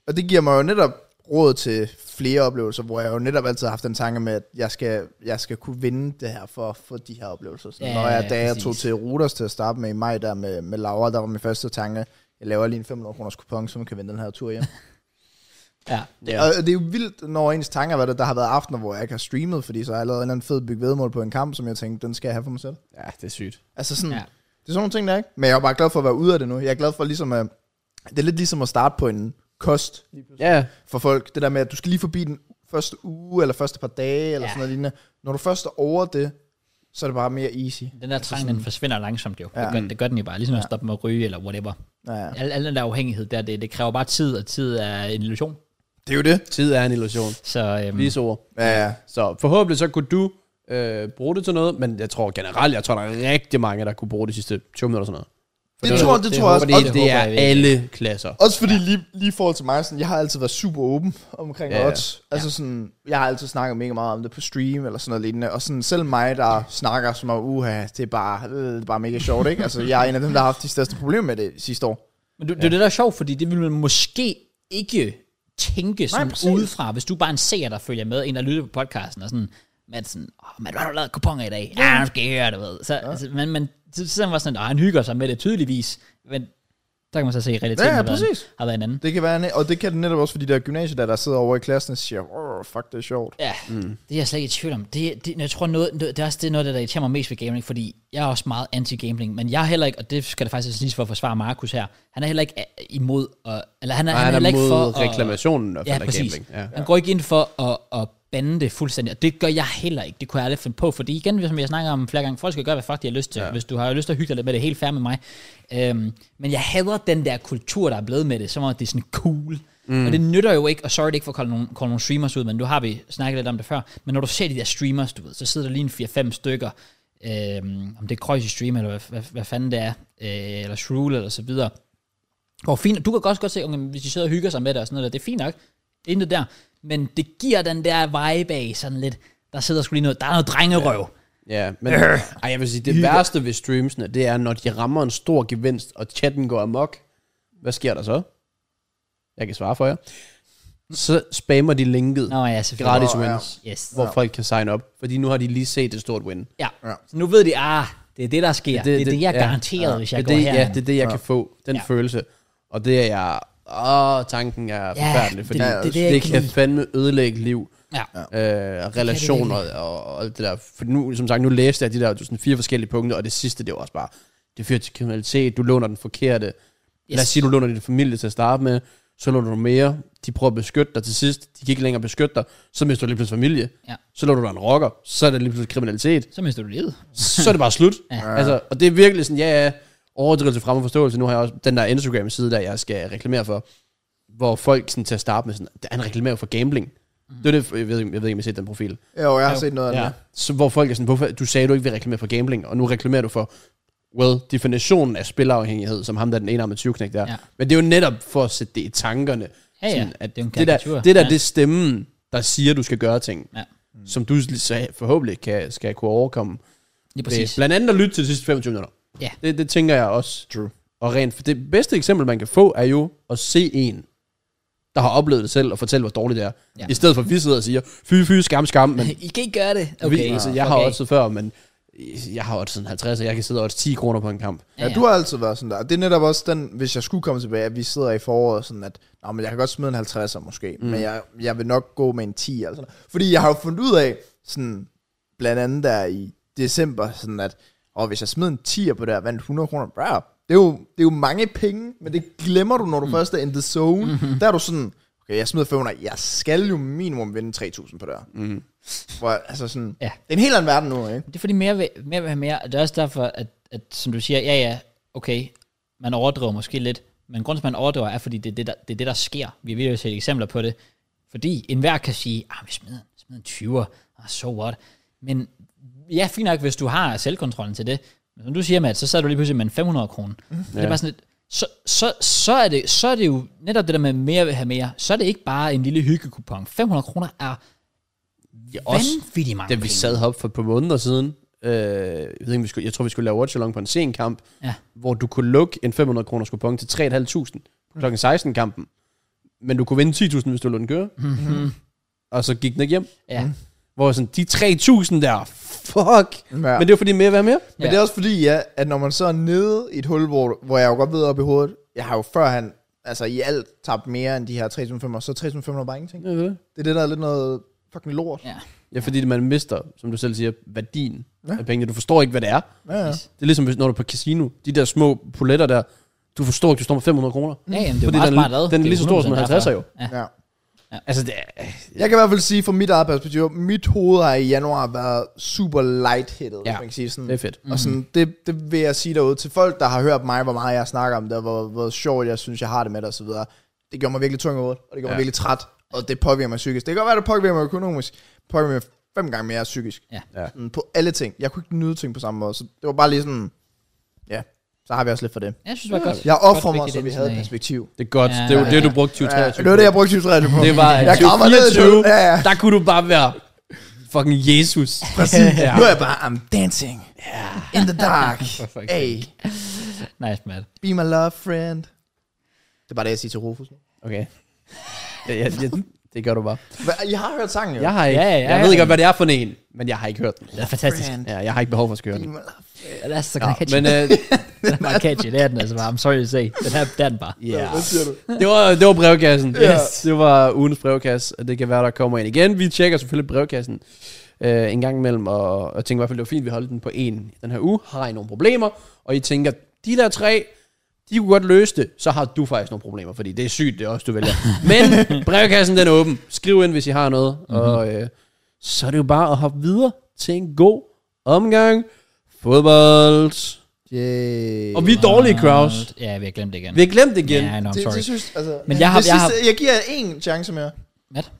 S2: Og det giver mig jo netop råd til flere oplevelser, hvor jeg jo netop altid har haft den tanke med, at jeg skal, jeg skal kunne vinde det her for at få de her oplevelser. Sådan,
S1: Ja,
S2: ja, når jeg, da jeg
S1: præcis.
S2: tog til Ruders til at starte med i maj der med, med Laura, der var min første tanke, jeg laver lige en 500 kroners kupon, så man kan vinde den her tur hjem.
S1: Ja.
S2: Ja. Og det er jo vildt, når ens tanker var det, der har været aftener, hvor jeg ikke har streamet, fordi så har jeg lavet en eller anden fed bygge vedmål på en kamp, som jeg tænkte, den skal jeg have for mig selv.
S3: Ja, det er sygt.
S2: Altså sådan,
S1: Ja.
S2: ja. det er sådan nogle ting, der er, ikke? Men jeg er bare glad for at være ude af det nu. Jeg er glad for ligesom at, det er lidt ligesom at starte på en kost
S3: Ja,
S2: for folk. Det der med, at du skal lige forbi den første uge, eller første par dage, eller
S1: Ja.
S2: ja. sådan noget lignende. Når du først er over det, så er det bare mere easy.
S1: Den der trang, den forsvinder langsomt jo. Ja.
S2: Ja.
S1: Det, gør, det gør den jo bare. Ligesom at stoppe med at ryge eller whatever.
S2: Ja, ja.
S1: Al, al den der afhængighed der, det, det kræver bare tid, og tid er en illusion.
S2: Det er jo det.
S3: tid er en illusion.
S1: Så øhm,
S3: Vise ord.
S2: Ja, ja.
S3: Så forhåbentlig så kunne du øh, bruge det til noget, men jeg tror generelt, jeg tror, der er rigtig mange, der kunne bruge de sidste 20 minutter eller sådan noget.
S2: Det, tror, det, det tror jeg også.
S1: håber
S3: Fordi
S1: jeg
S3: det,
S1: ikke.
S3: det er
S1: håber jeg ikke.
S3: alle klasser.
S2: Også fordi ja. lige, lige i forhold til mig, sådan, jeg har altid været super åben omkring
S3: Ja,
S2: ja,
S3: ja.
S2: odds. Altså sådan, jeg har altid snakket mega meget om det på stream eller sådan noget lignende. Og sådan, selv mig, der snakker som om, uha, det er bare, øh, det er bare mega sjovt, ikke? Altså, jeg er en af dem, der har haft de største problemer med det sidste år.
S1: Men det, ja. det er det, der er sjovt, fordi det vil man måske ikke tænke sådan
S2: præcis.
S1: udefra, hvis du bare er en seer, der følger med, en der lytter på podcasten, og sådan, Madsen, åh, man, hvad har du lavet kuponer i dag? Ja, nu skal jeg høre det, ved. Så, ja. altså, men, men så, så er man var sådan, åh, han hygger sig med det tydeligvis, men der kan man så se, at realiteten
S2: Ja, ja,
S1: har, været en,
S2: præcis.
S1: har været en anden.
S2: Det kan være, og det kan det netop også, fordi der er gymnasier, der, der sidder over i klassen og siger, åh, fuck, det er sjovt.
S1: Ja, mm. det er jeg slet ikke i tvivl om. Det, det, jeg tror, noget, noget- det er også det, er noget, af det, der irriterer mig mest ved gambling, fordi jeg er også meget anti-gambling, men jeg er heller ikke, og det skal det faktisk også lige for at forsvare Markus her, han er heller ikke øh, imod, og, eller han er,
S3: Nej, han,
S1: han er heller
S3: er,
S1: ikke
S3: mod
S1: for at-
S3: reklamationen og
S1: Ja,
S3: fandme
S1: præcis.
S3: gambling. Ja.
S1: Han går ikke ind for at, at bande det fuldstændig, og det gør jeg heller ikke. Det kunne jeg aldrig finde på, fordi igen, som jeg snakker om flere gange, folk skal gøre, hvad fuck de har lyst til. Ja. Hvis du har lyst til at hygge dig lidt med det, helt fair med mig. Øhm, men jeg hader den der kultur, der er blevet med det, som om det er sådan cool. Mm. Og det nytter jo ikke, og sorry det er ikke for at kalde nogle, kalde nogle streamers ud, men nu har vi snakket lidt om det før, men når du ser de der streamers, du ved, så sidder der lige en 4-5 stykker, øhm, om det er Krøjs i stream, eller hvad, hvad, hvad fanden det er, øh, eller Shrule, eller så videre, går fint. Du kan godt godt se, okay, hvis de sidder og hygger sig med det og sådan noget der, det er fint nok. Intet der. Men det giver den der vibe af sådan lidt, der sidder sgu lige noget, der er noget drengerøv.
S3: Ja, men ej, jeg vil sige, det værste ved streamsene, det er, når de rammer en stor gevinst, og chatten går amok. Hvad sker der så? Jeg kan svare for jer. Så spammer de linket
S1: Nå ja, selvfølgelig.
S3: gratis
S2: Nå, ja.
S3: wins,
S1: Yes.
S3: hvor folk kan sign up, fordi nu har de lige set et stort win.
S1: Ja.
S2: Ja.
S1: Så nu ved de, ah, det er det, der sker. Det, det, det er det, jeg
S3: ja,
S1: er garanteret,
S3: ja.
S1: hvis jeg
S3: det, er
S1: går
S3: det,
S1: her.
S3: Ja, det er det, jeg ja. kan få, den
S1: Ja.
S3: ja. følelse. Og det er jeg... Åh, tanken er forfærdelig, fordi
S1: det-
S3: det,
S1: det er
S3: det,
S1: det, jeg
S3: det, det
S1: ikke
S3: kan
S1: lide.
S3: fandme ødelægge liv.
S1: ja.
S3: øh, relationer og, og, alt det der. For nu, som sagt, nu læste jeg de der sådan fire forskellige punkter, og det sidste, det var også bare, det fører til kriminalitet, du låner den forkerte. Yes. Lad os sige, du låner din familie til at starte med, så låner du mere, de prøver at beskytte dig til sidst, de kan ikke længere beskytte dig, så mister du lige pludselig famililie,
S1: Ja.
S3: så låner du dig en rocker, så er det lige pludselig kriminalitet,
S1: Så mister du livet.
S3: så er det bare slut.
S1: Ja.
S3: Altså, og det er virkelig sådan, ja, ja, overdrivelse frem og forståelse. Nu har jeg også den der Instagram-side, der jeg skal reklamere for, hvor folk sådan til at starte med sådan, han reklamerer for gambling.
S1: Mhm.
S3: Det er det, jeg ved, ikke- jeg ved ikke, om I har set den profil.
S2: Jo, jeg har set noget af
S3: Ja.
S2: det.
S3: Så, hvor folk er sådan, hvorfor, du sagde, du ikke vil reklamere for gambling, og nu reklamerer du for, well, definitionen af spilafhængighed, som ham der den ene med 20 der.
S1: Ja.
S3: Ja. Men det er jo netop for at sætte det i tankerne.
S1: Ja, ja.
S3: Sådan, at
S1: Det er jo en
S3: det, der,
S1: karikatur.
S3: det der,
S1: Ja.
S3: det er stemmen, der siger, du skal gøre ting.
S1: Ja.
S3: Som du så forhåbentlig kan, skal kunne overkomme.
S1: Lige
S3: Det,
S1: præcis.
S3: blandt andet at lytte til de sidste 25 minutter.
S1: Ja.
S3: Det, det tænker jeg også.
S2: True.
S3: Og rent, for det bedste eksempel, man kan få, er jo at se en, der har oplevet det selv, og fortælle, hvor dårligt det er.
S1: Ja.
S3: Ja. I stedet for, at vi sidder og siger, fy, fy, skam, skam, men
S1: I kan ikke gøre det.
S3: Okay, vi,
S1: Okay.
S3: altså, jeg har
S1: okay.
S3: også før, men jeg har også sådan 50, og jeg kan sidde og 10 kroner på en kamp.
S2: Ja, ja, du har altid været sådan der. Og det er netop også den, hvis jeg skulle komme tilbage, at vi sidder i foråret sådan, at Nå, men jeg kan godt smide en 50'er måske, mm. men jeg, jeg vil nok gå med en 10 eller sådan noget. Fordi jeg har jo fundet ud af, sådan, blandt andet der i december, sådan at, og hvis jeg smed en 10'er på det og vandt 100 kroner, bra, det er, jo, det er jo mange penge, men det glemmer du, når du mm. først er in the zone. Mm-hmm. Der er du sådan, okay, jeg smider 500, jeg skal jo minimum vinde 3.000 på det her. Mm. Hvor, altså sådan,
S1: Ja.
S2: ja. det er en helt anden verden nu, ikke?
S1: Det er fordi mere vil, mere vil have mere, og det er også derfor, at, at som du siger, ja ja, okay, man overdriver måske lidt, men grunden til, at man overdriver, er fordi det er det, der, det, er det, der sker. Vi har virkelig set eksempler på det. Fordi enhver kan sige, ah, vi smider, smider en 20'er, ah, so what. Men ja, fint nok, hvis du har selvkontrollen til det. Men som du siger, Matt, så sad du lige pludselig med en 500 kroner. Mm. Det er bare sådan lidt, så, så, så, er det, så er det jo netop det der med mere vil have mere. Så er det ikke bare en lille hyggekupon. 500 kroner er
S3: Ja,
S1: vanvittigt mange
S3: da vi
S1: penge.
S3: sad heroppe for et par måneder siden, øh, jeg, ved ikke, vi skulle, jeg tror, vi skulle lave watch along på en sen kamp,
S1: Ja.
S3: hvor du kunne lukke en 500 kroners kupon til 3.500 klokken 16 kampen. Men du kunne vinde 10.000, hvis du lå den køre. Mm-hmm.
S1: Mhm.
S3: Og så gik den ikke hjem.
S1: Ja.
S3: Hvor sådan, de 3.000 der, fuck.
S2: Ja.
S3: Men det var fordi mere, hvad mere?
S2: Men ja. det er også fordi, ja, at når man så er nede i et hul, hvor, hvor jeg jo godt ved op i hovedet, jeg har jo førhen altså i alt tabt mere end de her 3.500, så 3.500 er bare ingenting.
S3: Ja, det.
S2: Det er det, der er lidt noget fucking lort.
S1: Ja.
S3: ja, fordi man mister, som du selv siger, værdien
S2: Ja.
S3: ja. af pengene. Du forstår ikke, hvad det er.
S2: Ja, ja.
S3: Det er ligesom, hvis, når du er på casino. De der små poletter der, du forstår ikke, du står med 500 kroner.
S1: Ja, jamen, det er
S3: Fordi
S1: jo meget
S3: den-
S1: smart lavet.
S3: den er
S1: Det
S3: lige så stor som en
S1: 100% derfor.
S3: 50'er jo.
S1: Ja.
S2: ja.
S3: Altså, det er,
S2: Jeg kan i hvert fald sige fra mit eget perspektiv, mit hoved har i januar været super light hittet, ja.
S3: Ja,
S2: man kan sige sådan.
S3: det er fedt.
S2: Og sådan, det, det vil jeg sige derude til folk, der har hørt mig, hvor meget jeg snakker om det, og hvor, hvor sjovt jeg synes, jeg har det med det og så videre. Det gjorde mig virkelig tung i hovedet, og det gjorde ja. mig
S3: Ja.
S2: virkelig træt, og det påvirker mig psykisk. Det kan godt være, det påvirker mig økonomisk, det påvirker mig fem gange mere psykisk.
S1: Ja.
S3: Ja.
S2: Sådan, på alle ting. Jeg kunne ikke nyde ting på samme måde, så det var bare lige sådan, ja, så har vi også lidt for det.
S1: Jeg synes, det var
S3: Ja.
S1: godt.
S2: Jeg offrer
S1: Godt
S2: mig,
S1: vigtigt
S2: så vi
S1: indsigt
S2: havde
S1: af.
S2: perspektiv.
S3: det er godt.
S1: Ja,
S3: Ja, det er jo
S1: ja,
S3: det,
S1: ja.
S3: du brugte 2023
S2: Ja, det var det, jeg brugte 23 på.
S3: Det var
S2: Jeg kommer ned til
S3: 2024.
S2: Ja, ja.
S3: Der kunne du bare være fucking Jesus.
S2: Præcis.
S3: Ja.
S2: Nu er jeg bare, I'm dancing in the dark. hey,
S1: Nice, Matt.
S2: be my love friend. Det er bare det, jeg siger til Rufus nu.
S3: Okay. Ja, ja, ja, det gør du bare.
S2: Hva, I har hørt sangen, jo.
S3: Jeg har ikke,
S1: Ja,
S3: ja,
S1: ja,
S3: ja,
S1: ja,
S3: jeg
S1: ja.
S3: ved ikke, hvad det er for en, men jeg har ikke hørt den.
S1: Det er fantastisk.
S2: Friend,
S3: Ja, jeg har ikke behov for at skulle
S2: be
S3: høre den.
S2: my love.
S1: Det er så
S3: Ja,
S1: catchy.
S3: men øh,
S1: Den er meget catchy, det er den altså bare. I'm sorry to say. Den her, det er den bare.
S3: ja.
S2: Hvad siger du?
S3: det, var, det var brevkassen.
S2: Ja.
S3: Yes. Det var ugens brevkasse, og det kan være, der kommer ind igen. Vi tjekker selvfølgelig brevkassen øh, en gang imellem, og, og tænker i hvert fald, det var fint, vi holdt den på en den her uge. Har I nogle problemer? Og I tænker, de der tre, de kunne godt løse det, så har du faktisk nogle problemer, fordi det er sygt, det er også du vælger. Men brevkassen, den er åben. Skriv ind, hvis I har noget, mm-hmm. og øh, så er det jo bare at hoppe videre til en god omgang. Fodbold.
S2: Yeah.
S3: Og vi er dårlige, Kraus.
S1: Ja, vi har glemt det igen.
S3: Vi har glemt det igen.
S1: Ja, no, I'm
S2: Det,
S1: sorry.
S2: det synes, altså,
S1: Men jeg har-
S2: det
S1: jeg har-
S2: sidste- jeg giver jer en chance mere.
S1: Matt?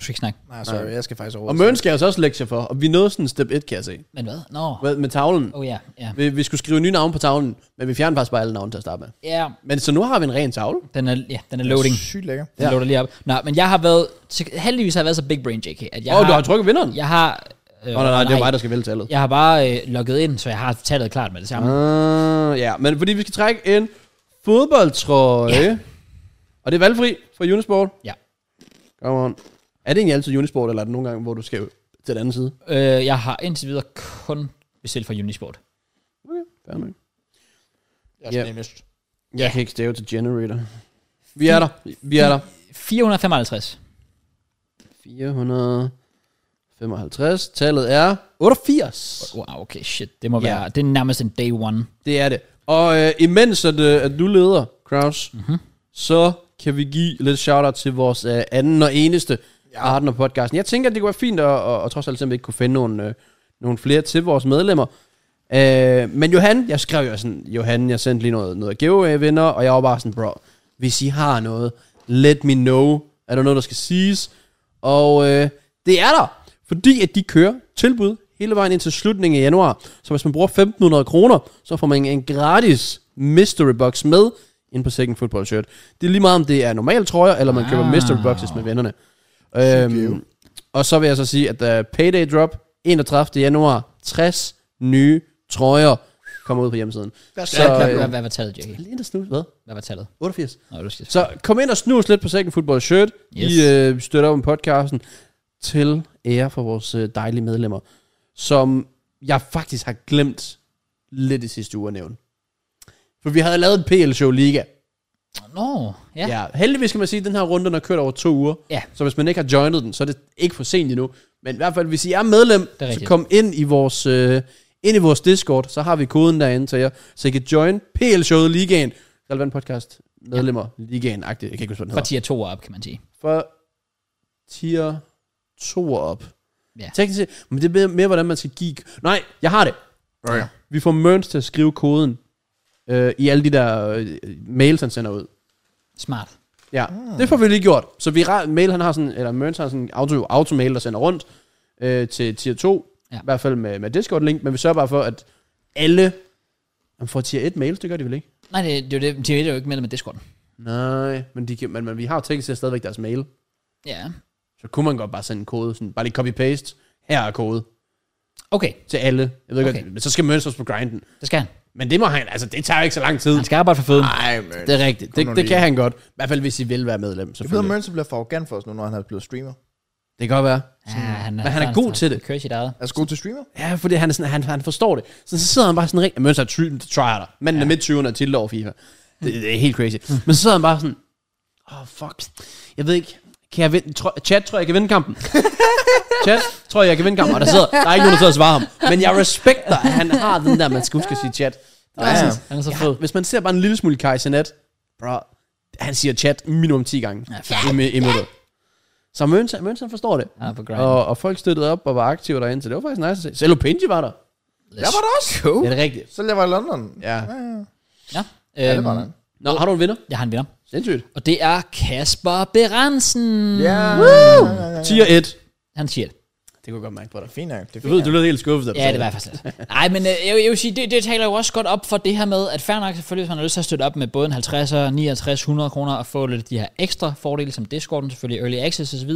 S1: Du skal ikke snakke.
S2: Nej, sorry, jeg skal faktisk over.
S3: Og Møn skal jeg altså også lektier for, og vi nåede sådan step 1, kan jeg se.
S1: Men hvad? Nå.
S3: Med, med tavlen.
S1: Oh ja, ja.
S3: Vi, vi skulle skrive nye navne på tavlen, men vi fjernede faktisk bare alle navne til at starte med.
S1: Ja,
S3: Men så nu har vi en ren tavle.
S1: den er, ja, den er loading.
S2: Sygt lækker.
S1: Den ja. loader lige op. Nå, men jeg har været, til- heldigvis har jeg været så big brain, JK, at jeg
S3: Åh, oh,
S1: har,
S3: du har trykket vinderen?
S1: jeg har, øh,
S3: Nå, nej, nej, det er mig, der skal vælge tallet.
S1: Jeg har bare øh, logget ind, så jeg har tallet klart med det samme.
S3: Ah, ja, men fordi vi skal trække en fodboldtrøje. Ja. Og det er valgfri fra Unisport.
S1: Ja.
S3: Come on. Er det egentlig altid Unisport, eller er det nogle gange, hvor du skal til den anden side?
S1: Øh, jeg har indtil videre kun bestilt fra Unisport.
S3: Fair
S1: Mm.
S3: nok.
S2: Jeg
S3: Ja.
S2: nemmest.
S3: Jeg kan ikke stave til generator. Vi er der. Vi er der.
S1: 455.
S3: 455. Tallet er 88.
S1: Wow, okay, shit. Det må
S3: Ja.
S1: være, det er nærmest en day one.
S3: Det er det. Og øh, imens at, øh, at du leder, Kraus, mm-hmm. så kan vi give lidt shout-out til vores øh, anden og eneste ja. partner på podcasten. Jeg tænker, at det kunne være fint, at, og, og trods alt simpelthen ikke kunne finde nogle, øh, nogle flere til vores medlemmer. Øh, men Johan, jeg skrev jo sådan, Johan, jeg sendte lige noget, noget giveaway-vinder, og jeg var bare sådan, bro, hvis I har noget, let me know. Er der noget, der skal siges? Og øh, det er der, fordi at de kører tilbud hele vejen ind til slutningen af januar. Så hvis man bruger 1.500 kroner, så får man en gratis mystery box med ind på Second Football Shirt. Det er lige meget, om det er normale trøjer, eller man køber
S1: Ah.
S3: mystery boxes med vennerne. Øhm, og så vil jeg så sige, at der er payday drop 31. januar. 60 nye trøjer kommer ud på hjemmesiden.
S1: Så,
S3: Så,
S1: hvad,
S3: øh,
S1: hvad, hvad, var tallet, Jackie?
S3: Lige der snus, hvad?
S1: Hvad var tallet?
S3: 88.
S1: Nå, du skal...
S3: Så kom ind og snus lidt på Second Football Shirt. Yes. I øh, støtter om podcasten til ære for vores øh, dejlige medlemmer, som jeg faktisk har glemt lidt i sidste uge at nævne. For vi havde lavet et PL-show Liga.
S1: Nå, ja.
S3: Ja. ja. Heldigvis kan man sige, at den her runde den har kørt over to uger.
S1: Ja.
S3: Så hvis man ikke har joinet den, så er det ikke for sent endnu. Men i hvert fald, hvis I er medlem,
S1: er
S3: så
S1: rigtigt.
S3: kom ind i vores... Øh, ind i vores Discord, så har vi koden derinde til jer, så I kan join PL-showet Ligaen, relevant podcast, medlemmer, ja. Ligaen-agtigt, jeg kan ikke huske, hvad den
S1: Fra
S3: hedder.
S1: tier 2 og op, kan man sige.
S3: For tier 2 og op.
S1: Ja.
S3: Teknisk set, men det er mere- mere, hvordan man skal geek. Nej, jeg har det.
S2: Okay.
S3: Vi får Mørns til at skrive koden øh, i alle de der øh, mails, han sender ud.
S1: Smart.
S3: Ja, mm. det får vi lige gjort. Så vi ra- mail, han har sådan, eller Mørns har sådan en auto, automail, der sender rundt øh, til tier 2,
S1: Ja.
S3: ja. i hvert fald med, med Discord-link, men vi sørger bare for, at alle man får tier 1 mails, det gør de vel ikke?
S1: Nej, det, det, er jo det, tier 1 er jo ikke medlem af Discord.
S3: Nej, men, de, kan- men, men vi har jo teknisk set stadigvæk deres mail,
S1: Ja.
S3: så kunne man godt bare sende en kode, sådan, bare lige copy-paste, her er kode
S1: Okay,
S3: til alle. Jeg ved okay.
S1: Okay.
S3: godt, men så skal Mørns også på grinden.
S1: det skal han.
S3: Men det må han, altså det tager jo ikke så lang tid.
S1: Han skal arbejde for føden.
S2: Nej, men.
S3: Det er rigtigt,
S2: nu
S3: det, det
S2: lige.
S3: kan han godt. I hvert fald, hvis I vil være medlem,
S2: Jeg ved, at
S3: selvfølgelig.
S2: Mønse bliver for arrogant for os nu, når han er blevet streamer.
S3: Det kan godt være.
S1: Ja, han
S3: Men han er god til det.
S1: Kører sit eget.
S2: Er du god til streamer?
S3: Ja, fordi han, er sådan, han, han forstår det. Så, så sidder han bare sådan rigtig... Mønster er try- tryharder. Manden ja. er midt 20'erne og tilt over FIFA.
S1: Mm.
S3: Det, det er helt crazy. Men så sad han bare sådan, åh oh, fuck, jeg ved ikke, kan jeg vinde, tro, chat tror jeg kan vinde kampen. chat tror jeg jeg kan vinde kampen, og der, sidder, der er ikke nogen, der sidder og svarer ham. Men jeg respekter, at han har den der, man skal huske at sige chat. Der er
S2: Ja,
S3: sådan,
S2: ja.
S1: Han er så
S3: Ja,
S1: fed.
S3: hvis man ser bare en lille smule Kai Sinet, bro, han siger chat minimum 10 gange. Ja, i, i minuttet. Så Mønsen, Mønsen forstår det.
S1: Ja, på grind.
S3: Og, og folk støttede op og var aktive derinde, så det var faktisk nice at se. Selv Opinji var der.
S2: Jeg var der også.
S1: Cool.
S3: Ja, det er rigtigt.
S2: Så jeg var i London.
S3: Ja.
S2: Øhm.
S1: Ja,
S2: Ja, det var
S1: øhm,
S2: der.
S3: Nå, har du en vinder?
S1: jeg har en vinder.
S3: Sindssygt.
S1: Og det er Kasper Berensen.
S2: Ja.
S3: Tier 1.
S1: Han siger det.
S3: Det kunne jeg godt mærke på dig.
S2: Fint nok. Det er
S3: Du ved,
S2: fint
S3: du
S2: nok.
S3: lød helt skuffet. da du
S1: Ja,
S3: sagde
S1: det var jeg faktisk lidt. Nej, men øh, jeg, vil- jeg vil sige, det, det taler jo også godt op for det her med, at fair nok selvfølgelig, hvis man har lyst til at støtte op med både en 50'er, 59, 100 kroner og få lidt af de her ekstra fordele, som Discorden selvfølgelig, Early Access osv.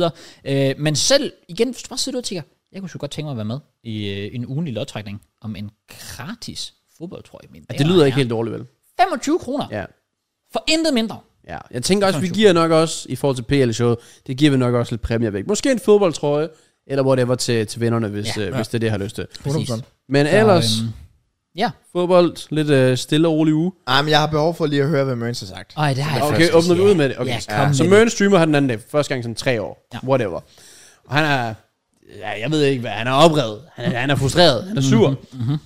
S1: Øh, men selv, igen, hvis du bare sidder og tænker, jeg kunne sgu godt tænke mig at være med i øh, en ugenlig lodtrækning om en gratis fodboldtrøje. Min
S3: Ja, det lyder ikke helt dårligt, vel?
S1: 25 kroner, ja.
S3: Ja.
S1: for intet mindre.
S3: Ja, jeg tænker også, vi giver nok også, i forhold til PL-showet, det giver vi nok også lidt præmier væk. Måske en fodboldtrøje, eller whatever til, til vinderne, hvis, ja,
S1: Ja.
S3: øh, hvis det er det, jeg har lyst til.
S1: Præcis.
S3: Men ellers,
S1: Så, øhm, ja,
S3: fodbold, lidt øh, stille og rolig uge.
S2: Ej, men jeg har behov for lige at høre, hvad Mørens har sagt.
S1: Ej, det har jeg
S3: Okay,
S1: faktisk,
S3: åbner vi
S1: ja.
S3: ud med det. Okay.
S1: Ja,
S3: Ja,
S1: kom med
S3: så
S1: det.
S3: Møren streamer han den anden dag, første gang som tre år,
S1: Ja.
S3: ja. whatever. Og han er, ja, jeg ved ikke hvad, han er oprevet, han er, han er frustreret, han er sur. Mm-hmm.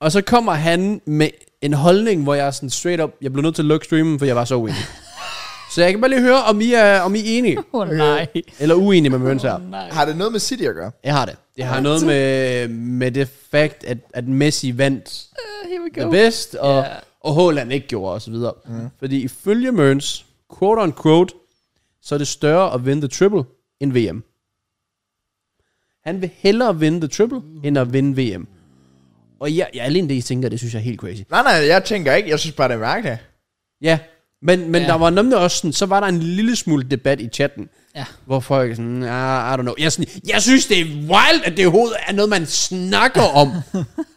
S3: Og så kommer han med en holdning, hvor jeg er sådan straight up, jeg blev nødt til at lukke streamen, for jeg var så uenig. så jeg kan bare lige høre, om I er, om I er enige,
S1: Åh oh, nej.
S3: eller uenige med Mørens her.
S1: nej.
S2: Har det noget med City at gøre?
S3: Jeg har det. Jeg har noget med, med det fakt, at, at Messi vandt
S1: Uh, Here we
S3: the
S1: go.
S3: best, og,
S1: Ja.
S3: yeah. og Haaland ikke gjorde, og så videre. Mm. Fordi ifølge Mørns, quote on quote, så er det større at vinde the triple end VM. Han vil hellere vinde the triple,
S1: Mm.
S3: end at vinde VM. Og jeg, jeg alene det, I tænker, det synes jeg er helt crazy.
S2: Nej, nej, jeg tænker ikke. Jeg synes bare, det er mærkeligt.
S3: Ja, men, men
S1: Ja.
S3: der var nemlig også sådan, så var der en lille smule debat i chatten,
S1: Ja.
S3: hvor folk er sådan, ah, I don't know. Jeg, er sådan, jeg synes, det er wild, at det overhovedet er noget, man snakker om.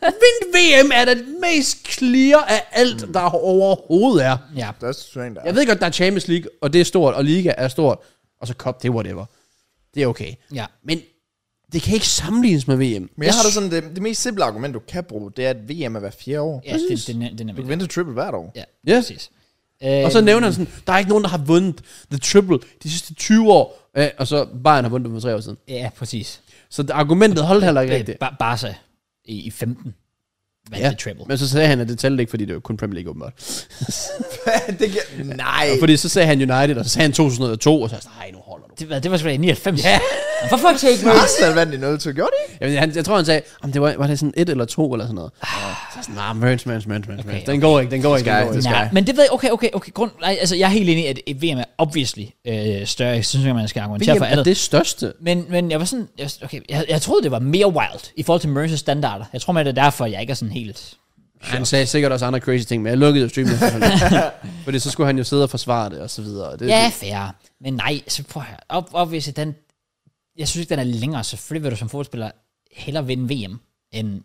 S3: At Vinde VM er det mest clear af alt, der overhovedet er.
S1: Ja,
S2: Det er også strange, der.
S3: Jeg ved godt, der er Champions League, og det er stort, og Liga er stort, og så Cup, det er whatever. Det er okay.
S1: ja.
S3: Men det kan ikke sammenlignes med VM.
S2: Men jeg har da sådan, det, det mest simple argument, du kan bruge, det er, at VM er hver fjerde år.
S1: Ja, det, det, det, det er
S2: Du kan
S1: nemlig.
S2: vinde til triple hvert år.
S1: Ja,
S3: Ja.
S1: præcis. Øh,
S3: Og så nævner han sådan, der er ikke nogen, der har vundet The Triple de sidste 20 år, øh, og så Bayern har vundet det for tre år siden.
S1: Ja, præcis.
S3: Så det- argumentet holdt heller ikke
S1: Øh,
S3: rigtigt.
S1: Bar- Barca i, i 15 vandt
S3: Ja,
S1: det triple.
S3: men så sagde han, at det talte ikke, fordi det var kun Premier League åbenbart.
S2: det kan... Nej.
S3: Og fordi så sagde han United, og så sagde han 2002, og så er jeg sådan, nej, nu holder du.
S1: Det, var- det var sgu da i 99. Ja. For fuck's sake, man.
S2: Arsenal vandt i 0-2, gjorde de ikke?
S3: Jeg, han, jeg tror, han sagde, om det var, var det sådan et eller to, eller sådan noget. Så er jeg sådan, nej, Merns, Merns, Merns, Merns,
S1: Ah. Okay,
S3: Merns. Den går ikke, den går ikke, den går
S2: Sky,
S3: ikke.
S2: Sky.
S1: Nej, men det ved jeg, okay, okay, okay, grund, nej, altså jeg er helt enig i, at et VM er obviously øh, større, jeg synes ikke, man skal argumentere
S3: VM
S1: for
S3: er
S1: andet.
S3: det største.
S1: Men, men jeg var sådan, jeg, okay, jeg, jeg troede, det var mere wild i forhold til Mercy's standarder. Jeg tror, man det er derfor, jeg ikke er sådan helt...
S3: Han sagde sikkert også andre crazy ting, men jeg lukkede jo streamen. fordi så skulle han jo sidde og forsvare det, og så videre. Det,
S1: Ja, fair. Men nej, så prøv her. Op, obviously, den, jeg synes ikke, den er længere. Selvfølgelig vil du som fodboldspiller hellere vinde VM end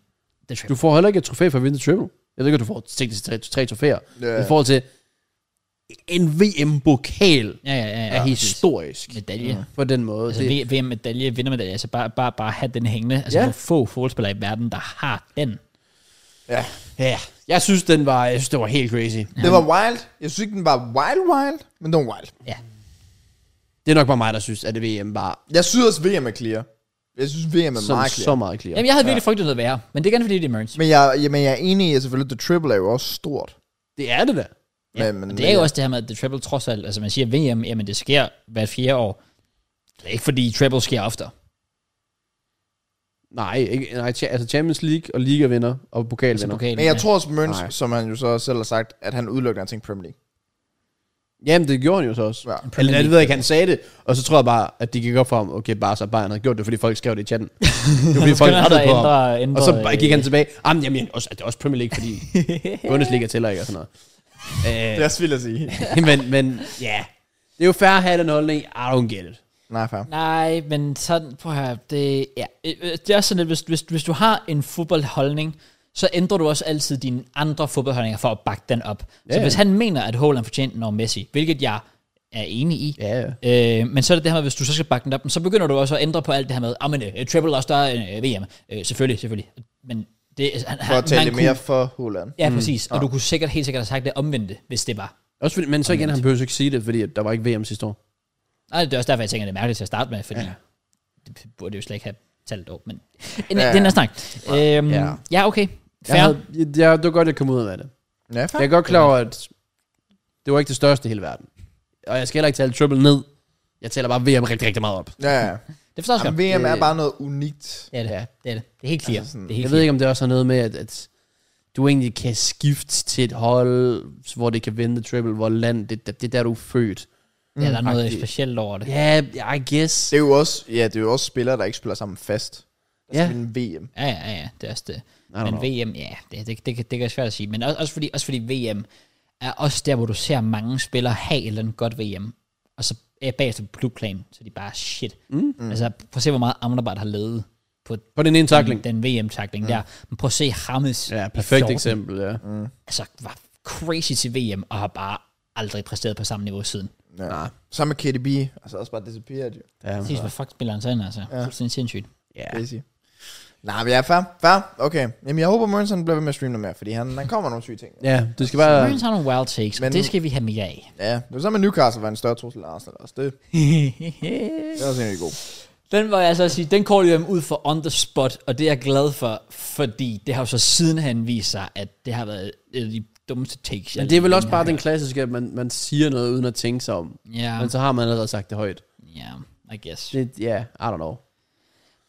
S1: The Triple.
S3: Du får heller ikke et trofæ for at vinde triple. Jeg ved ikke, at du får teknisk tre, tre trofæer.
S2: Ja.
S3: I forhold til en VM-pokal
S1: Ja, ja, ja.
S3: er
S1: ja
S3: historisk Mm.
S1: medalje. Ja.
S3: på den måde.
S1: Altså
S3: det,
S1: det... VM-medalje, vindermedalje, altså bare, bare, bare have den hængende. Altså
S3: Ja.
S1: ja. få fodboldspillere i verden, der har den.
S2: Ja.
S3: ja, jeg synes, den var, jeg synes, det var helt crazy.
S2: Det var wild. Jeg synes ikke, den var wild, wild, men den var wild.
S1: Ja.
S3: Det er nok bare mig, der synes, at VM var
S2: Jeg synes også, VM er clear. Jeg synes, VM er
S3: så,
S2: meget
S3: så
S2: clear.
S3: meget clear.
S1: Jamen, jeg havde virkelig frygtet noget værre, men det er igen fordi, det er Merns.
S2: Men jeg, jeg, men jeg er enig i, at selvfølgelig, the triple er jo også stort.
S3: Det er det da.
S1: Ja,
S2: men, men
S1: Og det er jo også det her med, at The Treble trods alt, altså man siger VM, jamen det sker hvert fjerde år. Det er ikke fordi Treble sker oftere.
S3: Nej, ikke, nej, cha- altså Champions League og Liga vinder og pokal
S1: Altså,
S3: vinder.
S1: pokalen,
S2: Men jeg
S1: ja.
S2: tror også, Møns,
S3: Nej.
S2: som han jo så selv har sagt, at han udelukkende har tænkt Premier League.
S3: Jamen, det gjorde han jo så også.
S2: Ja.
S3: Eller jeg ved ikke, han sagde det, og så tror jeg bare, at de gik op for ham, okay, bare så Bayern havde gjort det, fordi folk skrev det i chatten. Det var fordi folk
S1: Skynder han sig
S3: rettede
S1: at
S3: på
S1: ændre,
S3: ham.
S1: ændre, øh,
S3: Og så bare gik han tilbage, jamen, jamen også, det er også Premier League, fordi Bundesliga tæller ikke og sådan noget.
S2: også vildt at sige.
S3: Øh, men, men ja, yeah. det er jo fair at have den holdning, I don't get it.
S2: Nej, fair.
S1: Nej, men sådan, prøv at høre, det, ja, øh, øh, det er sådan lidt, hvis, hvis, hvis du har en fodboldholdning, så ændrer du også altid dine andre fodboldholdninger for at bakke den op. Ja, så
S3: ja.
S1: hvis han mener, at Haaland fortjente den over Messi, hvilket jeg er enig i,
S3: Ja, ja.
S1: Øh, men så er det det her med, hvis du så skal bakke den op, så begynder du også at ændre på alt det her med, ah, men øh, treble er også der øh, VM. Øh, selvfølgelig, selvfølgelig. Men Det, han,
S2: For at tale
S1: man
S2: mere Mm. Ah.
S1: Kunne,
S2: for Holland.
S1: ja, præcis. Og du kunne sikkert helt sikkert have sagt det omvendte, hvis det var.
S3: Også fordi, men så igen, han behøver ikke sige det, fordi at der var ikke VM sidste år.
S1: Nej, det er også derfor, jeg tænker, det er mærkeligt til at starte med, fordi ja. det burde jo slet ikke have talt op, men ja.
S2: Ja.
S1: det er en anden snak. Øhm, ja. ja, okay. Fair.
S3: Jeg havde, jeg, jeg, det var godt, jeg kom ud af det.
S2: Ja,
S3: Jeg er godt klar over, at det var ikke det største i hele verden. Og jeg skal heller ikke tale triple ned. Jeg taler bare VM rigtig, rigtig meget op.
S2: Ja, ja.
S1: Det forstår jeg også
S2: Jamen,
S1: godt.
S2: VM er
S3: Øh,
S2: bare noget unikt.
S1: Det er det.
S3: Ja.
S1: Det er det. Det er helt clear.
S2: Altså sådan-
S1: det er helt
S3: Jeg
S1: clear.
S3: ved ikke, om det også har noget med, at, at du egentlig kan skifte til et hold, hvor det kan vinde triple, hvor land, det, det, det er der, du er født.
S1: Ja, der er noget
S3: Mm, faktisk.
S1: specielt over det.
S3: Ja, yeah, I guess.
S2: Det er jo også, ja, det er jo også spillere, der ikke spiller sammen fast. Der
S3: Ja.
S2: ja. spiller VM.
S1: Ja, ja, ja, det er også det.
S3: don't
S1: Men
S3: know.
S1: VM, ja, det, det, det, kan- det kan svært at sige. Men også, også, fordi, også fordi VM er også der, hvor du ser mange spillere have et eller andet godt VM. Og så er bagefter på klubplan, så de bare shit. Mm. Altså, prøv at se, hvor meget Amrabat har levet på
S3: På den ene takling.
S1: den VM-takling mm. der. Men prøv at se Hammes.
S3: Ja,
S1: i
S3: perfekt
S1: 14.
S3: eksempel, ja. Mm.
S1: Altså, var crazy til VM, og har bare aldrig præsteret på samme niveau siden.
S2: Ja. Nah. Sammen med KDB, altså også bare disappearet jo.
S3: Ja.
S1: Præcis, hvad fuck spiller han sådan, altså? Ja. Fuldstændig sindssygt.
S3: Ja.
S2: Crazy. Nej, men jeg er fair. Fair. Okay. Jamen, jeg håber, Mørnsen bliver ved med at streame noget mere, fordi han, han kommer med nogle syge ting.
S3: ja, det skal bare...
S1: Bruins har nogle wild takes, men,
S2: Men-
S1: og det skal vi have mere af.
S2: Ja, det var sammen med Newcastle var en større trussel end Arsenal også. Det, det er også egentlig god.
S1: Den var jeg så at sige, den callede jeg dem ud for on the spot, og det er jeg glad for, fordi det har jo så sidenhen vist sig, at det har været et af de dummeste takes. jeg
S3: Men det er vel
S1: længe
S3: også
S1: har
S3: bare den
S1: hørt.
S3: klassiske, at man, man siger noget uden at tænke sig om.
S1: Ja,
S3: Men så har man allerede sagt det højt.
S1: ja, I guess.
S3: Altså- Det, ja, yeah, I don't know.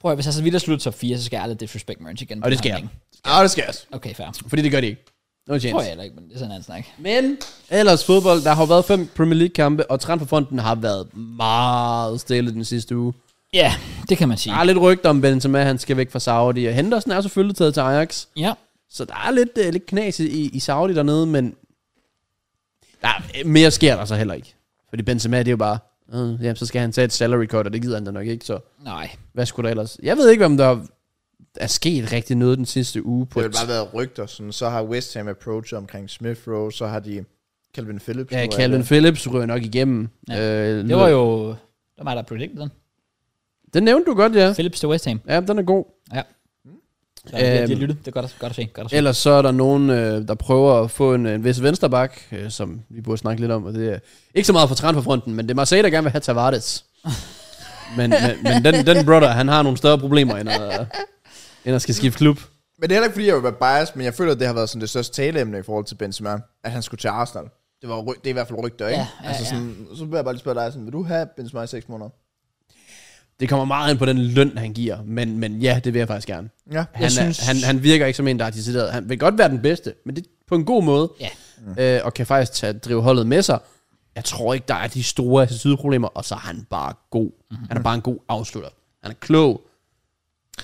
S1: Prøv at, hvis jeg så vidt at slutte top 4, så skal jeg aldrig disrespect Merge igen. på
S3: Og det
S1: den
S3: sker.
S1: her ting.
S2: Ah, det skal jeg også.
S1: Okay, fair.
S3: Fordi det gør de ikke. No
S1: Tror jeg
S3: chance.
S1: heller ikke, men det er sådan en anden snak.
S3: Men ellers fodbold, der har jo været fem Premier League kampe, og transferfonden har været meget stille den sidste uge.
S1: Ja, det kan man sige.
S3: Der er lidt rygter om Benzema, han skal væk fra Saudi, og Henderson er selvfølgelig taget til Ajax.
S1: Ja,
S3: Så der er lidt, uh, lidt knas i, i Saudi dernede, men der er, mere sker der så heller ikke. Fordi Benzema, det er jo bare, øh, ja, så skal han tage et salary cut, og det gider han da nok ikke, så
S1: nej.
S3: hvad skulle der ellers? Jeg ved ikke, om der er sket rigtig noget den sidste uge på
S2: Det har
S3: et...
S2: bare været rygter. Sådan, så har West Ham approachet omkring Smith Rowe, så har de Calvin Phillips.
S3: Ja,
S2: nu er
S3: Calvin
S2: det.
S3: Phillips rører nok igennem.
S1: Ja.
S3: Øh,
S1: Det var jo... Det var mig, der predicted den.
S3: Den nævnte du godt, ja.
S1: Philips til West Ham.
S3: Ja, den er god.
S1: Så øhm, de, har- de har
S3: Øhm.
S1: lyttet. Det er godt, at- godt at se. Godt at se.
S3: Ellers så er der nogen, øh, der prøver at få en, en vis vensterbak, øh, som vi burde snakke lidt om, og det er ikke så meget for transferfronten, men det er Marseille, der gerne vil have Tavares. men men, men den, den brother, han har nogle større problemer, end at, end at skal skifte klub.
S2: Men det er heller ikke, fordi jeg vil være biased, men jeg føler, at det har været sådan det største taleemne i forhold til Benzema, at han skulle til Arsenal. Det, var, ry- det er i hvert fald rygter, ikke?
S1: Ja, ja,
S2: altså
S1: ja.
S2: sådan, Så vil jeg bare lige spørge dig, sådan, vil du have Benzema i 6 måneder?
S3: Det kommer meget ind på den løn, han giver, men, men ja, det vil jeg faktisk gerne.
S2: Ja.
S3: Han, er,
S1: synes-
S3: han, han virker ikke som en, der er decideret. Han vil godt være den bedste, men det på en god måde,
S1: Ja.
S3: øh, og kan faktisk tage, drive holdet med sig. Jeg tror ikke, der er de store sideproblemer, og så er han bare god. Mm-hmm. Han er bare en god afslutter. Han er klog.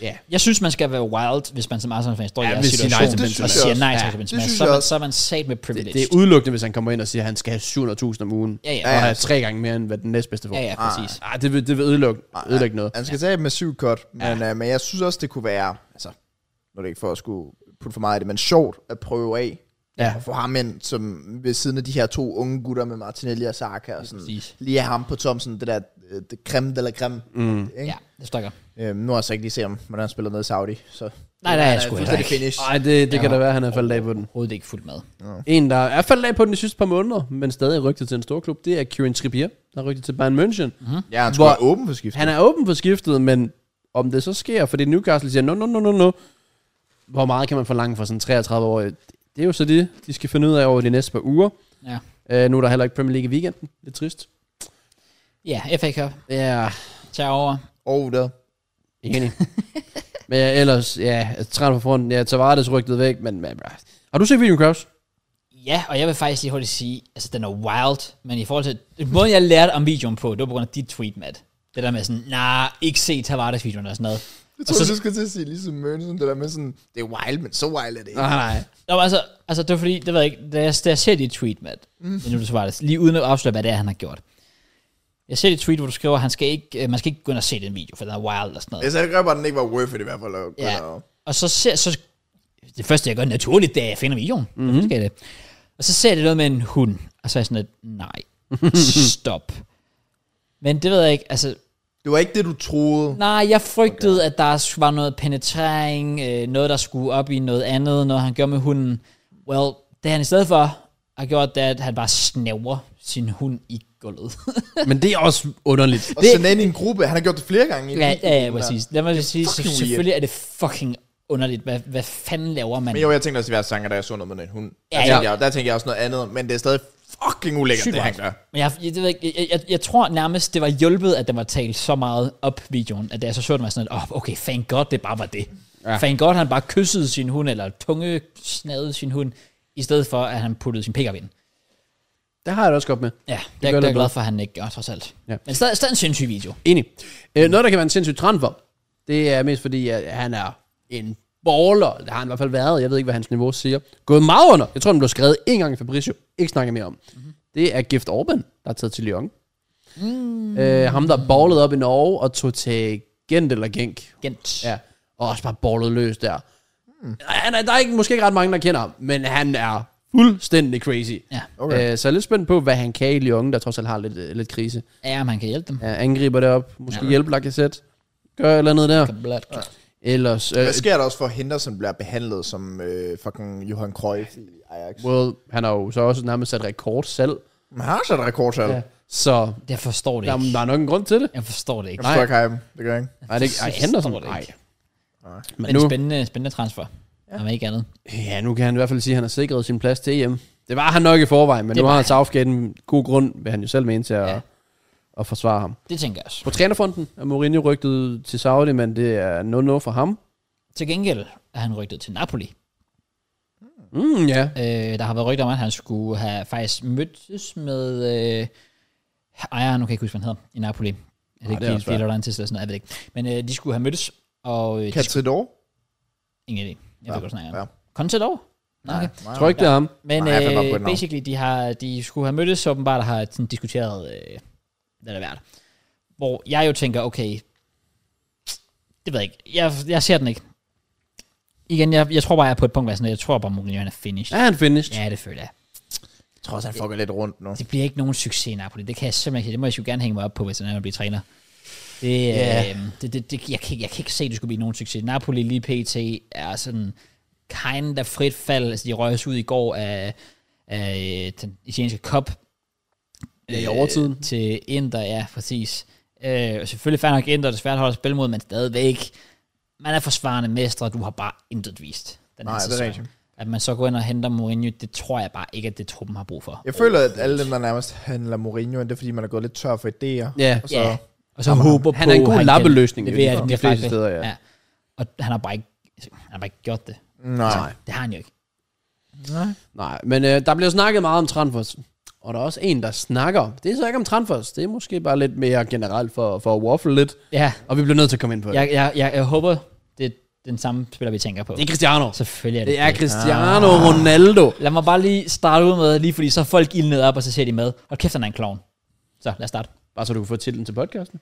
S3: Ja,
S1: Jeg synes, man skal være wild, hvis man som Arsenal-fan står i
S3: Ja,
S1: jeres
S3: hvis de
S1: situation.
S3: siger nej til
S1: og
S3: Benzema.
S1: siger nej
S3: Ja,
S1: til
S3: det
S1: Benzema.
S2: synes
S1: Så, er
S2: jeg
S1: man-
S2: også.
S1: så er man sat med privilege.
S3: det, det er udelukkende, hvis han kommer ind og siger, at han skal have 700.000 om ugen,
S1: Ja, ja.
S3: og
S1: Ja, Ah,
S3: have tre gange mere, end hvad den næstbedste får.
S1: Ja, ja, præcis.
S3: Ej, det vil, det vil ødelukke, ødelægge noget.
S2: Han skal tage et massivt cut, men, ja. øh, men jeg synes også, det kunne være, altså, nu er det ikke for at skulle putte for meget i det, men sjovt at prøve af.
S3: Ja.
S2: Og få ham ind som ved siden af de her to unge gutter med Martinelli og Saka og sådan.
S1: præcis.
S2: Lige have ham på Thomsen, det der øh, det creme de la creme. Mm.
S1: Ja, det står jeg godt.
S2: Øhm, nu har jeg så ikke lige set ham, hvordan han spiller nede i Saudi. Så
S1: Nej, det er jeg sgu heller
S2: fuldstændig
S1: ikke.
S2: finish.
S3: Nej, det, det kan da være, at han er faldet af på den.
S1: Overhovedet ikke fuldt med.
S3: En, der er faldet af på den de sidste par måneder, men stadig rygtet til en stor klub, det er Kieran Trippier, der er rygtet til Bayern München. Mm-hmm.
S2: Ja, han
S3: Hvor-
S2: skulle være åben for skiftet.
S3: Han er åben for skiftet, men om det så sker, fordi Newcastle siger, no, no, no, no, no. Hvor meget kan man forlange for sådan 33 år? Det er jo så det, de skal finde ud af over de næste par uger.
S1: Ja.
S3: Uh, nu er der heller ikke Premier League i weekenden. Lidt trist.
S1: Ja, FA Cup.
S3: Ja,
S1: Tag over.
S2: Og der.
S3: enig. men ja, ellers, ja, træner på fronten. Ja, Tavares rygtet væk, men... men bra. Har du set videoen, Kraus?
S1: Ja, og jeg vil faktisk lige hurtigt sige, altså den er wild, men i forhold til, måden jeg lærte om videoen på, det var på grund af dit tweet, Matt. Det der med sådan, nej, nah, ikke se Tavares-videoen og sådan noget.
S2: Jeg
S1: Og
S2: tror,
S1: så-
S2: du skulle til at sige ligesom Mørnsen, det der med sådan, det er wild, men så wild er det ikke.
S3: Nej, nej.
S1: Nå, men altså, altså det var fordi, det ved jeg ikke, da jeg, da jeg ser dit tweet, Matt, mm. nu du svarer det, lige uden at afsløre, hvad det er, han har gjort. Jeg ser dit tweet, hvor du skriver, han skal ikke, øh, man skal ikke gå ind og se den video, for den er wild og sådan noget.
S2: Altså, Jeg sagde godt, at den ikke var worth it i hvert fald. at gå
S1: Ja.
S2: derop.
S1: Og så ser så det første, jeg gør naturligt, det er, at jeg finder videoen. Mm-hmm. Skal jeg det. Og så ser jeg det noget med en hund, og så er jeg sådan lidt, nej, stop. Men det ved jeg ikke, altså,
S2: Det var ikke det, du troede.
S1: Nej, jeg frygtede, okay. at der var noget penetrering, øh, noget, der skulle op i noget andet, noget han gjorde med hunden. Well, det han i stedet for har gjort, det er, at han bare snæver sin hund i gulvet.
S3: Men det er også underligt.
S2: Og det... sende ind i en gruppe. Han har gjort det flere gange. i
S1: ja,
S2: bilen,
S1: ja, ja,
S2: den der.
S1: præcis. Lad mig sige, så
S2: fucking weird.
S1: selvfølgelig er det fucking underligt. Hvad, hvad fanden laver man?
S2: Men jo, jeg tænkte også i hver sanger, da jeg så noget med en hund. Der,
S1: Ja,
S2: ja,
S1: ja.
S2: tænkte jeg, der tænkte jeg også noget andet, men det er stadig fucking ulækkert,
S1: Sygt
S2: det han
S1: meget.
S2: gør.
S1: Men jeg, jeg, jeg, jeg, jeg, jeg, jeg tror nærmest, det var hjulpet, at den var talt så meget op videoen, at da jeg så så den, var jeg sådan, at oh, okay, fan godt, det bare var det. Ja. Fan godt, han bare kyssede sin hund, eller tunge snadede sin hund, i stedet for, at han puttede sin pickup ind.
S3: Det har jeg det også godt med.
S1: Ja, det,
S3: gør
S1: det, det er
S3: det
S1: jeg glad
S3: godt.
S1: for, at han ikke gør, trods alt.
S3: Ja.
S1: Ja. Men stadig, stadig en sindssyg video.
S3: Enig. Øh, noget, der kan være en sindssygt trend for, det er mest fordi, at han er en baller. Det har han i hvert fald været. Jeg ved ikke, hvad hans niveau siger. Gået meget under. Jeg tror, den blev skrevet en gang i Fabrizio. Ikke snakke mere om. Mm-hmm. Det er Gift Orban, der er taget til Lyon. Mm. Øh, ham, der ballede op i Norge og tog til Gent eller Genk.
S1: Gent.
S3: Ja. Og også bare ballet løs der. Mm. Han er, der er ikke, måske ikke ret mange, der kender ham, men han er fuldstændig crazy.
S1: Ja.
S3: Okay. Øh, så jeg er lidt spændt på, hvad han kan i Lyon, der trods alt har lidt, øh, lidt krise.
S1: ja, om han kan hjælpe dem.
S3: Ja, angriber det op. Måske ja. hjælpe Lacazette. Gør et eller andet der.
S1: Blot. Ja.
S3: Ellers, øh,
S2: Hvad sker der også for, at Henderson bliver behandlet som øh, fucking Johan Cruyff i Ajax?
S3: well, han har jo så også nærmest sat rekord selv.
S2: Man har sat rekordtal. Ja.
S3: Så
S1: Jeg forstår det
S3: der,
S1: ikke.
S3: der er nok en grund til det.
S1: Jeg forstår det ikke.
S2: Jeg forstår ikke hypen. Det gør jeg ikke.
S3: Nej, det er ikke, ej,
S1: Jeg
S3: Henderson,
S1: forstår det
S3: nej.
S1: ikke.
S3: Men
S1: Men
S3: nu,
S1: spændende, spændende transfer. Ja. Om ikke andet.
S3: ja, nu kan han i hvert fald sige, at han har sikret sin plads til EM. Det var han nok i forvejen, men
S1: Det
S3: nu
S1: var
S3: har
S1: han.
S3: Southgate en god grund, vil han jo selv mene til at, ja.
S1: Ja.
S3: at forsvare ham.
S1: Det tænker jeg også.
S3: På trænerfronten er Mourinho rygtet til Saudi, men det er no-no for ham.
S1: Til gengæld er han rygtet til Napoli.
S3: Mm, ja.
S1: Øh, der har været rygter om, at han skulle have faktisk mødtes med øh, ejeren, nu kan jeg ikke huske, hvad han hedder, i Napoli. Er det
S3: det er
S1: ikke
S3: også
S1: Pil-
S3: svært.
S1: Pilar Lantis eller sådan noget? Jeg ved det ikke. Men øh, de skulle have mødtes, og øh, de skulle,
S2: Catridor?
S1: ingen idé. Jeg ved godt, snakke om.
S2: Ja.
S1: Ja. Kom til dog. Okay.
S2: Nej.
S3: Jeg tror ikke, det er ham.
S1: Men
S2: Nej, jeg fandt bare på et
S1: øh,
S2: navn.
S1: basically, de, har, de skulle have mødtes, så åbenbart og har sådan, diskuteret, øh, hvad der er værd. Hvor jeg jo tænker, okay, det ved jeg ikke. Jeg, jeg ser den ikke. Igen, jeg, jeg tror bare, jeg er på et punkt, hvor jeg, er sådan, jeg tror bare, Mourinho han er
S3: Er
S1: finished.
S3: han finished?
S1: Ja, det føler jeg.
S2: Jeg tror også, han fucker lidt rundt nu.
S1: Det bliver ikke nogen succes i Napoli. Det kan jeg simpelthen ikke. Det må jeg jo gerne hænge mig op på, hvis han er blive træner. Det,
S3: Ja.
S1: yeah. øh, det, det, det jeg, kan, ikke- jeg kan ikke se, at det skulle blive nogen succes. Napoli lige pt. er sådan kind af frit fald. Altså, de røg os ud i går af, af øh, den italienske cup.
S3: Ja, i overtiden.
S1: Øh, til Inter, ja, præcis. Øh, og selvfølgelig fair nok Inter, desværre holder spil mod, men stadigvæk. Man er forsvarende mestre, og du har bare intet vist. Den her
S2: Nej, det er
S1: sæson.
S2: rigtigt.
S1: At man så går ind og henter Mourinho, det tror jeg bare ikke, at det truppen har brug for.
S2: Jeg føler, at alle dem, der nærmest handler Mourinho, det er fordi, man er gået lidt tør for idéer.
S3: Ja.
S2: Og så,
S1: Så. Ja. Og så
S2: Jamen,
S1: håber
S3: han
S1: på,
S3: er en god lappeløsning,
S1: Det
S3: jo,
S1: vil jeg,
S3: de
S1: det er
S3: fleste
S1: faktisk
S3: steder,
S1: steder,
S3: ja.
S1: ja. ja. Og han har bare ikke, altså, han har bare ikke gjort det. Altså,
S2: Nej.
S1: Det har han jo ikke.
S3: Nej, men øh, der bliver snakket meget om Tranfors. Og der er også en, der snakker. Det er så ikke om Tranfors. Det er måske bare lidt mere generelt for, for at waffle lidt.
S1: Ja,
S3: Og vi bliver nødt til at komme ind på det.
S1: jeg, jeg, jeg, jeg håber, det er den samme spiller, vi tænker på.
S3: Det er Cristiano.
S1: Selvfølgelig er det
S3: Det er Cristiano Ronaldo.
S1: Lad mig bare lige starte ud med, lige fordi så er folk ildnet op, og så ser de med. Og kæft, han er en klovn. Så lad os starte.
S3: Bare så du kan få titlen til podcasten.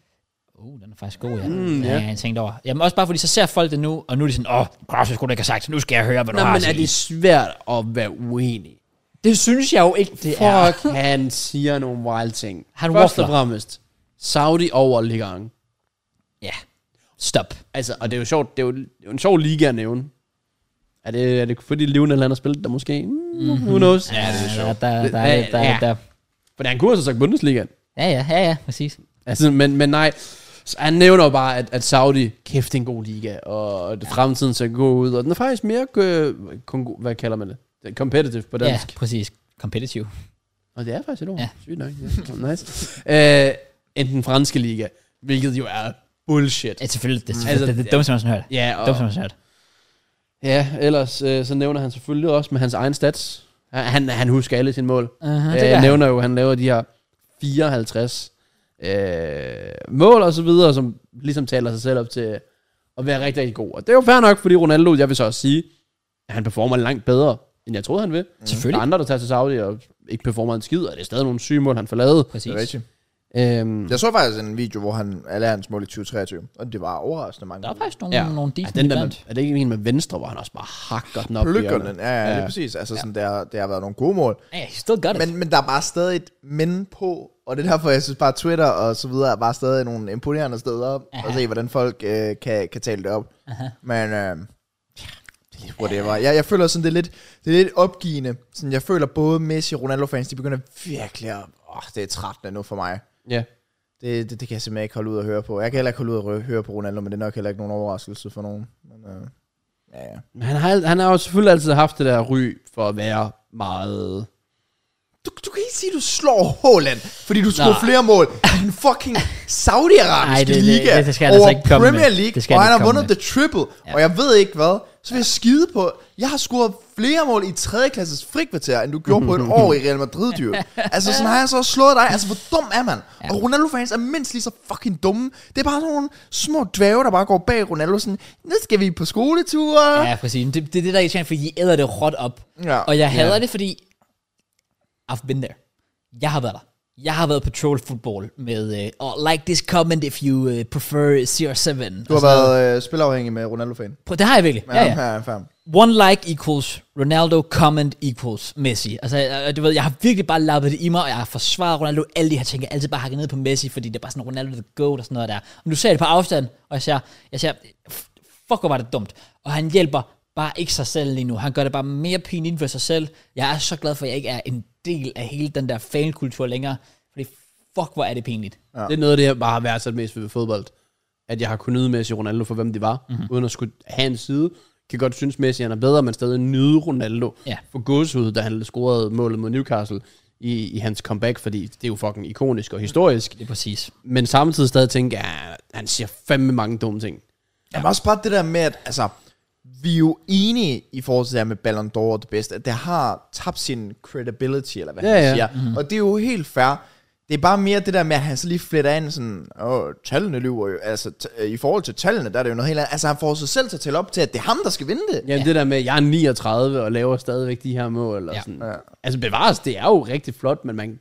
S1: Uh, den er faktisk god, ja.
S3: Mm,
S1: Mm,
S3: ja.
S1: ja. Jeg tænkte over. Jamen også bare fordi, så ser folk det nu, og nu er de sådan, åh, oh, Kraus, jeg skulle da ikke have sagt, nu skal jeg høre, hvad du
S3: Nå,
S1: har
S3: men
S1: at
S3: er
S1: sige.
S3: det svært at være uenig?
S1: det synes jeg jo ikke, det er.
S3: Fuck, han siger nogle wild ting.
S1: Han
S3: Først og
S1: waffler.
S3: fremmest, Saudi over ligaen.
S1: Ja. Stop.
S3: Altså, og det er jo sjovt, det er jo, det er jo en sjov liga at nævne. Er det, er det fordi Lionel han har spillet der måske? Mm, who knows? Ja,
S1: Mhm. det er sjovt. Der, der, der,
S3: Ja,
S1: der, der,
S3: ja.
S1: der, der.
S3: For han kunne også have sagt Bundesligaen.
S1: Ja, ja, ja, ja, præcis.
S3: Altså, men, men nej, Så han nævner jo bare, at, at Saudi, kæft, det er en god liga, og at fremtiden ser god ud, og den er faktisk mere, øh, kongo- hvad kalder man det? Den er Competitive på dansk.
S1: Ja, præcis. Competitive.
S3: Og det er faktisk et ord. Ja.
S1: Ja.
S3: Sygt nok. Ja. Nice. Øh, end den franske liga, hvilket jo er bullshit.
S1: Ja, selvfølgelig. Det,
S3: Altså,
S1: altså, det, det, det dummeste, man har hørt.
S3: Ja,
S1: Dumt, som
S3: og,
S1: man har hørt.
S3: ja ellers øh, så nævner han selvfølgelig også med hans egen stats. Han- Han, han husker alle sine mål.
S1: Uh-huh,
S3: Han øh, nævner jo, at han laver de her 54 øh, mål og så videre, som ligesom taler sig selv op til at være rigtig, rigtig god. Og det er jo fair nok, fordi Ronaldo, jeg vil så også sige, at han performer langt bedre, end jeg troede, han vil. Der er
S1: Mm. Selvfølgelig.
S3: andre, der tager til Saudi og ikke performer en skid, og det er stadig nogle syge mål, han får lavet.
S1: Præcis.
S2: Det er rigtigt.
S3: Øhm,
S2: Jeg så faktisk en video, hvor han alle hans mål i 2023, og det var overraskende mange.
S1: Der er faktisk nogle,
S3: Ja.
S1: ja. nogle decent
S3: Ja, den der med,
S1: iblandt.
S3: er det ikke en med venstre, hvor han også bare hakker den op? i
S2: Plykker
S3: hjørnet?
S2: den, ja, ja, det er præcis. Altså, sådan, det, har, det har været nogle gode mål.
S1: Ja, he still got it.
S2: Men, men der er bare stadig et men på, og Og det er derfor, jeg synes bare, Twitter og så videre er bare stadig nogle imponerende steder Aha. at se, hvordan folk øh, kan, kan tale det op. Aha. Men øh, ja, det er lidt whatever. Jeg, jeg føler sådan, det er lidt, det er lidt opgivende. Sådan, jeg føler både Messi og Ronaldo-fans, de begynder virkelig at... Åh, det er trættende nu for mig.
S3: Ja.
S2: Det, det, det kan jeg simpelthen ikke holde ud at høre på. Jeg kan heller ikke holde ud at rø- høre på Ronaldo, men det er nok heller ikke nogen overraskelse for nogen. Men, øh, ja, ja.
S3: Men han har, al- han har jo selvfølgelig altid haft det der ry for at være meget...
S2: Du, du kan ikke sige, at du slår Haaland, fordi du scorer flere mål i en fucking
S1: Ej, det-
S2: Saudi-arabiske
S1: det-
S2: liga
S1: det- det skal han altså
S2: over
S1: ikke komme med.
S2: Premier League,
S1: Det skal
S2: og
S1: han
S2: han
S1: ikke
S2: har
S1: komme
S2: vundet The Triple, ja. og jeg ved ikke hvad, så vil jeg skide på, jeg har scoret flere mål i 3. klasses frikvarter, end du gjorde på et år i Real Madrid, jo. Altså, sådan har jeg så også slået dig. Altså, hvor dum er man? Og Ronaldo-fans er mindst lige så fucking dumme. Det er bare sådan nogle små dvæve, der bare går bag Ronaldo sådan, nu skal vi på skoleture.
S1: Ja, præcis. Men Det, det er det, der er irriterende, fordi I æder det råt op.
S2: Ja.
S1: Og jeg hader det, fordi I've been there. Jeg har været der. Jeg har været på troll football med, uh, oh, like this comment if you uh, prefer CR7.
S2: Du har været øh, spilafhængig med Ronaldo-fan.
S1: Det har jeg virkelig. Ja, Altså- ja.
S2: ja. ja.
S1: One like equals Ronaldo, comment equals Messi. Altså, øh, du ved, jeg har virkelig bare lappet det i mig, og jeg har forsvaret Ronaldo alle de her ting. Jeg har altid bare hakket ned på Messi, fordi det er bare sådan, Ronaldo the goat og sådan noget der. Og nu ser jeg det på afstand, og jeg siger, jeg siger f- fuck, hvor var det dumt. Og han hjælper bare ikke sig selv lige nu. Han gør det bare mere pinligt for sig selv. Jeg er så glad for, at jeg ikke er en del af hele den der fankultur længere. Fordi fuck, hvor er det pinligt.
S3: Ja. Det er noget af det, jeg bare har værdsat mest ved fodbold. At jeg har kunnet nyde Messi og Ronaldo for, hvem de var, mm-hmm. uden at skulle have en side. Kan godt synes, Messi han er bedre, men stadig nyde Ronaldo
S1: Ja.
S3: for godshud, da han scorede målet mod Newcastle i, i hans comeback, fordi det er jo fucking ikonisk og historisk.
S1: Det er præcis.
S3: Men samtidig stadig tænke, ja, han siger fandme mange dumme ting.
S2: Jamen også bare det der med, at altså, vi er jo enige i forhold til det her med Ballon d'Or og det bedste, at det har tabt sin credibility, eller hvad
S3: Ja,
S2: ja, han
S3: ja. Mm-hmm.
S2: siger. Mm. Og det er jo helt fair. Det er bare mere det der med, at han så lige fletter ind sådan, åh, tallene lyver jo. Altså, t- i forhold til tallene, der er det jo noget helt andet. Altså, han får sig selv til at tælle op til, at det er ham, der skal vinde det.
S3: Jamen ja. det der med, at jeg er 39 og laver stadigvæk de her mål. Og
S1: Ja.
S3: ja. Sådan. Ja. Altså bevares, det er jo rigtig flot, men man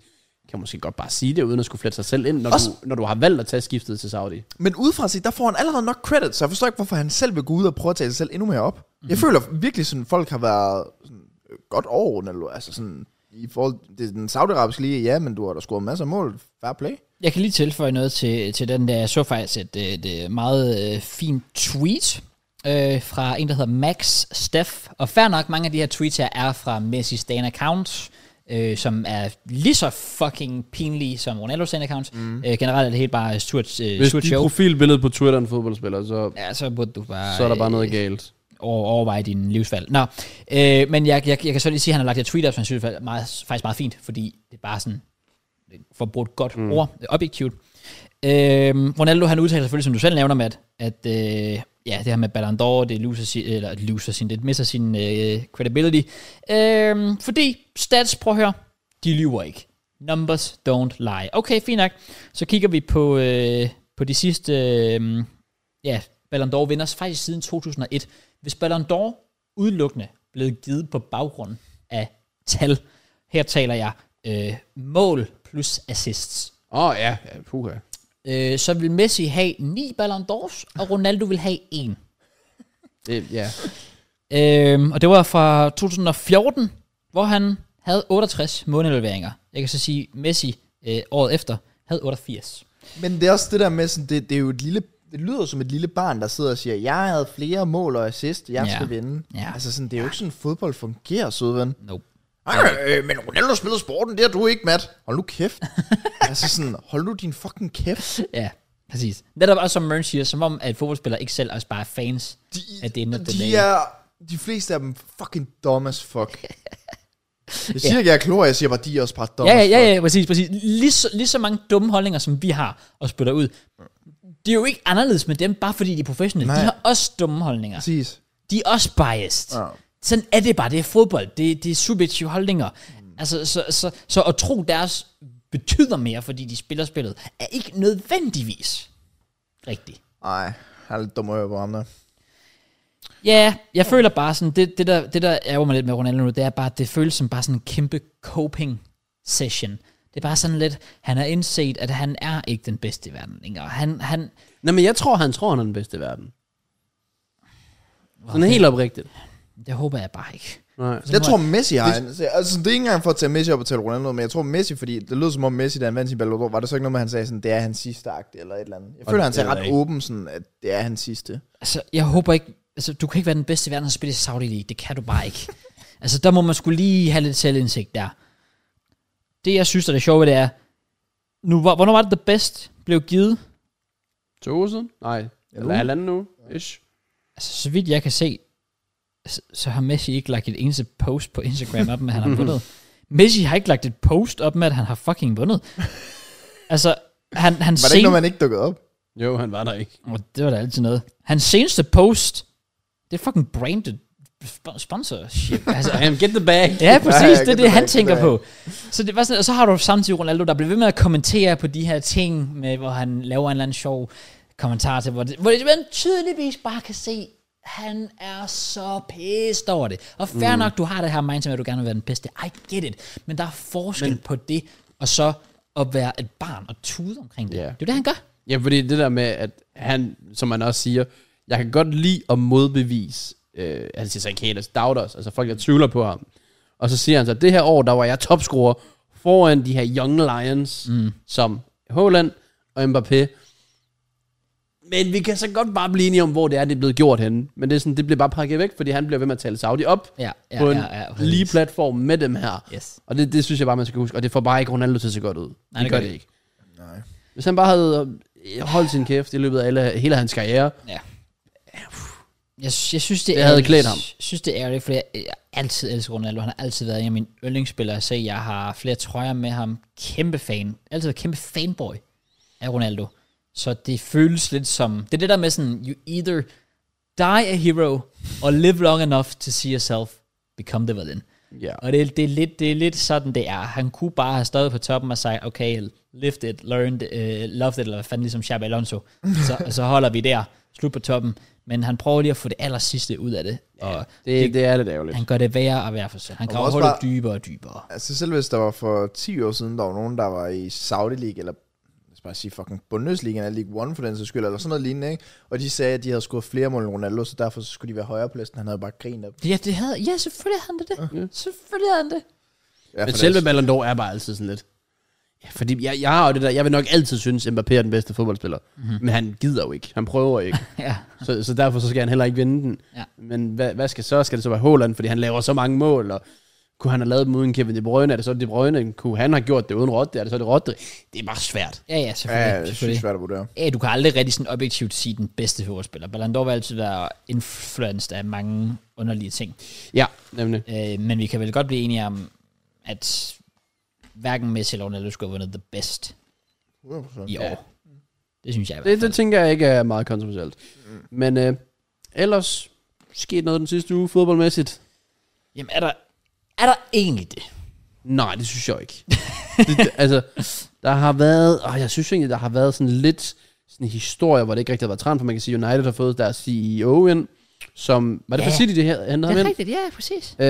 S3: kan måske godt bare sige det, uden at skulle flette sig selv ind, når,
S2: Også-
S3: du, når du har valgt at tage skiftet til Saudi.
S2: Men udefra set, der får han allerede nok credit, så jeg forstår ikke, hvorfor han selv vil gå ud og prøve at tage sig selv endnu mere op. Mm-hmm. Jeg
S1: Mhm.
S2: føler virkelig, sådan folk har været sådan, øh, godt over, eller altså sådan, i forhold til den saudiarabiske liga, ja, men du har da scoret masser af mål, fair play.
S1: Jeg kan lige tilføje noget til, til den der. Jeg så faktisk et, et, et meget øh, fint tweet øh, fra en, der hedder Max Steff. Og fair nok, mange af de her tweets her er fra Messi's Dan accounts, øh, som er lige så fucking pinlige som Ronaldo's Dan accounts. Mm. Øh, generelt er det helt bare surt, øh,
S3: Hvis
S1: surt
S3: dit
S1: show.
S3: profilbillede på Twitter er en fodboldspiller, så,
S1: Ja, så burde du bare...
S3: så er der bare
S1: øh,
S3: noget galt.
S1: over, overveje din livsvalg. Nå, øh, men jeg, jeg, jeg kan så lige sige, at han har lagt et tweet op, som jeg synes er meget, faktisk meget fint, fordi det er bare sådan, for at bruge et godt mm. ord, øh, objektivt. Øh, Ronaldo, han udtaler selvfølgelig, som du selv nævner, Matt, at øh, ja, det her med Ballon d'Or, det loser sin, eller loser sin, det misser sin øh, credibility. Øh, fordi stats, prøv at høre, de lyver ikke. Numbers don't lie. Okay, fint nok. Så kigger vi på, øh, på de sidste øh, ja, Ballon d'Or vinder faktisk siden 2001. Hvis Ballon d'Or udelukkende blev givet på baggrund af tal, her taler jeg øh, mål plus assists,
S3: Åh oh, ja, ja, puha.
S1: øh, så vil Messi have 9 Ballon d'Ors, og Ronaldo vil have 1.
S3: Det, ja.
S1: Øhm, og det var fra 2014, hvor han havde 68 månedleveringer. Jeg kan så sige, Messi øh, året efter havde 88.
S2: Men det er også det der med, sådan, det, det er jo et lille, det lyder som et lille barn, der sidder og siger, jeg havde flere mål og assist, jeg
S1: Ja.
S2: ja. skal vinde.
S1: Ja.
S2: Altså sådan, det er jo ikke sådan, fodbold fungerer, søde ven.
S1: Nope.
S2: Ej, øh, men Ronaldo spillede sporten, det har du ikke, Matt. Hold nu kæft. altså sådan, hold nu din fucking kæft.
S1: Ja, præcis. Netop også som Mørn siger, som om at fodboldspillere ikke selv også bare er fans
S2: De,
S1: at det ender
S2: de er, de fleste af dem fucking dumb as fuck. Jeg siger ikke, jeg er klog, jeg siger bare, de er også bare dumb
S1: Ja,
S2: as fuck.
S1: ja, ja, ja, præcis, præcis. Lige så, lige så mange dumme holdninger, som vi har og spytter ud. Det er jo ikke anderledes med dem, bare fordi de er professionelle. Nej.
S2: Nej.
S1: De har også dumme holdninger.
S2: Præcis.
S1: De er også biased.
S2: Ja.
S1: Sådan er det bare. Det er fodbold. Det, det er subjektive holdninger.
S2: Mm.
S1: Altså, så, så, så at tro deres betyder mere, fordi de spiller spillet, er ikke nødvendigvis rigtigt.
S2: Ej, jeg er lidt dum at høre på ham der.
S1: Ja, yeah, jeg føler bare sådan, det, det, der, det der ærger mig lidt med Ronaldo nu, det er bare, at det føles som bare sådan en kæmpe coping session. Det er bare sådan lidt, han har indset, at han er ikke den bedste i verden længere. Han, han,
S3: Nå, men jeg tror, han tror, han er den bedste i verden. Sådan helt oprigtigt.
S1: det håber jeg bare ikke.
S3: Nej.
S2: Jeg tror, Messi har en. Altså, altså, det er ikke engang for at tage Messi op og tale Ronaldo, men jeg tror Messi, fordi det lød som om Messi, da han vandt sin Ballon d'Or, var det så ikke noget med, at han sagde sådan, det er hans sidste akt, eller et eller andet. Jeg føler, han sagde
S3: det ved
S2: ret
S3: jeg
S2: åben sådan, at det er hans sidste.
S1: Altså, jeg håber ikke... Altså, du kan ikke være den bedste i verden og spille i Saudi League. Det kan du bare ikke. altså, der må man skulle lige have lidt selvindsigt der. Det, jeg synes, der er det sjove, ved det er... Nu, hvor- hvornår var det, The Best blev givet?
S3: To uger siden? Nej. Eller halvanden nu? Ish.
S1: Altså, så vidt jeg kan se, så, så har Messi ikke lagt et eneste post på Instagram op med, at han har vundet. Messi har ikke lagt et post op med, at han har fucking vundet. altså, han, han
S2: Var det ikke noget, man ikke dukkede op?
S3: Jo, han var der ikke.
S1: Oh, det var da altid noget. Hans seneste post, det er fucking branded sp- sponsorship. altså,
S3: Damn, get the bag.
S1: ja, præcis,
S2: jeg
S1: det er
S2: kan
S1: det, han
S2: ikke
S1: tænker
S2: tilbage.
S1: på. Så det var sådan, og så har du samtidig Ronaldo, der bliver ved med at kommentere på de her ting, med, hvor han laver en eller anden sjov kommentar til, hvor, det, hvor det, man tydeligvis bare kan se, han er så pissed over det. Og fair mm. nok, du har det her mindset med, at du gerne vil være den bedste. I get it. Men der er forskel Men. på det, og så at være et barn og tude omkring det.
S3: Ja.
S1: Yeah. Det er jo det, han gør.
S3: Ja, fordi det der med, at han, som han også siger, jeg kan godt lide at modbevise, øh, han siger så ikke haters, doubters, altså folk, der tvivler på ham. Og så siger han så, det her år, der var jeg topscorer foran de her Young Lions, mm. som Haaland og Mbappé. Men vi kan så godt bare blive enige om, hvor det er, det er blevet gjort henne. Men det, er sådan, det bliver bare pakket væk, fordi han bliver ved med at tale Saudi op
S1: Ja, ja,
S3: på en
S1: ja, ja, præcis.
S3: lige platform med dem her.
S1: Yes.
S3: Og det, det synes jeg bare, man skal huske. Og det får bare ikke Ronaldo til at se godt ud. Nej, det gør det ikke.
S2: Nej.
S3: Hvis han bare havde øh, holdt sin kæft i løbet af alle, hele hans karriere.
S1: Ja. Jeg, sy- jeg synes, det,
S3: Det
S1: er-
S3: havde klædt ham.
S1: Jeg synes, det er ærgerligt, for jeg, jeg altid elsker Ronaldo. Han har altid været en af mine yndlingsspillere. Jeg ser, jeg har flere trøjer med ham. Kæmpe fan. Altid været kæmpe fanboy af Ronaldo. Så det føles lidt som... Det er det der med sådan, you either die a hero, or live long enough to see yourself become the villain.
S3: Ja.
S1: Og det, er- det, er lidt, det er lidt sådan, det er. Han kunne bare have stået på toppen og sagt, okay, lift it, learned, uh, loved it, eller hvad fanden ligesom Xabi Alonso. Så, så holder vi der, slut på toppen. Men han prøver lige at få det aller sidste ud af det. Og
S3: Det, det er lidt ærgerligt.
S1: han gør det værre og værre for sig. Han graver
S2: også
S1: hullet
S2: bare-
S1: dybere og dybere.
S2: Altså selv hvis der var for 10 år siden, der var nogen, der var i Saudi League, eller lad os bare sige fucking Bundesliga, eller League One for den sags skyld, eller sådan noget lignende, ikke? Og de sagde, at de havde scoret flere mål end Ronaldo, så derfor så skulle de være højere på listen. Han havde bare grinet op.
S1: Ja, det havde, ja selvfølgelig havde han det. Mm. Selvfølgelig havde han det.
S2: Ja,
S3: Men selve Ballon d'Or er bare altid sådan lidt. Ja, fordi jeg, jeg har jo det der, jeg vil nok altid synes, Mbappé er den bedste fodboldspiller. Mm-hmm. Men han gider jo ikke. Han prøver ikke.
S1: Ja.
S3: så, så derfor så skal han heller ikke vinde den.
S1: Ja.
S3: Men hvad, hvad skal så? Skal det så være Haaland, fordi han laver så mange mål, og kunne han have lavet dem uden Kevin De Bruyne? Er det så De Bruyne? Kunne han have gjort det uden Rotte? Er det så det Rotte? Det er bare svært.
S1: Ja, ja,
S2: Ja,
S1: selvfølgelig.
S2: ja, det synes
S1: selvfølgelig.
S2: svært at vurdere.
S1: Ja, du kan aldrig rigtig sådan objektivt sige den bedste fodboldspiller. Ballon d'Or vil altid være influenced af mange underlige ting.
S3: Ja, nemlig.
S1: Øh, men vi kan vel godt blive enige om, at hverken Messi eller Ronaldo skulle have vundet the best
S2: 100%.
S1: i år.
S3: Ja.
S1: Det synes jeg i hvert
S3: Det,
S1: fald.
S3: det tænker jeg ikke er meget kontroversielt. Mm. Men øh, ellers skete noget den sidste uge fodboldmæssigt.
S1: Jamen, er der, er der egentlig det?
S3: Nej, det synes jeg ikke. det, det, altså, der har været, og jeg synes egentlig, der har været sådan lidt sådan en historie, hvor det ikke rigtig har været træn, for man kan sige, United har fået deres CEO ind, som, var det
S1: Ja.
S3: for City, det her hentede ham ind?
S1: rigtigt, ja, præcis.
S3: Øh,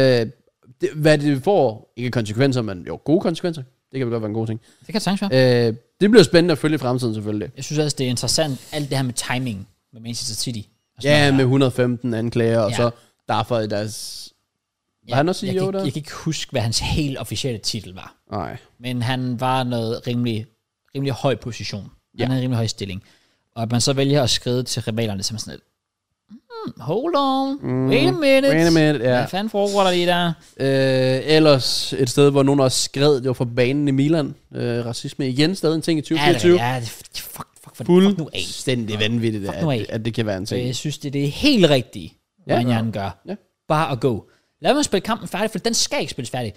S3: det, hvad det får, ikke konsekvenser, men jo, gode konsekvenser. Det kan vel godt være en god ting.
S1: Det kan jeg tænke
S3: Øh, det bliver spændende at følge i fremtiden, selvfølgelig.
S1: Øh, Jeg synes også, det er interessant, alt det her med timing med Manchester City. Og sådan
S3: Ja,
S1: noget
S3: med
S1: her.
S3: 115 anklager, og
S1: Ja.
S3: så derfor i deres... Var han også
S1: jeg,
S3: CEO
S1: kan,
S3: der?
S1: ikke- jeg kan ikke huske, hvad hans helt officielle titel var.
S3: Nej.
S1: Men han var noget rimelig, rimelig høj position. Ja.
S3: Ja.
S1: Han havde en rimelig høj stilling. Og at man så vælger at skride til rivalerne, så er man sådan lidt, hmm, hold on, mm, wait a minute.
S3: Wait a minute, ja.
S1: Hvad fanden foregår der lige der?
S3: Øh, ellers et sted, hvor nogen også skred, det var fra banen i Milan. Øh, racisme igen, stadig en
S1: Ja,
S3: ting i
S1: det
S3: 2024.
S1: er- ja, det- fuck, fuck, fuck, fuck nu af.
S3: Fuldstændig vanvittigt,
S1: Fuck nu
S3: at,
S1: af.
S3: at det kan være en
S1: Så
S3: ting.
S1: jeg synes, det er det helt rigtige,
S3: Ja.
S1: ja. hjernen gør.
S3: Ja.
S1: Bare at gå. Lad mig spille kampen færdig, for den skal ikke spilles færdig.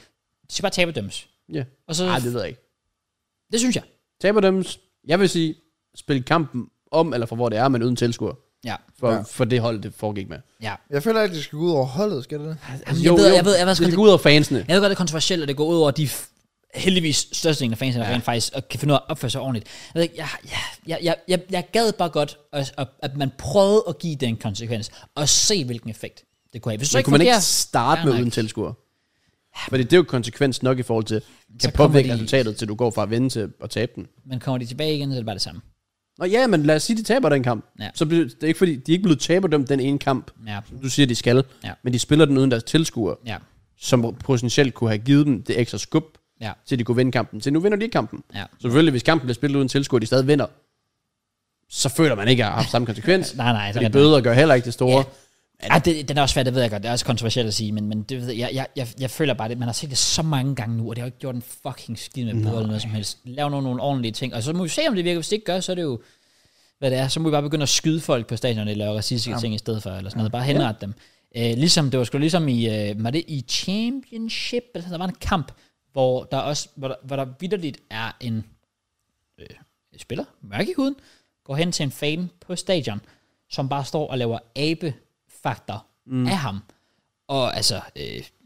S1: De skal bare tabe og dømmes.
S3: Ja.
S1: Og så,
S3: Ej, det ved jeg ikke.
S1: det synes jeg.
S3: Taber dem, jeg vil sige, spil kampen om, eller for hvor det er, men uden tilskuer.
S1: Ja.
S3: For,
S2: Ja.
S3: ja. for det hold, det foregik med.
S1: ja.
S2: Jeg føler ikke, det skal gå ud over holdet, skal det det?
S1: Jamen, jeg, ved, jeg, ved, jeg, ved,
S3: Altså, det
S1: jeg,
S3: skal
S1: ved,
S3: gå ud over fansene.
S1: jeg ved godt, det er kontroversielt, og det går ud over de f- heldigvis største af fansene, der rent faktisk og kan finde ud af at opføre sig ordentligt. Jeg, ved, ikke, jeg, jeg, jeg, jeg, jeg, jeg gad bare godt, at, at, at man prøvede at give den konsekvens, og se, hvilken effekt det kunne have. Hvis det så
S3: Men
S1: ikke
S3: kunne man ikke
S1: fungerer,
S3: starte
S1: Fair
S3: med
S1: nok.
S3: uden tilskuer? Fordi det er jo konsekvens nok i forhold til,
S1: Så
S3: kan
S1: kommer
S3: påvirke
S1: de-
S3: resultatet, til du går fra at vinde til at tabe den.
S1: men kommer de tilbage igen, så er det bare det samme.
S3: Nå ja, men lad os sige, de taber den kamp.
S1: Ja.
S3: Så bliver, det er ikke fordi, de er ikke blevet taberdømt den ene kamp,
S1: Ja.
S3: som du siger, de skal.
S1: Ja.
S3: Men de spiller den uden deres tilskuere.
S1: Ja.
S3: som potentielt kunne have givet dem det ekstra skub,
S1: Ja.
S3: til de kunne vinde kampen. Til nu vinder de ikke kampen.
S1: Ja.
S3: Selvfølgelig, hvis kampen bliver spillet uden tilskuer, og de stadig vinder, så føler man ikke, at har haft samme konsekvens.
S1: Nej, nej. Så
S3: Fordi
S1: er det-
S3: bøder gør heller ikke det store.
S1: Ja. Ja, det, den er også svær, det ved jeg godt. Det er også kontroversielt at sige, men, men det ved jeg, jeg, jeg, jeg føler bare det. Man har set det så mange gange nu, og det har jo ikke gjort en fucking skid med bordet eller noget som helst. Lav nogle, nogle ordentlige ting, og så må vi se, om det virker. Hvis det ikke gør, så er det jo, hvad det er. Så må vi bare begynde at skyde folk på stadion, eller lave racistiske ting i stedet for, eller sådan noget. Bare henrette dem. Øh, ligesom, det var sgu ligesom i, øh, var det i Championship, eller sådan, der var en kamp, hvor der også, hvor der, hvor der vidderligt er en spiller, mørk i huden, går hen til en fan på stadion, som bare står og laver abefakter mm. af ham. Og altså, øh,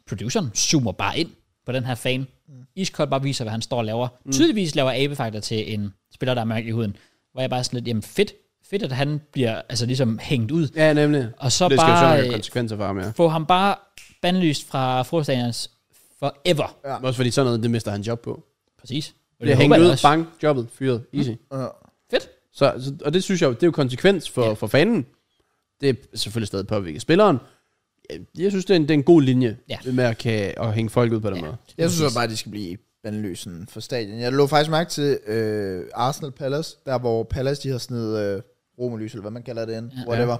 S1: produceren zoomer bare ind på den her fan. Mm. Iskold bare viser, hvad han står og laver. Mm. Tydeligvis laver abefakter til en spiller, der er mørk i huden. Hvor jeg bare er sådan lidt, jamen fedt, fedt at han bliver altså ligesom hængt ud.
S3: Ja, nemlig.
S1: Og så
S3: det skal jo så
S1: bare
S3: have
S1: øh,
S3: konsekvenser for ham, ja.
S1: få ham bare bandlyst fra forstadions forever. Ja.
S3: Også fordi sådan noget, det mister han job på.
S1: Præcis. Og
S3: Bliver
S1: håber
S3: hængt
S1: jeg
S3: ud,
S1: også. Mm.
S3: bang, jobbet, fyret, easy.
S2: Ja.
S1: Fedt.
S3: Så, så, og det synes jeg, jo, det er jo konsekvens for,
S1: Ja.
S3: ja. for fanden. Det er selvfølgelig stadig påvirket spilleren. Jeg, jeg synes, det er en, det er en god linje
S1: Ja.
S3: ja. med at, kan, at hænge folk ud på den ja.
S1: Ja.
S3: måde.
S2: Jeg synes også bare, at de skal blive bandlyst sådan for stadion. Jeg lå faktisk mærke til øh, Arsenal Palace, der hvor Palace de har snedet øh, romerlys, eller hvad man kalder det ind, ja, whatever.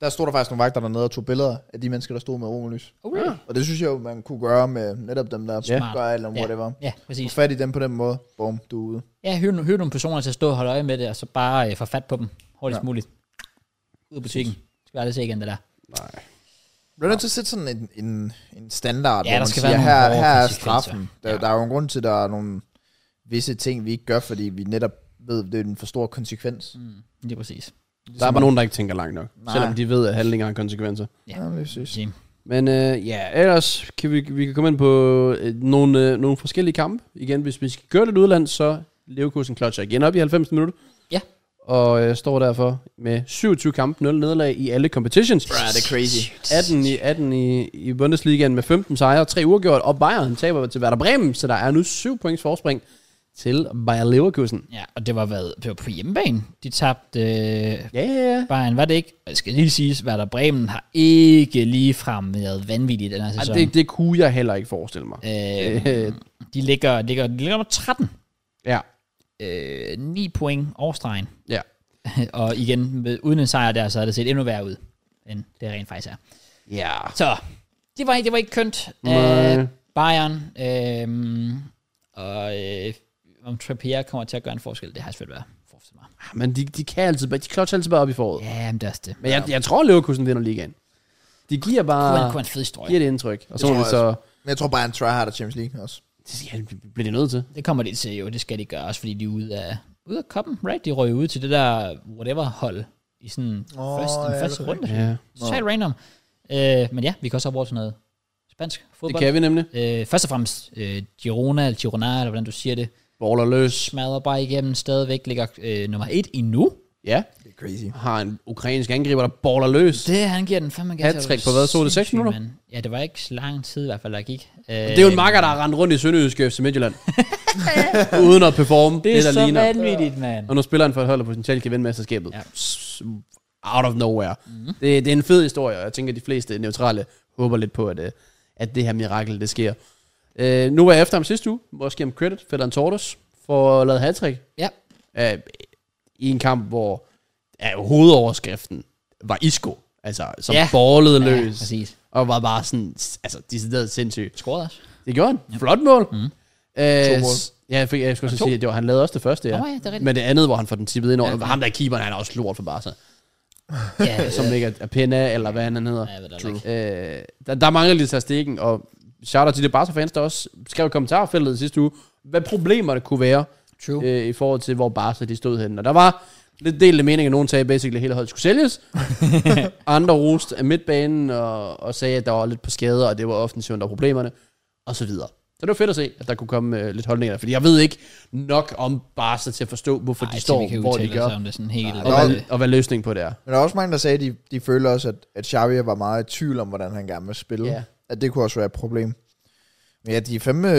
S2: Der stod der faktisk nogle vagter dernede og tog billeder af de mennesker, der stod med romerlys.
S1: Oh, really?
S2: Og det synes jeg jo, man kunne gøre med netop dem, der
S3: Ja.
S2: yeah. gør et eller andet, whatever.
S1: Ja, præcis.
S2: Få fat i dem på den måde, bum, du er ude.
S1: Ja, hyr, hyr nogle personer til at stå og holde øje med det, og så bare øh, få fat på dem hurtigst ja. muligt. Ud af butikken. Skal vi aldrig se igen det der.
S3: Nej.
S2: Bliver nødt til at sætte sådan en, en, en standard,
S1: Ja,
S2: ja, hvor
S1: der
S2: man
S1: skal
S2: skal
S1: være
S2: siger,
S1: nogle
S2: her,
S1: hårde
S2: her er
S1: konsekvenser."
S2: straffen. Der,
S1: Ja.
S2: ja. der er jo en grund til, at der er nogle visse ting, vi ikke gør, fordi vi netop ved, det er en for stor konsekvens. Mm.
S1: Det er præcis.
S3: Der er bare nogen, der ikke tænker langt nok. Nej.
S2: Nej.
S3: Selvom de ved, at handlinger har konsekvenser.
S1: Ja.
S2: Ja, det synes jeg.
S1: Sige.
S3: Men øh, ja, ellers kan vi, vi kan komme ind på øh, nogle, øh, nogle forskellige kampe. Igen, hvis vi skal gøre lidt udland, så Leverkusen klotcher igen op i 90 minutter.
S1: Ja.
S3: Og øh, står derfor med 27 kampe, 0 nederlag i alle competitions.
S2: Ja, det er crazy.
S3: 18 i, 18 i, i Bundesligaen med 15 sejre, 3 uafgjort, og Bayern taber til Werder Bremen, så der er nu 7 points forspring til Bayer Leverkusen.
S1: Ja, og det var, hvad, det var på hjemmebane. De tabte øh,
S3: Ja, yeah.
S1: Bayern, var det ikke? Og Jeg skal lige sige, at Werder Bremen har ikke ligefrem været vanvittigt den her
S3: Ej,
S1: sæson.
S3: det, det kunne jeg heller ikke forestille mig.
S1: det, øh,
S3: Øh,
S1: de ligger, ligger, de ligger nummer 13.
S3: ja,
S1: Øh, 9 point overstregen.
S3: ja.
S1: og igen, med, uden en sejr der, så havde det set endnu værre ud, end det rent faktisk er.
S3: Ja.
S1: Så, det var, ikke- det var ikke kønt.
S3: Nej.
S1: Øh, Bayern, øh, og øh, om Trippier kommer til at gøre en forskel, det har jeg svært ved at forestille mig.
S3: Men de, de kan altid, bare- de klotcher altid bare op i foråret.
S1: Ja, men det er også det.
S3: Men jeg, jeg tror, Leverkusen vinder ligaen. De giver
S1: kunne han, kunne
S3: bare
S1: han fed strøg.
S3: giver det indtryk. Og så,
S2: Det
S3: må
S2: tror
S3: vi
S2: jeg
S3: så
S2: Men jeg tror bare, han tryharder Champions League også.
S3: ja, det bliver de nødt til.
S1: Det kommer de til, jo, det skal de gøre, også fordi de er ude af, ude af koppen, right? De røg ud til det der whatever-hold i sådan oh,
S2: Åh,
S1: første, den
S2: ja,
S1: første
S2: det er
S1: runde.
S3: Ja.
S1: Totalt random. Øh, men ja, vi kan også op over til noget spansk
S3: Det
S1: fodbold.
S3: kan vi nemlig.
S1: Øh, først og fremmest øh, Girona, eller Girona, eller hvordan du siger det,
S3: Baller løs.
S1: smadrer bare igennem, stadigvæk ligger øh, nummer et endnu.
S3: Ja.
S2: Det er crazy.
S3: Har en ukrainsk angriber, der baller løs.
S1: Det, han giver den fandme gas.
S3: Hattrick på hvad, så det seks
S1: Sindssygt,
S3: minutter?
S1: mand. Ja, det var ikke så lang tid i hvert fald, der gik. Øh,
S3: Det er jo en makker, der har rendt rundt i Sønderjyske FC Midtjylland. Uden at performe. Det,
S1: Det er
S3: der
S1: så
S3: ligner.
S1: vanvittigt, mand.
S3: Og nu spiller han for et hold, der potentielt kan vinde mesterskabet.
S1: Ja. Mhm.
S3: S- Out of nowhere. Mm. Det, det er en fed historie, og jeg tænker, at de fleste neutrale håber lidt på, at, øh, at det her mirakel, det sker. Øh, nu var jeg efter ham sidste uge, hvor jeg skal give ham credit, Ferdinand Torres, for at lave hat
S1: Ja,
S3: øh, i en kamp, hvor ja, hovedoverskriften var Isco, altså som
S1: Ja.
S3: ja. ballede
S1: Ja,
S3: løs,
S1: præcis.
S3: og var bare sådan, s- altså decideret sindssyg.
S1: scorede også.
S3: Det gjorde han. Yep. Flot mål. Mm. Øh,
S2: mål.
S3: s- ja, jeg, fik, jeg skulle så sige, at det var, han lavede også det første, ja.
S1: Nå ja, det er rigtigt.
S3: Men det andet, hvor han får den tippet ind over, ja, ham der er keeperen, han er også lort for Barca,
S1: Ja,
S3: som ikke er, er Pena, eller hvad han, han hedder.
S1: jeg ved det
S3: Øh, der, der mangler lidt statistikken, og shout out til de Barca-fans, der også skrev i kommentarfeltet sidste uge, hvad problemerne kunne være
S1: True.
S3: øh, i forhold til, hvor Barca de stod henne. Og der var lidt delte meninger, nogen sagde basically, at hele holdet skulle sælges. Andre roste af midtbanen og, og sagde, at der var lidt på skader, og det var offensiven, der var problemerne, og så videre. Så det var fedt at se, at der kunne komme øh, lidt holdninger, fordi jeg ved ikke nok om Barca til at forstå, hvorfor Ej, de står, hvor de gør,
S1: Om det sådan helt,
S3: og
S1: Nej,
S3: hvad, og hvad løsningen på det er.
S2: Men der er også mange, der sagde, at de, de følte også, at, at Xavi var meget i tvivl om, hvordan han gerne vil spille.
S3: Ja.
S2: At det kunne også være et problem. Men ja, de er fem, øh,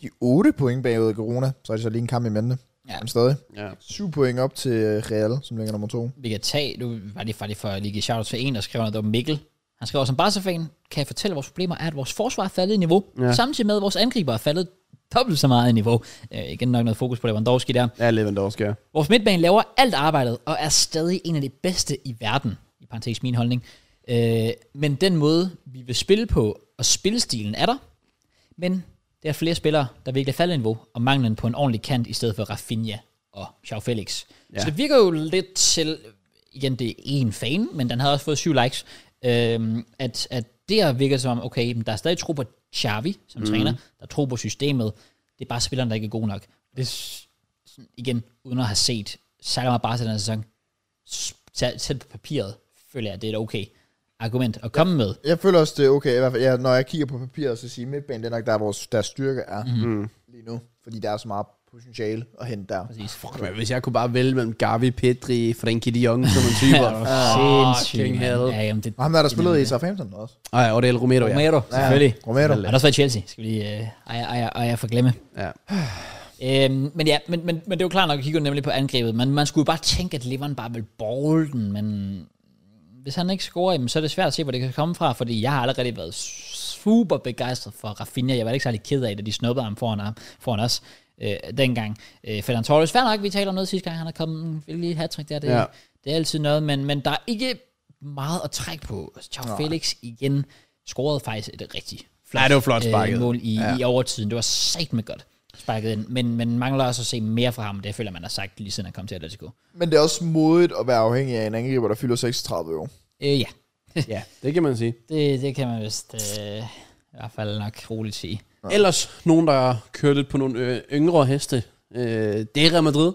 S2: de er otte point bagud af Corona, så er det så lige en kamp i mente.
S1: Ja.
S2: Ja. Men stadig.
S3: Ja.
S2: Syv point op til øh, Real, som ligger nummer to.
S1: vi kan tage, nu var det faktisk for at lige give shout til en, der skrev noget, det var Mikkel. Han skriver, som Barca-fan kan jeg fortælle, at vores problemer er, at vores forsvar er faldet i niveau, ja. samtidig med, at vores angriber er faldet dobbelt så meget i niveau. Øh, igen nok noget fokus på Lewandowski der.
S3: Ja, Lewandowski, ja.
S1: Vores midtbane laver alt arbejdet og er stadig en af de bedste i verden, i parentes min holdning. Øh, men den måde, vi vil spille på, og spillestilen er der, men der er flere spillere, der virkelig falder i niveau, og manglen på en ordentlig kant, i stedet for Rafinha og Xiao Felix. Ja.
S3: Ja.
S1: Så det virker jo lidt til, igen, det er en fan, men den havde også fået syv likes, øh, at, at der virker det som om, okay, men der er stadig tro på Xavi som mm. træner, der er tro på systemet, det er bare spilleren, der ikke er god nok. Det er s- sådan, igen, uden at have set særlig meget bare til den her sæson, s- tæt tæt på papiret, føler jeg, at det er et okay argument at komme med.
S2: Jeg føler også, det er okay, i hvert fald, ja, når jeg kigger på papiret, så siger midtbanen, det er nok der, vores, deres styrke er mm. lige nu. Fordi der er så meget potentiale at hente der.
S1: Mhm. Præcis.
S3: Fuck, man, hvis jeg kunne bare vælge mellem Gavi, Petri, Frenkie de Jong, sådan nogle typer. Ah,
S1: Sindssygt,
S3: Fucking
S1: mand.
S3: hell.
S1: Ja, jamen, det,
S2: Og ham der, der spillede i Southampton også.
S3: Ej, og det er El Romero, ja.
S1: Romero, ja. selvfølgelig.
S2: Romero.
S1: Han har også været i Chelsea, skal vi lige øh, ej, ej, ej, ej, for glemme.
S3: ja.
S1: Øhm, men ja, men, men, men det er jo klart nok, at kigge nemlig på angrebet. Man, man skulle jo bare tænke, at Leveren bare vil bolle den, men hvis han ikke scorer, jamen, så er det svært at se, hvor det kan komme fra, fordi jeg har allerede været super begejstret for Rafinha. Jeg var ikke særlig ked af, da de snuppede ham foran, ham, foran os øh, dengang. Øh, Ferdinand Torres, fair nok, vi taler om noget sidste gang, han har kommet mm, en lille hat der. Det, ja.
S3: Ja.
S1: det er altid noget, men, men der er ikke meget at trække på. Ciao Felix igen scorede faktisk et rigtig flot, Øh,
S3: Nej, det var flot sparket.
S1: mål i, ja. i overtiden. Det var satme godt sparket ind, men, men mangler også at se mere fra ham. Det føler man har sagt lige siden han kom til Atletico.
S2: Men det er også modigt at være afhængig af en angriber, der fylder 36 år.
S1: Øh, ja,
S3: ja, det kan man sige.
S1: det, det kan man vist øh, i hvert fald nok roligt sige.
S3: Ellers nogen, der kører lidt på nogle øh, yngre heste. Øh, det er Real Madrid,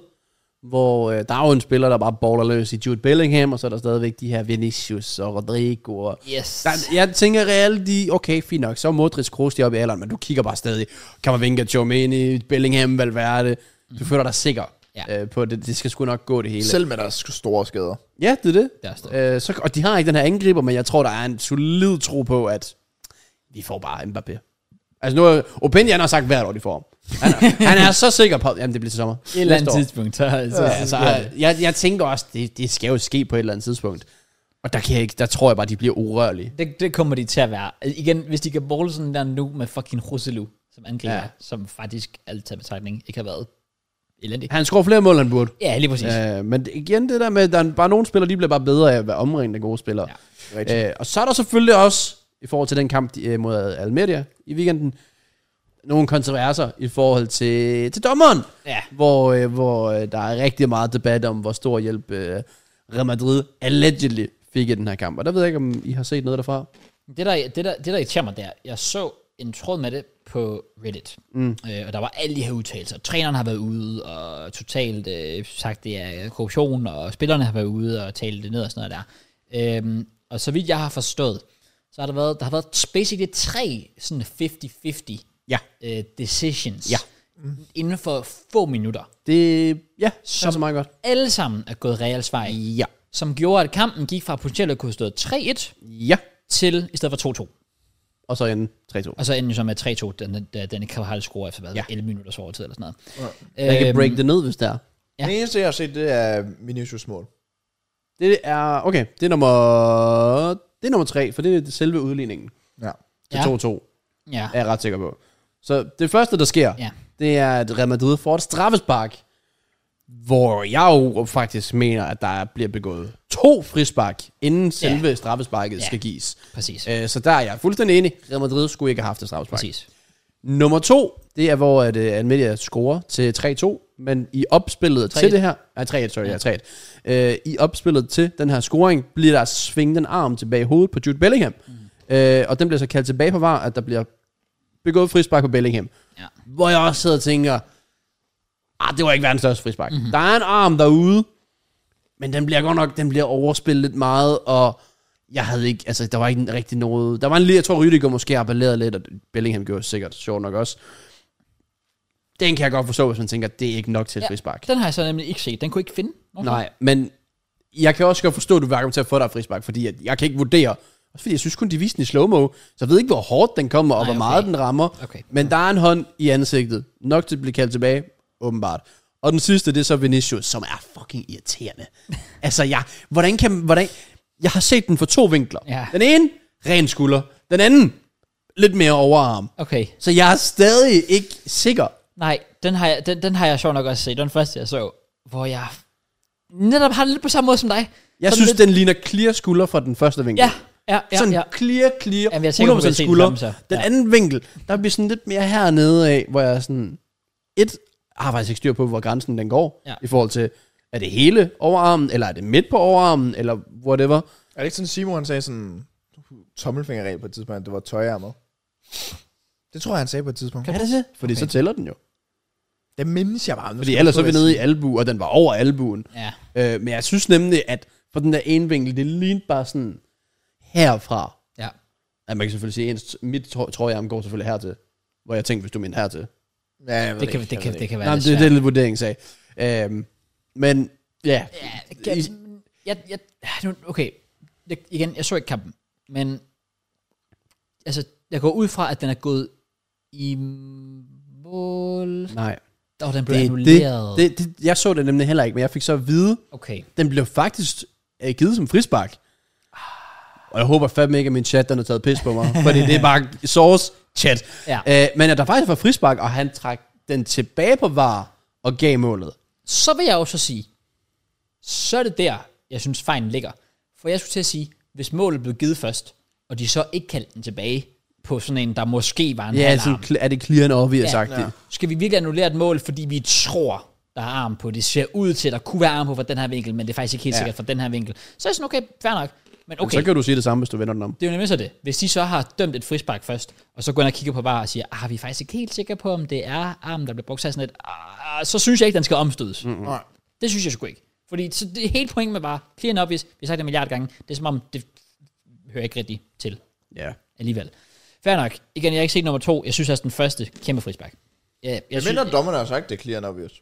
S3: hvor øh, der er jo en spiller, der bare baller løs i Jude Bellingham, og så er der stadigvæk de her Vinicius og Rodrigo. Og
S1: Yes.
S3: der, jeg tænker Real, de, okay, fint nok, så er Modric Kroos, de er oppe i alderen, men du kigger bare stadig. Kammervinga, Chomini, Bellingham, Valverde. Du føler dig sikker
S1: Ja.
S3: ja. øh, på, at det, det skal sgu nok gå det hele.
S2: Selv med deres store skader.
S3: Ja, det er det.
S1: Det er også
S3: Øh, så, og de har ikke den her angriber, men jeg tror, der er en solid tro på, at vi får bare Mbappé. Altså nu, Opinion han har sagt hvert år, de får ham. Han, er- han er så sikker på, jamen det bliver til sommer.
S1: et eller andet tidspunkt. Så, så,
S3: Ja, altså, jeg, jeg tænker også, det, det skal jo ske på et eller andet tidspunkt. Og der, kan jeg ikke, der tror jeg bare, de bliver urørlige.
S1: det, det kommer de til at være. Altså, Igen, hvis de kan bolle sådan der nu med fucking Roselu, som angriber, ja.
S3: Ja.
S1: som faktisk alt taget betragtning ikke har været elendig.
S3: Han scorer flere mål, end han burde.
S1: Ja, lige præcis. Ja.
S3: Øh, men igen, det der med, at der er bare nogle spillere, de bliver bare bedre af at være omringet af gode spillere.
S1: Ja.
S3: Øh, og så er der selvfølgelig også, i forhold til den kamp de, øh, mod Almeria i weekenden, nogle kontroverser i forhold til, til dommeren,
S1: Ja.
S3: hvor, øh, hvor øh, der er rigtig meget debat om, hvor stor hjælp øh, Real Madrid allegedly fik i den her kamp. Og der ved jeg ikke, om I har set noget derfra.
S1: Det, der, det, der, det der irriterer mig der, jeg så en tråd med det på Reddit, mm. øh, og der var alle de her udtalelser. Træneren har været ude og totalt øh, sagt, det er korruption, og spillerne har været ude og talt det ned og sådan noget der. Øhm, og så vidt jeg har forstået, så har der været, der har været basically tre sådan 50-50
S3: Ja.
S1: øh, decisions
S3: Ja.
S1: mm. inden for få minutter.
S3: Det, ja, så,
S1: Som-
S3: så meget godt.
S1: Alle sammen er gået Reals vej,
S3: Ja.
S1: som gjorde, at kampen gik fra potentielt at kunne have stået 3-1
S3: Ja.
S1: til i stedet for 2-2.
S3: Og så en 3-2.
S1: Og så endelig så med 3-2, den, den, den Carvajal scorer efter hvad, ja.
S3: Ja.
S1: 11 minutter overtid eller sådan noget. Øhm,
S3: Jeg kan break det ned, hvis det er.
S1: Ja.
S2: Ja. Det eneste, jeg har set, det er Vinicius mål.
S3: Det er, okay, det er nummer, det er nummer 3, for det er selve udligningen
S2: Ja.
S3: til
S1: Ja.
S3: 2-2.
S1: ja.
S3: er jeg ret sikker på. Så det første, der sker,
S1: Ja.
S3: ja. det er, at Real Madrid får et straffespark, hvor jeg jo faktisk mener, at der bliver begået to frispark, inden selve straffesparket
S1: Ja.
S3: skal gives.
S1: præcis.
S3: Øh, Så der er jeg fuldstændig enig. Real Madrid skulle ikke have haft et straffespark.
S1: præcis.
S3: Nummer to, det er, hvor at, uh, Almeida scorer til 3-2, men i opspillet
S1: 3-1.
S3: til det her... Nej, 3-1, sorry, ja, 3-1. Øh, I opspillet til den her scoring, bliver der svinget en arm tilbage i hovedet på Jude Bellingham. Mm. Øh, og den bliver så kaldt tilbage på var, at der bliver begået frispark på Bellingham.
S1: Ja.
S3: Hvor jeg også sidder og tænker, ah, det var ikke verdens største frispark. Mm-hmm. Der er en arm derude, men den bliver godt nok, den bliver overspillet lidt meget, og jeg havde ikke, altså der var ikke rigtig noget, der var en lille, jeg tror Rydiger måske appellerede lidt, og Bellingham gjorde sikkert, sjovt nok også. Den kan jeg godt forstå, hvis man tænker, det er ikke nok til et
S1: Ja.
S3: ja. frispark.
S1: Den har jeg så nemlig ikke set. Den kunne jeg ikke finde. Okay.
S3: Nej, men jeg kan også godt forstå, at du vil argumentere for dig frispark, fordi jeg, jeg kan ikke vurdere, også fordi jeg synes kun, de viste den i slow-mo, så jeg ved ikke, hvor hårdt den kommer, og
S1: Nej,
S3: hvor
S1: okay.
S3: meget den rammer.
S1: Okay.
S3: Men der er en hånd i ansigtet, nok til at blive kaldt tilbage, åbenbart. Og den sidste, det er så Vinicius, som er fucking irriterende. altså, jeg, hvordan kan, hvordan, jeg har set den fra to vinkler.
S1: Ja.
S3: Den ene, ren skulder. Den anden, lidt mere overarm.
S1: Okay.
S3: Så jeg er stadig ikke sikker.
S1: Nej, den har jeg, den, den har jeg sjov nok også set. Det var Den første, jeg så, hvor jeg netop har det lidt på samme måde som dig.
S3: Jeg
S1: Sådan
S3: synes,
S1: lidt-
S3: den ligner clear skulder fra den første vinkel.
S1: Ja, ja, ja.
S3: sådan
S1: ja.
S3: clear, clear,
S1: Jamen, jeg er sikker på,
S3: 100%
S1: vi vil se den
S3: skulder.
S1: samme så.
S3: Den
S1: Ja.
S3: anden vinkel, der bliver sådan lidt mere hernede af, hvor jeg er sådan, et, har faktisk ikke styr på, hvor grænsen den går,
S1: Ja.
S3: i forhold til, er det hele overarmen, eller er det midt på overarmen, eller whatever.
S2: Er det ikke sådan, Simon sagde sådan tommelfingerregel på et tidspunkt, at det var tøjærmet? Det tror jeg, han sagde på et tidspunkt.
S3: Kan er det det? Fordi okay. så tæller den jo.
S2: Det mindes jeg bare. Nu
S3: Fordi
S2: skal
S3: ellers så
S2: jeg
S3: er vi
S2: passe på,
S3: nede i
S2: hvad jeg
S3: albu, og den var over albuen.
S1: Ja.
S3: Øh, men jeg synes nemlig, at på den der ene vinkel, det lignede bare sådan herfra.
S1: Ja.
S3: Ja, man kan selvfølgelig sige, ens, mit tro- trøjearm går selvfølgelig hertil. Hvor jeg tænkte, hvis du mener hertil.
S2: siger. Ja, jeg ved
S1: Det kan,
S2: ikke,
S1: det,
S2: jeg
S1: kan,
S2: ved
S1: det kan være Nej,
S3: Nej, men
S1: lidt
S3: det,
S1: svært.
S3: det er lidt vurdering, sag. Øhm, men ja,
S1: Ja, kan, jeg, jeg, nu- okay, det, igen, jeg så ikke kampen, men altså, jeg går ud fra, at den er gået i mål,
S3: nej.
S1: og den blev
S3: Det, det,
S1: annulleret.
S3: det, det, jeg så det nemlig heller ikke, men jeg fik så at vide,
S1: Okay,
S3: den blev faktisk øh, givet som frispark. Og jeg håber fandme ikke, at min chat den har taget pis på mig, fordi det er bare source chat.
S1: Ja.
S3: Øh, men at der faktisk var frispark, og han trak den tilbage på var og gav målet.
S1: så vil jeg også sige, så er det der, jeg synes fejlen ligger. For jeg skulle til at sige, hvis målet blev givet først, og de så ikke kaldte den tilbage på sådan en, der måske var en
S3: Ja,
S1: halvarm,
S3: altså, cl- er det clear and obvious,
S1: Ja.
S3: sagt ja.
S1: skal vi virkelig annullere et mål, fordi vi tror, der er arm på. Det ser ud til, at der kunne være arm på fra den her vinkel, men det er faktisk ikke helt
S3: Ja.
S1: ja. sikkert fra den her vinkel. Så er jeg sådan, okay, fair nok. Men okay,
S3: Okay. Så kan du sige det samme, hvis du vender den om.
S1: det er jo nemlig så det. Hvis de så har dømt et frispark først, og så går ind og kigger på var og siger, ah, vi er faktisk ikke helt sikre på, om det er armen, der bliver brugt, så er jeg sådan lidt, ah, så synes jeg ikke, den skal omstødes. Mm-hmm.
S2: Nej.
S1: Det synes jeg sgu ikke. Fordi så det er helt pointen med bare, clear and obvious, vi har sagt det en milliard gange, det er som om, det hører ikke rigtigt til
S3: Ja.
S1: alligevel. Fair nok. Igen, jeg har ikke set nummer to. Jeg synes også, den første kæmpe frispark. Ja, jeg
S2: Jeg mener, dommerne har sagt, det er clear and obvious.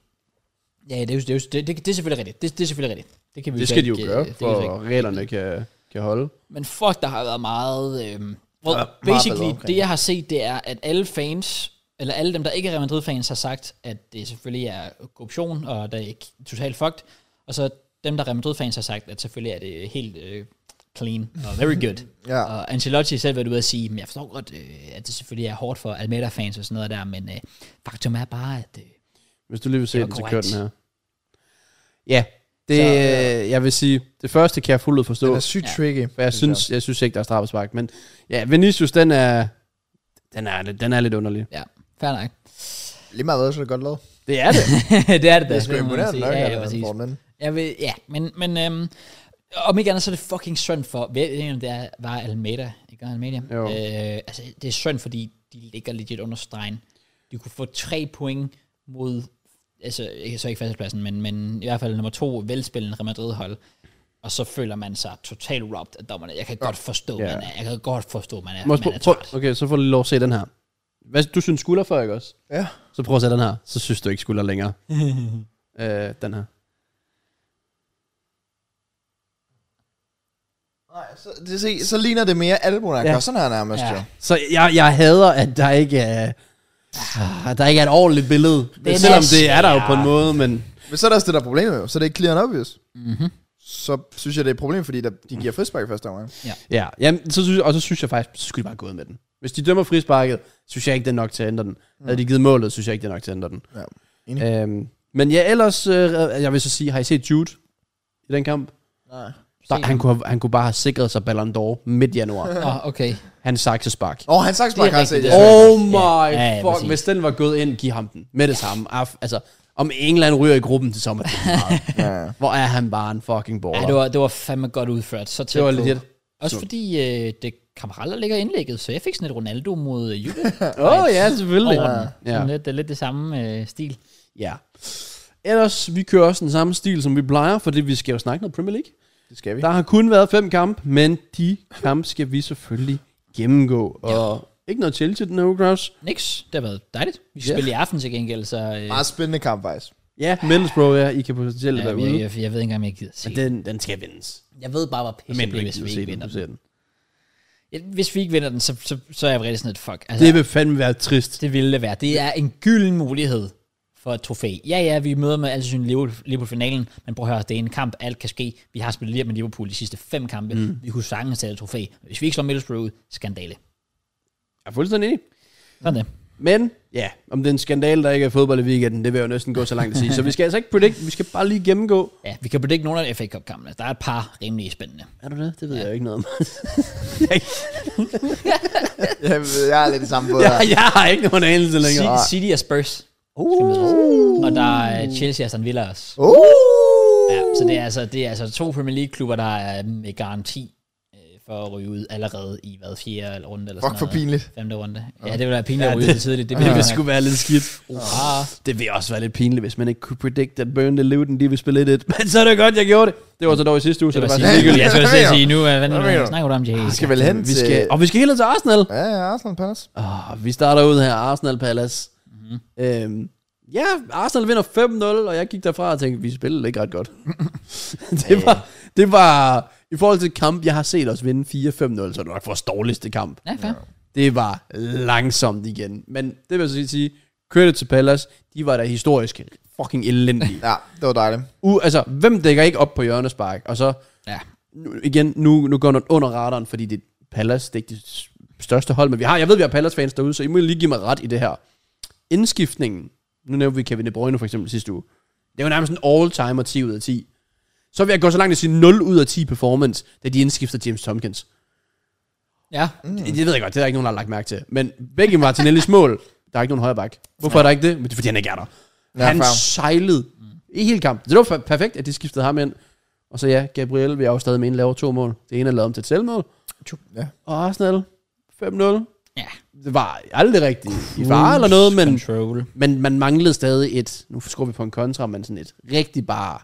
S1: Ja, det er, jo- det, er, jo- det, det, det er selvfølgelig rigtigt. Det, det er selvfølgelig rigtigt. Det, kan vi
S3: Det
S1: så
S3: skal de jo
S1: ikke, øh,
S3: gøre,
S1: det kan vi så ikke.
S3: for reglerne kan, kan holde.
S1: Men fuck, der har været meget... Øhm, well,
S2: meget ballade
S1: basically,
S2: omkring
S1: det jeg har set, det er, at alle fans, eller alle dem, der ikke er Real Madrid-fans, har sagt, at det selvfølgelig er korruption, og der er ikke totalt fucked. Og så dem, der er Real Madrid-fans, har sagt, at selvfølgelig er det helt øh, clean og very good.
S2: Ja.
S1: Og Ancelotti selv var ude at sige, men jeg forstår godt, øh, at det selvfølgelig er hårdt for Almeida-fans og sådan noget der, men øh, faktum er bare, at... Øh,
S3: Hvis du lige vil se
S1: Det var
S3: den, så kør
S1: korrekt.
S3: den her. Ja, det, så,
S1: Så,
S3: øh, jeg vil sige, det første kan jeg fuldt ud forstå,
S2: Den er sygt
S1: Ja.
S2: tricky.
S3: for jeg synes, jeg synes ikke, der er straffespark, men ja, Vinicius, den er, den er, lidt- den er lidt underlig.
S1: ja, fair nok.
S2: Lige meget hvad, så er det godt lavet.
S3: Det er det.
S1: det er det da.
S2: Det er sgu
S1: må man
S2: imponerende
S1: sige.
S2: nok,
S1: ja,
S2: at
S1: ja,
S2: han
S1: præcis.
S2: får den. ind.
S1: Jeg ved, ja, men, men øhm, om ikke andet, så er det fucking synd for, hvad er det egentlig, det er, var Almeida, ikke Almeida?
S3: Jo.
S1: Øh, altså, det er synd, fordi de ligger legit under stregen. De kunne få tre point mod, altså, ikke- så ikke fastpladsen, men, men i hvert fald nummer to, velspillende Real Madrid-hold. Og så føler man sig totalt robbed af dommerne. Jeg kan godt forstå,
S3: Ja.
S1: yeah. man er, jeg kan godt forstå, man er,
S3: Må
S1: man
S3: jeg prø-
S1: er
S3: prø-
S1: træt.
S3: okay, så får du lov at se den her. Hvad, du synes skulder før, ikke også?
S2: Ja.
S3: Så prøv at se den her, så synes du ikke skulder længere. øh, den her.
S2: Nej, så, det, se, så ligner det mere albuen, der
S3: Ja.
S2: ja. sådan her nærmest,
S1: Ja.
S2: jo.
S3: Så jeg, jeg hader, at der ikke er, at der ikke er et ordentligt billede.
S1: Ah. er
S3: Selvom
S1: næsten-
S3: det er der jo på en
S1: ja.
S3: måde, men...
S2: Men så er der også det, der er problemet jo. Så det er ikke clear and obvious. Mm-hmm.
S1: Mhm.
S2: Så synes jeg, det er et problem, fordi der, de giver frispark i første omgang.
S3: Ja, jamen, så synes, og så synes jeg faktisk, så skulle de bare gå ud med den. Hvis de dømmer frisparket, synes jeg ikke, det er nok til at ændre den. Mm. Havde de givet målet, synes jeg ikke, det er nok til at ændre den.
S2: Ja,
S3: Ja. Øhm, men ja, ellers, øh, jeg vil så sige, har I set Jude i den kamp?
S2: Nej.
S3: Der, han, kunne have, han kunne bare have sikret sig Ballon d'Or midt januar.
S1: Åh, okay.
S3: han saksespark.
S2: Åh, oh, han sagde bare,
S1: Det er
S2: har jeg set.
S1: rigtigt,
S2: ja.
S1: det er
S3: Oh my
S1: Ja,
S3: ja,
S1: ja,
S3: ja,
S1: ja,
S3: fuck,
S1: præcis.
S3: hvis den var gået ind, giv ham den. Med det samme. Af, altså, om England ryger i gruppen til sommer, det er meget.
S2: Ja.
S3: hvor er han bare en fucking baller.
S1: Ja, det var, det var fandme godt udført. Så tæt
S3: det var
S1: på.
S3: legit.
S1: Også fordi øh, det Camarella ligger indlægget, så jeg fik sådan et Ronaldo mod øh, Juve.
S3: Åh, oh, ja, selvfølgelig.
S1: over den.
S3: Ja.
S1: Sådan lidt, det er lidt det samme øh, stil.
S3: Ja. Ellers, vi kører også den samme stil, som vi plejer, fordi vi skal jo snakke noget Premier League.
S2: Det skal vi.
S3: Der har kun været fem kampe, men de kampe skal vi selvfølgelig gennemgå. Og ikke noget Chelsea den her uge, Kraus.
S1: Nix, det har været dejligt. Vi
S3: Ja.
S1: skal spille i aften til gengæld, så... Øh,
S2: Meget spændende kamp, faktisk.
S3: Ja, Middlesbrough, ja, I kan potentielt
S1: ja,
S3: være
S1: jeg,
S3: ude.
S1: jeg, jeg, ved ikke engang, om jeg gider se.
S3: Men
S1: Det,
S3: den, den skal vindes.
S1: jeg ved bare, hvor pisse
S3: Men
S1: det
S3: du
S1: bliver,
S3: ikke
S1: hvis
S3: gider
S1: vi
S3: se
S1: ikke
S3: den,
S1: vinder
S3: du
S1: den.
S3: ser den.
S1: Ja, Hvis vi ikke vinder den, så, så, så er jeg rigtig sådan et fuck. Altså,
S3: Det
S1: det,
S3: vil fandme være trist.
S1: det ville det være. Det er en gylden mulighed for et trofæ. Ja, ja, vi møder med altså sin Liverpool-finalen, men prøv at høre, det er en kamp, alt kan ske. Vi har spillet lige med Liverpool de sidste fem kampe. Mm. Vi kunne sagtens tage et trofæ. Hvis vi ikke slår Middlesbrough ud, skandale.
S3: Jeg er fuldstændig enig.
S1: Sådan det.
S3: Men, ja, om det er en skandal, der ikke er fodbold i weekenden, det vil jeg jo næsten gå så langt at sige. Så vi skal altså ikke predict, vi skal bare lige gennemgå.
S1: Ja, vi kan predict nogle af FA Cup-kampene. Der er et par rimelig spændende.
S3: Er du det? Det ved ja. jeg jo ikke noget om.
S2: Jeg, jeg er lidt i samme båd.
S3: jeg, jeg har ikke nogen anelse længere.
S1: City, City og Spurs.
S3: Uh.
S1: Og der er Chelsea og Aston Villa også.
S2: Uh.
S1: Ja, så det er, altså, det er altså to Premier League-klubber, der er med garanti øh, for at ryge ud allerede i hvad, fjerde runde eller
S2: Fuck,
S1: sådan
S2: for
S1: noget.
S2: pinligt.
S1: Femte runde. Ja, det ville være pinligt
S3: Ja,
S1: at ryge
S3: det-
S1: ud så tidligt. Det
S3: Det
S1: ville
S3: vil
S1: være
S3: sgu være lidt skidt.
S1: Oha.
S3: Det vil også være lidt pinligt, hvis man ikke kunne predict, at Burnley Luton, de vil spille 1-1. Men så er det godt, jeg gjorde det. Det var så dog i sidste uge, så
S1: Det
S3: det,
S1: var sidste
S3: var sådan
S1: uge.
S3: ligegyldigt.
S1: Jeg skulle
S2: Hvad
S1: selv
S2: mener
S1: sige nu, hvad
S2: Hvad mener
S1: fanden
S2: du?
S1: snakker du om, Jay?
S2: Vi skal vel hen
S3: Vi
S2: til...
S3: skal, og vi skal hele til Arsenal.
S2: Ja, ja, Arsenal Palace.
S3: Oh, vi starter ud her, Arsenal Palace. Mm-hmm. Øhm, ja, Arsenal vinder 5-0, og jeg gik derfra og tænkte, vi spillede ikke ret godt. det, var, det var, i forhold til kamp, jeg har set os vinde 4-5-0, så er det nok vores dårligste kamp.
S1: Ja, fair.
S3: Det var langsomt igen. Men det vil jeg så sige, credit til Palace, de var da historisk fucking elendige.
S2: Ja, det var dejligt.
S3: U- altså, hvem dækker ikke op på hjørnespark? Og så,
S1: Ja.
S3: nu, igen, nu, nu går den under radaren, fordi det er Palace, det er ikke det s- største hold, men vi har, jeg ved, vi har Palace-fans derude, så I må lige give mig ret i det her. Indskiftningen, nu nævnte vi Kevin De Bruyne for eksempel sidste uge, det var nærmest en all-timer 10 ud af 10. Så vil jeg gå så langt at sige 0 ud af 10 performance, da de indskifter James Tompkins.
S1: Ja.
S2: Hmm.
S3: Mm. Det, det ved jeg godt, det er der ikke nogen, der har lagt mærke til. Men begge Martinellis mål, der er ikke nogen højre bak. Hvorfor er der ikke det? Men det er, fordi han ikke er der.
S2: Ja,
S3: han
S2: fair. Hmm.
S3: sejlede i hele kampen. Så det var fa- perfekt, at de skiftede ham ind. Og så ja, Gabriel vil jeg jo stadig mene laver to mål. Det ene er lavet om til et selvmål.
S2: Ja.
S3: Og Arsenal 5-0.
S1: Ja.
S3: Det var aldrig rigtigt i far eller noget, men,
S1: Control.
S3: men man manglede stadig et, nu skruer vi på en kontra, men sådan et rigtig bare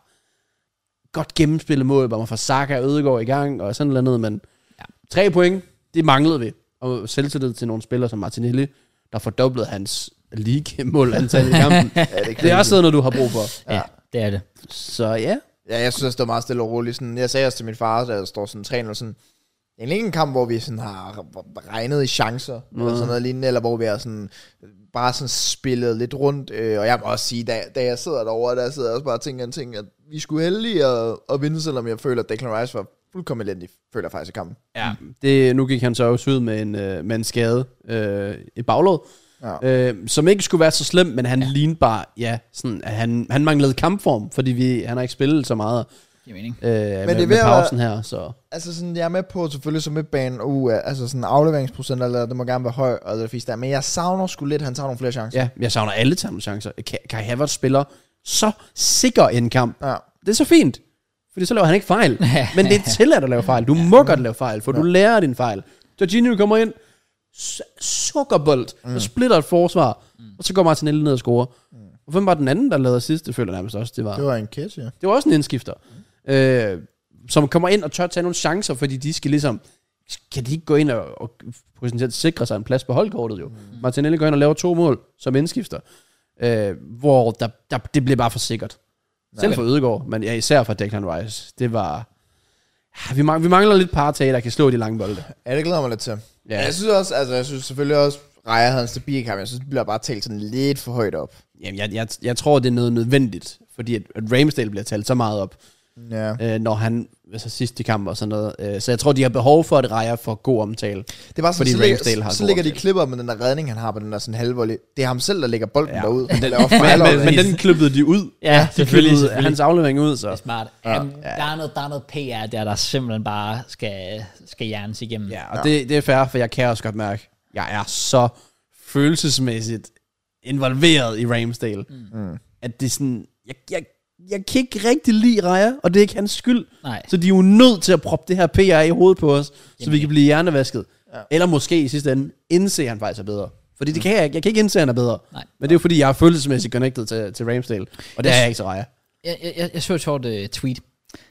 S3: godt gennemspillet mål, hvor man får Saka og Ødegaard i gang, og sådan noget andet, men
S1: Ja.
S3: tre point, det manglede vi. Og selvtillid til nogle spillere som Martinelli, der fordoblede hans league-mål antal i kampen.
S2: Ja, det,
S3: det er
S2: crazy.
S3: også sådan noget, du har brug for.
S1: Ja, det er det.
S3: Så ja.
S2: Ja, jeg synes, det var meget stille og roligt. Sådan, jeg sagde også til min far, der står sådan 3-0, sådan, egentlig ikke en kamp, hvor vi sådan har regnet i chancer, mm. eller sådan noget lignende, eller hvor vi har sådan, bare sådan spillet lidt rundt. Øh, og jeg må også sige, da, da jeg sidder derovre, der sidder jeg også bare og tænker en ting, at vi skulle heldige at, at vinde, selvom jeg føler, at Declan Rice var fuldkommen elendig, føler jeg faktisk i kampen.
S3: ja. Det, nu gik han så også ud med en, øh, med en skade øh, i baglåd, ja. øh, som ikke skulle være så slem, men han ja. lignede bare, ja, sådan, at han, han manglede kampform, fordi vi, han har ikke spillet så meget
S1: Giver mening.
S3: øh, med,
S2: er
S3: med
S2: ved at være-
S3: pausen her. Så.
S2: Altså sådan, jeg er med på selvfølgelig som midtbanen, uh, altså sådan afleveringsprocent, eller det må gerne være høj, og det fisk der, men jeg savner sgu lidt, at han tager nogle flere chancer.
S3: Ja, jeg savner alle Tamils chancer. Ka- Kai Havertz spiller så sikker en kamp.
S2: Ja.
S3: Det er så fint, fordi så laver han ikke fejl. Men det er tilladt at lave fejl. Du må godt lave fejl, for du lærer din fejl. Jorginho kommer ind, su- sukkerbold, mm. og splitter et forsvar, mm. og så går Martinelli ned og scorer. Mm. Og hvem var den anden, der lavede sidst? Det føler jeg nærmest også, det var.
S2: Det var en catch, ja.
S3: Det var også en indskifter, øh, som kommer ind og tør tage nogle chancer, fordi de skal ligesom, kan de ikke gå ind og, og potentielt sikre sig en plads på holdkortet jo. Mm. Martinelli går ind og laver to mål som indskifter, øh, hvor der, der, det blev bare for sikkert. Selv for Ødegaard, men ja, især for Declan Rice. Det var... Ah, Vi, mang- vi mangler lidt par tag, der kan slå de lange bolde.
S2: Ja, det glæder jeg mig lidt til.
S3: Ja.
S2: Ja. Jeg synes også, altså jeg synes selvfølgelig også, Raja havde en stabil kamp. Jeg synes, det bliver bare talt sådan lidt for højt op.
S3: Jamen, jeg, jeg, jeg tror, det er noget nødvendigt, fordi at, at Ramsdale bliver talt så meget op.
S2: Ja.
S3: øh, når han altså sidste kamp og sådan noget. Øh, så jeg tror, de har behov for, at Raja får god omtale.
S2: Det var sådan,
S3: Fordi
S2: så, ligger,
S3: Ramsdale har
S2: så,
S3: en
S2: så
S3: god
S2: ligger de
S3: opgave.
S2: klipper med den der redning, han har på den der sådan halvvolley. Det er ham selv, der lægger bolden
S3: Ja.
S2: ja. derud.
S3: Men
S2: Han
S3: den-
S2: laver
S3: men,
S2: fejl over
S3: men, men
S2: det.
S3: den klippede de ud.
S1: Ja, selvfølgelig,
S3: De klippede
S1: selvfølgelig.
S3: hans aflevering ud,
S1: Det
S3: så.
S1: er smart. Ja. der, er noget, der er noget PR der, der simpelthen bare skal, skal hjernes igennem.
S3: Ja, og det, det er fair, for jeg kan også godt mærke, jeg er så følelsesmæssigt involveret i Ramsdale, mm. at det er sådan, jeg, jeg, jeg kan ikke rigtig lide Raja, og det er ikke hans skyld.
S1: Nej.
S3: Så de er jo nødt til at proppe det her PR i hovedet på os, Jamen. så vi kan blive hjernevasket. Ja. Mm. Eller måske i sidste ende, indse at han faktisk er bedre. Fordi det kan jeg ikke. Jeg kan ikke indse, at han er bedre.
S1: Nej.
S3: Men det er jo fordi, jeg er følelsesmæssigt connected til, til Ramsdale. Og det er jeg ikke til Raja.
S1: jeg, jeg- jeg, jeg så et sjovt uh, tweet.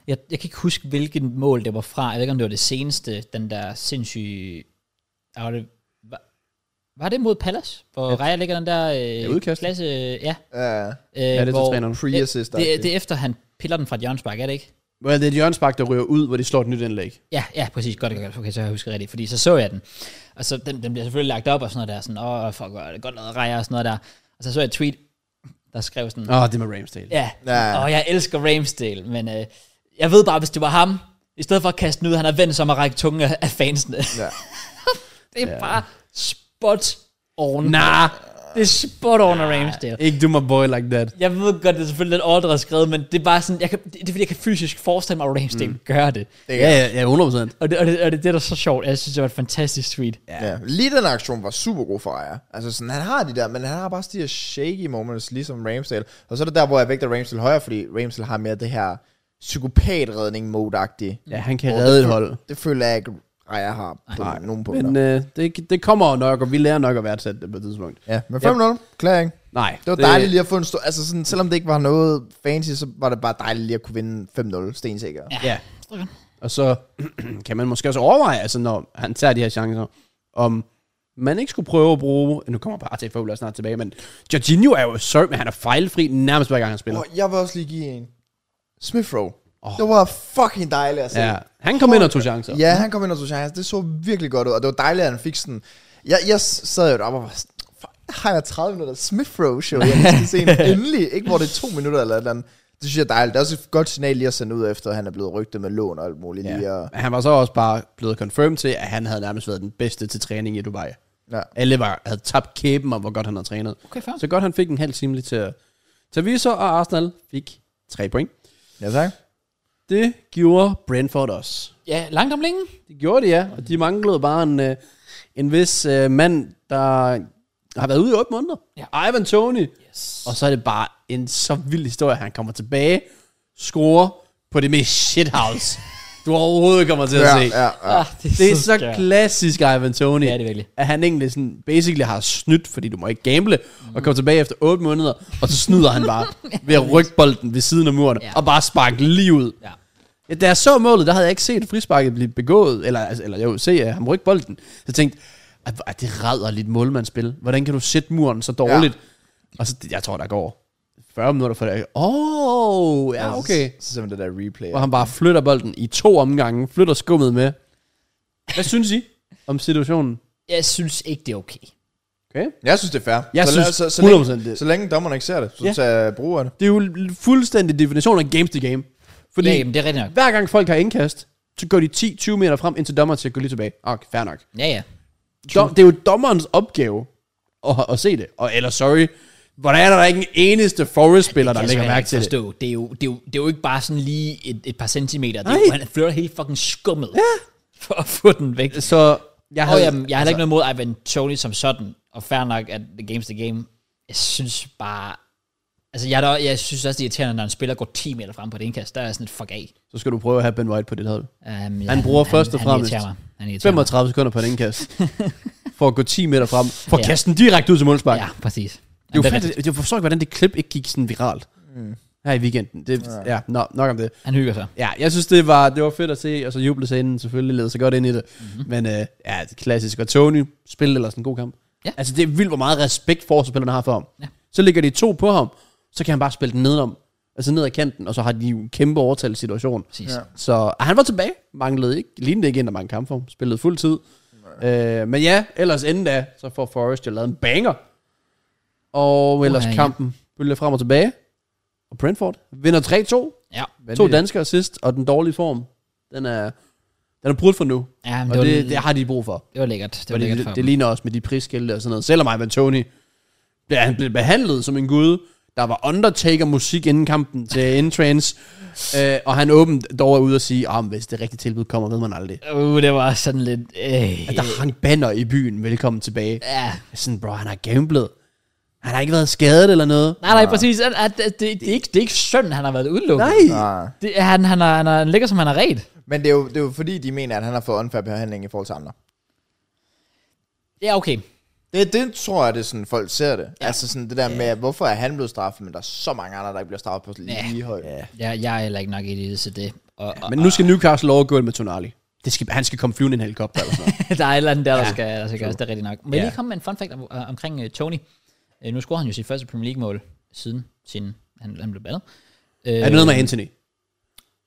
S1: Jeg, jeg kan ikke huske, hvilken mål det var fra. Jeg ved ikke, om det var det seneste, den der sindssyge... Ah, Var det, var, var det mod Palace? Hvor ja. Raja ligger den der... Øh, ja,
S3: udkast.
S1: Klasse, ja.
S2: Ja.
S1: Øh,
S3: Ja, det er til
S1: hvor,
S3: træneren.
S2: Free assist.
S1: det, det, det, er efter, han piller den fra et hjørnspark, er det ikke?
S3: Well, det er et hjørnspark, der ryger ud, hvor de slår et nyt indlæg.
S1: Ja, ja, præcis. Godt, godt, godt. Okay, så har jeg husket rigtigt. Fordi så så jeg den. Og så den, den bliver selvfølgelig lagt op og sådan noget der. Sådan, åh, fuck, hvor er det godt lavet rejer og sådan noget der. Og så så jeg et tweet. der skrev sådan,
S3: Åh, oh, det med Ramsdale.
S1: ja,
S2: Ja.
S1: og jeg elsker Ramsdale, men øh, jeg ved bare, hvis det var ham, i stedet for at kaste den ud, han har vendt sig om at række tunge af- af fansene.
S2: Ja.
S1: det er bare spot on. Nah. Det er spot on af Ramsdale.
S3: Ikke do my boy like that.
S1: Jeg ved godt, det er selvfølgelig lidt overdrevet skrevet, men det er bare sådan, jeg kan, det, det er fordi, jeg kan fysisk forestille mig, at Ramsdale mm. gør det.
S2: Det
S3: Ja,
S2: er,
S3: ja, ja, 100%.
S1: Og det, og det, og det, det er da så sjovt. Jeg synes, det var et fantastisk tweet. Ja.
S2: ja. Lige den aktion var super god for Aja. Altså sådan, han har de der, men han har bare også de her shaky moments, ligesom Ramsdale. Og så er det der, hvor jeg vægter Ramsdale højere, fordi Ramsdale har mere det her psykopatredning mode -agtige.
S3: Ja, han kan redde et hold.
S2: Det føler jeg ikke, Aja har på Nej, nogen punkter.
S3: Men
S2: Men,
S3: øh, det, det kommer nok, og vi lærer nok at værdsætte det på et tidspunkt.
S2: ja, men 5-0, klaring.
S3: Nej.
S2: Det var dejligt lige at få en stor... Altså sådan, selvom det ikke var noget fancy, så var det bare dejligt lige at kunne vinde 5-0, stensikker. Ja.
S3: Ja. Og så kan man måske også overveje, altså når han tager de her chancer, om man ikke skulle prøve at bruge... Nu kommer bare til at snart tilbage, men Jorginho er jo sørg, men han er fejlfri nærmest hver gang, han spiller.
S2: Og jeg vil også lige give en. Smith Rowe. Oh. Det var fucking dejligt at se.
S3: Ja. Han kom ind og tog chancer.
S2: Ja, han kom ind og tog chance. Det så virkelig godt ud, og det var dejligt, at han fik sådan... Jeg, jeg sad jo deroppe og var sådan, "Fuck, har jeg 30 minutter Smith Rowe show, jeg skal se en endelig, ikke hvor det er to minutter eller et eller andet. Det synes jeg er dejligt. Det er også et godt signal lige at sende ud, efter at han er blevet rygtet med lån og alt muligt. Ja. Lige
S3: Ja.
S2: at,
S3: Han var så også bare blevet confirmed til, at han havde nærmest været den bedste til træning i Dubai.
S2: ja.
S3: Alle var, havde tabt kæben om, hvor godt han havde trænet.
S1: Okay, fair.
S3: Så godt han fik en halv time lige til at til at vise sig, og Arsenal fik tre point.
S2: ja tak.
S3: Det gjorde Brentford også.
S1: ja, langt om længe.
S3: Det gjorde de, ja. Og de manglede bare en, øh, en vis øh, mand, der har været ude i otte måneder. Ja. Ivan Tony. Yes. Og så er det bare en så vild historie. Han kommer tilbage, scorer på det mest shithouse, du overhovedet kommer til at se.
S2: Ja, ja, ja.
S1: Ah,
S3: Det er så
S1: skørt.
S3: klassisk Ivan Tony.
S1: Ja, det er virkelig.
S3: At han egentlig sådan basically har snydt, fordi du må ikke gamble, mm. og kommer tilbage efter 8 måneder, og så snyder han bare ved at rykke bolden ved siden af muren,
S1: Ja.
S3: ja. og bare sparke lige ud.
S1: Ja.
S3: Ja, da jeg så målet, der havde jeg ikke set frisparket blive begået, eller, altså, eller jo, se, at han rykker bolden. Så jeg tænkte, at, at det redder lidt målmandsspil. Hvordan kan du sætte muren så dårligt? Ja. Og så, jeg tror, der går 40 minutter for det. Åh, oh,
S2: Ah,
S3: ja, okay.
S2: Så, så ser man det der replay.
S3: Hvor han bare flytter bolden i to omgange, flytter skummet med. Hvad synes I om situationen?
S1: Jeg synes ikke, det er okay.
S3: Okay.
S2: Jeg synes, det er fair.
S3: Jeg
S2: så,
S3: synes
S2: så, så,
S3: 100%
S2: længe,
S3: det.
S2: så længe dommerne ikke ser det, så
S3: Ja.
S2: ja. tager bruger det.
S3: Det er jo l- fuldstændig definition af games to game. Fordi
S1: Ja,
S3: ja,
S1: jamen, det er rigtigt nok.
S3: hver gang folk har indkast, så går de 10-20 meter frem ind til dommeren til at gå lige tilbage. Ah, Okay, fair nok.
S1: Ja, ja.
S3: Dom, det er jo dommerens opgave at, at se det. Og eller sorry, hvordan er der ikke en eneste Forest-spiller, der
S1: Altså, Jeg
S3: lægger
S1: kan
S3: mærke til
S1: ikke
S3: det?
S1: forstå. det. er jo, det, er jo, det er jo ikke bare sådan lige et, et par centimeter. Det er
S3: Nej.
S1: jo, han flytter helt fucking skummet ja. for at få den væk.
S3: Så jeg
S1: Jeg, havde,
S3: havde... altså-
S1: og jamen, jeg har heller ikke noget mod Ivan Tony som sådan, og fair nok, at the game's the game. Jeg synes bare... Altså, jeg, er da, jeg synes også, det er irriterende, når en spiller går 10 meter frem på det indkast. Der er jeg sådan et fuck af.
S3: Så skal du prøve at have Ben White på dit hold.
S1: Um, han,
S3: bruger først og fremmest
S1: Han irriterer mig. Han irriterer mig.
S3: 35 sekunder på en indkast. for at gå 10 meter frem. For at
S1: Ja.
S3: kaste den direkte ud til målspark.
S1: Ja, præcis.
S3: Det
S1: Jamen,
S3: var
S1: er
S3: fandt, jeg forstår ikke, hvordan det klip ikke gik sådan viralt. Mm. Her i weekenden. Det, ja, ja no, nok om det.
S1: rigtigt. Han hygger sig.
S3: Ja, jeg synes, det var, det var fedt at se, og så juble scenen selvfølgelig leder sig godt ind i det.
S1: Mhm.
S3: Mm-hmm. Men øh, ja, det er klassisk. Og Tony spillede ellers en god kamp.
S1: Ja.
S3: Altså, det er vildt, hvor meget respekt forsvarsspillerne har for ham.
S1: Ja.
S3: Så ligger de to på ham, så kan han bare spille den nedenom. Altså ned ad kanten, og så har de jo en kæmpe overtal situation.
S1: Præcis. Ja.
S2: Ja.
S3: Så og han var tilbage, manglede ikke, lignede ikke ind, der mange kampe for ham, spillede fuld tid. Øh, men ja, ellers inden da, så får Forrest jo lavet en banger. Og ellers
S1: Uha, ja.
S3: kampen bølger frem og tilbage. Og Brentford vinder 3-2.
S1: ja.
S3: To danskere sidst, og den dårlige form, den er, den er brudt for nu.
S1: ja men det,
S3: Og
S1: var,
S3: det, det har de brug for.
S1: det var lækkert. Det var
S3: Fordi
S1: lækkert
S3: det,
S1: for
S3: det,
S1: dem.
S3: det ligner også med de prisskilte og sådan noget. Selvom Ivan Tony, ja, han blev behandlet som en gud. Der var Undertaker-musik inden kampen til Entrance. øh, og han åbent dog er ude og sige, at hvis det rigtige tilbud kommer, ved man aldrig.
S1: Uh, det var sådan lidt... Øh,
S3: At der hang banner i byen, velkommen tilbage.
S1: ja.
S3: Sådan, bro, han har gamblet. Han har ikke været skadet eller noget.
S1: Nej, nej, præcis. At, at, at, det, det, er ikke, det er ikke synd, han har været udelukket.
S3: Nej.
S2: Nej.
S1: Det, er- han, han, er, han, er, han ligger, som han har ret.
S2: Ah. Men det er, jo, det er jo fordi, de mener, at han har fået unfair behandling i forhold til andre.
S1: Ja, okay.
S2: Det, det tror jeg, det er sådan, folk ser det. Ja. Altså sådan det der med, hvorfor er han blevet straffet, men der er så mange andre, der ikke bliver straffet på lige ja. højt. Ja.
S1: Ja, jeg er heller ikke nok i det til det. Og, og
S3: Men nu skal Newcastle overgå det med Tonali. Det skal, han skal komme flyvende i en helikopter eller sådan noget.
S1: der er et eller andet der, der skal, der skal gøres, det er rigtigt nok. Men yeah. lige komme med en fun fact om, øh, omkring uh, Tony. Uh, nu scorede han jo sit første Premier League-mål siden, siden han, han blev bandet. Uh,
S3: Er det noget med Anthony?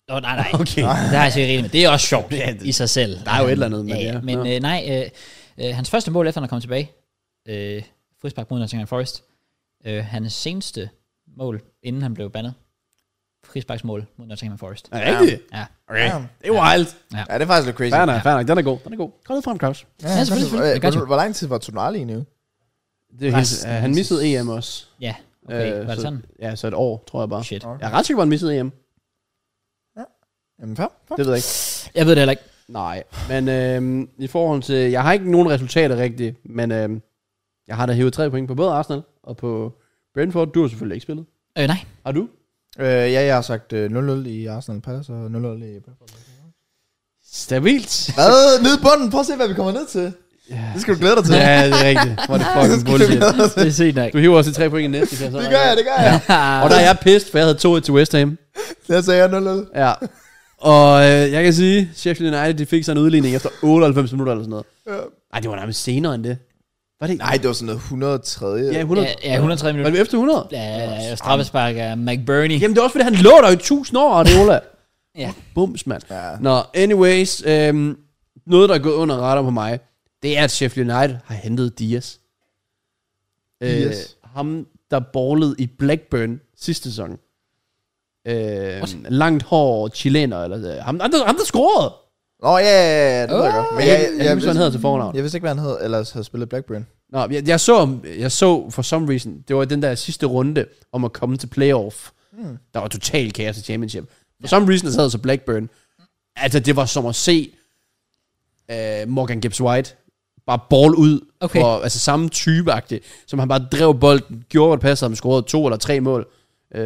S1: Oh, nej, nej.
S3: Okay.
S1: Det har jeg set rigtigt med. Det er også sjovt
S3: Ja, det-
S1: i sig selv. Der
S3: er jo et eller andet med det,
S1: ja.
S3: ja.
S1: Men
S3: Ja.
S1: øh, nej, øh, øh, hans første mål, efter han er kommet tilbage, øh, frispark mod Nottingham Forest, øh, hans seneste mål, inden han blev bandet. Frisbaksmål mod Nottingham Forest.
S3: Er det rigtigt?
S1: Ja.
S3: Okay.
S2: Ja.
S3: Det er wild.
S2: Ja, det er faktisk lidt crazy.
S3: Fair nok, fair nok. Den er god. Den er god. Kom ned frem, Kraus.
S2: Ja,
S1: Ja, selvfølgelig, selvfølgelig. Jeg gør
S2: Hvor,
S1: det.
S2: hvor lang tid var Tonali nu?
S3: Det er helt, uh, han missede EM også.
S1: Ja, okay.
S3: Øh,
S1: var det
S3: så,
S1: sådan?
S3: Ja, så et år, tror jeg bare.
S1: Shit.
S3: Jeg er ret sikker på, at han missede EM.
S2: Jamen, fair. fair.
S3: Det ved jeg ikke.
S1: Jeg ved det heller ikke.
S3: Nej, men øh, i forhold til... Jeg har ikke nogen resultater rigtigt, men øh, jeg har da hævet tre point på både Arsenal og på Brentford. Du har selvfølgelig ikke spillet.
S1: Øh, nej.
S3: Har du?
S2: Øh, ja, jeg har sagt øh, 0-0 i Arsenal Palace og 0-0 i...
S3: Stabilt.
S2: Hvad? Nede i bunden? Prøv at se, hvad vi kommer ned til.
S3: Ja.
S2: Det skal du glæde dig til.
S3: ja, det er rigtigt. Hvor er det fucking bullshit.
S1: Det er sygt nok.
S3: Du hiver også de tre point i næste.
S2: Det
S3: Det
S2: gør jeg, det gør jeg.
S3: Og der er jeg pissed, for jeg havde 2-1 til West Ham.
S2: Jeg sagde jeg 0-0.
S3: Ja. Og øh, jeg kan sige, Sheffield United de fik sig en udligning efter 98 minutter eller sådan noget.
S2: Ja.
S3: Nej, det var nærmest senere end det. Var det ikke?
S2: Nej, det var sådan noget 103.
S3: Ja,
S2: Ja,
S3: 100.
S1: Ja, ja, 103
S3: Var
S1: minutter.
S3: det efter 100?
S1: Ja, ja, straffespark af McBurney.
S3: Jamen, det er også, fordi han lå der i 1000 år, Areola.
S1: Ja.
S3: Bums, mand.
S2: ja.
S3: Nå, anyways. Øhm, noget, der er gået under radar på mig, det er, at Sheffield United har hentet Diaz.
S2: Diaz?
S3: Øh, ham, der ballede i Blackburn sidste sæson. Øh, langt hår chilener. Eller, øh, ham, ham, der, ham, der scorede.
S2: Nå, ja, ja, ja, det ved jeg
S1: Åh,
S2: godt. Men
S3: jeg-
S2: jeg,
S3: jeg husker, han hedder til fornavn.
S2: Jeg vidste ikke, hvad han hed, ellers havde spillet Blackburn.
S3: Nå, jeg, jeg, så, jeg så for some reason, det var den der sidste runde om at komme til playoff. Mm. Der var total kaos i championship. For ja. some reason, der sad så Blackburn. Altså, det var som at se uh, Morgan Gibbs-White bare ball ud.
S1: Okay.
S3: For, altså samme type som han bare drev bolden, gjorde, hvad det passede ham, scorede to eller tre mål. Uh,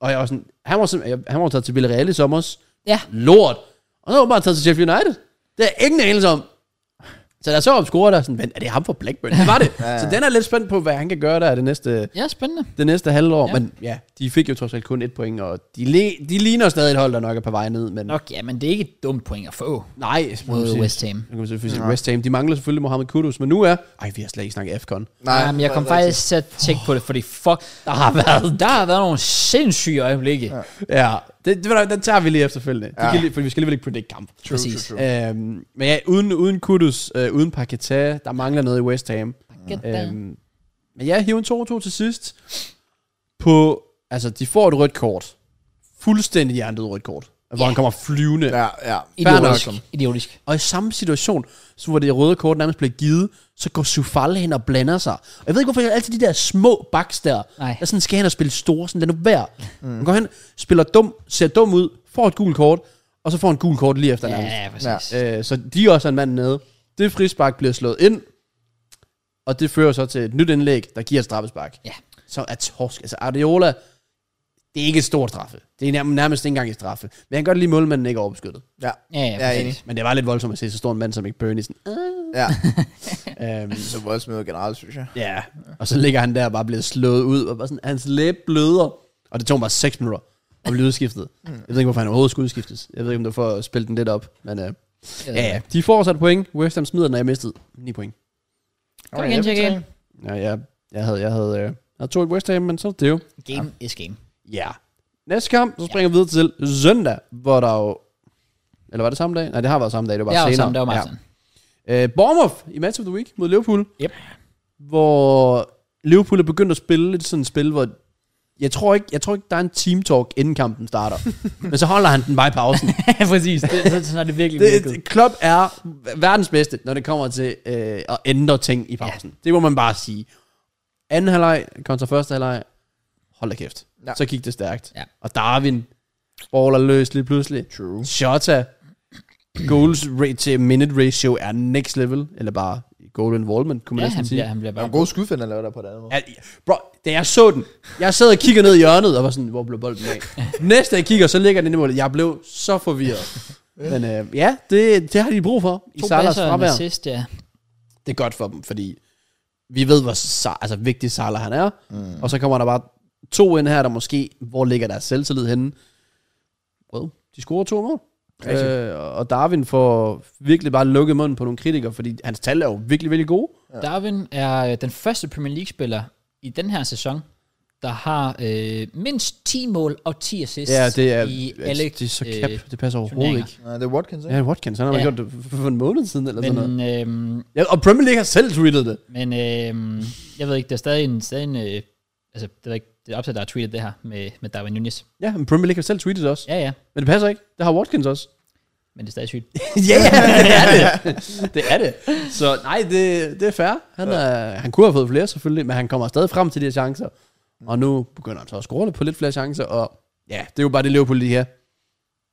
S3: og jeg var sådan, han var, simpelthen, han var taget til Villarreal i sommer.
S1: Ja.
S3: Lort. Og så var han bare taget til Sheffield United. Det er ingen anelse om. Så der så op scorer der sådan, "Vent, er det ham fra Blackburn? Det var det.
S2: Ja.
S3: Så den er lidt spændt på, hvad han kan gøre der det næste,
S1: Ja, spændende.
S3: det næste
S1: Ja.
S3: halvår. Ja. Men ja, de fik jo trods alt kun et point, og de, li- de ligner stadig et hold, der nok er på vej ned. Men
S1: Nok, ja, men det er ikke et dumt point at få
S3: nej,
S1: mod
S3: man kan
S1: West
S3: sige-
S1: Ham.
S3: man kan selvfølgelig sige West Ham. De mangler selvfølgelig Mohamed Kudus, men nu er... Ej, vi har slet ikke snakket FCON.
S1: Nej, Jamen, jeg kom faktisk til at tænke på det, fordi fuck, der har været, der har været nogle sindssyge øjeblikke. Ja.
S3: Ja, det, det, ved du, den tager vi lige efterfølgende.
S2: Ja.
S3: Ja. Det kan, lige- for vi skal alligevel ikke predict kamp.
S2: True,
S1: Præcis.
S2: true, true.
S3: Øhm, men ja, uden, uden Kudus, øh, uden Paquetá, der mangler noget i West Ham. Øhm, men ja, hive en 2-2 til sidst. På, altså, de får et rødt kort. Fuldstændig hjertet rødt kort. Hvor han kommer flyvende. Ja.
S2: Ja, ja.
S1: Idiotisk.
S3: Fair
S1: Idiotisk.
S3: Og i samme situation, så hvor det røde kort nærmest bliver givet, så går Sufal hen og blander sig. Og jeg ved ikke, hvorfor jeg altid de der små baks der,
S1: Nej.
S3: der sådan skal hen og spille store, sådan den er værd. Mm. Han går hen, spiller dum, ser dum ud, får et gult kort, og så får han gult kort lige efter
S1: Ja,
S3: nærmest.
S1: ja, præcis. Ja.
S3: Øh, så de er også en mand nede. Det frispark bliver slået ind, og det fører så til et nyt indlæg, der giver et straffespark.
S1: Ja.
S3: Så er torsk. Altså Areola, det er ikke et stort straffe. Det er nærm- nærmest ikke engang et straffe. Men han gør det lige målmanden ikke er overbeskyttet.
S2: Ja,
S1: Ja, ja,
S2: jeg er
S1: præcis.
S2: enig.
S3: Men det var lidt voldsomt at se så stor en mand som ikke Burnley. Sådan,
S2: Ja,
S3: "Ah." øhm,
S2: så voldsmøder generelt, synes jeg.
S3: ja. Og så ligger han der og bare bliver slået ud. Og bare sådan, hans læb bløder. Og det tog bare 6 minutter at blive udskiftet. Jeg ved ikke, hvorfor han overhovedet skulle udskiftes. Jeg ved ikke, om det var for at spille den lidt op. Men øh, ja, ja. De får så et point. West Ham smider den, og jeg mistede 9 point.
S1: Kom igen, check in.
S3: Ja, jeg, jeg havde, jeg havde, øh, jeg havde to i West Ham, men så er det jo.
S1: Game is game.
S3: Ja. Yeah. Næste kamp, så springer vi videre til søndag, hvor der jo... Eller var det samme dag? Nej, det har været samme dag, det var
S1: Det var
S3: senere.
S1: sammen, det var Martin.
S3: Ja. Øh, Bournemouth i Match of the Week mod Liverpool.
S1: Yep.
S3: Hvor Liverpool er begyndt at spille lidt sådan et spil, hvor... Jeg tror ikke, jeg tror ikke der er en team talk, inden kampen starter. men så holder han den bare i pausen.
S1: Ja, præcis. Det, så, sådan er det virkelig
S3: det,
S1: virket.
S3: det- Klopp er verdens bedste, når det kommer til øh, at ændre ting i pausen. Ja. Det må man bare sige. Anden halvleg kontra første halvleg, hold da kæft. Ja.
S2: Ja.
S3: Så gik det stærkt.
S1: Ja.
S3: Og Darwin baller løs lige pludselig.
S2: True.
S3: Shota, goals rate til minute ratio er next level, eller bare goal involvement, kunne man
S1: Ja,
S3: næsten
S1: han
S3: sige.
S1: bliver, han bliver
S2: Der
S1: bare...
S2: er gode skudfinder, laver der på den anden måde.
S3: Ja, bro, da jeg så den, jeg sad og kigger ned i hjørnet, og var sådan, hvor blev bolden af? Næste jeg kigger, så ligger den inde i målet. Jeg blev så forvirret. Men øh, ja, det, det har de brug for i
S1: To
S3: Salas
S1: basser og en
S3: fravær.
S1: assist, ja.
S3: Det er godt for dem, fordi vi ved, hvor Sa- altså, vigtig Salah han er. Mm. Og så kommer der bare to ind her, der måske, hvor ligger deres selvtillid henne? Well, de scorer to mål.
S2: Rigtigt.
S3: Øh, og Darwin får virkelig bare lukket munden på nogle kritikere, fordi hans tal er jo virkelig, virkelig gode.
S1: Darwin er øh, den første Premier League-spiller i den her sæson, der har øh, mindst 10 mål og 10 assists
S3: Ja, det er,
S1: i alle
S3: altså, det er så
S1: øh,
S3: kæp. det passer overhovedet
S1: turneringer.
S3: ikke.
S2: Nej, det er Watkins, ikke?
S3: Ja, Watkins, han har ja.
S1: Ja.
S3: gjort det for, for en måned siden, eller men, sådan Altså noget.
S1: Men, øhm,
S3: Ja, og Premier League har selv tweetet det.
S1: men øhm, jeg ved ikke, det er stadig en, stadig en øh, altså, det er ikke, det er optaget, der har tweetet det her med, med Darwin Nunes.
S3: Ja, men Premier League har selv tweetet det også. Ja.
S1: Ja, ja,
S3: Men det passer ikke. Det har Watkins også.
S1: men det er stadig sygt.
S3: ja, ja, det er det. Det er det. Så nej, det, det er fair. Han, er, han kunne have fået flere selvfølgelig, men han kommer stadig frem til de her chancer. Og nu begynder han så at score lidt på lidt flere chancer, og ja, det er jo bare det Liverpool lige her.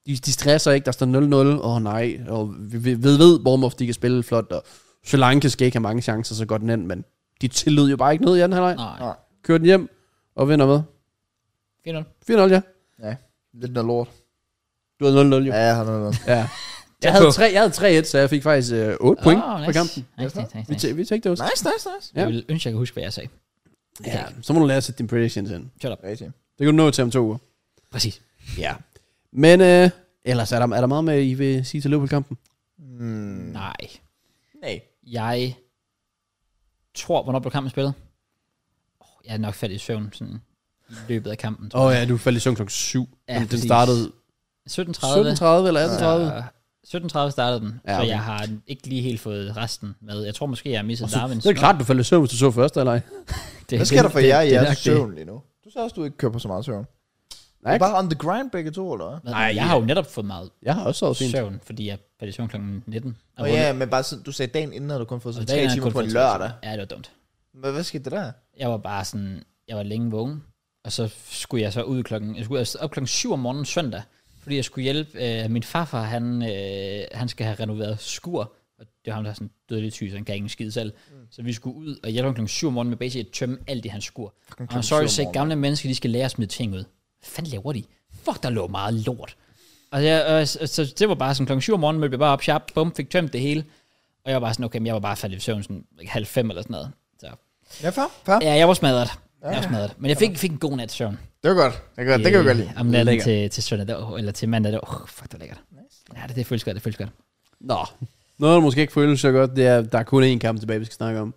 S3: De, de stresser ikke, der står 0-0, og nej, og vi, vi ved, ved Bournemouth, de kan spille flot, og Sri Lanka skal ikke have mange chancer, så godt den ind, men de tillod jo bare ikke noget i anden halvleg.
S1: Nej,
S2: Nej.
S3: Kører den hjem, og vinder med.
S1: fint nok.
S3: 4-0, ja.
S2: Ja, lidt noget lort.
S3: Du havde 0-0, jo.
S2: Ja,
S3: Ja.
S2: jeg har noget lort.
S3: ja.
S1: Tæt
S3: Jeg, havde
S1: på.
S3: 3, jeg havde 3-1, så jeg fik faktisk øh, 8 point
S1: Åh,
S3: på kampen.
S1: Nice, nice, nice,
S3: Vi,
S1: nice.
S3: tæ- vi tænkte det også.
S2: Nice, nice, nice.
S3: Ja.
S1: Jeg ville ønske, jeg kunne huske, hvad jeg sagde.
S3: Ja, så må du lære at sætte dine predictions ind.
S2: Rigtig.
S3: Det kan du nå til om to uger.
S1: Præcis.
S3: Ja. Men øh, ellers er der, er der meget med, I vil sige til Liverpool-kampen?
S2: Mm.
S1: Nej.
S2: Nej.
S1: Jeg tror, hvornår blev kampen spillet? Åh, Jeg er nok faldet i søvn sådan, i løbet af kampen. tror
S3: Åh oh,
S1: jeg.
S3: ja, du faldt i søvn klokken 7.
S1: Ja,
S3: Ja, den
S1: præcis.
S3: startede
S1: 17.30.
S3: 17.30 eller 18.30. Ja.
S1: Ja, 17.30 startede den,
S3: Ja,
S1: ja, okay. så
S3: okay.
S1: jeg har ikke lige helt fået resten med. Jeg tror måske, jeg har misset Darwin.
S3: Det er klart, du faldt i søvn, hvis du så første, eller ej?
S1: Det,
S2: Hvad sker der for jer i
S1: det er
S2: jeres
S1: nok det.
S2: søvn lige nu? Du sagde også, du ikke kører på så meget søvn.
S3: Nej,
S2: Nej. Bare on the grind begge to, eller hvad?
S1: Nej, jeg har jo netop fået meget
S3: jeg har også sovet fint.
S1: søvn, fordi jeg faldt i søvn kl. 19.
S2: Og ja, men bare sådan, du sagde dagen inden, havde du kun fået
S1: og
S2: sådan
S1: dagen er
S2: tre timer
S1: kun
S2: på en
S1: fået
S2: lørdag.
S1: Ja, det var dumt.
S2: Men hvad skete der?
S1: Jeg var bare sådan, jeg var længe vågen, og så skulle jeg så ud klokken, jeg skulle altså op klokken 7 om morgenen søndag, fordi jeg skulle hjælpe øh, min farfar, han, øh, han skal have renoveret skur, og det var ham, der har sådan dødelig tyg, så han kan ikke en skid selv. Mm. Så vi skulle ud og hjælpe ham klokken 7 om morgenen med basic at tømme alt i hans skur. Og I'm
S2: klokken
S1: sorry,
S2: syv om
S1: så
S2: morgenen.
S1: gamle mennesker, de skal lære at smide ting ud. Hvad fanden laver de? Fuck, der lå meget lort. Og jeg, og, så, så det var bare sådan klokken 7 om morgenen, mødte jeg bare op sharp, bum, fik tømt det hele. Og jeg var bare sådan, okay, men jeg var bare faldet i søvn sådan halv fem eller sådan noget. Så
S2: Ja, far. far.
S1: Ja, jeg var smadret. Jeg var smadret. Men jeg fik, fik en god nats søvn.
S2: Det var godt. Det, var godt. det kan vi godt lide.
S1: Om natten
S3: Lækkert.
S1: til, til søndag, der, eller til mandag, der, oh, fuck, det var lækkert. Ja, det, det føles godt, det føles godt.
S3: Nå. Noget, der måske ikke føles så godt, det er, at der er kun én kamp tilbage, vi skal snakke om.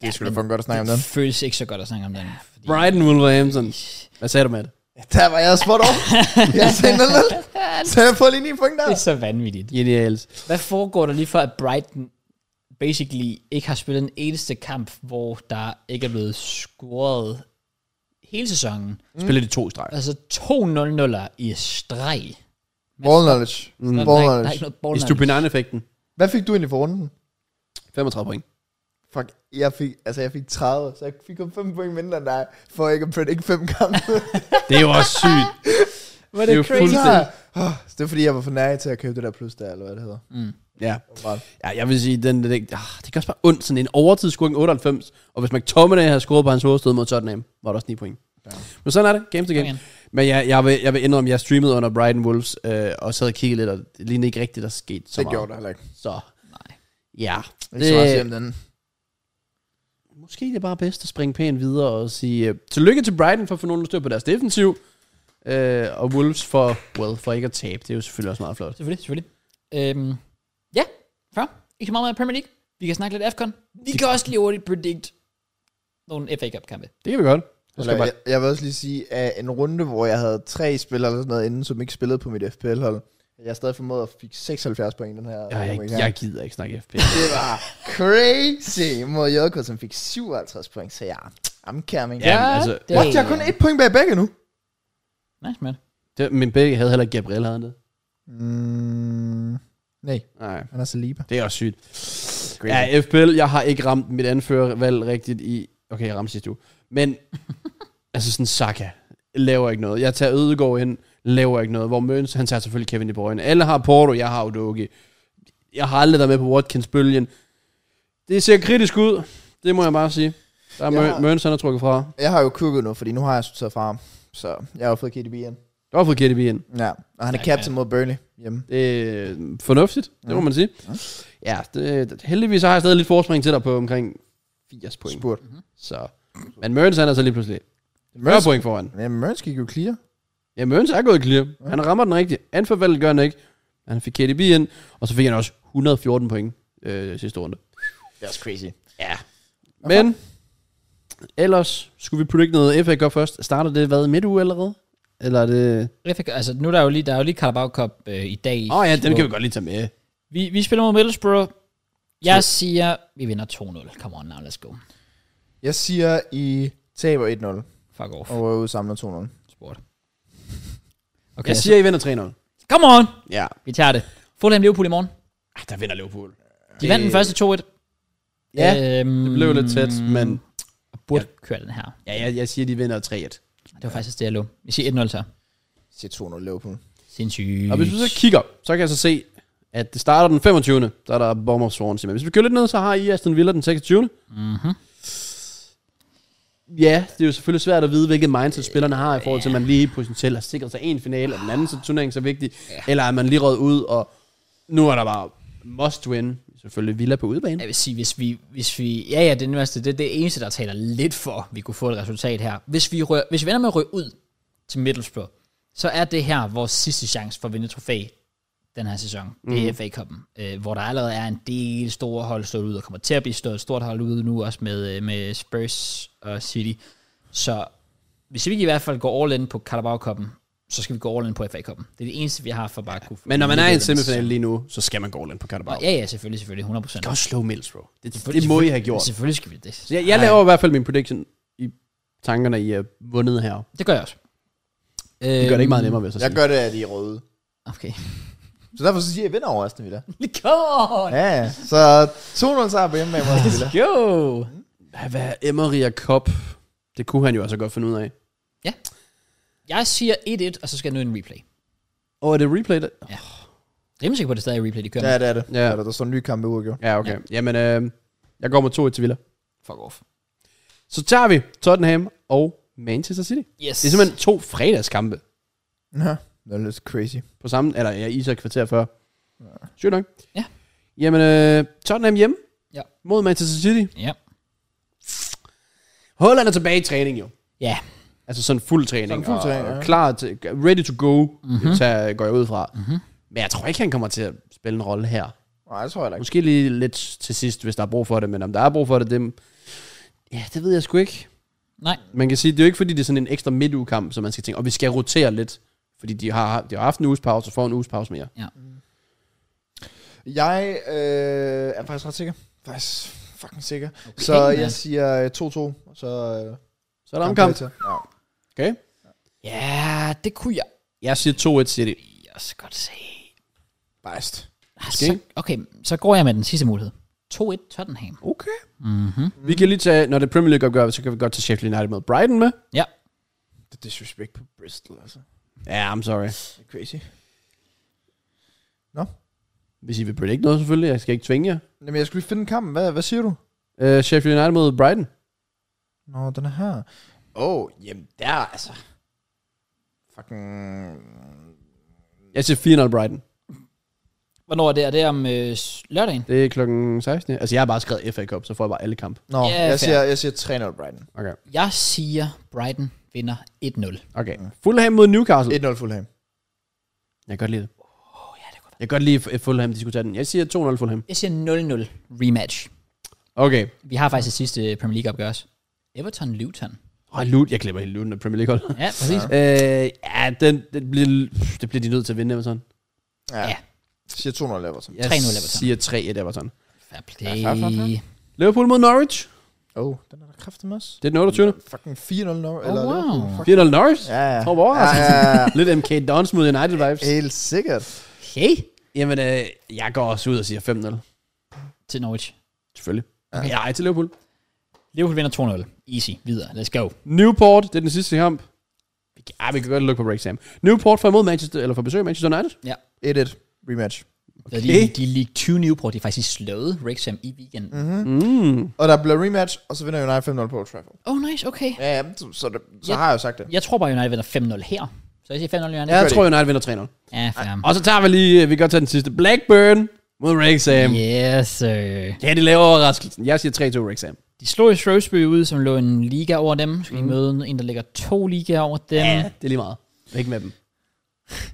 S2: Det skulle da fucking godt at snakke om den.
S1: Det føles ikke så godt at snakke om den. Fordi,
S3: Brighton Wolverhampton. Hvad sagde du med det?
S2: Der var jeg spot over. jeg sagde noget lidt. Så jeg får lige ni point der.
S1: det er så vanvittigt.
S3: Genialt.
S1: Hvad foregår der lige for, at Brighton basically ikke har spillet en eneste kamp, hvor der ikke er blevet scoret hele sæsonen?
S3: Spiller de to i streg.
S1: Altså 2-0-0'er i streg.
S2: Mm. Ball knowledge. Mm.
S1: Der,
S2: Ball
S1: er ikke- der er
S2: knowledge.
S1: ikke noget
S3: I
S1: ball
S3: Stupinan-effekten.
S2: Hvad fik du egentlig for runden?
S3: 35 point.
S2: Fuck, jeg fik, altså jeg fik 30, så jeg fik kun 5 point mindre end dig, for ikke at predict 5 kampe.
S3: Det er jo også sygt.
S1: Var
S3: det er jo
S2: Så,
S3: fuldstændig-
S2: åh, Ah, det er fordi, jeg var for nær til at købe det der plus der, eller hvad det hedder.
S3: Ja.
S2: Åbenbart.
S3: Ja, jeg vil sige, den, den, den, ah, det gør også bare ondt, sådan en overtidsscoring 98, og hvis McTominay havde scoret på hans hovedstød mod Tottenham, var der også 9 point. Ja. Men sådan er det, game to game.
S1: Kom igen.
S3: Men jeg, jeg, vil, jeg vil indrømme, jeg streamede under Brighton Wolves, øh, og sad og kiggede lidt, og det lignede ikke rigtigt, der skete så
S2: Det
S3: meget.
S2: gjorde der heller ikke.
S3: Så, nej. Ja.
S2: Ikke så meget at sige om den.
S3: måske det er bare bedst at springe pænt videre og sige øh, tillykke til Brighton for at få nogen, der styr på deres defensiv, øh, og Wolves for, well, for ikke at tabe. Det er jo selvfølgelig også meget flot.
S1: Selvfølgelig, selvfølgelig. Øhm, ja, før. Ikke så meget med Premier League. Vi kan snakke lidt AFCON. Vi kan også lige hurtigt predict nogle FA Cup-kampe.
S3: Det kan vi godt. Så skal
S2: Eller,
S3: bare,
S2: jeg, jeg vil også lige sige, at en runde, hvor jeg havde tre spillere eller sådan noget inden, som ikke spillede på mit FPL-hold, jeg har stadig formået at fik 76 point i den her.
S3: jeg,
S2: omgang.
S3: jeg, jeg gider ikke snakke FP.
S2: Det var crazy mod JK, som fik 57 point, så jeg I'm coming.
S3: Ja, men altså,
S1: det-
S2: What, jeg er kun et point bag begge nu.
S1: Nice, man.
S3: Det, men begge havde heller ikke Gabriel, havde han det?
S2: Mm, nej,
S3: Nej.
S2: han er Saliba.
S3: Det er også sygt. Ja, FPL, jeg har ikke ramt mit anførervalg rigtigt i... Okay, jeg ramte sidste uge. Men, altså sådan Saka laver ikke noget. Jeg tager Ødegaard ind, laver ikke noget. Hvor Møns, han tager selvfølgelig Kevin De Bruyne. Alle har Porto, jeg har Udogi. Jeg har aldrig været med på Watkins-bølgen. Det ser kritisk ud, det må jeg bare sige. Der er
S2: Jeg
S3: Mø-
S2: har-
S3: Møns, han er trukket fra.
S2: Jeg har jo kukket nu, fordi nu har jeg sorteret fra ham, så jeg har jo fået KDB igen.
S3: Der har fået KDB ind.
S2: Ja, og han er captain mod Burnley hjemme.
S3: Det er øh, fornuftigt, det må man sige. Ja, det, heldigvis har jeg stadig lidt forspring til dig på omkring 80 point.
S2: Spurt.
S3: Så. Men Mørens han er så lige pludselig 40 point foran.
S2: Ja, Mørns gik jo clear.
S3: Ja, Mørens er gået clear. Han rammer den rigtigt. Anforvalget gør han ikke. Han fik KDB ind, og så fik han også 114 point øh, sidste runde.
S2: Det er også crazy.
S3: Ja. Men ellers skulle vi predict noget FA Cup først. Starter det hvad midt uge allerede? Eller er det...
S1: FA Cup, altså nu er der jo lige, der er jo lige Carabao Cup øh, i dag.
S3: Åh oh, ja, den kan vi godt lige tage med.
S1: Vi, vi spiller mod Middlesbrough. Jeg siger, vi vinder 2-0. Come on now, let's go.
S2: Jeg siger, I taber 1-0.
S1: Fuck off.
S2: Og Røde samler 2-0.
S1: Sport.
S3: Okay,
S1: Okay,
S3: jeg siger, I vinder 3-0.
S1: så, come on!
S3: Ja.
S1: Vi tager det. Fulham Liverpool i morgen.
S3: Ah, der vinder Liverpool.
S1: De vandt den første 2-1.
S3: Øh, Ja,
S1: øhm,
S3: det blev lidt tæt, men
S1: Burde køre den her.
S3: ja, jeg, jeg siger, de vinder 3-1.
S1: Det var faktisk det, jeg lå. Vi siger 1-0 så.
S2: Jeg siger 2-0 Liverpool.
S1: Sindssygt.
S3: Og hvis vi så kigger, så kan jeg så se, at det starter den 25. Der er der Bournemouth Swansea. Men hvis vi kører lidt ned, så har I Aston Villa den 26. Mm-hmm.
S1: Mhm.
S3: Ja, det er jo selvfølgelig svært at vide, hvilket
S1: Øh,
S3: mindset spillerne har, i forhold til, at man lige potentielt har sikret sig en finale, og den
S1: Ah.
S3: anden så er turneringen så vigtig, eller er man lige røget ud, og nu er der bare must win. Selvfølgelig Villa på udebane.
S1: Jeg vil sige, hvis vi, hvis vi ja ja, det er nærmest det, det er det eneste, der taler lidt for, at vi kunne få et resultat her. Hvis vi, rører, hvis vi ender med at ryge ud til Middlesbrough, så er det her vores sidste chance for at vinde trofæ den her sæson. Det er
S3: Mhm.
S1: FA Cup'en, øh, hvor der allerede er en del store hold stået ud, og kommer til at blive stået et stort hold ude nu, også med, øh, med Spurs og City. Så hvis vi i hvert fald går all in på Carabao Cup'en, så skal vi gå all in på FA Cup'en. Det er det eneste, vi har for bare at kunne...
S3: Men når man er i en
S1: den sæson.
S3: semifinal lige nu, så skal man gå all in på Carabao.
S1: Nå, Ja, ja, selvfølgelig, selvfølgelig, 100%.
S3: skal også slå Middlesbrough. Det,
S1: Selvfølgelig-
S3: det må I have gjort.
S1: Selvfølgelig skal vi det.
S3: Så jeg, jeg laver i hvert fald min prediction i tankerne, I er vundet her.
S1: Det gør jeg også. Øhm,
S3: Det gør det ikke meget nemmere, hvis jeg
S2: Jeg
S3: siger.
S2: gør det, at de er røde.
S1: Okay.
S2: Så derfor så siger jeg, at jeg vinder over Aston Villa.
S1: Come on!
S2: Ja, ja. så 2-0 sejr på hjemmebane mod Aston Villa.
S1: Yo!
S3: Hvad- Hvad er Emery og Kopp? Det kunne han jo også godt finde ud af.
S1: Jeg siger 1-1, og så skal jeg nå en replay.
S3: Åh, oh, er det replay? Der?
S1: Ja. Rimelig sikker på, at det stadig er replay, de kører
S2: Ja,
S1: med.
S2: det er det.
S3: Ja.
S2: Ja. Der, der står en ny kamp i uafgjort.
S3: Ja, okay. Jamen, øh, jeg går med 2-1 til Villa.
S1: Fuck off.
S3: Så tager vi Tottenham og Manchester City.
S1: Yes.
S3: Det er simpelthen to fredagskampe
S2: Ja. Det er lidt crazy.
S3: på samme, eller ja, i så et kvarter før. Sygt nok.
S1: Ja.
S3: Jamen, øh, Tottenham hjemme
S1: Ja.
S3: mod Manchester City.
S1: Ja.
S3: Holland er tilbage i træning jo.
S1: Ja.
S3: Altså sådan fuld træning.
S2: Sådan fuld træning,
S3: og, og
S2: ja.
S3: klar til, ready to go, mm-hmm. tager, går jeg ud fra. Mm-hmm. Men jeg tror ikke, han kommer til at spille en rolle her.
S2: Nej, det tror jeg da ikke.
S3: Måske lige lidt til sidst, hvis der er brug for det, men om der er brug for det, det ja, det ved jeg sgu ikke.
S1: Nej.
S3: Man kan sige, det er jo ikke, fordi det er sådan en ekstra midtugekamp, som man skal tænke, og vi skal rotere lidt, fordi de har, de har haft en uges pause, og får en uges pause mere.
S2: Jeg øh, er faktisk ret sikker. Faktisk fucking sikker. Okay, så
S1: man.
S2: jeg siger øh, 2-2. og Så øh,
S3: Så er der omkamp.
S2: bagtil. Ja.
S3: Okay.
S1: Ja, det kunne jeg
S3: Jeg siger 2-1 City.
S1: også godt se.
S2: Bejst.
S1: Ah, Så, okay, så går jeg med den sidste mulighed. 2-1 Tottenham. Mhm.
S3: Okay. Mm-hmm.
S2: Mm.
S3: Vi kan lige tage, når det er Premier League opgør, så kan vi godt tage Sheffield United mod Brighton med.
S1: Ja.
S2: Det er disrespect på Bristol, altså.
S3: Ja, I'm sorry.
S2: Det er crazy.
S3: Hvis I vil predict noget, selvfølgelig. Jeg skal ikke tvinge jer.
S2: Jamen, jeg skulle lige finde kampen. Hvad, hvad siger du?
S3: Uh, Sheffield United mod Brighton.
S2: Nå, den er her. Åh, oh, jamen der, altså. Fucking...
S3: Jeg siger 4-0 Brighton.
S1: Hvornår er det? Er det om øh, s- lørdagen?
S3: Det er klokken 16. Altså, jeg har bare skrevet FA Cup, så får jeg bare alle kampe.
S2: Nå,
S1: Ja,
S2: jeg,
S1: fair.
S2: siger, jeg siger 3-0 Brighton.
S3: Okay.
S1: Jeg siger, Brighton vinder 1-0.
S3: Okay. Fulham mod Newcastle.
S2: 1-0 Fulham.
S3: Jeg kan godt lide det. Oh, ja, det jeg kan godt lide, at Fulham de skulle tage den. Jeg siger 2-0 Fulham.
S1: Jeg siger 0-0 rematch.
S3: Okay.
S1: Vi har faktisk det sidste Premier League opgør også. Everton-Luton.
S3: Og Lut, jeg klipper helt Luton af Premier League holdet.
S1: Ja, præcis. Ja.
S3: øh, ja, den, den bliver, det bliver de nødt til at vinde, Everton.
S1: Ja.
S2: Jeg siger 2-0 Everton.
S3: Jeg
S1: 3-0 Everton.
S3: siger 3-1 Everton.
S1: Fair
S2: fair, fair,
S1: play.
S2: fair.
S3: Liverpool mod Norwich.
S2: Åh, oh, den er der kraftig med os.
S3: Det er den 28.
S2: Fucking 4-0 Norwich.
S1: Oh,
S2: eller
S1: wow.
S2: Liverpool. Fuck.
S3: 4-0 Norwich.
S2: Ja, ja.
S3: Tror, hvor
S2: ja, ja, ja.
S3: Lidt MK Dons mod United vibes.
S2: Helt sikkert.
S1: Okay.
S3: Jamen, øh, jeg går også ud og siger 5-0.
S1: Til Norwich.
S3: Selvfølgelig. Okay. Ja, ej, til Liverpool.
S1: Liverpool vinder 2-0. Easy. Videre. Let's go.
S3: Newport, det er den sidste kamp. Vi kan, ah, vi kan godt lukke på Brexham. Newport får imod Manchester, eller får besøg af Manchester United.
S2: 1-1. Rematch.
S1: Okay. De, de League 20 Newport, de faktisk slået Wrexham i weekenden. Mm.
S3: Mm.
S2: Og der bliver rematch, og så vinder United 5-0 på Old Trafford.
S1: Oh, nice. Okay.
S2: Ja, ja, så, så, det, så
S1: Ja.
S2: har jeg jo sagt det.
S1: Jeg tror bare, United vinder 5-0 her. Så jeg siger 5-0 United.
S3: Jeg
S2: gør
S3: tror, United vinder 3-0.
S1: Ja, fair.
S3: Og så tager vi lige, øh, vi kan godt tage den sidste. Blackburn mod Wrexham. Yeah.
S1: Yes, sir.
S3: Ja, de laver overraskelsen. Jeg siger 3-2 Wrexham.
S1: De slog jo Shrewsbury ud, som lå en liga over dem. Skal de møde en, der ligger to ligaer over dem.
S3: Ja, det er lige meget. Væk med dem.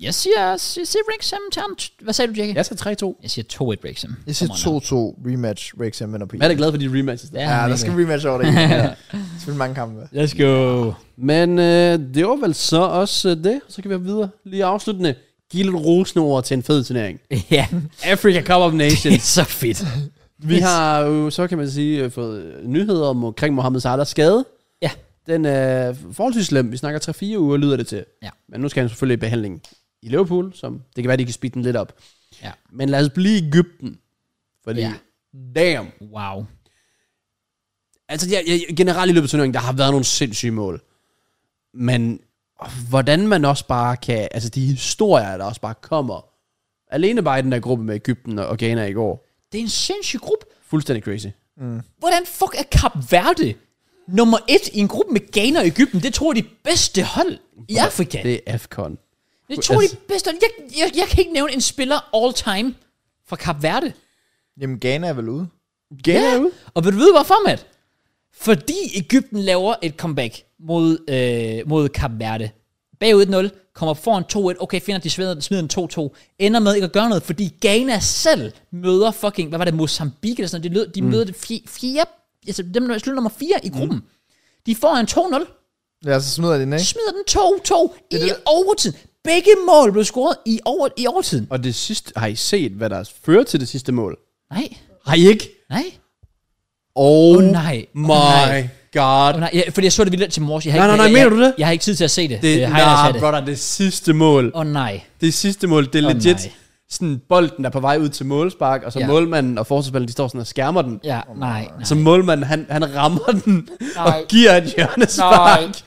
S1: Jeg siger, jeg siger Wrexham til ham. Hvad sagde du, Jackie?
S3: Jeg siger 3-2.
S1: Jeg siger 2-1 Wrexham.
S2: Jeg siger
S1: Come on
S2: 2-2 rematch, Wrexham vinder på
S3: Jeg er da glad for de rematches
S1: now.
S3: der.
S1: Ja,
S2: Ja, der skal rematch over det. ja. Spille mange kampe.
S1: Let's go.
S3: Men øh, det var vel så også øh, det. Så kan vi videre. Lige afsluttende. Giv lidt rosende ord til en fed turnering.
S1: ja,
S3: Africa Cup of
S1: det
S3: Nations.
S1: er så fedt.
S3: øh, vi har jo, så kan man sige, øh, fået nyheder om, omkring Mohamed Salahs skade.
S1: Ja.
S3: Den er forholdsvis slem. Vi snakker 3-4 uger, lyder det til.
S1: Ja.
S3: Men nu skal han selvfølgelig i behandling i Liverpool, som det kan være, de kan speede den lidt op.
S1: Ja.
S3: Men lad os blive i Ægypten. Fordi,
S1: Ja.
S3: ja. damn.
S1: Wow.
S3: Altså, jeg, jeg, generelt i løbet af turneringen, der har været nogle sindssyge mål. Men hvordan man også bare kan... Altså, de historier, der også bare kommer. Alene bare i den der gruppe med Ægypten og Ghana i går.
S1: Det er en sindssyg gruppe.
S3: Fuldstændig crazy.
S1: Hvordan fuck er Kap Verde nummer et i en gruppe med Ghana og Ægypten? Det tror jeg er de bedste hold i Afrika. Det, altså-
S3: Det er AFCON.
S1: det tror jeg de bedste hold. Jeg, jeg, jeg kan ikke nævne en spiller all time fra Kap Verde.
S2: Jamen, Ghana er vel ude?
S3: Ghana er ude.
S1: Og vil du vide hvorfor, Matt? Fordi Ægypten laver et comeback mod, øh, mod Kap Verde. Bagud 1-0, kommer foran 2-1, okay, finder de smider, smider en 2-2, ender med ikke at gøre noget, fordi Ghana selv møder fucking, hvad var det, Mozambique eller sådan noget, de, lød, de mm. møder det fire, fire, altså dem der er slut nummer 4 i gruppen. Mm. De får en 2-0,
S2: Ja, så smider de den, ikke?
S1: smider den 2-2 i overtiden. Begge mål blev scoret i, over, i overtiden.
S3: Og det sidste, har I set, hvad der fører til det sidste mål?
S1: Nej,
S3: Har I ikke?
S1: nej,
S3: Oh,
S1: Åh, nej. Åh,
S3: my
S1: nej.
S3: god.
S1: oh, nej, ja, fordi jeg så det vildt til morges. Jeg har
S3: Nej,
S1: ikke-
S3: nej, nej,
S1: jeg-
S3: mener
S1: jeg-
S3: du det?
S1: Jeg har ikke tid til at se det.
S3: Det,
S1: Øh,
S3: det
S1: highlights af
S3: nej,
S1: det.
S3: brother, det sidste mål.
S1: Åh oh, nej.
S3: Det sidste mål, det er
S1: Åh,
S3: legit
S1: nej.
S3: sådan bolden er på vej ud til målspark, og så
S1: Ja.
S3: ja. målmanden og forsvarsspilleren, de står sådan og skærmer den.
S1: Ja, oh, nej, nej.
S3: Så målmanden, han, han rammer den
S4: Nej.
S3: og giver et hjørnespark.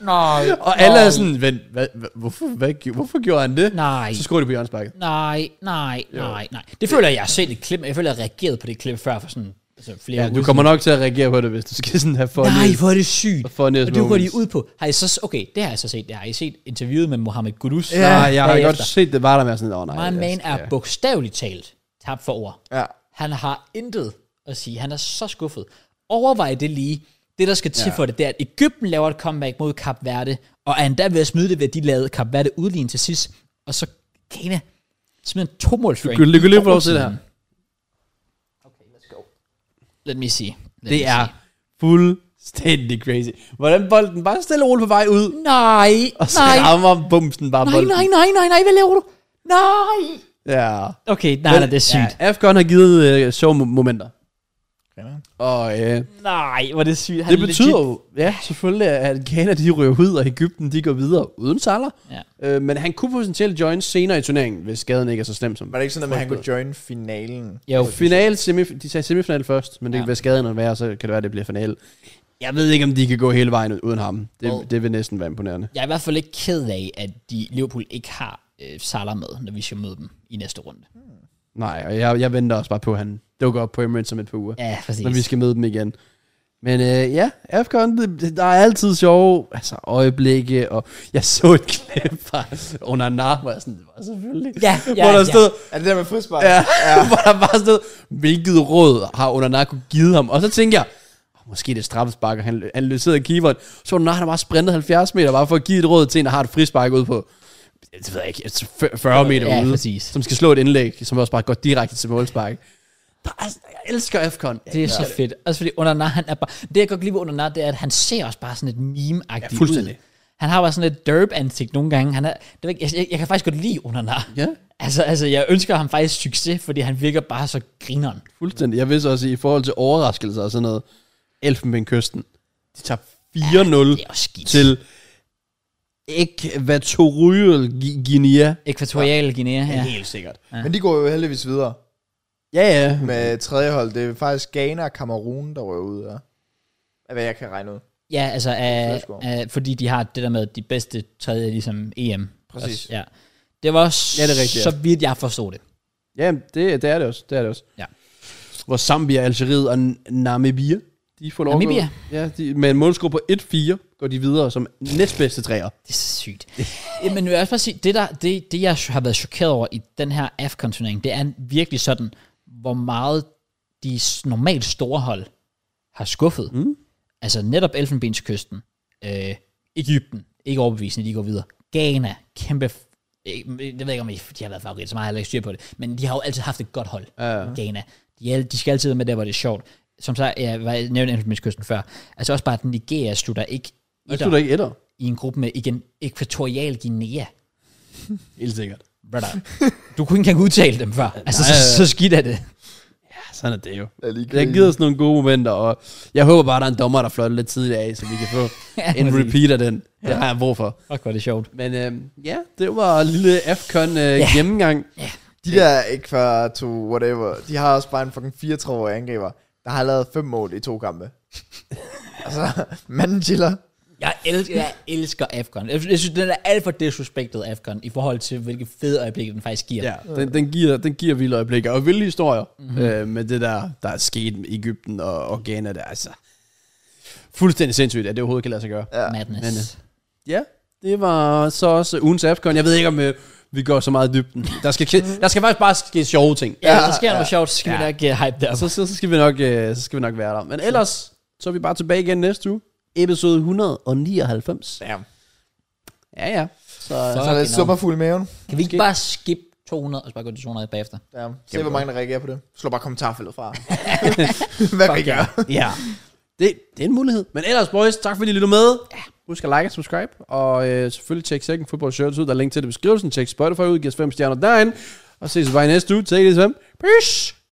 S3: Nej.
S4: nej,
S3: Og alle er sådan, vent, hvad, hvad, hvorfor, hvad, gjo- hvorfor gjorde han det?
S1: Nej.
S3: Så skruer de på hjørnesparket.
S1: Nej, nej, nej, nej. Det føler jeg, jeg har set et klip, jeg føler, jeg har reageret på det klip før for sådan altså, flere
S3: Ja,
S1: uger
S3: du kommer nok til at reagere på det, hvis du skal sådan have for
S1: siden. Nej, hvor er det sygt.
S3: Og funniest
S1: Og det går de
S3: moments.
S1: ud på. Har I så, okay, det har jeg så set. Det har I set interviewet med Mohammed Gudus.
S3: Ja, jeg har
S1: bagefter.
S3: godt set, det var der med sådan, åh oh, nej.
S1: My man
S3: altså,
S1: er bogstaveligt talt tabt for ord.
S2: Ja.
S1: Han har intet at sige. Han er så skuffet. Overvej det lige. Det, der skal til ja. for det, det er, at Ægypten laver et comeback mod Kap Verde, og er endda ved at smide det, ved at de lavede Kap Verde udligning til sidst. Og så Ghana smider en to-målsføring.
S3: Kunne du lige få lov til
S1: overtiden.
S3: det her?
S1: Let me see. Let
S3: Det
S1: me
S3: er
S1: see.
S3: fuldstændig crazy. Hvordan bolden bare stille og roligt på vej ud,
S1: Nej,
S3: og så
S1: nej,
S3: rammer bumsen bare
S1: nej,
S3: bolden.
S1: nej, nej, nej, nej, hvad laver du? Nej.
S3: Ja.
S1: Okay, nej, nej, det er sygt. Ja.
S3: Ja, Afghan har givet øh, sjove mo- momenter. Og øh,
S1: Nej, hvor er det sygt. Han
S3: det
S1: er
S3: betyder
S1: legit-
S3: jo, ja, selvfølgelig, at Ghana de ryger ud, og Ægypten de går videre uden Salah.
S1: Ja.
S3: Øh, men han kunne potentielt join senere i turneringen, hvis skaden ikke er så slem som
S2: Var det ikke sådan, at han kunne join finalen?
S1: Jo,
S3: Final, semif- de sagde semifinal først, men det
S1: Ja.
S3: ja. kan være skaden at være, så kan det være, at det bliver final. Jeg ved ikke, om de kan gå hele vejen uden ham. Det,
S1: Well.
S3: det vil næsten være imponerende.
S1: jeg er i hvert fald ikke ked af, at de Liverpool ikke har øh, Salah med, når vi skal møde dem i næste runde.
S3: Nej, og jeg, jeg venter også bare på, at han dukker op på Emirates om et par uger.
S1: Ja, præcis.
S3: når vi skal møde dem igen. Men øh, ja, Afghan, det- det- der er altid sjove altså, øjeblikke, og jeg så et klip fra Onana, hvor jeg sådan, det var selvfølgelig.
S1: Ja, ja,
S3: hvor der
S1: ja.
S3: stod,
S2: Er det der med frispark?
S3: ja, ja. hvor der bare stod, hvilket råd har Onana kunne give ham? Og så tænkte jeg, "Åh, måske det er straffespark, og han analyserede keeperen. Så Onana har bare sprintet 70 meter, bare for at give et råd til en, der har et frispark ude på, det ved jeg ikke, altså 40 meter
S1: Ja,
S3: ude,
S1: præcis.
S3: som skal slå et indlæg, som også bare går direkte til målspark. Der er- altså- Jeg elsker Afghan.
S1: Det er så fedt. Også fordi Onana, han er bare... Det, jeg godt kan lide ved Onana, det er, at han ser også bare sådan et meme-agtigt
S3: Ja, fuldstændig.
S1: ud. Han har bare sådan et derp-ansigt nogle gange. Han er, det ved jeg, ikke, jeg, jeg kan faktisk godt lide Onana.
S3: Ja.
S1: Altså, altså, jeg ønsker ham faktisk succes, fordi han virker bare så grineren.
S3: Fuldstændig. Jeg vidste også, at i forhold til overraskelser og sådan noget, Elfenbenkysten, de tager 4-0
S1: Det er
S3: ja,
S1: også skidt.
S3: til Ekvatorial Gi- Guinea.
S1: Ekvatorial Guinea her.
S3: Helt sikkert.
S2: Men de går jo heldigvis videre
S3: Ja, ja.
S2: med tredje hold. Det er faktisk Ghana og Kamerun, der rører ud af. Af hvad jeg kan regne ud.
S1: Ja, altså,
S2: Flødeskum.
S1: øh, øh, fordi de har det der med de bedste tredje, ligesom EM.
S2: Præcis.
S1: Også, ja. Det var også,
S3: Ja, det er rigtigt,
S1: så
S3: ja.
S1: vidt jeg forstod det.
S3: Ja, det, det er det også. Det er det også.
S1: Ja.
S3: Hvor Zambia, Algeriet og N- Namibia, de får lov at gå-
S1: Namibia?
S3: Ja, de, med en målscore på 1-4 går de videre som næstbedste træer.
S1: Det er så sygt. Men jeg vil også bare sige, det, der, det, det jeg har været chokeret over i den her afcon det er virkelig sådan, hvor meget de s- normalt store hold har skuffet. Mm. Altså netop Elfenbenskysten, øh, Ægypten, ikke overbevisende, de går videre. Ghana, kæmpe... f- ikke- Jeg ved ikke, om de de har været favorit, så meget har jeg heller ikke styr på det. Men de har jo altid haft et godt hold, uh. Ghana. De, er, al- de skal altid være med der, hvor det er sjovt. Som sagt, jeg var- jeg nævnte Elfenbenskysten før. Altså også bare, at Nigeria slutter ikke
S3: Og
S1: etter
S3: du er ikke etter.
S1: i en gruppe med, igen, Ekvatorial Guinea.
S3: Helt sikkert.
S1: Brother. Du kunne ikke engang udtale dem før. Altså,
S3: Nej,
S1: så, så skidt er det.
S3: Altså, Sådan er det jo.
S2: Det er lige
S3: Det har givet os nogle gode momenter, og jeg håber bare, at der er en dommer, der fløjter lidt tidligt af, så vi kan få en
S1: præcis.
S3: repeat af den. Det har jeg brug for.
S1: Fuck, hvor er det sjovt.
S3: Men øh, ja, det var en lille Afcon øh, gennemgang.
S2: De der ikke for to whatever, de har også bare en fucking 34-årig angriber, der har lavet fem mål i to kampe. altså, manden chiller.
S1: Jeg elsker, jeg elsker Afghan. Jeg synes, den er alt for disrespektet Afghan i forhold til, hvilke fede øjeblikke den faktisk giver.
S3: Ja, den, den, giver, den giver vilde øjeblikke og vilde historier mm-hmm. øh, med det der, der er sket i Ægypten og, og Ghana. Der, altså, fuldstændig sindssygt, at det overhovedet kan lade sig gøre.
S2: Ja.
S1: Madness.
S3: Men, øh, Ja, det var så også ugens Afcon. Jeg ved ikke, om øh, vi går så meget i dybden. Der skal, der skal faktisk bare ske sjove ting.
S1: ja, der sker noget sjovt, så skal ja. vi
S3: Ja.
S1: da ikke øh, hype det op.
S3: Så, så, så, skal vi nok, øh, så skal vi nok være der. Men ellers, så er vi bare tilbage igen næste uge. Episode 199.
S2: Ja.
S3: Ja, ja. Så,
S2: Så er Altså, det superfuld i maven.
S1: Kan vi ikke bare skip 200, og så bare gå til 200 bagefter?
S2: Ja. Se, hvor mange der reagerer på det. Slå bare kommentarfeltet fra. Hvad vi gør.
S3: ja. Det, det er en mulighed. Men ellers, boys, tak fordi I lytter med. Ja. Husk at like og subscribe. Og øh, selvfølgelig tjek Second Football Shirts ud. Der er link til det i beskrivelsen. Tjek Spotify ud. Giv os 5 stjerner derinde. Og ses på vej næste uge. Take it, Sam. Peace.